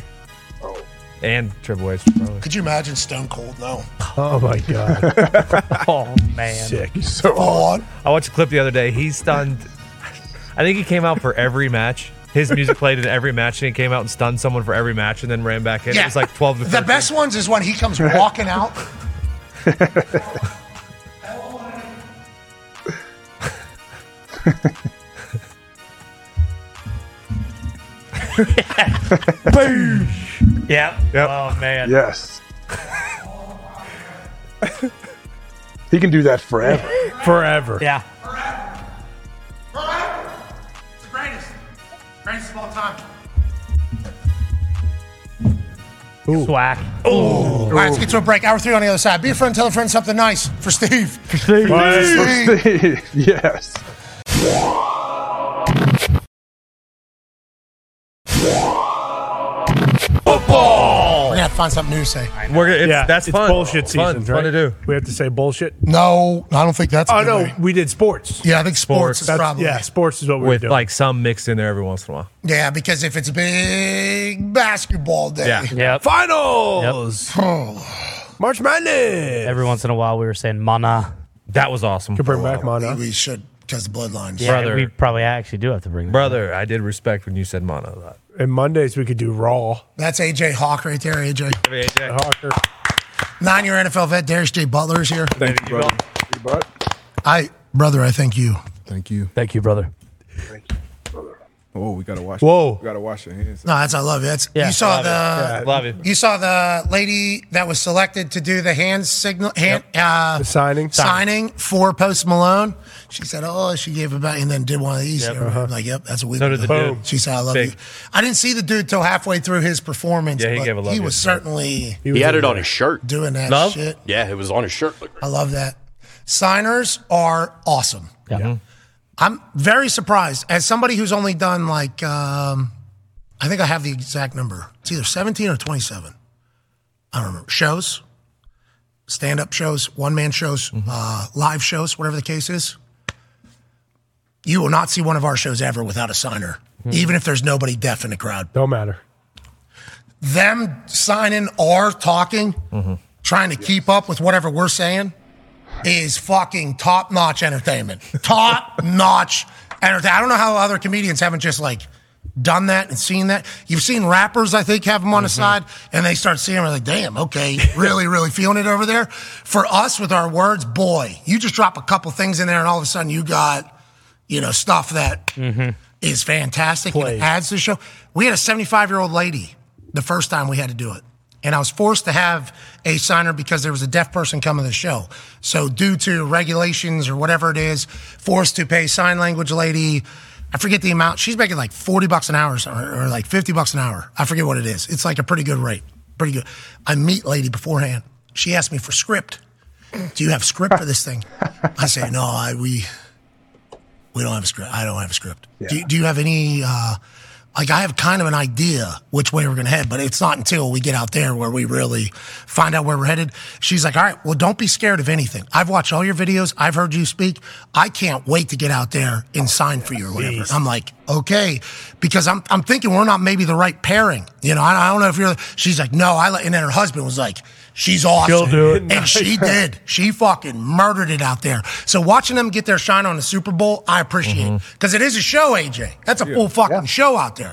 C: And Triple H. Probably.
A: Could you imagine Stone Cold? No.
B: Oh my god.
C: oh man.
B: Sick.
A: So on.
C: I watched a clip the other day. He stunned. I think he came out for every match. His music played in every match, and he came out and stunned someone for every match, and then ran back in. It was like twelve to
A: The
C: 13.
A: best ones is when he comes walking out.
C: Boom. Yeah. Oh man.
K: Yes. he can do that forever.
B: Forever.
E: Yeah.
A: Greatest. Greatest of all time.
E: Swag.
A: All right, let's get to a break. Hour three on the other side. Be a friend, tell a friend something nice for Steve. For
K: Steve.
A: Steve.
K: yes.
A: We're going to have to find something new to say.
C: We're gonna, it's,
B: yeah,
C: that's
B: it's
C: fun.
B: bullshit
C: It's fun.
B: seasons,
C: Fun
B: right?
C: to do.
B: We have to say bullshit.
A: No, I don't think that's.
B: Oh
A: a good
B: no,
A: way.
B: we did sports.
A: Yeah, I think sports, is
B: That's-
A: probably.
B: yeah, sports is what we were
C: With
B: doing.
C: like some mixed in there every once in a while.
A: Yeah, because if it's big basketball day. oh,
C: Yeah.
B: Finals. March Madness.
E: Every once in a while, we were saying mana.
C: That was awesome.
B: Could bring back Mana.
A: We should, because the bloodlines.
E: Yeah,
C: Brother.
E: we probably actually do have to bring. That.
C: Brother, I did respect when you said mono a lot.
B: And Mondays we could do Raw.
A: That's AJ Hawk right there, AJ.
C: AJ.
B: Hawker.
A: Nine year NFL vet, Darius J. Butler's here.
D: Thank you, brother.
A: I, brother, I thank you.
D: Thank you.
E: Thank you, brother.
D: Oh, we got to wash.
B: Whoa.
D: We got to wash your hands.
A: No, that's I love it. That's,
D: Yeah,
A: you saw
D: love it.
A: the
D: Yeah, love it.
A: You saw the lady that was selected to do the hand signal hand uh,
B: The signing.
A: signing for Post Malone. She said, "Oh, she gave about," and then did one of these.
C: Yep.
A: I'm Like, yep, that's a we
C: So
A: would
C: did the
A: do.
C: dude.
A: She said, "I love
C: Big.
A: you." I didn't see the dude till halfway through his performance.
C: Yeah, he
A: but
C: gave a love
A: He
C: you.
A: was certainly
M: He, had it on his shirt.
A: doing that
M: Love?
A: shit.
M: Yeah, it was on his shirt. Look,
A: I love that. Signers are awesome. I'm very surprised. As somebody who's only done like, um, I think I have the exact number. It's either 17 or 27. I don't remember. Shows, stand up shows, one man shows,
B: Mm-hmm.
A: uh, live shows, whatever the case is. You will not see one of our shows ever without a signer, even if there's nobody deaf in the crowd.
B: Mm-hmm. Don't matter.
A: Them signing or talking,
C: Mm-hmm.
A: trying to keep up with whatever we're saying is fucking top notch entertainment. Top notch entertainment. I don't know how other comedians haven't just like done that and seen that. You've seen rappers, I think, have them on the side and they start seeing them like, damn, okay, really, really feeling it over there. For us with our words, boy, you just drop a couple things in there and all of a sudden you got, you know, stuff that is fantastic and it adds to the show. We had a 75 year old lady the first time we had to do it. And I was forced to have a signer because there was a deaf person coming to the show. So, due to regulations or whatever it is, forced to pay sign language lady. I forget the amount. She's making like 40 bucks an hour or, something, or like 50 bucks an hour. I forget what it is. It's like a pretty good rate. Pretty good. I meet lady beforehand. She asked me for script. Do you have script for this thing? I say, no, I, we, we don't have a script. I don't have a script. Do, do you have any? Uh, like I have kind of an idea which way we're gonna head, but it's not until we get out there where we really find out where we're headed. She's like, "All right, well, don't be scared of anything. I've watched all your videos. I've heard you speak. I can't wait to get out there and sign for you or whatever." I'm like, "Okay," because I'm I'm thinking we're not maybe the right pairing. You know, I, I don't know if you're. She's like, "No," I let, and then her husband was like, "She's awesome."
B: She'll do it.
A: and she did. She fucking murdered it out there. So watching them get their
K: Mm-hmm.
A: shine on the Super Bowl, I appreciate because it is a show, AJ. That's a full fucking show out there.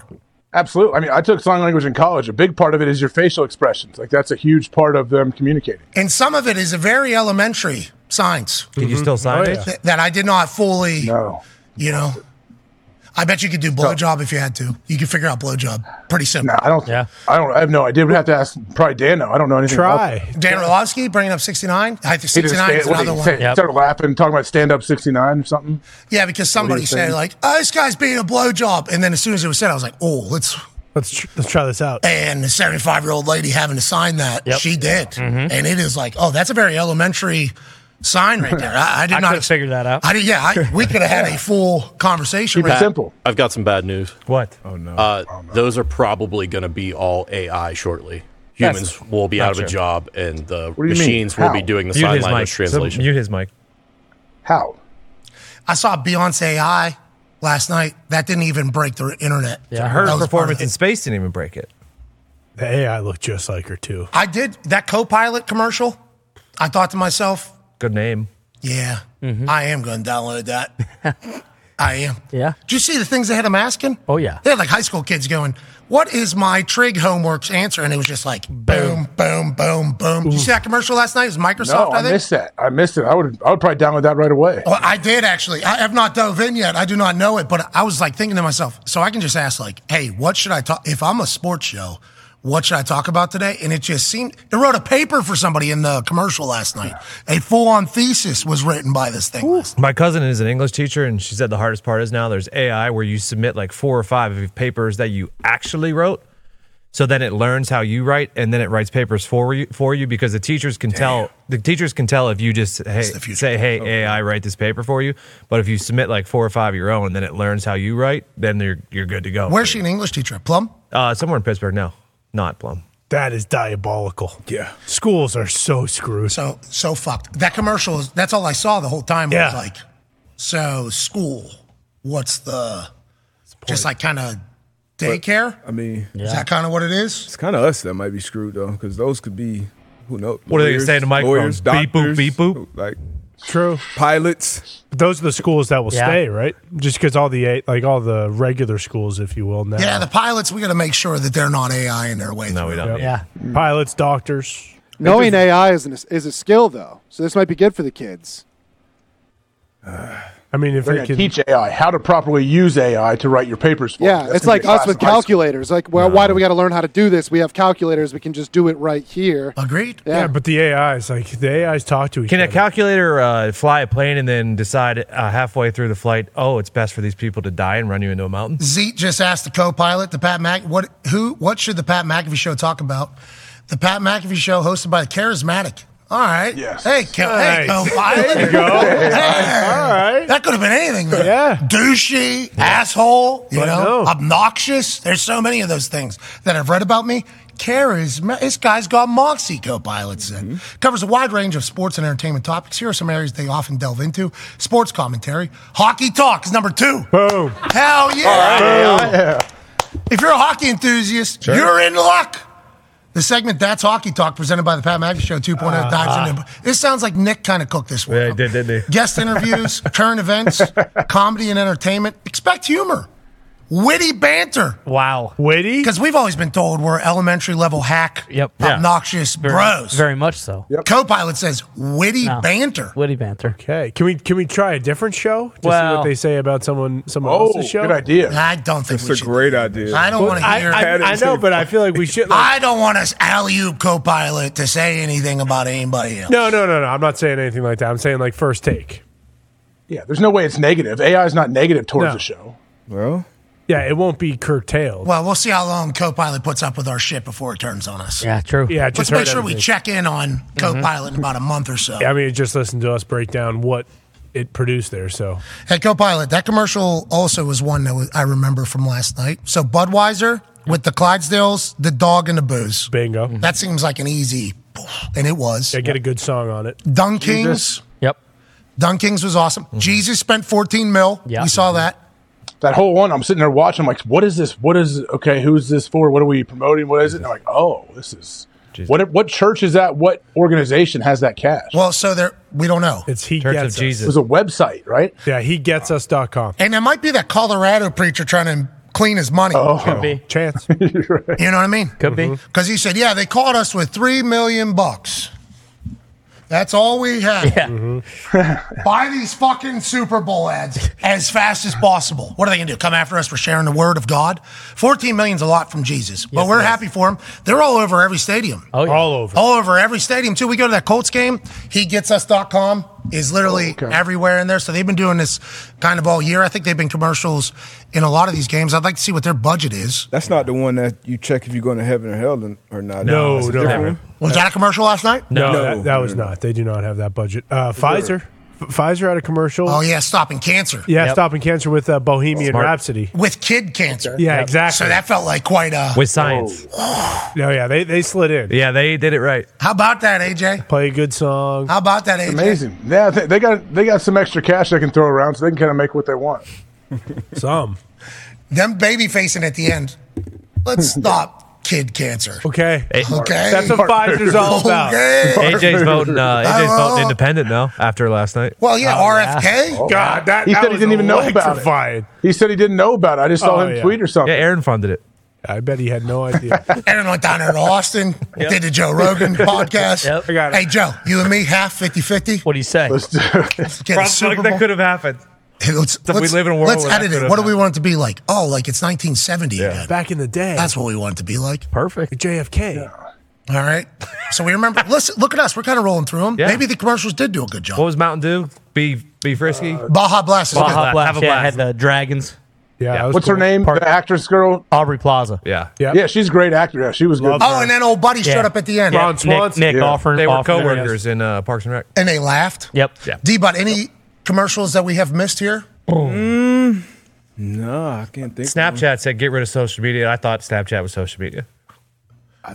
K: Absolutely. I mean, I took sign language in college. A big part of it is your facial expressions. Like that's a huge part of them communicating.
A: And some of it is very elementary science.
K: Can you still sign Oh, it? yeah.
A: Th- That I did not fully. No. You know, I bet you could do blowjob if you had to. You could figure out blowjob. Pretty simple.
K: I don't. Yeah. I don't. I have no idea. We'd have to ask probably Dan. Now. I don't know anything. About it.
A: Dan Orlovsky bringing up 69. I think
K: He did a
A: 69 is
K: stand- what did
A: another
K: he
A: one.
K: say? Started laughing, talking about stand up sixty nine or something.
A: Yeah, because
K: What do
A: somebody
K: you
A: said
K: think?
A: like, "Oh, this guy's being a blowjob," and then as soon as it was said, I was like, "Oh, let's let's tr- let's try this out." And the seventy-five-year-old lady having to sign that,
E: Yep.
A: she did,
E: Mhm.
A: and it is like, "Oh, that's a very elementary sign right there." I, I did
E: I
A: not
E: could've figured that out.
A: I did, yeah, I, we could have had a full conversation.
M: Pat,
A: right-
M: I've got some bad news.
C: What?
M: Oh no. Uh, Those are probably going to be all AI shortly. Humans
C: That's
M: will be
C: not
M: out of
C: true.
M: a job, and the
C: do you mean?
M: machines will be
C: How?
M: doing the
C: Mute
M: sign
C: his mic.
M: language
C: So
M: translation.
C: mute his mic.
K: How?
A: I saw Beyonce I last night. That didn't even break the internet.
C: Yeah, her
A: That was part of
C: performance
A: it.
C: in space didn't even break it.
B: The AI looked just like her too.
A: I did that co-pilot commercial. I thought to myself,
C: Good name.
A: Yeah, I am going to download that. I am.
E: Yeah.
A: Did you see the things they had them asking?
E: Oh yeah.
A: They had like high school kids going, "What is my trig homework's answer?" And it was just like boom, boom, boom, boom. Did you see that commercial last night? It was Microsoft.
K: no,
A: I,
K: I,
A: think.
K: missed that. I missed it. I would. I would probably download that right away.
A: Well, I did actually. I have not dove in yet. I do not know it, but I was like thinking to myself, so I can just ask, like, hey, what should I talk? If I'm a sports show, what should I talk about today? And it just seemed, it wrote a paper for somebody in the commercial last night. A full on thesis was written by this thing. last
C: My cousin is an English teacher, and she said the hardest part is now there's AI where you submit like four or five of papers that you actually wrote. So then it learns how you write, and then it writes papers for you for you because the teachers can tell the teachers can tell if you just hey say hey AI write this paper for you, but if you submit like four or five of your own, then it learns how you write, then you're you're good to go.
A: Where's she an English teacher? Plum?
C: Uh, somewhere in Pittsburgh. No, not Plum.
B: That is diabolical. Yeah. Schools are so screwed.
A: So so fucked. That commercial is that's all I saw the whole time
B: Yeah.
A: was like so school, what's the just like kind of daycare?
D: I mean,
A: Is that kind of what it is?
D: It's kind of us that might be screwed though, because those could be who knows.
B: What are they gonna
D: lawyers,
B: say in the microphone?
D: Lawyers,
B: Beep, boop,
D: doctors,
B: beep, boop?
D: Like
B: True.
D: Pilots.
B: But those are the schools that will
A: Yeah.
B: stay, right? Just because all the a- like all the regular schools, if you will, now.
A: Yeah, the pilots we got to make sure that they're not AI in their way. No, we
B: Yep. Pilots, doctors.
N: Knowing AI is, an, is a skill, though, so this might be good for the kids.
B: I mean, if
K: They're
B: they
K: gonna
B: can-
K: teach AI how to properly use AI to write your papers. For you.
N: Yeah,
K: That's
N: it's
K: gonna
N: like
K: be a
N: us
K: class
N: with
K: in high school.
N: calculators. Like, well, why do we got to learn how to do this? We have calculators. We can just do it right here.
A: Agreed.
B: Yeah. but the AIs, like the AIs talk to each
C: Can a
B: other.
C: calculator uh, fly a plane and then decide uh, halfway through the flight, oh, it's best for these people to die and run you into a mountain?
A: Zeke just asked the co-pilot, the Pat Mac, what who what should the Pat McAfee show talk about? The Pat McAfee show hosted by the charismatic. All right. Yes. Hey, co- hey,
B: Nice.
A: co-pilot.
B: There you go.
A: All right. That could have been anything. man. Douchey, asshole, you
B: I
A: know,
B: know.
A: obnoxious. There's so many of those things that I've read about me. Charisma. This guy's got moxie, co-pilot said.
B: Mm-hmm.
A: Covers a wide range of sports and entertainment topics. Here are some areas they often delve into. Sports commentary. Hockey talk is number two.
B: Boom.
A: Hell yeah.
K: All right.
A: If you're a hockey enthusiast,
K: Sure.
A: you're in luck. The segment That's Hockey Talk, presented by the Pat McAfee Show 2.0,
B: Ah.
A: dives into. This sounds like Nick kind of cooked this one.
C: Yeah, he did, didn't he?
A: Guest interviews, current events, comedy and entertainment. Expect humor, witty banter.
E: Wow.
B: Witty?
A: Because we've always been told we're elementary level hack,
E: Yep.
A: obnoxious
E: Very-
A: bros.
E: Very much so.
A: Co pilot says witty
E: No.
A: banter.
E: Witty banter.
B: Okay. Can we can we try a different show to see
E: Well-
B: what they say about someone someone
K: Oh,
B: else's show?
A: I don't think we
D: it's a
A: should.
D: great idea.
A: I don't
B: Well,
A: want to
B: I-
A: hear.
B: I- I know, but I feel like we should.
A: I don't want us alley oop co-pilot to say anything about anybody else.
B: No, no, no, no. I'm not saying anything like that. I'm saying like first take.
K: Yeah, there's no way it's negative. AI is not negative towards
B: No.
K: the show.
D: Well,
B: yeah, it won't be curtailed.
A: Well, we'll see how long co-pilot puts up with our shit before it turns on us.
B: Yeah, true. Mm-hmm. Yeah,
A: let's
B: just
A: make
B: heard
A: sure we
B: everything.
A: check in on co-pilot in about a month or so.
B: I mean, just listen to us break down what it produced there. So
A: Hey, co-pilot, that commercial also was one that was, I remember from last night. So Budweiser with the Clydesdales, the dog and the booze.
B: Bingo.
A: That seems like an easy, and it was.
B: yeah, get a good song on it.
A: Dunkings.
E: Yep.
A: Dunkings was awesome. Jesus spent 14 mil. Yeah. We saw that.
K: That whole one, I'm sitting there watching. I'm like, what is this? What is okay? Who's this for? What are we promoting? What is it? And I'm like, oh, this is what? What church is that? What organization has that cash?
A: Well, so there we don't know.
B: It's he
K: Church of
B: gets us.
K: Jesus. It was a website, right?
B: Yeah, he gets us.com.
A: And it might be that Colorado preacher trying to clean as money.
B: Oh. Could be. Mm-hmm.
A: Chance. you know what I mean?
E: Could be.
A: Because he said, yeah, they caught us with three million bucks. That's all we had.
B: Mm-hmm.
A: Buy these fucking Super Bowl ads as fast as possible. What are they going to do? Come after us for sharing the word of God? 14 million's a lot from Jesus, but we're happy for him. They're all over every stadium.
B: Oh, yeah. All over.
A: All over every stadium, too. We go to that Colts game. He gets us.com is literally everywhere in there. So they've been doing this kind of all year. I think they've been commercials in a lot of these games. I'd like to see what their budget is.
D: That's not the one that you check if you're going to heaven or hell and- or not.
B: No,
D: That's a
B: no.
D: different one?
A: Was that a commercial last night?
B: No, That, that
K: Mm.
B: was not. They do not have that budget. Uh, Pfizer. F- Pfizer had a commercial.
A: Oh, yeah, stopping cancer.
B: Yeah, stopping cancer with uh, Bohemian
A: Smart.
B: Rhapsody. Oh,
A: With kid cancer.
B: Yeah, exactly.
A: So that felt like quite uh, a.
C: With science.
B: No, yeah, they, they slid in.
C: Yeah, they did it right.
A: How about that, AJ?
B: Play a good song.
A: How about that, AJ?
K: It's amazing. Yeah, they, they got they got some extra cash they can throw around, so they can kind of make what they want.
B: Some.
A: Them baby facing at the end. Let's stop kid cancer.
B: Hmm. Okay.
A: Okay.
B: That's what Pfizer's all about.
A: Okay.
C: AJ's voting. Uh, Oh, AJ's voting independent now after last night.
A: Well, yeah, RFK.
B: Oh, God, that
K: he
B: that
K: said he
B: was
K: didn't even know about
B: electrifying.
K: it. He said he didn't know about it. I just saw
B: Oh,
K: him
B: yeah.
K: tweet or something.
C: Yeah, Aaron funded it.
B: I bet he had no idea.
A: Aaron went down there to Austin,
B: Yep.
A: did the Joe Rogan podcast.
B: Yep. I got it.
A: Hey, Joe, you and me, half 50 50.
E: What do you say?
K: Let's do it.
A: Get a Super Bowl.
C: that could have happened.
A: Hey, let's,
C: we
A: let's-
C: live in a world
A: Let's
C: where that
A: edit
C: could
A: it.
C: have
A: What do we want it to be like? Oh, like it's 1970 again.
B: Back in the day.
A: That's what we want it to be like.
E: Perfect.
B: JFK.
A: All right. So we remember. listen, look at us. We're kind of rolling through them.
C: Yeah.
A: Maybe the commercials did do a good
C: What
A: job.
C: was Mountain Dew? Be be frisky.
A: Uh, Baja Blast. is
E: Baja
A: good.
E: Blast.
C: Blast. Have a
E: yeah,
C: blast.
E: had the dragons.
B: Yeah. that was
K: What's
B: cool.
K: her name?
E: Part-
K: the actress girl.
E: Aubrey Plaza.
C: yeah.
B: Yeah.
K: Yeah, she's a great actor. Yeah, she was good.
B: Love
A: Oh, and then old buddy showed
E: Yeah.
A: up at the end,
B: Ron
E: Nick,
B: Swanson.
E: Nick
K: Yeah.
E: Offerman.
C: They were
E: Offerman.
C: coworkers in uh, Parks and Rec.
A: and they laughed.
E: Yep.
C: Yeah.
A: D, but any commercials that we have missed here?
C: Mm.
D: No, I can't think. of
C: Snapchat said get rid of social media. I thought Snapchat was social media.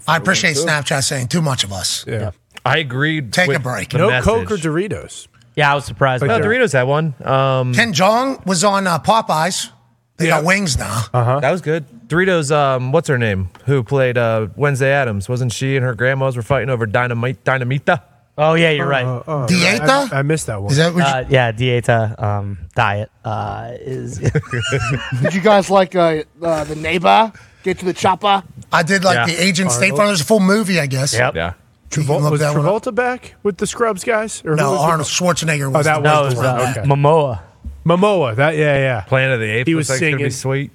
A: I, appreciate Snapchat saying too much of us.
B: Yeah.
C: I agreed.
A: Take a
C: with
A: break.
C: the
B: No
C: message.
B: Coke or Doritos.
E: Yeah, I was surprised.
C: No,
E: by that.
C: Doritos had one. Um,
A: Ken Jong was on uh, Popeyes. They got wings now.
C: That was good. Doritos. Um, what's her name? Who played uh, Wednesday Adams? Wasn't she and her grandmas were fighting over dynamite? Dynamita.
E: Oh yeah, you're right.
B: Oh,
A: Dieta?
B: I, I missed that one.
A: Is that what you,
E: Uh, yeah, dieta um, diet uh, is
N: Did you guys like uh, uh, the neighbor? Get to the chopper.
A: I did like
C: yeah.
A: the Agent State Farm. There's a full movie, I guess.
E: Yep.
C: Yeah.
A: You can look
B: was
A: that one up.
B: Travolta back with the Scrubs guys? Or who
A: No,
B: was the-
A: Arnold Schwarzenegger was.
B: Oh, that
A: the-
E: no, it
B: was
E: was,
B: the
E: uh,
B: one. Okay.
E: Momoa.
B: Momoa. That yeah yeah.
C: Planet of the Apes.
B: He was
C: looks like it's gonna
B: singing.
C: Be sweet.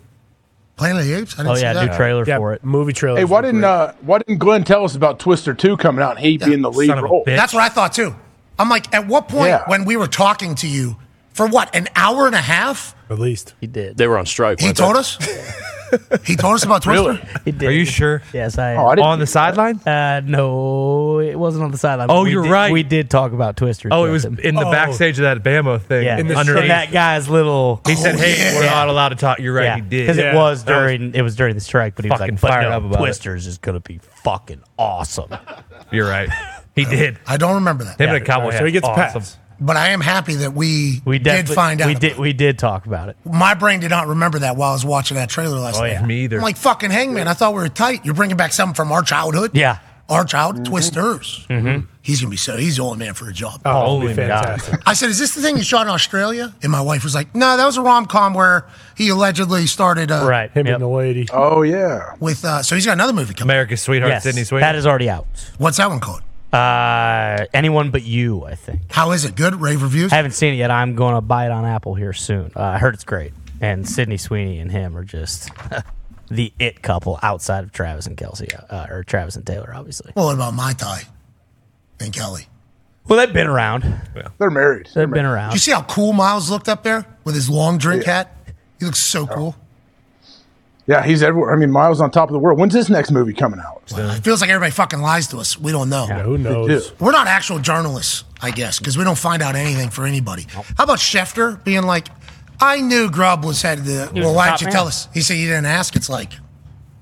A: Planet of the Apes. I didn't
E: Oh
A: see
E: yeah, new
A: that.
E: trailer
B: Yeah,
E: for it.
B: movie trailer.
K: Hey, why didn't uh, why didn't Glenn tell us about Twister Two coming out? and He being the lead
C: Son of a
K: role.
C: bitch.
A: That's what I thought too. I'm like, at what point
K: Yeah.
A: when we were talking to you for what an hour and a half?
B: at least?
E: He did.
M: They were on strike.
A: He
M: weren't
A: told
M: they?
A: us. he told us about Twister.
E: He did.
C: Are you sure?
E: Yes, I.
K: Oh, I didn't
C: On the sideline.
E: uh, no, it wasn't on the sideline.
C: Oh,
E: We
C: you're
E: did-
C: right.
E: We did talk about Twister.
C: Oh, it
E: with
C: was
E: him.
C: in the
B: Oh.
C: backstage of that Bama thing.
E: yeah.
C: In the
E: and that guy's little.
C: He
A: Oh,
C: said, "Hey, we're not allowed to talk." Uh, You're right.
E: Yeah,
C: He did.
E: because
B: Yeah,
E: it was
B: that was-
E: during it was during the strike, but he was
C: Fucking
E: like, but
C: fired
E: no,
C: up about it."
E: Twisters is gonna be fucking awesome.
C: You're right. He did.
A: I don't remember that,
C: Him and a cowboy
B: So
C: hat.
B: he gets
C: awesome.
B: passed.
A: but I am happy that we,
E: We
A: did
E: definitely
A: find out.
E: We
A: about
E: did. We did talk about it.
A: it. My brain did not remember that while I was watching that trailer last night.
C: Oh, yeah. Me either.
A: I'm like fucking Hangman. I thought we were tight. You're bringing back something from our childhood.
E: Yeah.
A: Our child Twisters.
C: Hmm.
A: Mm-hmm. He's gonna be so. He's the only man for a job.
B: Oh, it'll be
C: Holy God.
B: fantastic.
A: I said, "Is this the thing you shot in Australia?" And my wife was like, "No, that was a rom com where he allegedly started uh,
E: Right.
B: Him
E: Yep.
B: and the lady.
K: Oh yeah.
A: with." Uh, so he's got another movie coming.
C: America's sweetheart,
E: Yes,
C: Sydney Sweeney.
E: that is already out.
A: What's that one called?
E: Uh, anyone but you, I think.
A: How is it? Good rave reviews.
E: I haven't seen it yet. I'm going to buy it on Apple here soon. Uh, I heard it's great. And Sydney Sweeney and him are just the it couple outside of Travis and Kelsey, uh, or Travis and Taylor, obviously.
A: Well, what about my tie and Kelly?
E: Well, they've been around.
K: They're married.
E: They've been
A: You
E: around.
A: see how cool Miles looked up there with his long drink hat? He looks so cool.
K: Yeah, he's everywhere. I mean, Miles on top of the world. When's his next movie coming out?
A: It feels like everybody fucking lies to us. We don't know.
B: Who knows?
A: We're not actual journalists, I guess, because we don't find out anything for anybody. How about Schefter being like, I knew Grubb was headed to. Well,
E: the
A: why
E: top
A: didn't you
E: man.
A: tell us? He said you didn't ask. It's like,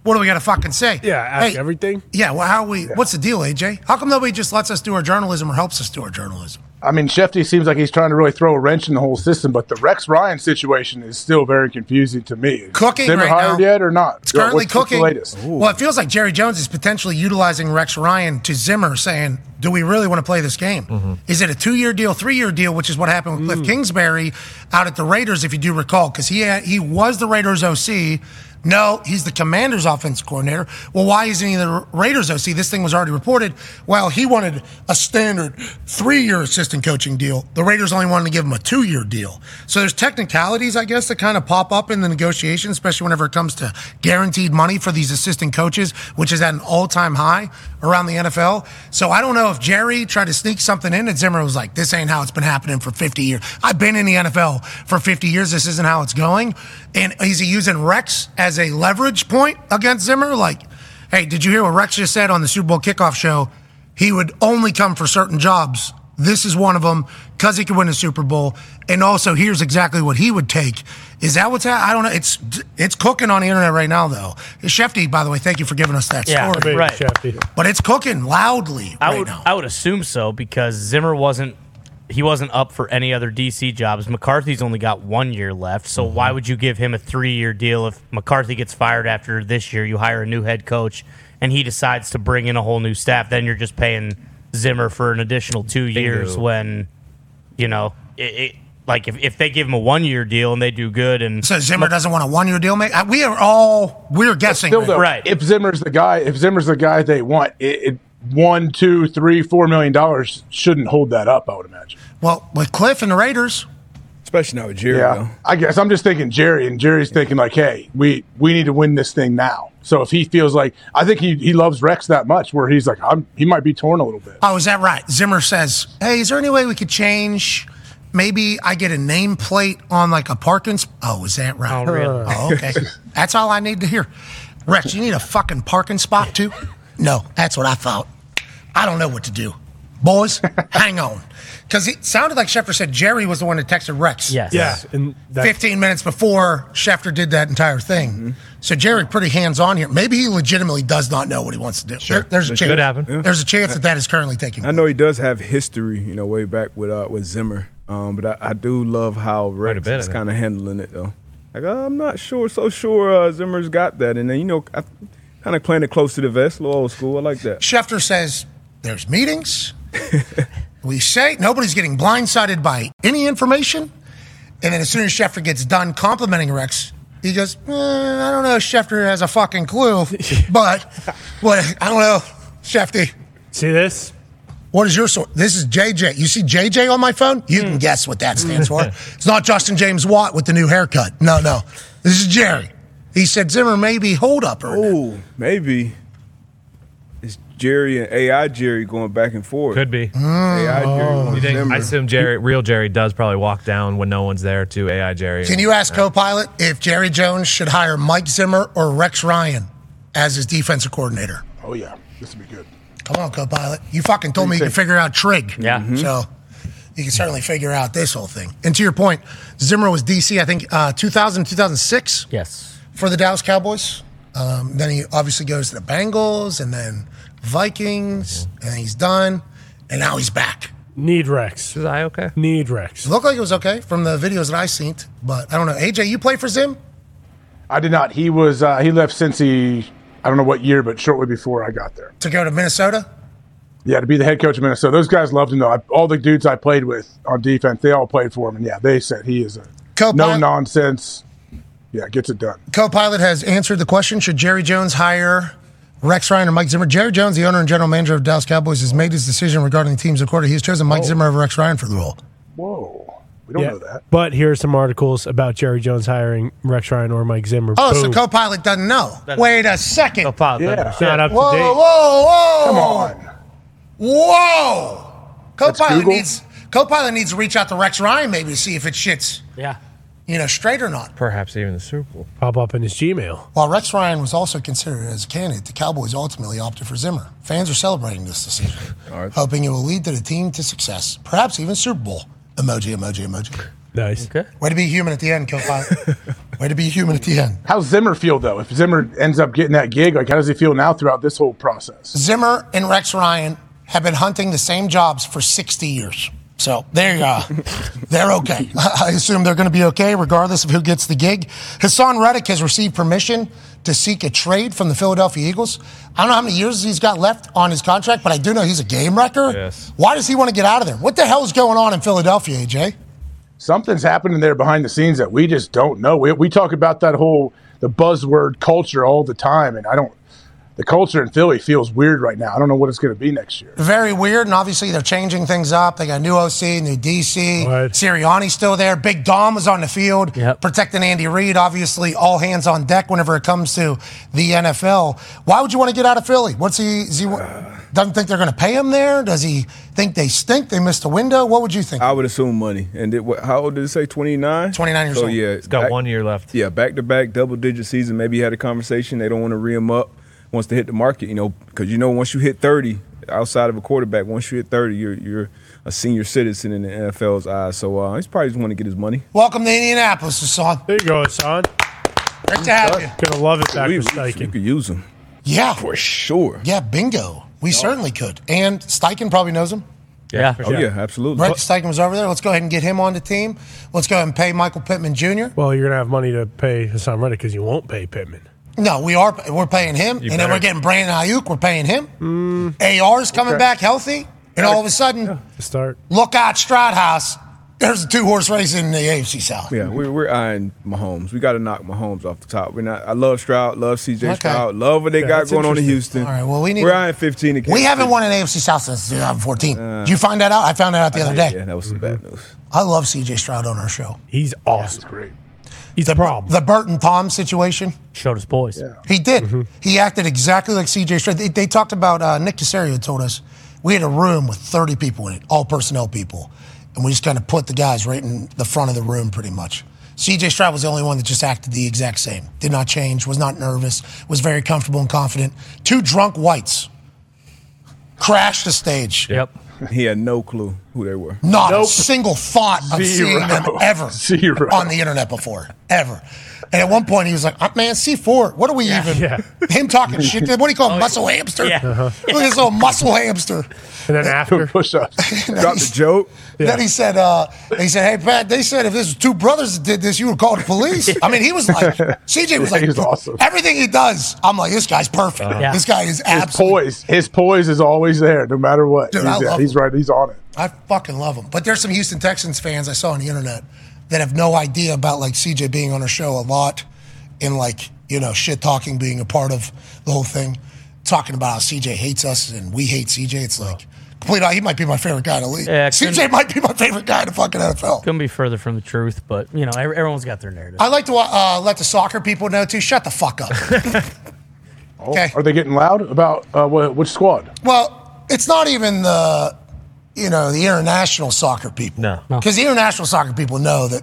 A: what do we got to fucking say?
B: Yeah, ask
A: Hey,
B: everything.
A: Yeah, well, how are we? What's the deal, AJ? How come nobody just lets us do our journalism or helps us do our journalism?
K: I mean, Shefty seems like he's trying to really throw a wrench in the whole system, but the Rex Ryan situation is still very confusing to me. Is
A: Cooking
K: Zimmer
A: right
K: hired
A: now.
K: yet or not?
A: It's currently
K: Uh, What's- what's
A: cooking.
K: the latest?
A: Well, it feels like Jerry Jones is potentially utilizing Rex Ryan to Zimmer, saying, "Do we really want to play this game? Mm-hmm. Is it a two-year deal, three-year deal, which is what happened with uh, Cliff Kingsbury out at the Raiders, if you do recall, because he had, he was the Raiders OC, No, he's the commander's offense coordinator. Well, why isn't he the Raiders OC? This thing was already reported. Well, he wanted a standard three year assistant coaching deal. The Raiders only wanted to give him a two year deal. So there's technicalities, I guess, that kind of pop up in the negotiation, especially whenever it comes to guaranteed money for these assistant coaches, which is at an all time high around the NFL. So I don't know if Jerry tried to sneak something in and Zimmer was like, this ain't how it's been happening for 50 years. I've been in the NFL for 50 years. This isn't how it's going. And is he using Rex as a leverage point against Zimmer? Like, hey, did you hear what Rex just said on the Super Bowl kickoff show? He would only come for certain jobs. This is one of them because he could win a Super Bowl. And also, here's exactly what he would take. Is that what's happening? I don't know. It's it's cooking on the internet right now, though. Shefty, by the way, thank you for giving us that
E: Yeah,
A: story.
E: right.
A: But it's cooking loudly
E: I
A: right
E: would
A: now.
E: I would assume so because Zimmer wasn't he wasn't up for any other DC jobs. McCarthy's only got one year left, so
A: Mm-hmm.
E: why would you give him a three year deal if McCarthy gets fired after this year? You hire a new head coach and he decides to bring in a whole new staff, then you're just paying Zimmer for an additional two years when you know it. it like if, if they give him a one year deal and they do good and
A: So Zimmer doesn't want a one year deal, mate. Uh, We are all we're guessing,
K: Still though,
A: right?
K: If Zimmer's the guy, if Zimmer's the guy they want, it, it one, two, three, four million dollars shouldn't hold that up. I would imagine.
A: Well, with Cliff and the Raiders,
K: especially not with
D: Jerry,
K: Yeah,
D: though.
K: I guess I'm just thinking Jerry, and Jerry's thinking like, hey, we we need to win this thing now. So if he feels like, I think he he loves Rex that much, where he's like, I'm he might be torn a little bit.
A: Oh, is that right? Zimmer says, "Hey, is there any way we could change? Maybe I get a nameplate on like a parking. Sp- oh, is that right?
E: Oh, really?
A: Oh, okay. that's all I need to hear. Rex, you need a fucking parking spot too? No, that's what I thought. I don't know what to do, boys. hang on, because it sounded like Schefter said Jerry was the one that texted Rex.
E: Yes.
B: Yeah, and that-
A: 15 minutes before Schefter did that entire thing. So Jerry pretty hands on here. Maybe he legitimately does not know what he wants to do. There- there's a
D: That
A: chance.
D: could happen.
A: There's a chance that that is currently taking.
D: I know he does have history, you know, way back with uh, with Zimmer. Um, but I, I do love how Rex
C: bit,
D: is
C: I think.
D: kind of handling it though. Like uh, I'm not sure, so sure uh, Zimmer's got that, and then you know, I, kind of playing it close to the vest, a little old school. I like that.
A: Schefter says there's meetings. we say nobody's getting blindsided by any information. And then as soon as Schefter gets done complimenting Rex, he goes, "Eh, I don't know. Schefter has a fucking clue, but what? I don't know. Shefty.
B: See this?
A: What is your sort? This is JJ. You see JJ on my phone? You
B: Hmm.
A: can guess what that stands for. it's not Justin James Watt with the new haircut. No, no. This is Jerry. He said Zimmer maybe hold up or
D: Oh, maybe it's Jerry and AI Jerry going back and forth.
C: Could be.
D: AI Jerry.
B: Oh.
A: Oh,
C: You
D: wants
C: think-
D: Zimmer.
C: I assume Jerry, real Jerry, does probably walk down when no one's there to AI Jerry.
A: Can you ask Copilot if Jerry Jones should hire Mike Zimmer or Rex Ryan as his defensive coordinator?
K: Oh yeah, this would be good.
A: Come on, Copilot. You fucking told me you could figure out trig.
K: Yeah. Mhm.
A: So you can certainly figure out this whole thing. And to your point, Zimmer was DC, I think, uh, 2000, 2006
E: Yes.
A: for the Dallas Cowboys. Um, then he obviously goes to the Bengals and then Vikings, and he's done. And now he's back.
B: Need Rex. Is
C: I okay?
B: Need Rex.
A: It looked like it was okay from the videos that I seen, but I don't know. AJ, you play for Zim?
K: I did not. He was uh, he left Cincy. I don't know what year, but shortly before I got there.
A: To go to Minnesota?
K: Yeah, to be the head coach of Minnesota. Those guys loved him though. I, all the dudes I played with on defense, they all played for him, and yeah, they said he is a no nonsense. Yeah, gets it done.
A: Co-pilot has answered the question: Should Jerry Jones hire Rex Ryan or Mike Zimmer? Jerry Jones, the owner and general manager of Dallas Cowboys, has made his decision regarding the team's quarter. He has chosen Mike Zimmer over Rex Ryan for the role.
K: Whoa, we don't
B: Yeah,
K: know that.
B: But here are some articles about Jerry Jones hiring Rex Ryan or Mike Zimmer.
A: Oh, so
B: Boom.
A: co-pilot doesn't know. Wait a second.
E: Co-pilot
B: doesn't Yeah. know. Not up to
A: whoa,
B: date.
A: whoa, whoa! Come on. Whoa! Co-pilot
B: Google?
A: needs co-pilot needs to reach out to Rex Ryan maybe to see if it shits.
E: Yeah.
A: You know, straight or not.
C: Perhaps even the Super Bowl.
B: Pop up in his Gmail.
A: While Rex Ryan was also considered as a candidate, the Cowboys ultimately opted for Zimmer. Fans are celebrating this decision, hoping it will lead to the team to success, perhaps even Super Bowl. Emoji, emoji, emoji.
B: Nice.
C: Okay.
A: Way to be human at the end, Copilot. Way to be human at the end.
K: How's Zimmer feel though? If Zimmer ends up getting that gig, like how does he feel now throughout this whole process?
A: Zimmer and Rex Ryan have been hunting the same jobs for 60 years. So there you go. they're okay. I assume they're going to be okay regardless of who gets the gig. Hassan Reddick has received permission to seek a trade from the Philadelphia Eagles. I don't know how many years he's got left on his contract, but I do know he's a game wrecker. Yes. Why does he want to get out of there? What the hell's going on in Philadelphia, AJ?
K: Something's happening there behind the scenes that we just don't know. We, we talk about that whole the buzzword culture all the time, and I don't. The culture in Philly feels weird right now. I don't know what it's going to be next year.
A: Very weird, and obviously they're changing things up. They got new OC, new DC. Sirianni's still there. Big Dom was on the field protecting Andy Reid. Obviously, all hands on deck whenever it comes to the NFL. Why would you want to get out of Philly? What's he? Is he
D: Uh,
A: doesn't think they're going to pay him there? Does he think they stink? They missed a window. What would you think?
D: I would assume money. And it, what, how old did it say? 29?
A: 29 years
D: so,
A: old.
D: Yeah,
A: He's got
C: one year left.
D: Yeah, back to back, double digit season. Maybe you had a conversation. They don't want to re him up once they hit the market, you know, because you know, once you hit 30, outside of a quarterback, once you hit 30, you're, you're a senior citizen in the NFL's eyes. So uh, he's probably just want to get his money.
A: Welcome to Indianapolis, Hassan. There you go, Hassan. Great to have you.
D: Gonna love it back we, we, we could use him.
A: Yeah.
D: For sure.
A: Yeah, bingo. We certainly could. And Steichen probably knows him.
D: Yeah.
A: for
D: Oh,
A: sure.
D: yeah, absolutely.
A: Brett Steichen was over there. Let's go ahead and get him on the team. Let's go ahead and pay Michael Pittman Jr.
B: Well, you're gonna have money to pay Hassan Reddick because you won't pay Pittman.
A: No, we are. We're paying him,
B: You
A: and then we're
B: better. Mm.
A: getting Brandon Ayuk. We're paying him. AR's coming
B: Okay.
A: back healthy, and all of a sudden,
B: start.
A: look out, Strathouse. There's a two horse race in the AFC South.
D: Yeah, we're, we're eyeing Mahomes. We got to knock Mahomes off the top. We're not. I love Stroud, love CJ Stroud, love what they
A: Yeah,
D: got
A: that's
D: going on in
A: interesting.
D: Houston.
A: All right, well, we need
D: We're
A: to-
D: eyeing 15 again.
A: We haven't won an AFC South since 2014.
B: Uh,
A: Did you find that out? I found that out the other day.
D: Yeah, that was some bad news.
A: I love CJ Stroud on our show.
B: He's awesome.
K: great.
B: He's
A: the problem. The Burton Tom situation.
E: Showed us boys.
A: He did. He acted exactly like CJ Stroud. They, they talked about uh, Nick Casario told us we had a room with 30 people in it, all personnel people, and we just kind of put the guys right in the front of the room, pretty much. CJ Stroud was the only one that just acted the exact same. Did not change. Was not nervous. Was very comfortable and confident. Two drunk whites crashed the stage.
C: Yep.
D: He had no clue who they were.
A: Not a single thought of seeing them
D: Zero.
A: ever
D: Zero.
A: on the internet before, ever. And at one point, he was like, "Uh, "Man, C four, what are we even?" Him talking shit. What do you call him, muscle hamster?
B: Oh, Yeah. Uh-huh.
A: Look at this little muscle hamster.
B: And then after
K: push ups,
D: drop the joke.
A: Then he said, uh, "He said, hey Pat, they said if this was two brothers that did this, you would call the police." I mean, he was like, CJ was
K: Yeah,
A: like,
K: he was awesome.
A: Everything he does, I'm like, this guy's perfect.
K: Uh-huh. Yeah.
A: This guy is
K: his
A: absolutely.
K: poise, his poise is always there, no matter what.
A: Dude, I
K: he's,
A: love
K: he's right. He's on it.
A: I fucking love him. But there's some Houston Texans fans I saw on the internet that have no idea about like CJ being on our show a lot and like, you know, shit talking being a part of the whole thing. Talking about how CJ hates us and we hate CJ. It's like complete he might be my favorite guy in the league.
E: Yeah,
A: CJ might be my favorite guy in the fucking NFL.
E: Couldn't be further from the truth, but you know, every- everyone's got their narrative.
A: I like to uh, let the soccer people know too. Shut the fuck up. okay.
K: Oh, Are they getting loud about uh, wh- which squad?
A: Well, it's not even the, you know, the international soccer people.
C: No.
A: Because the international soccer people know that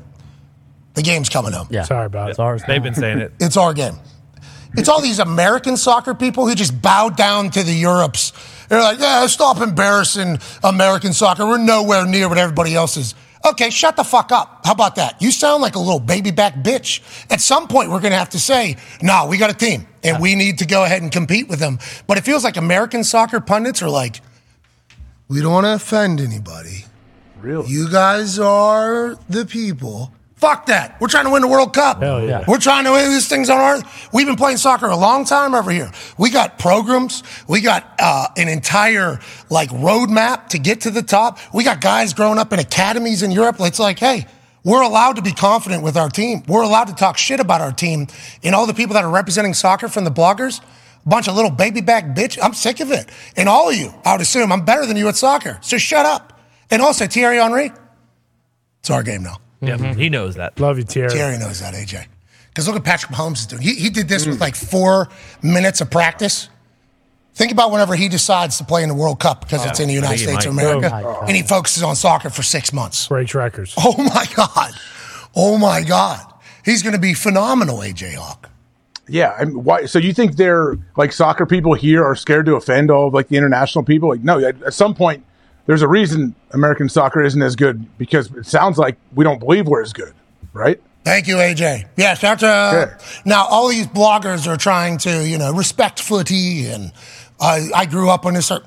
A: the game's coming home.
E: Yeah.
B: Sorry about
C: it. They've been saying it.
A: It's our game. It's all these American soccer people who just bow down to the Europe's. They're like, yeah, stop embarrassing American soccer. We're nowhere near what everybody else is. Okay, shut the fuck up. How about that? You sound like a little baby back bitch. At some point, we're going to have to say, nah, we got a team and we need to go ahead and compete with them. But it feels like American soccer pundits are like, we don't want to offend anybody.
K: Really?
A: You guys are the people. Fuck that. We're trying to win the World Cup.
B: Hell yeah.
A: We're trying to win these things on our. We've been playing soccer a long time over here. We got programs. We got uh, an entire like roadmap to get to the top. We got guys growing up in academies in Europe. It's like, hey, we're allowed to be confident with our team. We're allowed to talk shit about our team and all the people that are representing soccer from the bloggers. a Bunch of little baby back bitch. I'm sick of it. And all of you, I would assume, I'm better than you at soccer. So shut up. And also, Thierry Henry, it's our game now.
C: Yeah, he knows that.
B: Love you, Thierry.
A: Thierry Mm-hmm. knows that, AJ. Because look at Patrick Mahomes is doing. He, he did this with like four minutes of practice. Think about whenever he decides to play in the World Cup because
B: Oh,
A: it's in the
B: I
A: United
B: think he
A: States of
B: might.
A: America,
B: Oh.
A: and he focuses on soccer for six months.
B: Breaks records.
A: Oh my God! Oh my God! He's going to be phenomenal, AJ Hawk.
K: Yeah. I mean, why? So you think they're like soccer people here are scared to offend all of like the international people? Like, no. At, at some point, there's a reason American soccer isn't as good because it sounds like we don't believe we're as good, right?
A: Thank you, AJ. Yes, that's uh,
K: Sure.
A: now all these bloggers are trying to, you know, respect footy, and I I grew up on this. cer-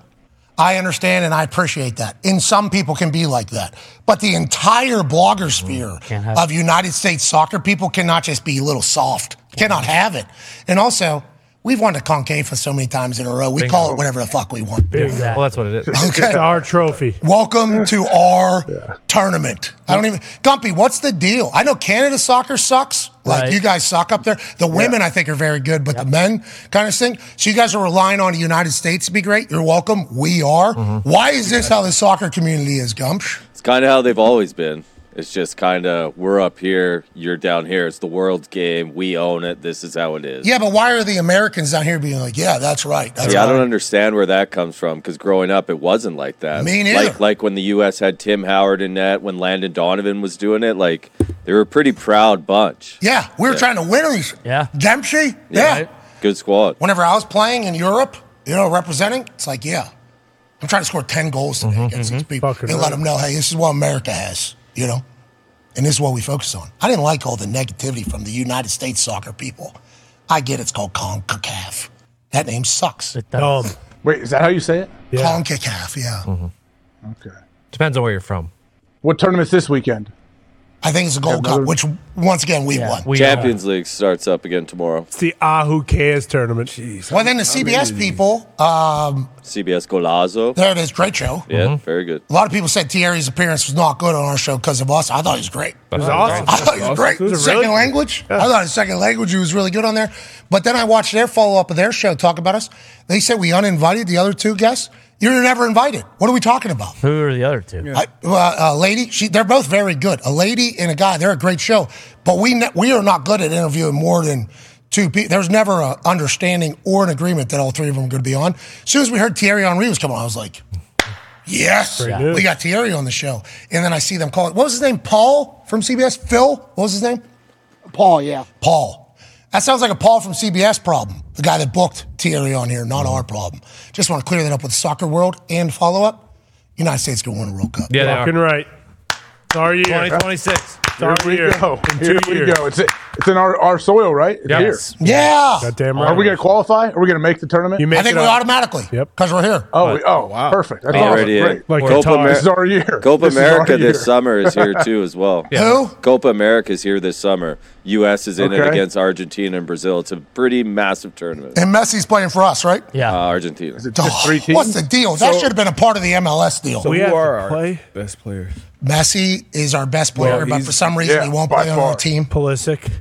A: I understand and I appreciate that. And some people can be like that, but the entire
C: Mm,
A: blogger sphere
E: can't have-
A: of United States soccer people cannot just be a little soft. Cannot have it. And also, we've won the concave for so many times in a row. We
B: Bingo.
A: call it whatever the fuck we want.
C: Well, that's what it is.
A: Okay.
B: It's our trophy.
A: Welcome to our tournament. I don't even. Gumpy, what's the deal? I know Canada soccer sucks. Like
O: Right.
A: you guys suck up there. The women I think are very good, but the men kind of thing. So you guys are relying on the United States to be great. You're welcome. We are.
P: Mm-hmm.
A: Why is this how the soccer community is, Gumsh?
P: It's kind of how they've always been. It's just kind of we're up here, you're down here. It's the world's game. We own it. This is how it is.
A: Yeah, but why are the Americans down here being like, yeah, that's right. That's
P: yeah, I
A: right.
P: don't understand where that comes from because growing up, it wasn't like that.
A: Me neither.
P: Like, like when the U.S. had Tim Howard in net, when Landon Donovan was doing it, like they were a pretty proud bunch.
A: Yeah, we were
P: Yeah.
A: trying to win these. Yeah. Dempsey? yeah.
P: Good squad.
A: whenever I was playing in Europe, you know, representing, it's like, yeah, I'm trying to score 10 goals today against these people. and let
B: Mm-hmm, right.
A: them know, hey, this is what America has, you know, and this is what we focus on. I didn't like all the negativity from the United States soccer people. I get it's called CONCACAF. That name sucks. It
B: does.
K: Wait, is that how you say it?
A: CONCACAF, yeah.
K: Okay.
C: Depends on where you're from.
K: What tournament's this weekend?
A: I think it's a Gold Cup, which once again we won.
P: Champions League starts up again tomorrow.
B: It's the Ah Who Cares tournament. Jeez.
A: Well, then the CBS people, um,
P: CBS Golazo.
A: there it is, great show.
P: Yeah,
K: Mm-hmm.
P: very good.
A: A lot of people said Thierry's appearance was not good on our show because of us. I thought he was great.
P: It was awesome.
A: I thought he was great.
P: It was
A: second
P: really-
A: language. I thought his second language he was really good on there. But then I watched their follow up of their show talk about us. They said we uninvited the other two guests. You're never invited. What are we talking about?
E: Who are the other two?
A: I, uh, a lady. She, they're both very good. A lady and a guy. They're a great show. But we ne- we are not good at interviewing more than two people. There's never an understanding or an agreement that all three of them are going to be on. As soon as we heard Thierry Henry was coming, on, I was like, yes,
B: Pretty good.
A: we got Thierry on the show. And then I see them call it. What was his name? Paul from CBS. Phil. What was his name?
N: Paul, yeah.
A: Paul. That sounds like a Paul from CBS problem. The guy that booked Thierry on here, not our problem. Just want to clear that up with soccer world and follow up. United States going to win a World Cup.
B: Yeah,
A: they
B: Fucking right. It's our year.
C: 2026.
B: It's our
K: Here
B: year.
K: we go.
B: In two
K: Here we
B: years.
K: go. It's, it's in our, our soil, right? It's
B: Yeah.
K: here.
B: Yes.
A: Yeah.
B: Goddamn
K: Are
B: right.
K: we going to qualify? Are we going to make the tournament?
B: You make I think it we up.
A: automatically. Yep. Because we're here.
K: Oh, we- oh, wow. Perfect. That's awesome.
P: Already in.
K: Great.
P: Copa Amer-
K: this is our year.
P: Copa
K: This is our
P: America
K: year.
P: this summer is here too as well.
A: Who?
P: Copa America is here this summer. U.S. is in it
A: Okay.
P: against Argentina and Brazil. It's a pretty massive tournament.
A: And Messi's playing for us, right?
P: Yeah, uh, Argentina. Is
K: it
A: Oh, What's the deal? That should have been a part of the MLS deal.
D: So who are our best players?
A: Messi is our best player,
D: Well,
A: but
D: he's-
A: for some reason
D: yeah,
A: he won't
D: by
A: play on our
D: far.
A: team.
B: Pulisic.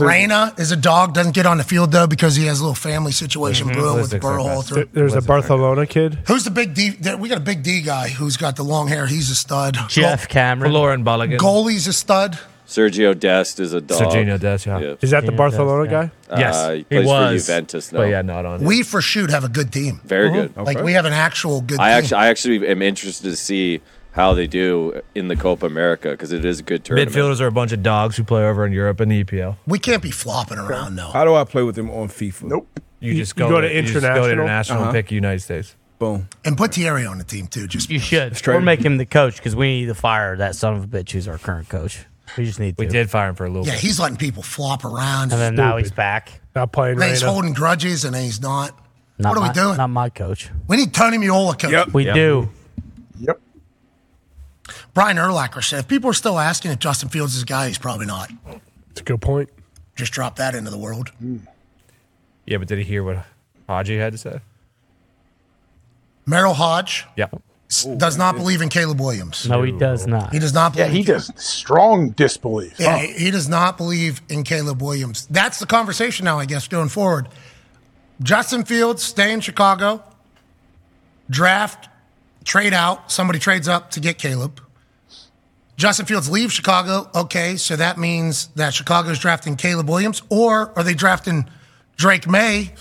A: Reina is a dog, doesn't get on the field though because he has a little family situation
D: Mm-hmm.
A: brewing with Burrow
B: There- There's a Barcelona kid.
A: Who's the big D? there- We got a big D guy who's got the long hair. He's a stud.
E: Jeff Cameron.
C: Lauren Balligan.
A: Goalie's a stud.
P: Sergio Dest is a dog.
C: Sergio Dest, yeah.
B: Is that the Barcelona guy?
P: Uh, he plays for Juventus now.
A: We for shoot have a good team.
P: Very
D: Uh-huh.
P: Mhm. good.
A: Like
P: Okay.
A: we have an actual good
P: I
A: team.
P: actually, I actually am interested to see how they do in the Copa America because it is a good tournament.
C: Midfielders are a bunch of dogs who play over in Europe and the E EPL.
A: we can't be flopping around though.
D: How do I play with them on FIFA? Nope.
C: You just go, to, you just go to international
D: Uh-huh.
C: and pick United States.
D: Boom.
A: And put Thierry on the team too. Just
E: you should.
D: trade
E: Or
D: him.
E: make him the coach because we need to fire that son of a bitch who's our current coach. We just need. To. We
C: did fire him for a little
A: Yeah, he's letting people flop around.
E: and then now he's back.
B: Not playing.
A: And he's
E: Reina.
A: holding grudges and he's not.
E: Not
A: what are
E: my,
A: we doing?
E: Not my coach.
A: We need Tony Miola coach.
E: We do.
A: Brian Erlacher said if people are still asking if Justin Fields is a guy, he's probably not.
B: It's a good point.
A: Just drop that into the world.
C: Yeah, but did he hear what Haji had to say?
A: Merrill Hodge
C: Yeah.
A: s- does not believe in Caleb Williams.
E: No, he does not.
A: He does not
K: Yeah,
A: believe.
K: he does strong disbelief.
A: Yeah,
K: huh?
A: he- he does not believe in Caleb Williams. That's the conversation now, I guess, going forward. Justin Fields stay in Chicago, draft, trade out. Somebody trades up to get Caleb. Justin Fields leaves Chicago. Okay, so that means that Chicago's drafting Caleb Williams, or are they drafting Drake May,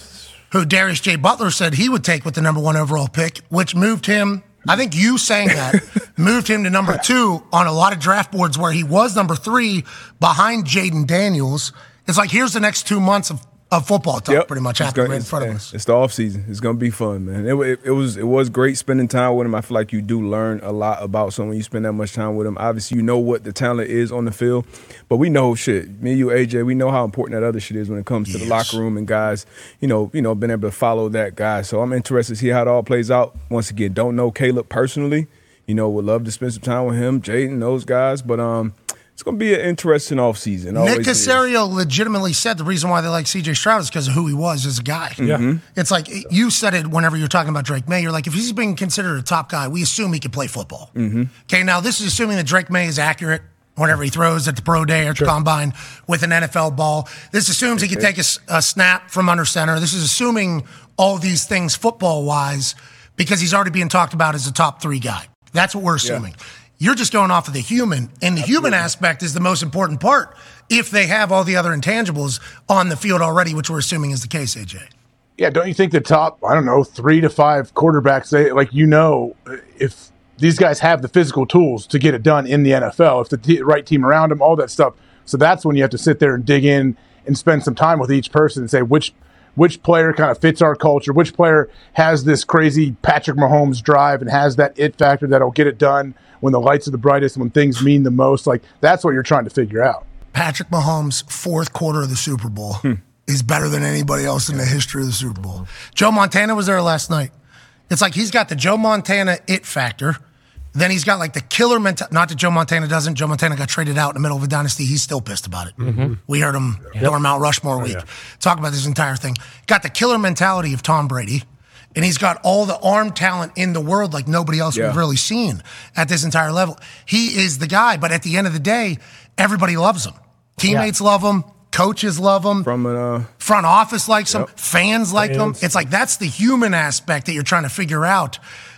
A: who Darius J. Butler said he would take with the number one overall pick, which moved him. I think you saying that moved him to number two on a lot of draft boards where he was number three behind Jaden Daniels. It's like here's the next two months of, of football talk, pretty much
D: It's
A: happening
D: gonna-
A: right in front of
D: it's-
A: us.
D: It's the off season. It's gonna be fun, man. It, wa- it, it was it was great spending time with him. I feel like you do learn a lot about someone you spend that much time with him. Obviously, you know what the talent is on the field, but we know shit. Me, you, AJ, we know how important that other shit is when it comes to the locker room and guys. You know, you know, been able to follow that guy. So I'm interested to see how it all plays out. Once again, don't know Caleb personally. You know, would love to spend some time with him, Jaden, those guys. But um, it's gonna be an interesting offseason.
A: Nick
D: Always is.
A: Casario legitimately said the reason why they like CJ Stroud is because of who he was as a guy.
D: Yeah. Mhm.
A: It's like you said it whenever you're talking about Drake May. You're like, if he's being considered a top guy, we assume he can play football. Mm-hmm. Okay, now this is assuming that Drake May is accurate whenever he throws at the pro day or the combine with an NFL ball. This assumes he can take a, s- a snap from under center. This is assuming all these things football wise because he's already being talked about as a top three guy. That's what we're assuming. You're just going off of the human, and the human aspect is the most important part if they have all the other intangibles on the field already, which we're assuming is the case, AJ.
K: Yeah, don't you think the top, I don't know, three to five quarterbacks, they like you know, if these guys have the physical tools to get it done in the NFL, if the t- right team around them, all that stuff. So that's when you have to sit there and dig in and spend some time with each person and say which which player kind of fits our culture, which player has this crazy Patrick Mahomes drive and has that it factor that'll get it done when the lights are the brightest, when things mean the most. Like that's what you're trying to figure out.
A: Patrick Mahomes' fourth quarter of the Super Bowl is better than anybody else in the history of the Super Bowl. Joe Montana was there last night. It's like he's got the Joe Montana it factor. Then he's got like the killer mentality. Not that Joe Montana doesn't. Joe Montana got traded out in the middle of a dynasty. He's still pissed about it.
O: Mhm.
A: We heard him during Mount Rushmore week talk about this entire thing. Got the killer mentality of Tom Brady, and he's got all the arm talent in the world like nobody else
O: Yeah.
A: we've really seen at this entire level. He is the guy, but at the end of the day, everybody loves him. Teammates love him. Coaches love him.
D: From an, uh,
A: front office likes him. Fans like him.
D: Fans.
A: It's like that's the human aspect that you're trying to figure out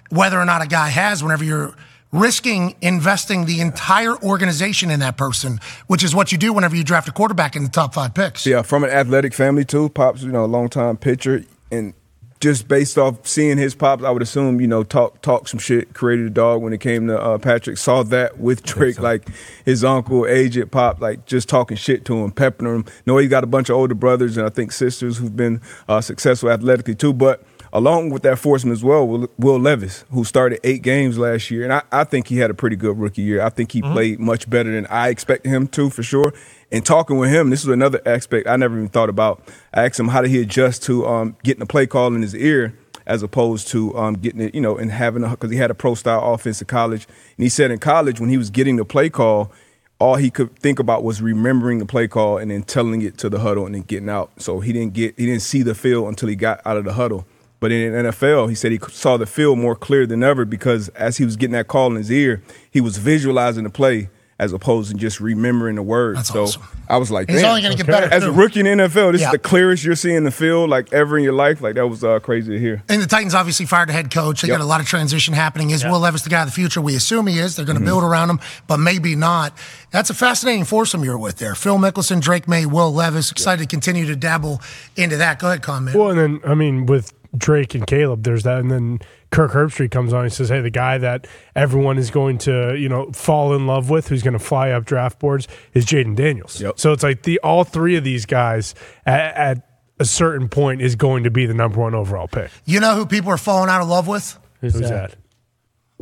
A: whether or not a guy has whenever you're risking investing the entire organization in that person, which is what you do whenever you draft a quarterback in the top five picks.
D: Yeah, from an athletic family too. Pops, you know, a longtime pitcher, and just based off seeing his pops, I would assume you know talk talk some shit, created a dog when it came to uh, Patrick. Saw that with Drake, like his uncle, agent pop, like just talking shit to him, peppering him. Know he got a bunch of older brothers and I think sisters who've been uh, successful athletically too, but. Along with that foursome as well, Will, Will Levis, who started eight games last year, and I, I think he had a pretty good rookie year. I think he
Q: Mhm.
D: played much better than I expected him to, for sure. And talking with him, this is another aspect I never even thought about. I asked him how did he adjust to um, getting a play call in his ear as opposed to um, getting it, you know, and having a because he had a pro style offense in college. And he said in college when he was getting the play call, all he could think about was remembering the play call and then telling it to the huddle and then getting out. So he didn't get he didn't see the field until he got out of the huddle. But in the NFL, he said he saw the field more clear than ever because as he was getting that call in his ear, he was visualizing the play as opposed to just remembering the words. so I was like,
A: He's
D: "Damn."
A: only gonna get better,
D: As a
A: too.
D: rookie in the NFL, this
A: Yeah.
D: is the clearest you're seeing the field like ever in your life. Like that was uh, crazy to hear.
A: And the Titans obviously fired a head coach. They
D: Yep.
A: got a lot of transition happening. Is Will Levis the guy of the future? We assume he is. They're going to
D: Mm-hmm.
A: build around him, but maybe not. That's a fascinating foursome you're with there. Phil Mickelson, Drake May, Will Levis. Excited to continue to dabble into that. Go ahead, comment.
B: Well, and then I mean with Drake and Caleb, there's that, and then Kirk Herbstreit comes on and says, "Hey, the guy that everyone is going to you know fall in love with, who's going to fly up draft boards, is Jaden Daniels." So it's like the all three of these guys at, at a certain point is going to be the number one overall pick.
A: You know who people are falling out of love with?
B: Who's, that?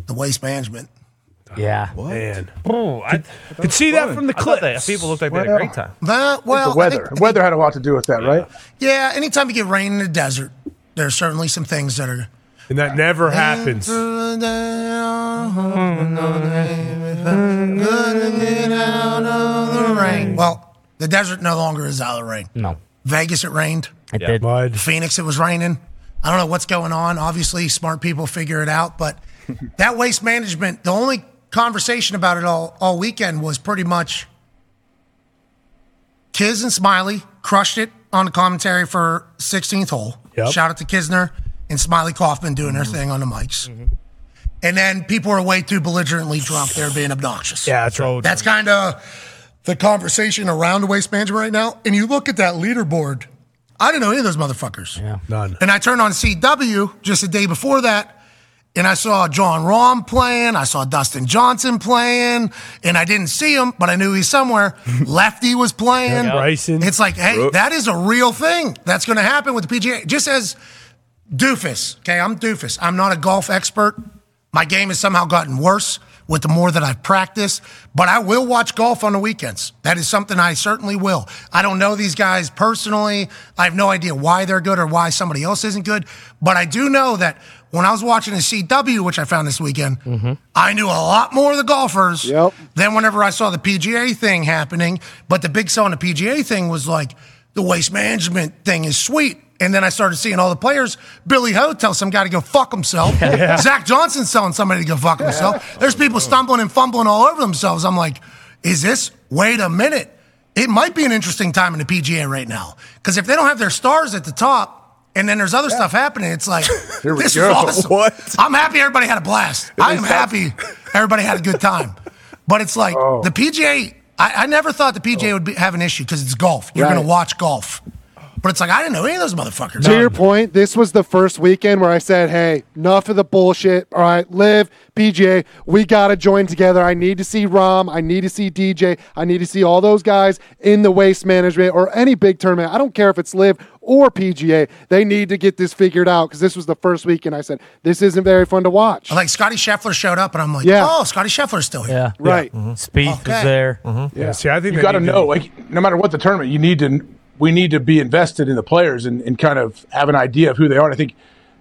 A: The waste management.
E: Yeah,
B: man.
C: Oh, I,
B: could see that from the clip.
C: people looked like they had a great time.
A: That, well,
K: the weather. weather had a lot to do with that, right?
A: yeah. Anytime you get rain in the desert, there's certainly some things that are.
B: And that never happens.
A: Well, the desert no longer is out of the rain.
E: No.
A: Vegas, it rained.
E: It Yeah. did.
A: Phoenix, it was raining. I don't know what's going on. Obviously, smart people figure it out. But that waste management, the only conversation about it all, all weekend was pretty much Kiz and Smiley crushed it on the commentary for 16th hole.
O: Yep.
A: Shout out to Kisner and Smiley Kaufman doing their thing on the mics. And then people are way too belligerently drunk. They're being obnoxious. Yeah,
B: that's right.
A: That's kind of the conversation around waste management right now. And you look at that leaderboard. I didn't know any of those motherfuckers. Yeah.
B: None.
A: And I turned on CW just the day before that, and I saw John Rahm playing. I saw Dustin Johnson playing, and I didn't see him, but I knew he's somewhere. Lefty was playing.
B: Yeah, Bryson.
A: It's like, hey,
B: Brooks.
A: that is a real thing. That's going to happen with the PGA. Just as doofus. Okay, I'm doofus. I'm not a golf expert. My game has somehow gotten worse with the more that I've practiced, but I will watch golf on the weekends. That is something I certainly will. I don't know these guys personally. I have no idea why they're good or why somebody else isn't good, but I do know that when I was watching the CW, which I found this weekend,
C: Mm-hmm.
A: I knew a lot more of the golfers than whenever I saw the PGA thing happening. But the big sell on the PGA thing was like, the waste management thing is sweet. And then I started seeing all the players. Billy Ho tells some guy to go fuck himself.
O: Yeah.
A: Zach Johnson's telling somebody to go fuck himself. There's people stumbling and fumbling all over themselves. I'm like, is this wait a minute. It might be an interesting time in the PGA right now because if they don't have their stars at the top and then there's other stuff happening, it's like
K: Here we
A: this
K: go.
A: is awesome.
K: What?
A: I'm happy everybody had a blast.
K: At
A: I am
K: least that's-
A: happy everybody had a good time. But it's like the PGA. I, I never thought the PGA would be, have an issue because it's golf. You're going
N: Right.
A: to watch golf. But it's like I didn't know any of those motherfuckers.
N: To your point, this was the first weekend where I said, "Hey, enough of the bullshit. All right, live PGA. We gotta join together. I need to see Rom. I need to see DJ. I need to see all those guys in the waste management or any big tournament. I don't care if it's live or PGA. They need to get this figured out because this was the first weekend. I said this isn't very fun to watch.
A: Like Scotty Scheffler showed up, and I'm like,
N: Yeah. Mm-hmm.
A: oh, Scotty Scheffler's still here.
E: Yeah.
N: Right.
E: Speed
A: Okay.
E: is there.
C: Mm-hmm.
B: Yeah. See, I think
K: you
B: they
K: got to
B: need to-
K: know, like, no matter what the tournament, you need to. We need to be invested in the players and, and kind of have an idea of who they are. And I think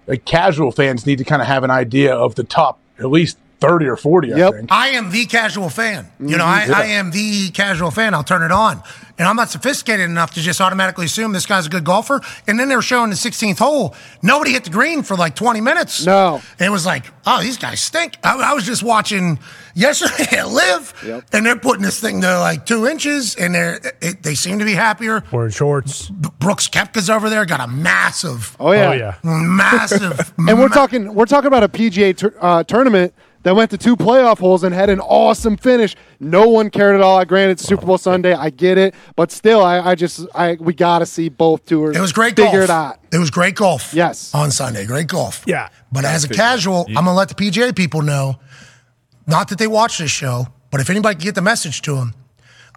K: like casual fans need to kind of have an idea of the top at least thirty or forty. I think.
A: I am the casual fan. You know, I,
N: Mm-hmm.
K: Mhm.
A: I am the casual fan. I'll turn it on. And I'm not sophisticated enough to just automatically assume this guy's a good golfer. And then they were showing the 16th hole. Nobody hit the green for like 20 minutes. No. It was like, oh, these guys stink. I, I was just watching yesterday at Live,
B: Yep.
A: and they're putting this thing to like two inches, and they're, it, they seem to be happier.
B: Wearing shorts.
A: Brooks Kepka's over there, got a massive,
N: Oh yeah,
A: massive.
N: and we're talking we're talking about a PGA tur- uh, tournament that went to two playoff holes and had an awesome finish. No one cared at all. I granted it's Super Bowl Sunday, I get it, but still, I, I just I we got to see both tours.
A: It was great
N: Figure
A: golf.
N: it out.
A: It was great golf. Yes. On Sunday, great golf.
B: Yeah.
A: But as a
B: Figure.
A: casual, I'm going to let the PGA people know not that they watch this show, but if anybody can get the message to them,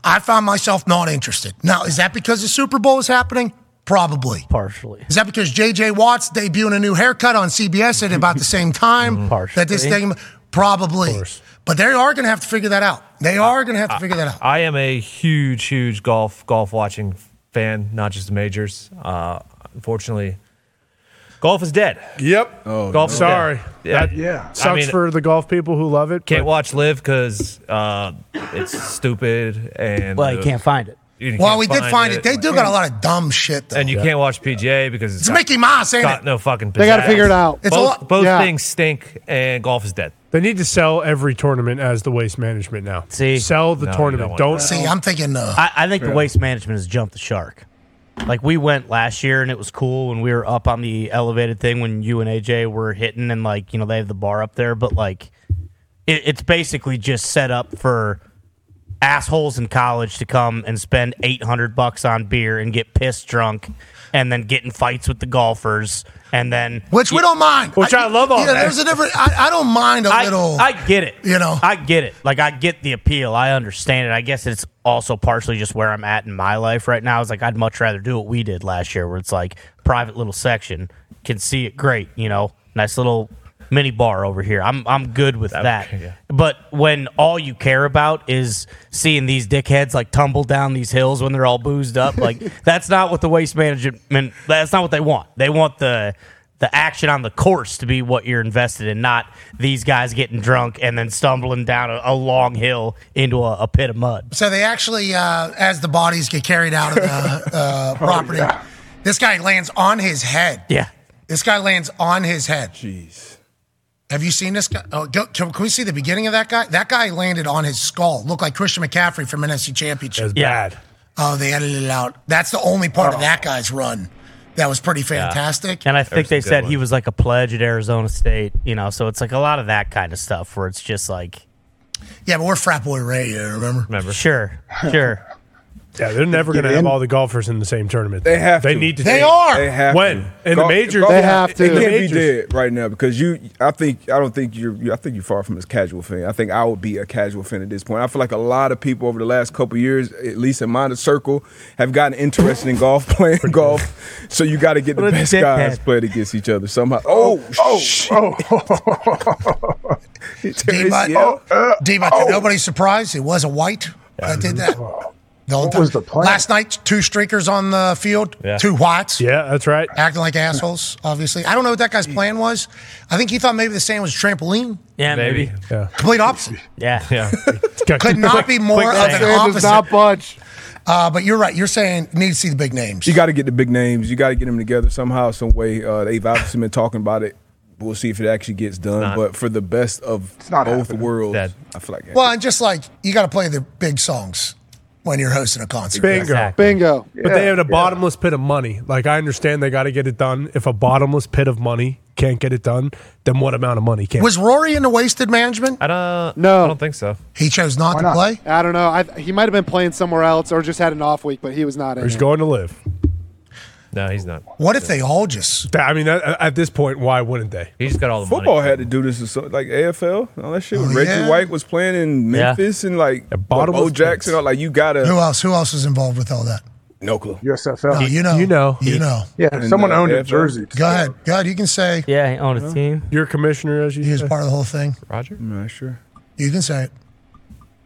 A: I found myself not interested. Now, is that because the Super Bowl is happening? Probably.
E: Partially.
A: Is that because JJ Watts debuting a new haircut on CBS at about the same time that this thing? Probably. But they are going to have to figure that out. They are going to have to figure that out.
C: I am a huge, huge golf golf watching fan, not just the majors. Uh, unfortunately, golf is dead.
B: Yep.
C: Oh, golf. is dead.
B: Sorry.
C: Yeah.
B: That
C: I
B: Sucks
C: mean,
B: for the golf people who love it.
C: Can't watch live because uh, it's stupid and uh,
A: Well, you can't
E: find it.
C: You
A: Well,
C: can't
A: we did find it. They do got a lot of dumb shit. Though.
C: And you can't watch PGA because
A: It's
C: got-
A: Mickey Mouse, ain't
C: got
A: it?
C: no fucking.
A: They gotta
C: pizzazz.
A: figure it out. It's a
C: both
A: lot-
C: both
B: Yeah.
C: things stink, and golf is dead.
B: They need to sell every tournament as the waste management now. See, sell the
E: No, you
B: tournament.
E: don't want
B: Don't
E: that.
A: See, I'm thinking. Uh,
E: I, I think the waste management has jumped the shark. Like we went last year and it was cool when we were up on the elevated thing when you and AJ were hitting and like you know they have the bar up there, but like it, it's basically just set up for assholes in college to come and spend eight hundred bucks on beer and get pissed drunk and then get in fights with the golfers and then
A: Which we don't mind.
E: Which I, love all
A: yeah,
E: that.
A: There's a different. I, I don't mind a
E: I-
A: little.
E: I get it.
A: You know,
E: I get it. Like I get the appeal. I understand it. I guess it's also partially just where I'm at in my life right now. It's like I'd much rather do what we did last year, where it's like private little section, can see it great, you know, nice little mini bar over here. I'm I'm good with that. But when all you care about is seeing these dickheads like tumble down these hills when they're all boozed up, like that's not what the waste management. That's not what they want. They want the the action on the course to be what you're invested in, not these guys getting drunk and then stumbling down a, a long hill into a, a pit of mud.
A: So they actually, uh, as the bodies get carried out of
E: Oh,
A: the uh, property, this guy lands on his head.
E: Yeah.
A: This guy lands on his head. Jeez. Have you seen this guy? Oh, go, can, can we see the beginning of that guy? That guy landed on his skull. Looked like Christian McCaffrey from NFC Championship.
B: That's Yeah. bad.
A: Oh, they edited it out. That's the only part of
E: Oh.
A: that guy's run that was pretty fantastic.
E: And I think they said he was like a pledge at Arizona State, you know, so it's like a lot of that kind of stuff where it's just like
A: Yeah, but we're frat boy Ray here. Remember?
E: Remember? Sure. Sure.
B: Yeah, they're never
A: Get
B: going to have
A: in.
B: all the golfers in the same tournament.
D: They have.
B: They
D: to.
B: need to.
A: They
B: take-
A: are.
D: They have
B: when
D: to.
B: in the
D: Golf-
B: majors,
D: golf-
B: In
D: It
B: the
D: can't be
B: majors,
D: dead right now because you. I think. I don't think you're. You, I think you're far from as casual fan. I think I would be a casual fan at this point. I feel like a lot of people over the last couple years, at least in my circle, have gotten interested in golf, playing golf. So you got to get the
K: What a
D: best
K: dickhead.
D: guys played against each other somehow. Oh, oh, oh.
A: D-Butt, D-Butt, to nobody's surprise, it was a white that did that. The whole time. Last night, two streakers on the field,
B: Yeah.
A: two whites.
B: Yeah, that's right.
A: Acting like assholes, obviously. I don't know what that guy's plan was. I think he thought maybe the sand was a trampoline.
E: Yeah,
C: maybe.
B: Yeah.
A: Complete opposite.
E: Yeah.
C: Yeah.
A: Could not be more of an
N: Sand
A: opposite.
N: does not budge.
A: Uh, but you're right. You're saying need to see the big names.
D: You got to get the big names. You got to get them together somehow, some way. Uh, they've obviously been talking about it We'll see if it actually gets done.
A: not.
D: but for the best of
A: not
D: both
A: happening.
D: worlds, I feel like
A: Well, and just like you got to play the big songs when you're hosting a concert.
B: Bingo. Exactly.
N: Bingo.
B: But they have a bottomless pit of money. Like I understand they got to get it done. If a bottomless pit of money can't get it done, then what amount of money can?
A: Was Rory into wasted management?
C: I don't.
N: No. I
C: don't think so.
A: He chose not to play.
N: I don't know. I, he might have been playing somewhere else or just had an off week, but he was not in.
B: He's
N: it.
B: going to live.
C: No, he's not.
A: What if they all just?
B: I mean, at, at this point, why wouldn't they?
C: He just got all the
D: football had to do this or something like AFL. and All that shit. Reggie
A: Oh, yeah.
D: White was playing in
A: Yeah.
D: Memphis and like
A: bottom
D: Bo
A: of
D: Jackson. All, like you gotta
A: Who else? Who else was involved with all that?
D: no clue.
A: No,
K: USFL.
A: you know. You know. You know.
K: Yeah, someone owned a
A: it.
K: jersey.
A: Go ahead. Go ahead. You can say.
E: Yeah, he owned a team.
B: You're a commissioner, as you.
A: He was part of the whole thing.
C: Roger.
D: I'm not sure.
A: You can say it.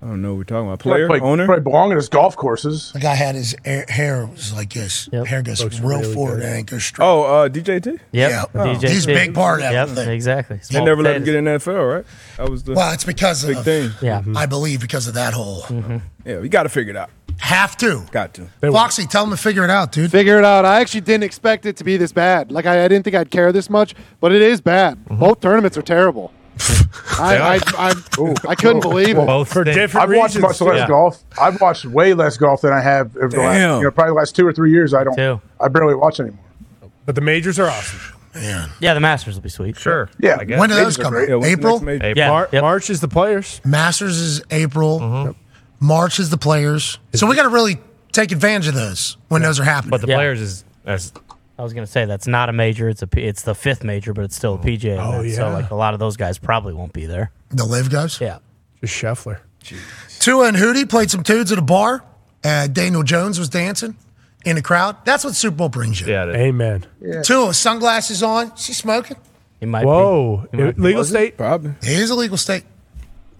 D: I don't know. what We're talking about
K: Probably
D: player
K: play-
D: owner.
K: probably belong in his golf courses.
A: The guy had his air, hair was like this. Hair goes
K: Looks
A: real
K: really
A: forward
K: good.
A: and it goes straight.
D: Oh, uh, DJT.
A: Yeah.
D: DJT.
A: He's a big part of
E: Yep,
A: everything.
E: exactly.
D: They never let him get in the NFL, right? That was the
A: Well, it's because
D: big
A: of
D: thing. Mm-hmm.
E: Yeah.
A: I believe because of that whole.
C: Mm-hmm.
D: Yeah, you got to figure it out.
A: Have to.
D: Got to.
A: Foxy, tell him to figure it out, dude.
N: Figure it out. I actually didn't expect it to be this bad. Like I, I didn't think I'd care this much, but it is bad.
B: Mm-hmm.
N: Both tournaments are terrible. I, I,
K: oh.
N: I, I couldn't believe it.
K: Both
B: for different
K: I've watched
B: reasons.
K: much less
B: Yeah.
K: golf. I've watched way less golf than I have over the
B: Damn.
K: last, you know, probably the last two or three years. I don't. I barely watch anymore.
B: But the majors are awesome.
E: Yeah, the Masters will be sweet.
C: Sure.
K: Yeah.
A: When do those come? out? April?
E: Yeah.
B: Mar- March is the players.
A: Masters is April.
C: Mm-hmm.
A: March is the players. So we got to really take advantage of those when those are happening.
C: But the players is that's
E: I was gonna say that's not a major. It's a P- it's the fifth major, but it's still a PGA.
A: Oh,
E: event, So
A: yeah.
E: like a lot of those guys probably won't be there.
A: The live guys?
E: Yeah.
B: Just Scheffler.
A: Tua and Hootie played some tunes at a bar. Uh, Daniel Jones was dancing in the crowd. That's what Super Bowl brings you.
C: Yeah.
B: Amen.
A: Tua, sunglasses on. She smoking.
E: It might
B: Whoa. Legal state?
D: Probably.
A: He is a legal state.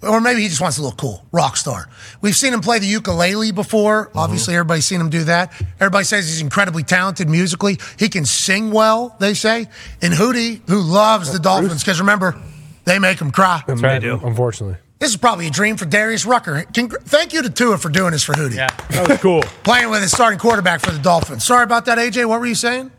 A: Or maybe he just wants to look cool. Rock star. We've seen him play the ukulele before.
E: Uh-huh.
A: Obviously, everybody's seen him do that. Everybody says he's incredibly talented musically. He can sing well, they say. And Hootie, who loves the Dolphins, because remember, they make him cry.
B: They do. Unfortunately.
A: This is probably a dream for Darius Rucker. Congr- thank you to Tua for doing this for Hootie. Yeah,
B: that was cool.
A: Playing with his starting quarterback for the Dolphins. Sorry about that, AJ. What were you saying?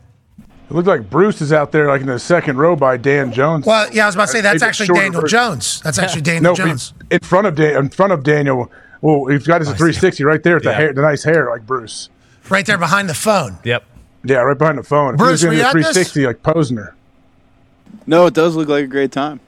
K: It looked like Bruce is out there, like in the second row by Dan Jones.
A: Well, yeah, I was about to say that's
K: It's a
A: actually
K: shorter
A: Daniel
K: version.
A: Jones. That's actually Daniel
K: but
A: Jones.
K: In front of Dan, in front of Daniel. Well, he's got his 360 right there with the hair, the nice hair, like Bruce.
A: Right there behind the phone.
C: Yep.
K: Yeah, right behind the phone. If
A: Bruce,
K: he
A: were
K: was
A: you
K: doing
A: at
K: the
A: this?
K: 360 like Posner.
O: No, it does look like a great time,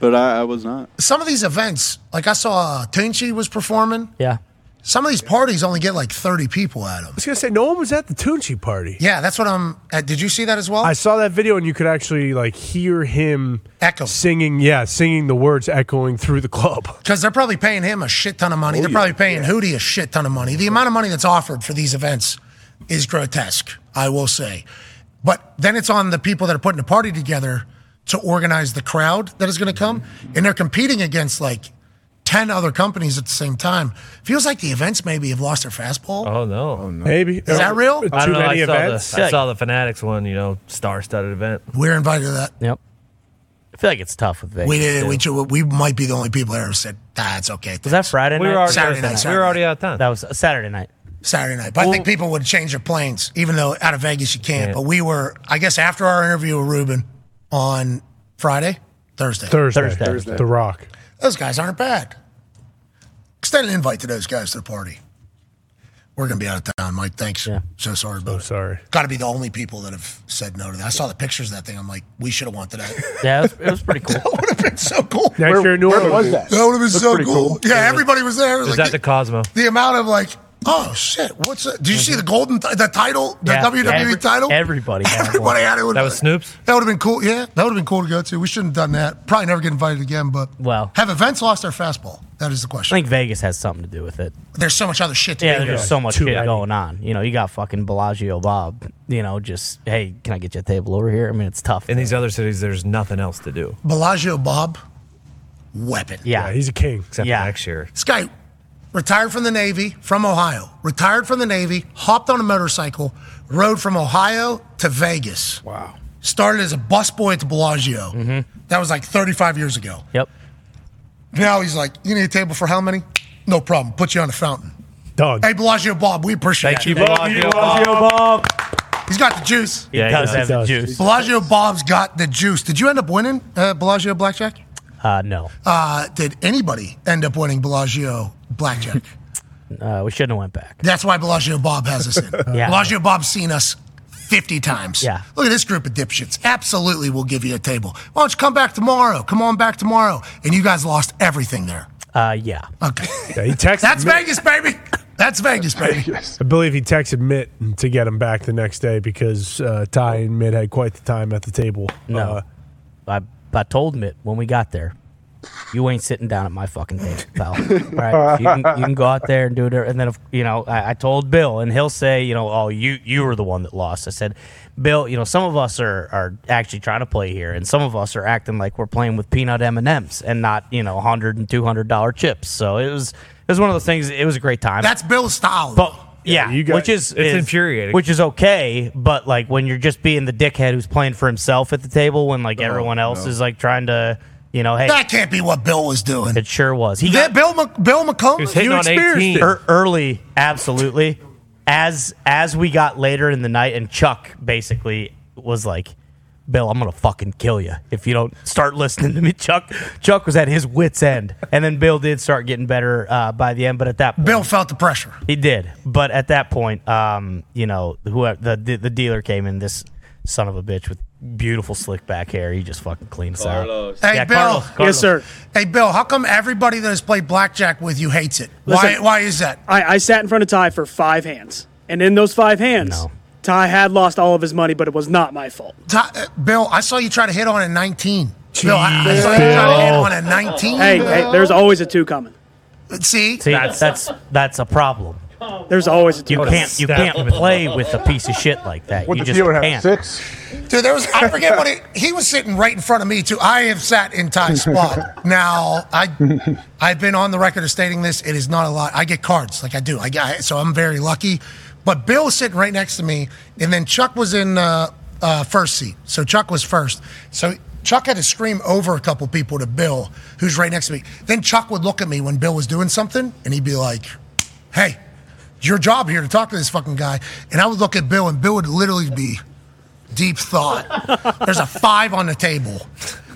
O: but I, I was not.
A: Some of these events, like I saw uh, Tunchi was performing.
E: Yeah.
A: Some of these parties only get like 30 people at them. I
B: was gonna say no one was at the Tunchi party.
A: Yeah, that's what I'm. Uh, did you see that as well?
B: I saw that video and you could actually like hear him
A: Echo.
B: singing, yeah, singing the words echoing through the club.
A: Because they're probably paying him a shit ton of money. they're probably paying Hootie a shit ton of money. The amount of money that's offered for these events is grotesque, I will say. But then it's on the people that are putting the party together to organize the crowd that is going to come. And they're competing against like 10 other companies at the same time. Feels like the events maybe have lost their fastball.
C: Oh no. Oh no.
B: Maybe. Is
A: that real?
C: I
A: Too
C: don't know.
A: many
C: I saw,
A: events?
C: The, I saw the Fanatics one, you know, star-studded event.
A: We're invited to that.
E: Yep. I feel like it's tough with Vegas.
A: we did.
E: too.
A: We, ju- we might be the only people that ever said, that's Ah, okay.
E: was that Friday
A: We
E: night?
A: were already Saturday out of night, time. Saturday We were
C: already out of time.
E: That was uh, Saturday night.
A: Saturday night. But I think people would change their planes, even though out of Vegas you can't. But we were, I guess, after our interview with Ruben on Friday, Thursday.
B: Thursday. The Rock.
A: Those guys aren't bad. Extend an invite to those guys to the party. We're going to be out of town, Uh, Mike. Thanks. So sorry about it.
B: Sorry.
A: Got to be the only people that have said no to that. I saw the pictures of that thing. I'm like, we should have wanted that.
E: Yeah, it was, it was pretty cool. that
A: would have been so cool.
B: Next year, New Orleans.
A: That would have been
B: That's
A: so
B: pretty cool.
A: cool. Yeah, everybody was there. It
C: Is
A: was like,
C: that the Cosmo?
A: the amount of like, oh shit, what's that? Did you see the golden, th- the title, the
C: Yeah.
A: WWE
C: Every-
A: title?
E: Everybody had
A: Everybody had it.
C: That was Snoop's.
A: That would have been cool. Yeah, that would have been cool to go to. We shouldn't have done that. Probably never get invited again. But
E: Well,
A: have events lost their fastball? That is the
E: I
A: question.
E: think Vegas has something to do with it.
A: There's so much other shit. To
E: Yeah,
A: do.
E: there's just so much shit going on. You know, you got fucking Bellagio Bob. You know, just hey, can I get you a table over here? I mean, it's tough.
C: In these other cities, there's nothing else to do.
A: Bellagio Bob, weapon.
E: Yeah,
B: he's a king.
C: Except next year.
A: This guy retired from the Navy from Ohio. Retired from the Navy, hopped on a motorcycle, rode from Ohio to Vegas. Wow. Started as a busboy at the Bellagio. That was like 35 years ago.
E: Mm-hmm. Yep.
A: Now he's like, you need a table for how many? No problem. Put you on the fountain.
B: Done.
A: Hey, Bellagio Bob, we appreciate
C: Thank you,
A: you.
C: Bellagio Bob.
A: He's got the juice.
E: He Yeah, he does does. have He the does. juice.
A: Bellagio Bob's got the juice. Did you end up winning uh, Bellagio Blackjack?
E: Uh, no,
A: Uh, did anybody end up winning Bellagio Blackjack?
E: uh, we shouldn't have went back.
A: That's why Bellagio Bob has us in.
E: Yeah.
A: Bellagio Bob's seen us 50 times.
E: Yeah.
A: Look at this group of dipshits. Absolutely, we'll give you a table. Why don't you come back tomorrow? Come on back tomorrow. And you guys lost everything there.
E: Uh, yeah.
A: Okay.
B: he texted
A: That's
B: me-
A: Vegas, baby. That's Vegas, baby.
B: I believe he texted Mitt to get him back the next day because uh, Ty and Mitt had quite the time at the table.
E: No.
B: Uh,
C: Uh-huh.
E: I, I told Mitt when we got there, you ain't sitting down at my fucking table, pal. All right, you can, you can go out there and do it. And then, if, you know, I, I told Bill, and he'll say, you know, oh, you you were the one that lost. I said, Bill, you know, some of us are are actually trying to play here, and some of us are acting like we're playing with peanut M and M's and not you know, hundred and two hundred dollar chips. So it was it was one of those things. It was a great time.
A: That's Bill's style.
E: But yeah,
C: you guys-
E: which is
C: It's
E: is-
C: infuriating.
E: Which is okay, but like when you're just being the dickhead who's playing for himself at the table, when like everyone else
A: no.
E: is like trying to, you know, hey,
A: That can't be what Bill was doing.
E: It sure was. He
A: That Bill, Mc- Bill McComb,
E: Er- early, absolutely. As as we got later in the night, and Chuck basically was like, "Bill, I'm gonna fucking kill you if you don't start listening to me." Chuck Chuck was at his wits end, and then Bill did start getting better uh, by the end. But at that, point,
A: Bill felt the pressure.
E: He did, but at that point, um, you know, who the the dealer came in this son of a bitch with beautiful slick back hair. He just fucking cleaned us out.
R: Carlos.
A: Hey,
E: Yeah,
A: Bill.
E: Carlos, Carlos.
A: Hey, Bill, how come everybody that has played blackjack with you hates it? why,
L: Listen.
A: why is that?
L: I, I sat in front of Ty for five hands, and in those five hands, Ty had lost all of his money, but it was not my fault.
A: Ty, uh, Bill, I saw you try to hit on a 19. Bill, I, I saw you try to hit on a 19.
L: Hey, hey, there's always a two coming.
A: See,
E: See, that's that's, that's a problem.
L: There's always a two.
E: You
L: coming.
E: can't you can't play with a piece of shit like that.
L: What
E: you
L: the
E: just
L: dealer have,
E: can't.
A: Dude, there was, I forget what it, he was sitting right in front of me, too. I have sat in Ty's spot. Now, I, I've been on the record of stating this. It is not a lot. I get cards, like I do. I, I So I'm very lucky. But Bill was sitting right next to me, and then Chuck was in uh, uh, first seat. So Chuck was first. So Chuck had to scream over a couple people to Bill, who's right next to me. Then Chuck would look at me when Bill was doing something, and he'd be like, hey, it's your job here to talk to this fucking guy. And I would look at Bill, and Bill would literally be deep thought. There's a five on the table.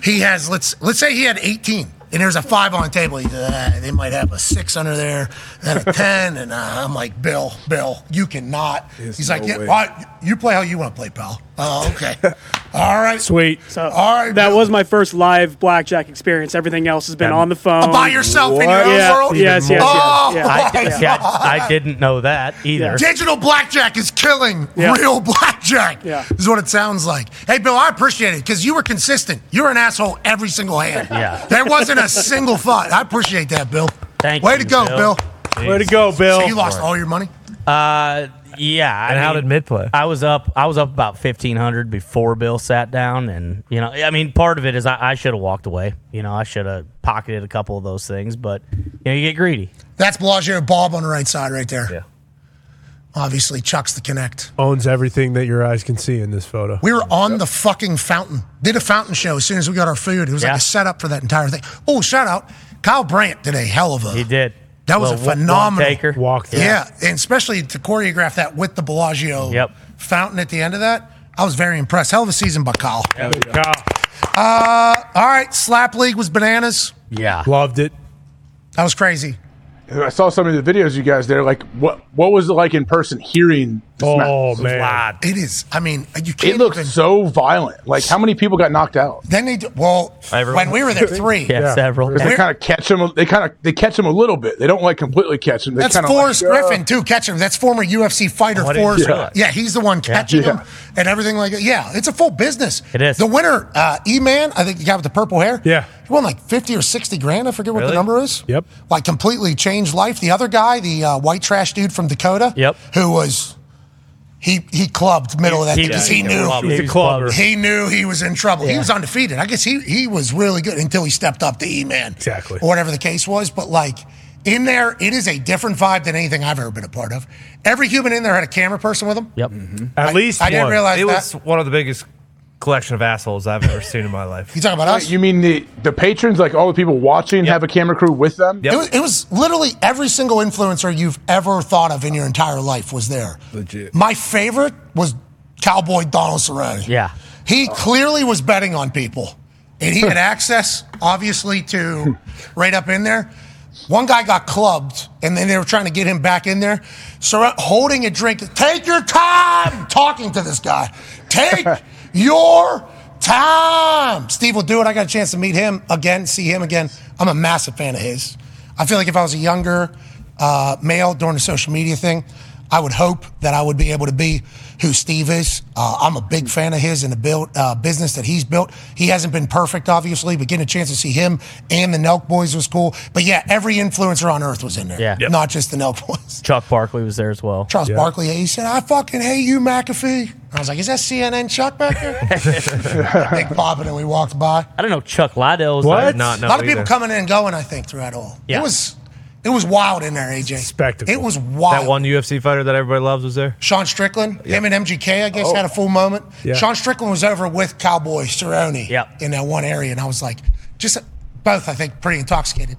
A: He has let's let's say he had 18, and there's a five on the table. He, uh, they might have a six under there, then a ten, and uh, I'm like, Bill, Bill, you cannot.
S: There's
A: He's like,
S: no
A: yeah,
S: way.
A: why- you play how you want to play, pal. Oh, okay. All right.
B: Sweet.
L: So
A: All right,
L: that was my first live blackjack experience. Everything else has been on the phone
A: By yourself in your own
L: yeah,
A: world? Oh!
L: Yes, yes, yes. yeah.
E: I, yeah, I didn't know that either.
A: Digital blackjack is killing
E: Yeah.
A: real blackjack. Is what it sounds like. Hey, Bill, I appreciate it because you were consistent. You were an asshole every single hand.
E: Yeah.
A: There wasn't a single thought. I appreciate that, Bill.
E: Thank
A: Way
E: you,
A: to go,
E: Bill.
A: Bill.
E: Way to go, Bill.
A: So you lost all your money?
E: Uh, yeah.
C: And how did mid play?
E: I was up. I was up about fifteen hundred before Bill sat down, and you know, I mean, part of it is I, I should have walked away. You know, I should have pocketed a couple of those things, but you know, you get greedy.
A: That's Bellagio Bob on the right side right there. Yeah. Obviously, Chuck's the connect.
B: owns everything that your eyes can see in this photo.
A: We were on the fucking fountain. Did a fountain show as soon as we got our food. It was like a setup for that entire thing. Oh, shout out. Kyle Brandt did a hell of a. He
E: did.
A: That was
E: Well,
A: a
E: walk-
A: phenomenal.
E: walk taker. Walk through.
A: Yeah. And especially to choreograph that with the Bellagio
E: Yep.
A: fountain at the end of that. I was very impressed. Hell of a season by Kyle.
B: Yeah, we go.
A: Uh, all right. Slap League was bananas.
E: Yeah.
B: Loved it.
A: That was crazy.
K: I saw some of the videos you guys did. Like, what what was it like in person hearing? This
A: Oh,
K: match?
A: It is. I mean, you can't
K: it looked
A: even.
K: so violent. Like, how many people got knocked out?
A: Then they d- well when we were there three.
K: They kind of catch them. They kind of they catch them a little bit. They don't like completely catch them. They
A: That's
K: kinda
A: Forrest
K: like,
A: Griffin too. Catch him. That's former UFC fighter
K: Oh, I didn't
A: Forrest.
K: see that.
A: Yeah, he's the one catching him and everything like that. Yeah, it's a full business. It is. The winner, uh, E Man, I think the guy with the purple hair. Yeah, he won like fifty or sixty grand. I forget what the
B: Really?
A: number is. Yep. Like completely changed life. The other guy, the uh, white trash dude from Dakota.
E: Yep.
A: Who was. He, he clubbed middle of that
E: He-
A: because
E: yeah,
A: he,
E: he
A: knew
E: clubbed. He's a clubber.
A: he knew he was in trouble. He
E: Yeah.
A: was undefeated. I guess he he was really good until he stepped up to E Man
B: Exactly.
A: or whatever the case was. But like in there, it is a different vibe than anything I've ever been a part of. Every human in there had a camera person with them.
E: Yep.
C: At
A: Mm-hmm. I-
C: least
A: I didn't
C: one.
A: realize
C: it
A: that.
C: was one of the biggest collection of assholes I've ever seen in my life.
A: You talking about us?
K: You mean the the patrons? Like all the people watching have a camera crew with them?
A: It, was, it was literally every single influencer you've ever thought of in your entire life was there. Legit. My favorite was Cowboy Donald Cerrone.
E: Yeah.
A: He clearly was betting on people, and he had access, obviously, to right up in there. One guy got clubbed, and then they were trying to get him back in there. Cerrone holding a drink, take your time, talking to this guy. Take your time. Steve will do it. I got a chance to meet him again, see him again. I'm a massive fan of his. I feel like if I was a younger uh, male during the social media thing, I would hope that I would be able to be who Steve is. Uh, I'm a big fan of his and the build, uh, business that he's built. He hasn't been perfect, obviously, but getting a chance to see him and the Nelk Boys was cool. But yeah, every influencer on earth was in there,
E: Yeah. Yep.
A: not just the Nelk Boys.
E: Chuck Barkley was there as well.
A: Charles Barkley, he said, I fucking hate you, McAfee. I was like, is that CNN Chuck back there? Big popping and we walked by.
E: I don't know. Chuck Liddell was
A: What?
E: there. Not
A: a lot of people coming in and going, I think, throughout all.
E: Yeah.
A: It was it was wild in there, AJ. Spectacle. It was
C: That
A: wild.
C: one UFC fighter that everybody loves was there.
A: Sean Strickland, him and MGK, I guess,
C: Oh.
A: had a full moment.
C: Yeah.
A: Sean Strickland was over with Cowboy Cerrone in that one area, and I was like, just both, I think, pretty intoxicated.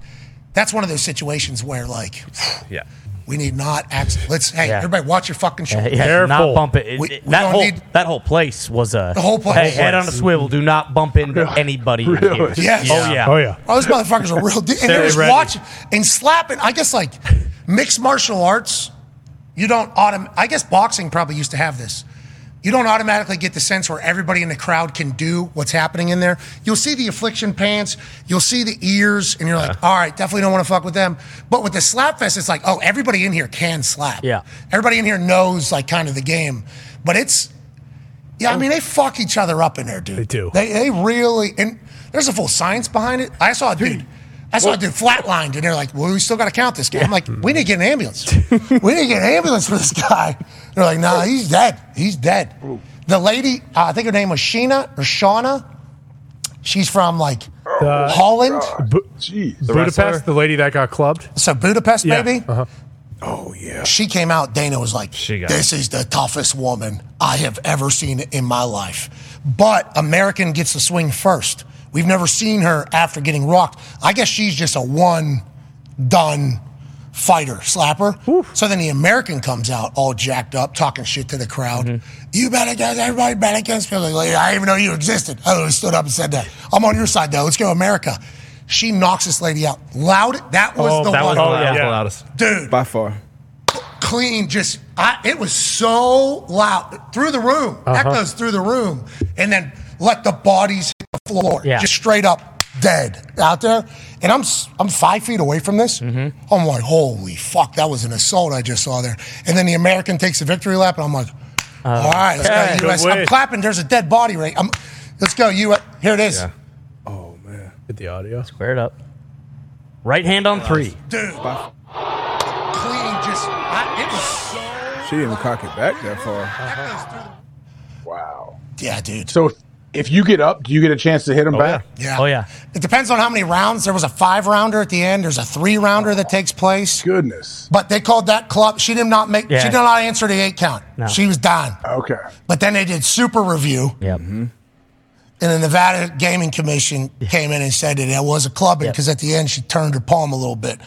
A: That's one of those situations where, like,
C: Yeah.
A: we need not act. Let's, hey, everybody, watch your fucking shit.
E: Yeah, yeah, not bump it. It-
A: We-
E: it-
A: we
E: that
A: don't
E: whole
A: need-
E: that whole place was a
A: The whole place.
E: Hey, head on a swivel. Do not bump into anybody. in here.
A: Really? Yes.
E: Oh yeah.
A: Oh, those motherfuckers are real. Di- and
E: They're
A: they're just
E: ready.
A: watching and slapping. I guess like mixed martial arts, you don't autom. I guess boxing probably used to have this. You don't automatically get the sense where everybody in the crowd can do what's happening in there. You'll see the affliction pants, you'll see the ears, and you're like, all right, definitely don't want to fuck with them. But with the slap fest, it's like, oh, everybody in here can slap.
E: Yeah.
A: Everybody in here knows like kind of the game. But it's yeah, I mean they fuck each other up in there, dude. They do. They they really and there's a full science behind it. I saw a dude. I saw a dude flatlined, and they're like, "Well, we still got to count this guy." I'm like, "We need to get an ambulance. we need to get an ambulance for this guy." They're like, "Nah, he's dead. He's dead." The lady, uh, I think her name was Sheena or Shauna. She's from like
B: The-
A: Holland,
B: The Budapest, the lady that got clubbed.
A: So Budapest,
B: Yeah.
A: maybe.
B: Uh-huh.
A: She came out. Dana was like,
B: got
A: "This is the toughest woman I have ever seen in my life." But American gets the swing first. We've never seen her after getting rocked. I guess she's just a one done fighter slapper. So then the American comes out all jacked up, talking shit to the crowd.
C: Mm-hmm.
A: You bet against everybody, bet against me. Like, I didn't even know you existed. I stood up and said that. I'm on your side though. Let's go, America. She knocks this lady out loud. Oh, That was the
C: Oh, that
A: one
C: was the loudest. the loudest.
A: dude.
D: By far.
A: clean just I, it was so loud through the room
D: Uh-huh.
A: echoes through the room and then let the bodies hit the floor
E: Yeah.
A: just straight up dead out there and i'm s- i'm five feet away from this i'm like holy fuck that was an assault i just saw there and then the american takes the victory lap and i'm like
E: Uh,
A: all right let's
B: okay.
A: go
B: Good
A: us i'm
B: win.
A: clapping there's a dead body right i'm let's go us here it is
B: Get the audio.
E: Square it up. Right hand on three.
A: dude clean just I, it was so
D: She didn't even cock it back that far.
K: Wow.
A: Yeah, dude.
K: So if, if you get up, do you get a chance to hit him back?
A: Yeah. Oh
E: yeah.
A: It depends on how many rounds. There was a five rounder at the end. There's a three rounder that takes place.
K: Goodness.
A: But they called that club. She did not make.
K: Yeah.
A: She did not answer the eight count.
K: No.
A: She was done.
K: Okay.
A: But then they did super review.
E: Yep.
A: And the Nevada Gaming Commission came in and said that it was a clubbing because at the end she turned her palm a little bit.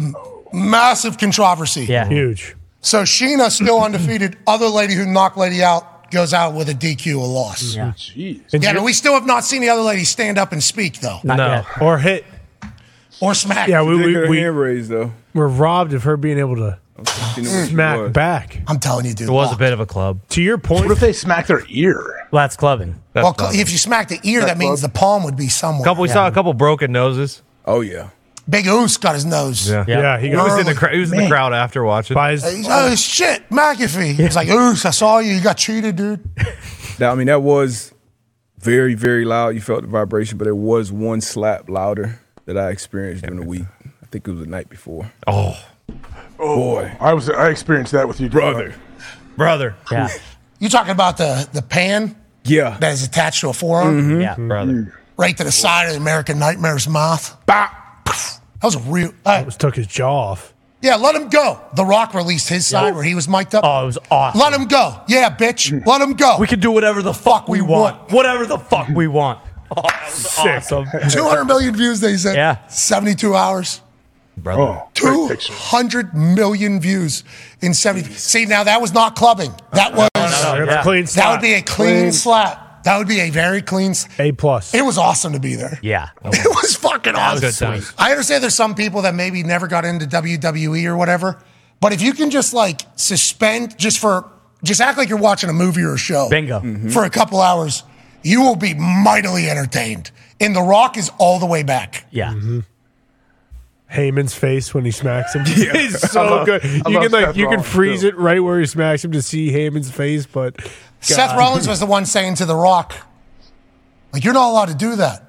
A: M- Massive controversy.
B: Yeah. Huge.
A: So Sheena still undefeated. Other lady who knocked lady out goes out with a DQ, a loss.
B: Yeah.
K: Jeez.
A: Yeah, but we still have not seen the other lady stand up and speak though.
B: no. Or hit.
A: Or smack.
B: Yeah, we, we, we
D: hand raised though.
B: were robbed of her being able to smack back.
A: I'm telling you, dude.
C: It was a bit of a club.
B: To your point,
K: what if they smack their ear?
E: Well, that's clubbing.
A: well, cl- if you smack the ear, that, means the palm would be somewhere.
C: couple, we saw a couple broken noses.
D: Oh yeah.
A: Big Oos got his nose.
C: Yeah, He, was in the cra- he was in the crowd after watching.
A: He's, oh shit, McAfee. He's like, Oos, I saw you. You got cheated, dude.
D: That, I mean, that was very, very loud. You felt the vibration, but there was one slap louder that I experienced during the week. I think it was the night before.
C: Oh,
D: boy,
K: I was I experienced that with you, brother.
C: brother.
E: Yeah.
A: You talking about the the pan?
D: Yeah.
A: That is attached to a forearm.
E: Yeah, brother.
A: Right to the side of the American Nightmare's mouth. Bop. That was a real.
B: Almost took his jaw off.
A: Yeah, let him go. The Rock released his side where he was mic'd up. Oh,
E: it was awesome.
A: Let him go. Yeah, bitch. Let him go. We
E: can do whatever the fuck we want. Whatever the fuck we want. Oh, that was awesome.
A: 200 million views, they said. Yeah. 72 hours.
B: Oh.
C: brother.
A: 200 million views in 70. See, now that was not clubbing. That was.
C: no, no,
B: That's a clean
A: That
B: slap.
A: would be a clean,
B: Clean.
A: slap. That would be a very clean.
B: A plus.
A: It was awesome to be there.
E: Yeah.
A: It was fucking
E: That was
A: awesome.
E: good times.
A: I understand there's some people that maybe never got into WWE or whatever, but if you can just like suspend just for just act like you're watching a movie or a show. Mm-hmm.
E: Bingo.
A: For a couple hours, you will be mightily entertained. And The Rock is all the way back.
E: Yeah.
B: Mm-hmm. Heyman's face when he smacks him
A: Yeah.
B: is
A: I
B: so
A: love-
B: good.
A: I
B: You
A: love
B: can like
A: Seth
B: you can
A: Rollins,
B: freeze it right where he smacks him to see Heyman's face, but
A: Seth
B: God.
A: Rollins was the one saying to The Rock, like, you're not allowed to do that.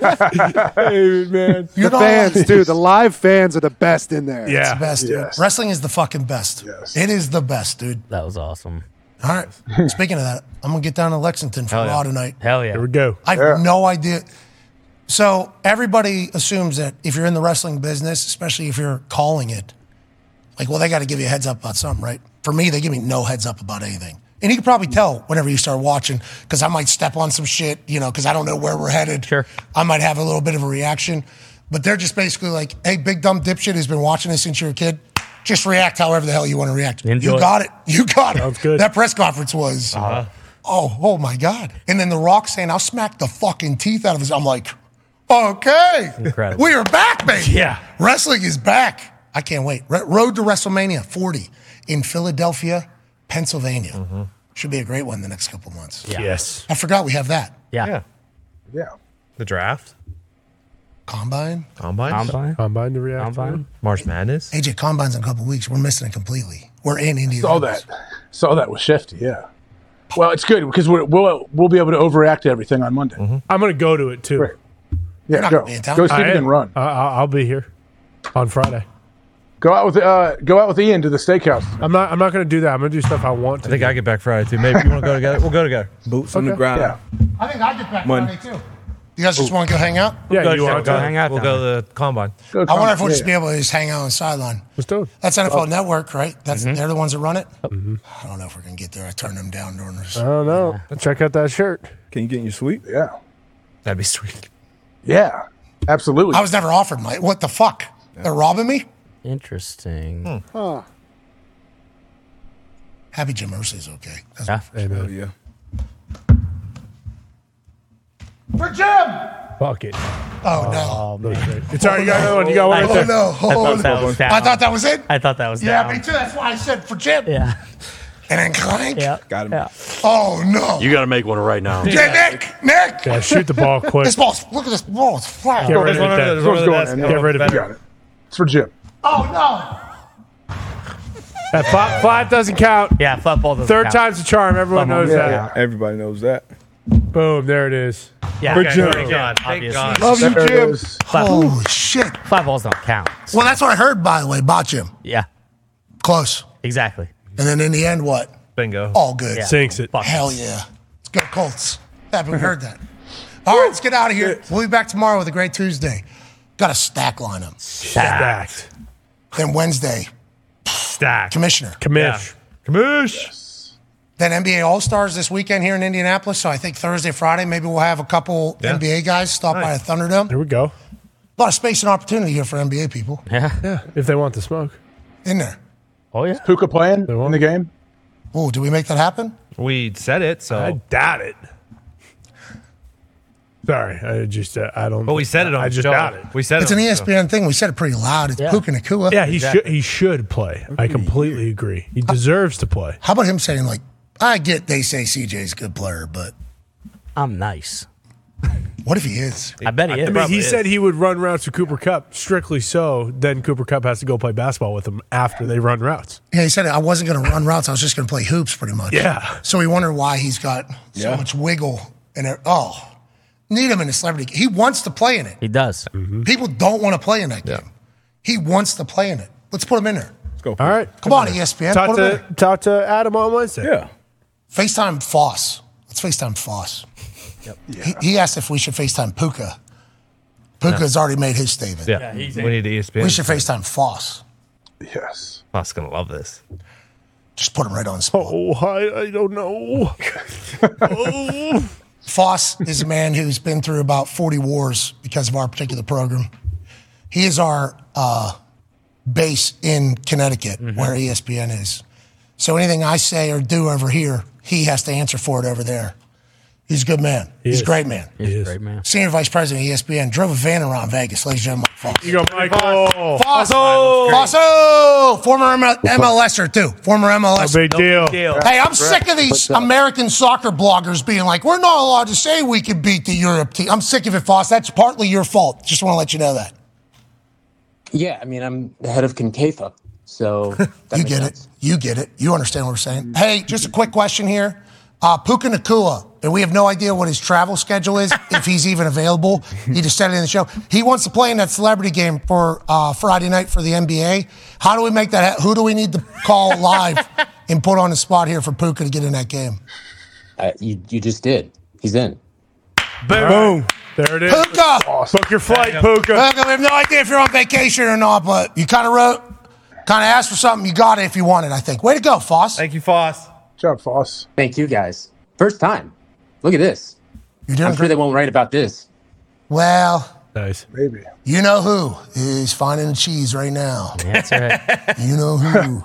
B: Hey, man.
N: The
A: not-
N: fans, dude. The live fans are the best in there.
A: It's the best, dude. Wrestling is the fucking best. It is the best, dude.
E: That was awesome.
A: All right. Speaking of that, I'm gonna get down to Lexington for
E: Hell yeah.
A: Raw tonight.
E: Hell yeah. Here we
B: go.
A: I have no idea. So everybody assumes that if you're in the wrestling business, especially if you're calling it, like, well, they got to give you a heads up about something, right? For me, they give me no heads up about anything. And you can probably tell whenever you start watching because I might step on some shit, you know, because I don't know where we're headed. Sure. I might have a little bit of a reaction. But they're just basically like, hey, big dumb dipshit who's been watching this since you were a kid, just react however the hell you want to react.
E: Enjoy.
A: You got it. You got it.
E: Sounds good. Uh-huh.
A: That press conference was. Oh, oh my God. And then The Rock saying, I'll smack the fucking teeth out of his. I'm like, okay.
E: Incredible.
A: We are back, baby.
E: Yeah.
A: Wrestling is back. I can't wait. Ro- Road to WrestleMania 40 in Philadelphia, Pennsylvania.
E: Mm-hmm.
A: Should be a great one the next couple months.
C: Yes.
A: I forgot we have that.
E: Yeah.
C: yeah. The draft.
A: Combine.
C: Combine.
E: Combine.
B: Combine the reaction.
C: Combine. March Madness.
A: AJ, Combine's in a couple weeks. We're missing it completely. We're in India.
K: Saw that. Saw that with Shefty. Yeah. Well, it's good because we're, we'll we'll be able to overreact to everything on Monday.
B: I'm gonna go to it too.
K: Yeah, go. Go see
B: I
K: it
B: am.
K: and run.
B: I- I- I'll be here on Friday.
K: Go out with uh, go out with Ian to the steakhouse.
B: I'm not. I'm not gonna do that. I'm gonna do stuff I want to.
C: I think I get back Friday too. Maybe you want to go together. We'll go together.
D: Boots on the ground.
A: I think I get back
C: Mon-
A: Friday too. You guys just want to go hang out?
C: We'll go, we'll go hang out. We'll go to the combine.
A: I wonder if we'll just be able to just hang out on the sideline.
B: Let's do it.
A: That's NFL Network, right? That's
E: Mm-hmm.
A: they're the ones that run it. I don't know if we're gonna get there. I turned them down during this.
B: I don't know. Check out that shirt.
D: Can you get in your suite?
K: Yeah.
C: That'd be sweet.
K: Yeah. Absolutely.
A: I was never offered my. What the fuck? They're robbing me.
E: Interesting.
B: Hmm.
N: Huh.
A: Happy Jim Mercy's okay.
E: Yeah.
D: yeah.
A: For Jim.
B: Fuck it.
A: Oh no.
B: It's already got another one. You got one
A: Oh,
B: right there.
A: no. Oh,
E: I thought
A: no.
E: that was down.
A: I thought that was it.
E: I thought that was
A: yeah,
E: down.
A: me too. That's why I said for Jim.
E: Yeah.
A: And then clank.
E: Yeah.
D: Got him.
A: Oh no.
T: You got to make one right now.
A: Yeah, Nick. Nick.
B: Yeah, shoot the ball quick.
A: This ball's. Look at this ball. It's flat.
B: Get rid of it.
C: There's one
B: Get
C: under the desk.
B: rid of it.
K: Got it. It's for Jim.
A: Oh no.
B: That flop, flop doesn't count.
E: Yeah, football doesn't
B: Third
E: count.
B: time's a charm. Everyone
E: Flop
B: knows
E: ball.
B: that.
E: Yeah.
D: Everybody knows that.
B: Boom. There it is.
E: Yeah.
B: Good job.
E: Thank God.
C: Thank
E: Obviously.
C: God.
B: Love you,
K: There it
B: Jim.
K: is.
A: Holy shit.
E: Five balls don't count.
A: Well, that's what I heard. By the way, bought Jim.
E: Yeah.
A: Close.
E: Exactly.
A: And then in the end, what?
C: Bingo.
A: All good.
E: Yeah.
B: Sinks it.
E: Fuck.
A: Hell yeah. Let's go Colts. Happy we heard that. All right, let's get out of here. We'll be back tomorrow with a great Tuesday. Got a stack lineup.
B: Stacked.
A: Then Wednesday,
C: Stacked.
A: Commissioner.
B: Commish. Commish.
A: Then NBA All Stars this weekend here in Indianapolis. So I think Thursday, Friday, maybe we'll have a couple
C: Yeah.
A: NBA guys stop
C: Nice.
A: by the Thunderdome.
B: There we go.
A: A lot of space and opportunity here for NBA people
E: Yeah.
B: Yeah. If they want the smoke.
A: in there.
E: Oh yeah.
K: Puka playing in the game.
A: Oh, do we make that happen?
C: We said it, so.
B: I doubt it. Sorry, I just uh, I don't.
C: but we said it on
B: I
C: the
B: just
C: show.
B: doubt it.
C: We said
A: It's
C: it.
A: an E
C: on the show.
A: ESPN thing. We said it pretty loud. It's
E: Yeah.
A: Puka Nakua.
B: Yeah, he
E: Exactly.
B: should he should play. I completely agree. He deserves to play.
A: How about him saying, like, I get they say CJ's a good player, but
E: I'm nice.
A: what if he is?
E: I bet he is.
B: I mean, he said he would run routes with Cooper Cup strictly so. Then Cooper Cup has to go play basketball with him after they run routes.
A: Yeah, he said I wasn't going to run routes. I was just going to play hoops, pretty much.
B: Yeah.
A: So we wonder why he's got so
D: Yeah.
A: much wiggle and it, oh, need him in a celebrity. He wants to play in it.
E: He does.
A: People don't want to play in that game. He wants to play in it. Let's put him in there.
B: All right,
A: Come on, E ESPN.
B: Talk
A: Put him in
B: to
A: there.
B: talk to Adam on Wednesday.
D: Yeah.
A: FaceTime Foss. Let's FaceTime Foss. He, he asked if we should FaceTime Puka. Puka's already made his statement.
C: Yeah, we need ESPN.
A: We should FaceTime Foss.
K: Yes.
C: Foss gonna love this.
A: Just put him right on the spot.
B: Oh, I, I don't know. oh.
A: Foss is a man who's been through about 40 wars because of our particular program. He E is our uh, base in Connecticut, where ESPN is. So anything I say or do over here, he has to answer for it over there. He's a good man. He's a great man.
E: He's a great man.
A: Senior Vice President of E ESPN drove a van around Vegas, ladies and gentlemen.
B: You go, Michael.
A: Fossil, Fossil, former ML- MLSer too, former MLSer.
B: No big No deal. big deal.
A: Hey, I'm
B: Correct.
A: sick of these
B: What's up?
A: American soccer bloggers being like, "We're not allowed to say we can beat the Europe team." I'm sick of it, Foss. That's partly your fault. Just want to let you know that.
U: Yeah, I mean, I'm the head of Kincafa, so
A: you get it. You get it. You understand what we're saying. Hey, just a quick question here. Uh, Puka Nakua, and we have no idea what his travel schedule is, if he's even available. He just said it in the show. He wants to play in that celebrity game for uh, Friday night for the NBA. How do we make that? ha- Who do we need to call live and put on the spot here for Puka to get in that game?
U: uh, you you just did. He's in.
B: Boom. There it is.
A: Puka!
B: Book your flight,
A: Puka,
B: Puka.
A: we have no idea if you're on vacation or not, but you kind of wrote, kind of asked for something. You got it if you want it, I think. Way to go, Foss. Thank
C: you, Foss.
K: Good job, Foss.
U: Thank you guys. First time. Look at this.
A: You're doing
U: I'm sure they won't write about this.
A: Well,
B: Nice.
K: Maybe.
A: You know who is finding the cheese right now.
C: That's right.
A: You know who.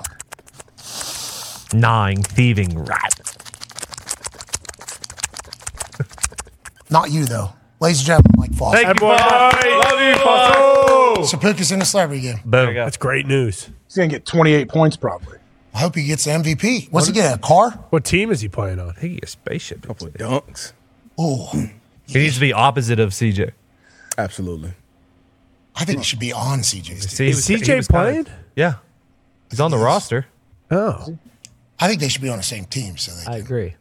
C: Gnawing, thieving rat.
A: Not you, though. Ladies and gentlemen, Mike Foss.
B: Thank you, boy. Love you, Fosso.
A: So Puka's in the celebrity game.
C: Boom.
B: That's great news.
K: He's going to get 28 points probably.
A: I hope he gets the MVP. What's he get? A car?
B: What team is he playing on?
C: He a spaceship. Couple of
V: dunks.
A: Oh,
C: He needs to be opposite of CJ.
V: Absolutely.
A: I think he should be on CJ's
C: See, he was- he was kinda- yeah, he's on the roster.
B: Oh.
A: I think they should be on the same team. So they I
U: agree.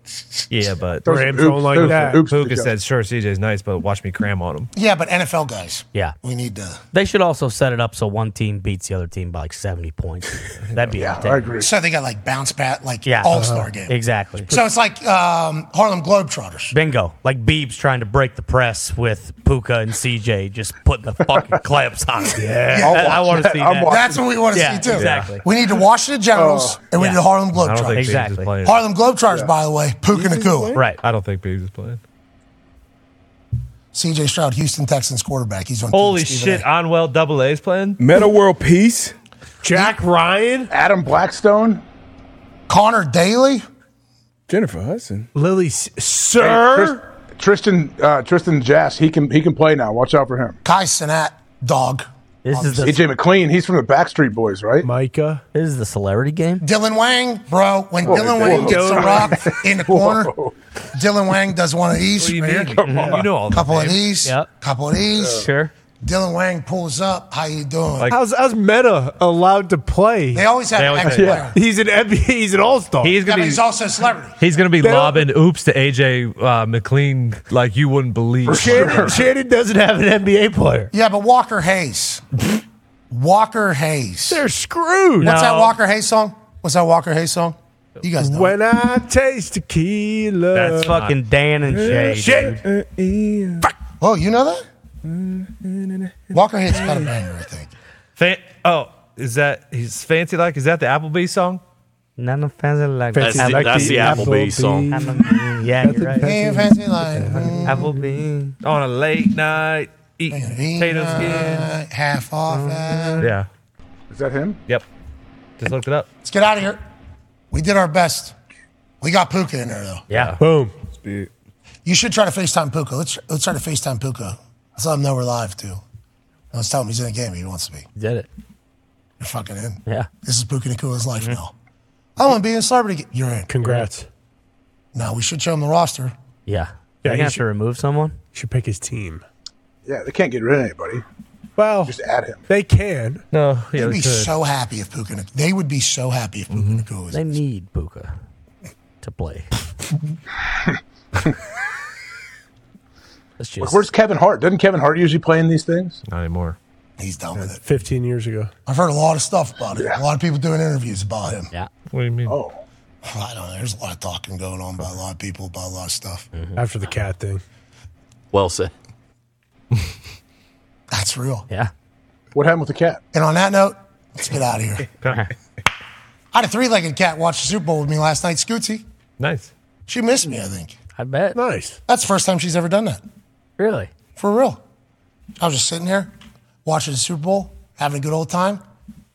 C: Yeah, but
A: Those Rams oops- don't like those that. oops
C: Puka
A: to
C: said, "Sure, CJ's nice, but watch me cram on him."
A: Yeah, but NFL guys.
E: Yeah.
A: We need to.
E: They should also set it up so one team beats the other team by like 70 points. That'd be yeah,
A: So they got like bounce pat, like
E: Yeah. Uh-huh.
A: all star game.
E: Exactly.
A: So it's like um, Harlem Globetrotters.
E: Bingo. Like Beebs trying to break the press with Puka and CJ just putting the fucking clamps on. him.
A: Yeah.
E: I- I, want to see that.
A: That's what we want to
E: Yeah,
A: see too.
E: Exactly.
A: We need the Washington Generals
E: Oh.
A: and we
E: Yeah.
A: need the Harlem
E: I don't think
A: Globetrotters.
E: Beavs is Exactly. playing.
A: Harlem Globetrotters, by the way, Puka Nakua.
E: Right.
C: I don't think Beavs is playing.
A: CJ Stroud, Houston Texans quarterback. He's on. team
C: Holy
A: with Stephen
C: shit! Onwell Double A's playing.
V: Meta World Peace.
B: Jack Ryan.
K: Adam Blackstone.
A: Connor Daly.
V: Jennifer Hudson.
B: Lily
K: Hey, Tris- Tristan uh, Tristan Jass, he can he can play now. Watch out for him.
A: Kai Sinat, dog.
E: This is the-
K: AJ McLean. He's from the Backstreet Boys, right?
B: Micah.
E: This is the celebrity game.
A: A. Dylan Wang, bro. When
K: Whoa,
A: Dylan
K: whoa,
A: Wang
K: whoa.
A: gets a
K: Whoa.
A: rock in the corner, Dylan Wang does one of these.
C: What do you
A: right
C: mean?
A: here.
C: Come on. You know all that,
A: Couple of
C: babe.
A: these.
C: Yep.
A: Couple of these.
E: Sure.
A: Dylan Wang pulls up. How you doing?
B: how's, how's Meta allowed to play?
A: They always have They always an extra do. player.
B: He's an NBA, he's an all star.
A: yeah,
C: He's gonna
A: but
C: be
A: he's also a celebrity.
C: he's gonna be
B: They don't-
C: lobbing oops to AJ uh, McLean like you wouldn't believe.
B: Shannon, Shannon doesn't have an NBA player.
A: Yeah, but Walker Hayes. Walker Hayes. They're
B: screwed.
A: What's that
B: No.
A: Walker Hayes song? What's that Walker Hayes song? You guys know.
B: When I taste tequila.
E: That's fucking Dan and Shay. dude.
B: Shit.
A: Oh, you know that? Walker Hayes got a banger, I think.
C: Fan- oh, is that he's fancy like? Is that the Applebee song?
E: None of fancy like
W: That's the- that's the Applebee song.
E: Yeah, you're right.
A: Hey, fancy like
E: Applebee.
C: On a late night, eat potato
A: uh,
C: skin.
A: half off. uh,
C: Yeah.
K: Is that him?
C: Yep. Just looked it up.
A: Let's get out of here. We did our best. We got Puka in there though.
E: Yeah.
B: Boom.
A: You should try to FaceTime Puka. Let's let's try to FaceTime Puka. Let's let him know we're live too. And Let's tell him he's in the game. He wants to be.
E: Did it.
A: You're fucking in.
E: Yeah. Mm-hmm.
A: This is Puka Nakula's life now. I want to be in a celebrity. ga- You're in.
B: Congrats.
A: No, we should show him the roster.
E: Yeah.
B: Yeah,
E: They're
B: he
E: gonna have
B: should-
E: to remove someone.
B: Should pick his team.
K: Yeah, they can't get rid of anybody.
B: Well,
K: just add him.
B: They can.
C: No,
A: They'd be so happy if Puka. Nak- They would be so happy if Puka Nakua was.
E: Mm-hmm. They need Buka to play. Let's
K: Like, where's Kevin Hart? Doesn't Kevin Hart usually play in these things?
C: Not anymore.
A: He's done with it.
B: 15 years ago.
A: I've heard a lot of stuff about it. A lot of people doing interviews about him.
E: Yeah.
C: What do you mean?
K: Oh,
A: I don't know. There's a lot of talking going on by a lot of people about a lot of stuff.
E: Mm-hmm.
B: After the cat thing.
W: Well said.
A: That's real.
E: Yeah.
K: What happened with the cat?
A: And on that note, let's get out of here. I had a three-legged cat watch the Super Bowl with me last night, Scootsy.
C: Nice.
A: She missed me, I think.
E: I bet.
B: Nice.
A: That's the first time she's ever done that.
E: Really?
A: For real. I was just sitting there watching the Super Bowl, having a good old time,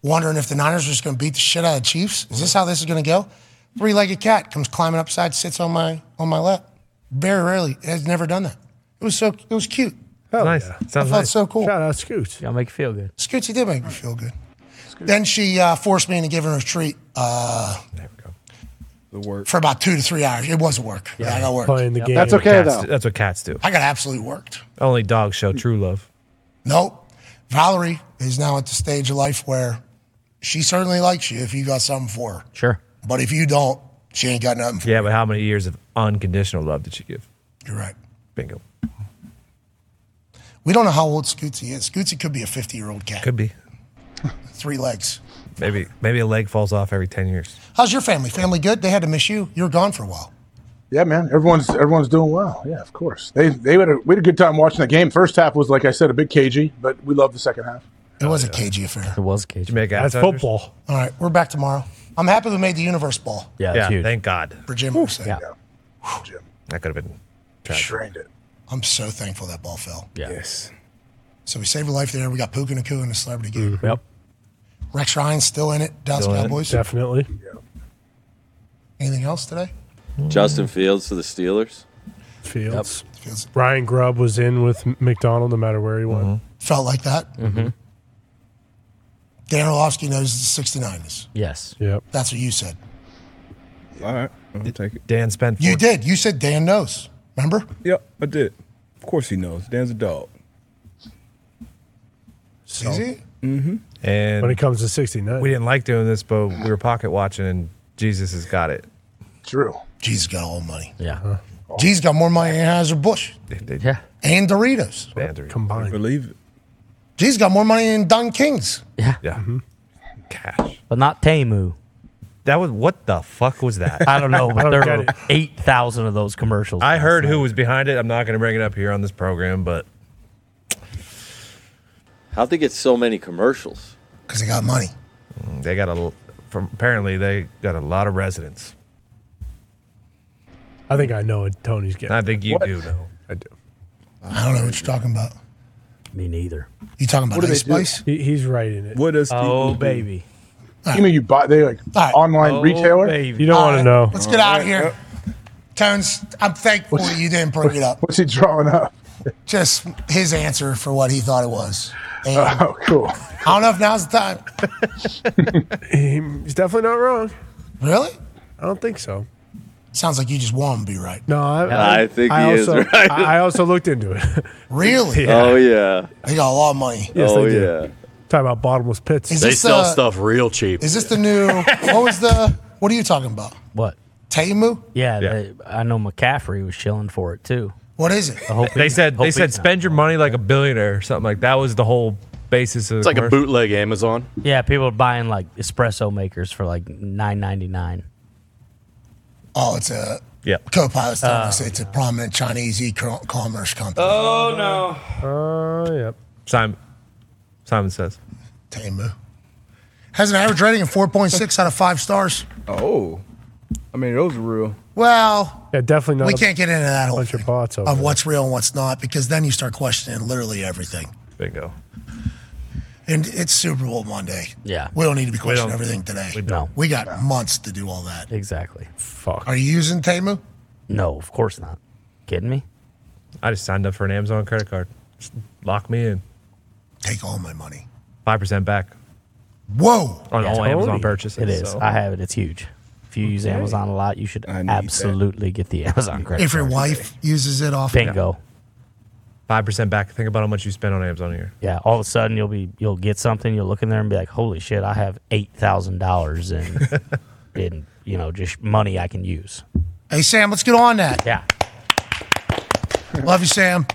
A: wondering if the Niners were just going to beat the shit out of the Chiefs. Is this how this is going to go? Three-legged cat comes climbing upside, sits on my on my lap. Very rarely has never done that. It was so it was cute.
C: nice.
A: I
C: Sounds
A: felt
C: nice.
A: so cool.
B: Shout out Scoots.
E: Y'all make you feel good.
A: Scootsy did make me feel good. Then she uh, forced me into giving her a treat. Uh,
D: The work.
A: for about two to three hours. It was work. Yeah, I got work.
C: Yep. Cats do- That's what cats do.
A: I got absolutely worked.
C: Only dogs show true love.
A: Nope. Valerie is now at the stage of life where she certainly likes you if you got something for her.
E: Sure.
A: But if you don't, she ain't got nothing.
C: Yeah, but how many years of unconditional love did she give?
A: You're right.
C: Bingo.
A: We don't know how old Scootsy is. Scootsy could be a 50 year old cat,
C: Could be.
A: three legs.
C: Maybe maybe a leg falls off every ten years.
A: How's your family? Family good? They had to miss you. You were gone for a while.
K: Yeah, man. Everyone's everyone's doing well. Oh, Yeah, of course. They they had a, we had a good time watching the game. First half was like I said, a bit cagey, but we loved the second half.
A: It was a cagey affair.
E: It was cagey.
C: Jamaica.
K: That's
C: Outsiders?
K: football.
A: All right, we're back tomorrow. I'm happy we made the universe ball
C: Yeah,
E: it's huge.
C: thank God.
A: for Jim. Irsay.
C: That could have been tragic.
K: Drained it.
A: I'm so thankful that ball fell.
C: Yes.
A: So we saved a life there. We got Puka Nakua in the celebrity game.
C: Yep.
A: Rex Ryan's still in it. Dallas
P: Still in it,
A: Cowboys.
B: Definitely.
A: Anything else today?
P: Justin Fields to the Steelers.
B: Fields. Ryan Grubb was in with M- McDonald no matter where he went.
A: Felt like that.
B: Mm-hmm.
A: Dan Orlovsky knows the 69ers.
E: Yes.
B: Yep.
A: That's what you said.
D: All right. I'll take it.
C: Dan spent.
A: You did. You said Dan knows. Remember?
D: Yep, I did. Of course he knows. Dan's a dog.
A: Is he?
D: Mm-hmm.
C: And when it
B: comes to 69,
C: we didn't like doing this, but we were pocket watching, and Jesus has got it.
K: True.
A: Jesus got all the money.
B: Uh-huh.
E: Yeah.
A: Jesus got more money than Anheuser Busch
C: yeah.
A: and Doritos.
B: Combined.
D: Believe it.
A: Jesus got more money than Don King's.
E: Yeah.
C: Yeah. Cash.
E: But not Tamu.
C: That was what the fuck was that?
E: I don't know, but
C: I don't
E: there
C: get
E: were
C: it.
E: eight thousand of those commercials.
C: I heard who was behind it. I'm not going to bring it up here on this program, but
P: How'd they get so many commercials?
A: Because they got money.
C: Mm, They got a l- from apparently they got a lot of residents.
B: I think I know what Tony's getting.
C: I think you do know. I do.
A: I don't know what you're talking about.
E: Me neither.
A: You talking about
K: What do they
A: Ice
K: do?
A: Spice?
B: He, he's right in it.
K: What does
E: Oh baby.
K: You mean you buy they like online
B: Oh,
K: retailer?
B: You don't want to know.
A: Let's get out of here. Tones, I'm thankful that you didn't bring it up.
K: What's he drawing up?
A: Just his answer for what he thought it was. And
K: Oh, cool.
A: I don't know if now's the time.
B: He's definitely not wrong.
A: Really?
B: I don't think so.
A: Sounds like you just want him to be right.
B: No, I,
P: I think he is
B: also,
P: right.
B: I, I also looked into it.
A: Really?
P: Oh yeah.
A: They got a lot of money.
B: Yes,
P: oh
B: they do.
P: yeah.
B: Talking about bottomless pits.
A: Is They this, sell uh,
X: Stuff real cheap.
A: Is this the new? What was the? What are you talking about?
E: What?
A: Tamu?
E: Yeah, They, I know McCaffrey was chilling for it too.
A: What is it?
E: I hope
C: They
E: he-
C: said
E: hope
C: they
E: he-
C: said spend your money like a billionaire or something like that was the whole basis of
X: It's like a bootleg Amazon.
E: Yeah, people are buying like espresso makers for like nine ninety nine.
A: Oh, it's a
C: Yeah.
A: co-pilot's telling
E: Uh,
A: us it's a prominent Chinese e-commerce company.
C: Oh no. Oh yep. Simon. Simon says.
A: Tamu has an average rating of 4.6 out of five stars.
D: Oh. I mean, those are real.
A: Well,
B: yeah, definitely not.
A: we
B: a
A: can't get into that whole
B: bunch of bots over
A: of
B: there.
A: what's real and what's not because then you start questioning literally everything.
C: Bingo.
A: And it's Super Bowl Monday.
E: Yeah.
A: We don't need to be
E: We
A: questioning
E: don't-
A: everything today.
E: we don't.
A: We got months to do all that.
E: Exactly.
C: Fuck.
A: Are you using Tamu?
E: No, of course not. Kidding me?
C: I just signed up for an Amazon credit card. Just lock me in.
A: Take all my money.
C: Five percent back
A: Whoa.
C: on all
E: Totally.
C: Amazon purchases.
E: It is.
C: so-
E: I have it. It's huge. If you use
C: Okay.
E: Amazon a lot, you should absolutely get the Amazon credit.
A: if your
E: card.
A: wife uses it often,
E: bingo.
C: Five percent back. Think about how much you spend on Amazon a year.
E: Yeah, all of a sudden you'll be you'll get something. You'll look in there and be like, "Holy shit! I have eight thousand dollars in in you know just money I can use."
A: Hey, Sam, let's get on that.
E: Yeah.
A: Love you, Sam.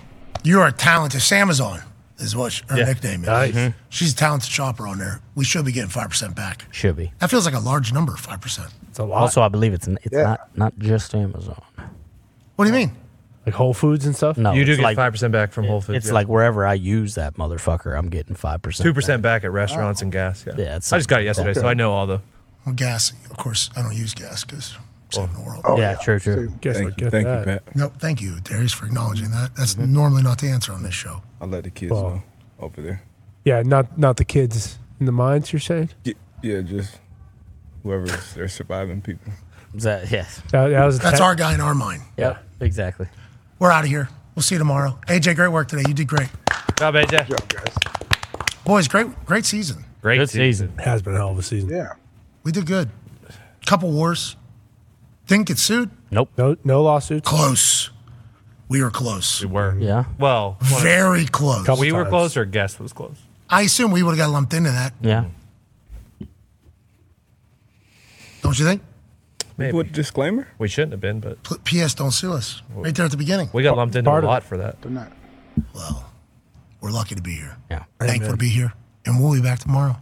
A: You are talented. Sam is on, is what sh- her
E: Yeah.
A: nickname is. Mm-hmm.
E: Nice. Mhm.
A: She's a talented shopper on there. We should be getting 5% back.
E: Should be.
A: That feels like a large number, 5%.
E: It's a lot. Also, I believe it's n- it's not not just Amazon.
A: What do you mean?
B: Like Whole Foods and stuff?
E: No,
C: you do
E: it's
C: get
E: like-
C: five percent back from Whole Foods.
E: It's like wherever I use that motherfucker, I'm getting five percent.
C: two percent back at restaurants and gas. Yeah,
E: Yeah, it's
C: I just got it yesterday, so I know all the.
A: Well, gas. Of course, I don't use gas because saving the world.
E: Oh, yeah, true, true.
B: Guess
D: Thank
B: what?
D: you.
B: Get
D: Thank you,
B: that.
D: Pat.
A: No, thank you, Darius, for acknowledging that. That's normally not the answer on this show.
D: I let the kids
B: Well.
D: know over there.
B: Yeah, not not the kids in the mines. You're saying?
D: Yeah, just whoever's they're surviving people.
E: Is that- yeah.
B: That- that was a
A: That's
B: te-
A: our guy in our mind.
E: Yep. Exactly.
A: We're out of here. We'll see you tomorrow. AJ, great work today. You did great.
C: Job, AJ.
A: Boys, great great season.
C: Great
A: Good
E: season.
B: Has been a hell of a season.
A: Yeah. We did good. Couple wars. Didn't get sued.
E: Nope.
B: No, no lawsuits.
A: Close. We were close.
C: We were.
E: Yeah.
C: Well, one of-
A: Very close. Couple
C: We were
A: times.
C: close, or guest was close.
A: I assume we would have got lumped into that,
E: Yeah.
A: don't you think?
C: Maybe.
Y: What disclaimer?
C: We shouldn't have been, but
A: P- P.S. Don't sue us. Right there at the beginning.
C: we got lumped into
A: Part
C: a
A: of-
C: lot for that.
A: We're lucky to be here.
E: Yeah.
A: Thankful to be here. And we'll be back tomorrow.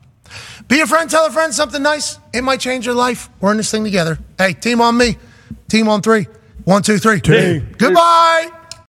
A: Be a friend, tell a friend something nice. It might change your life. We're in this thing together. Hey, team on me. Team on three. One, two, three.
B: Team.
A: Goodbye.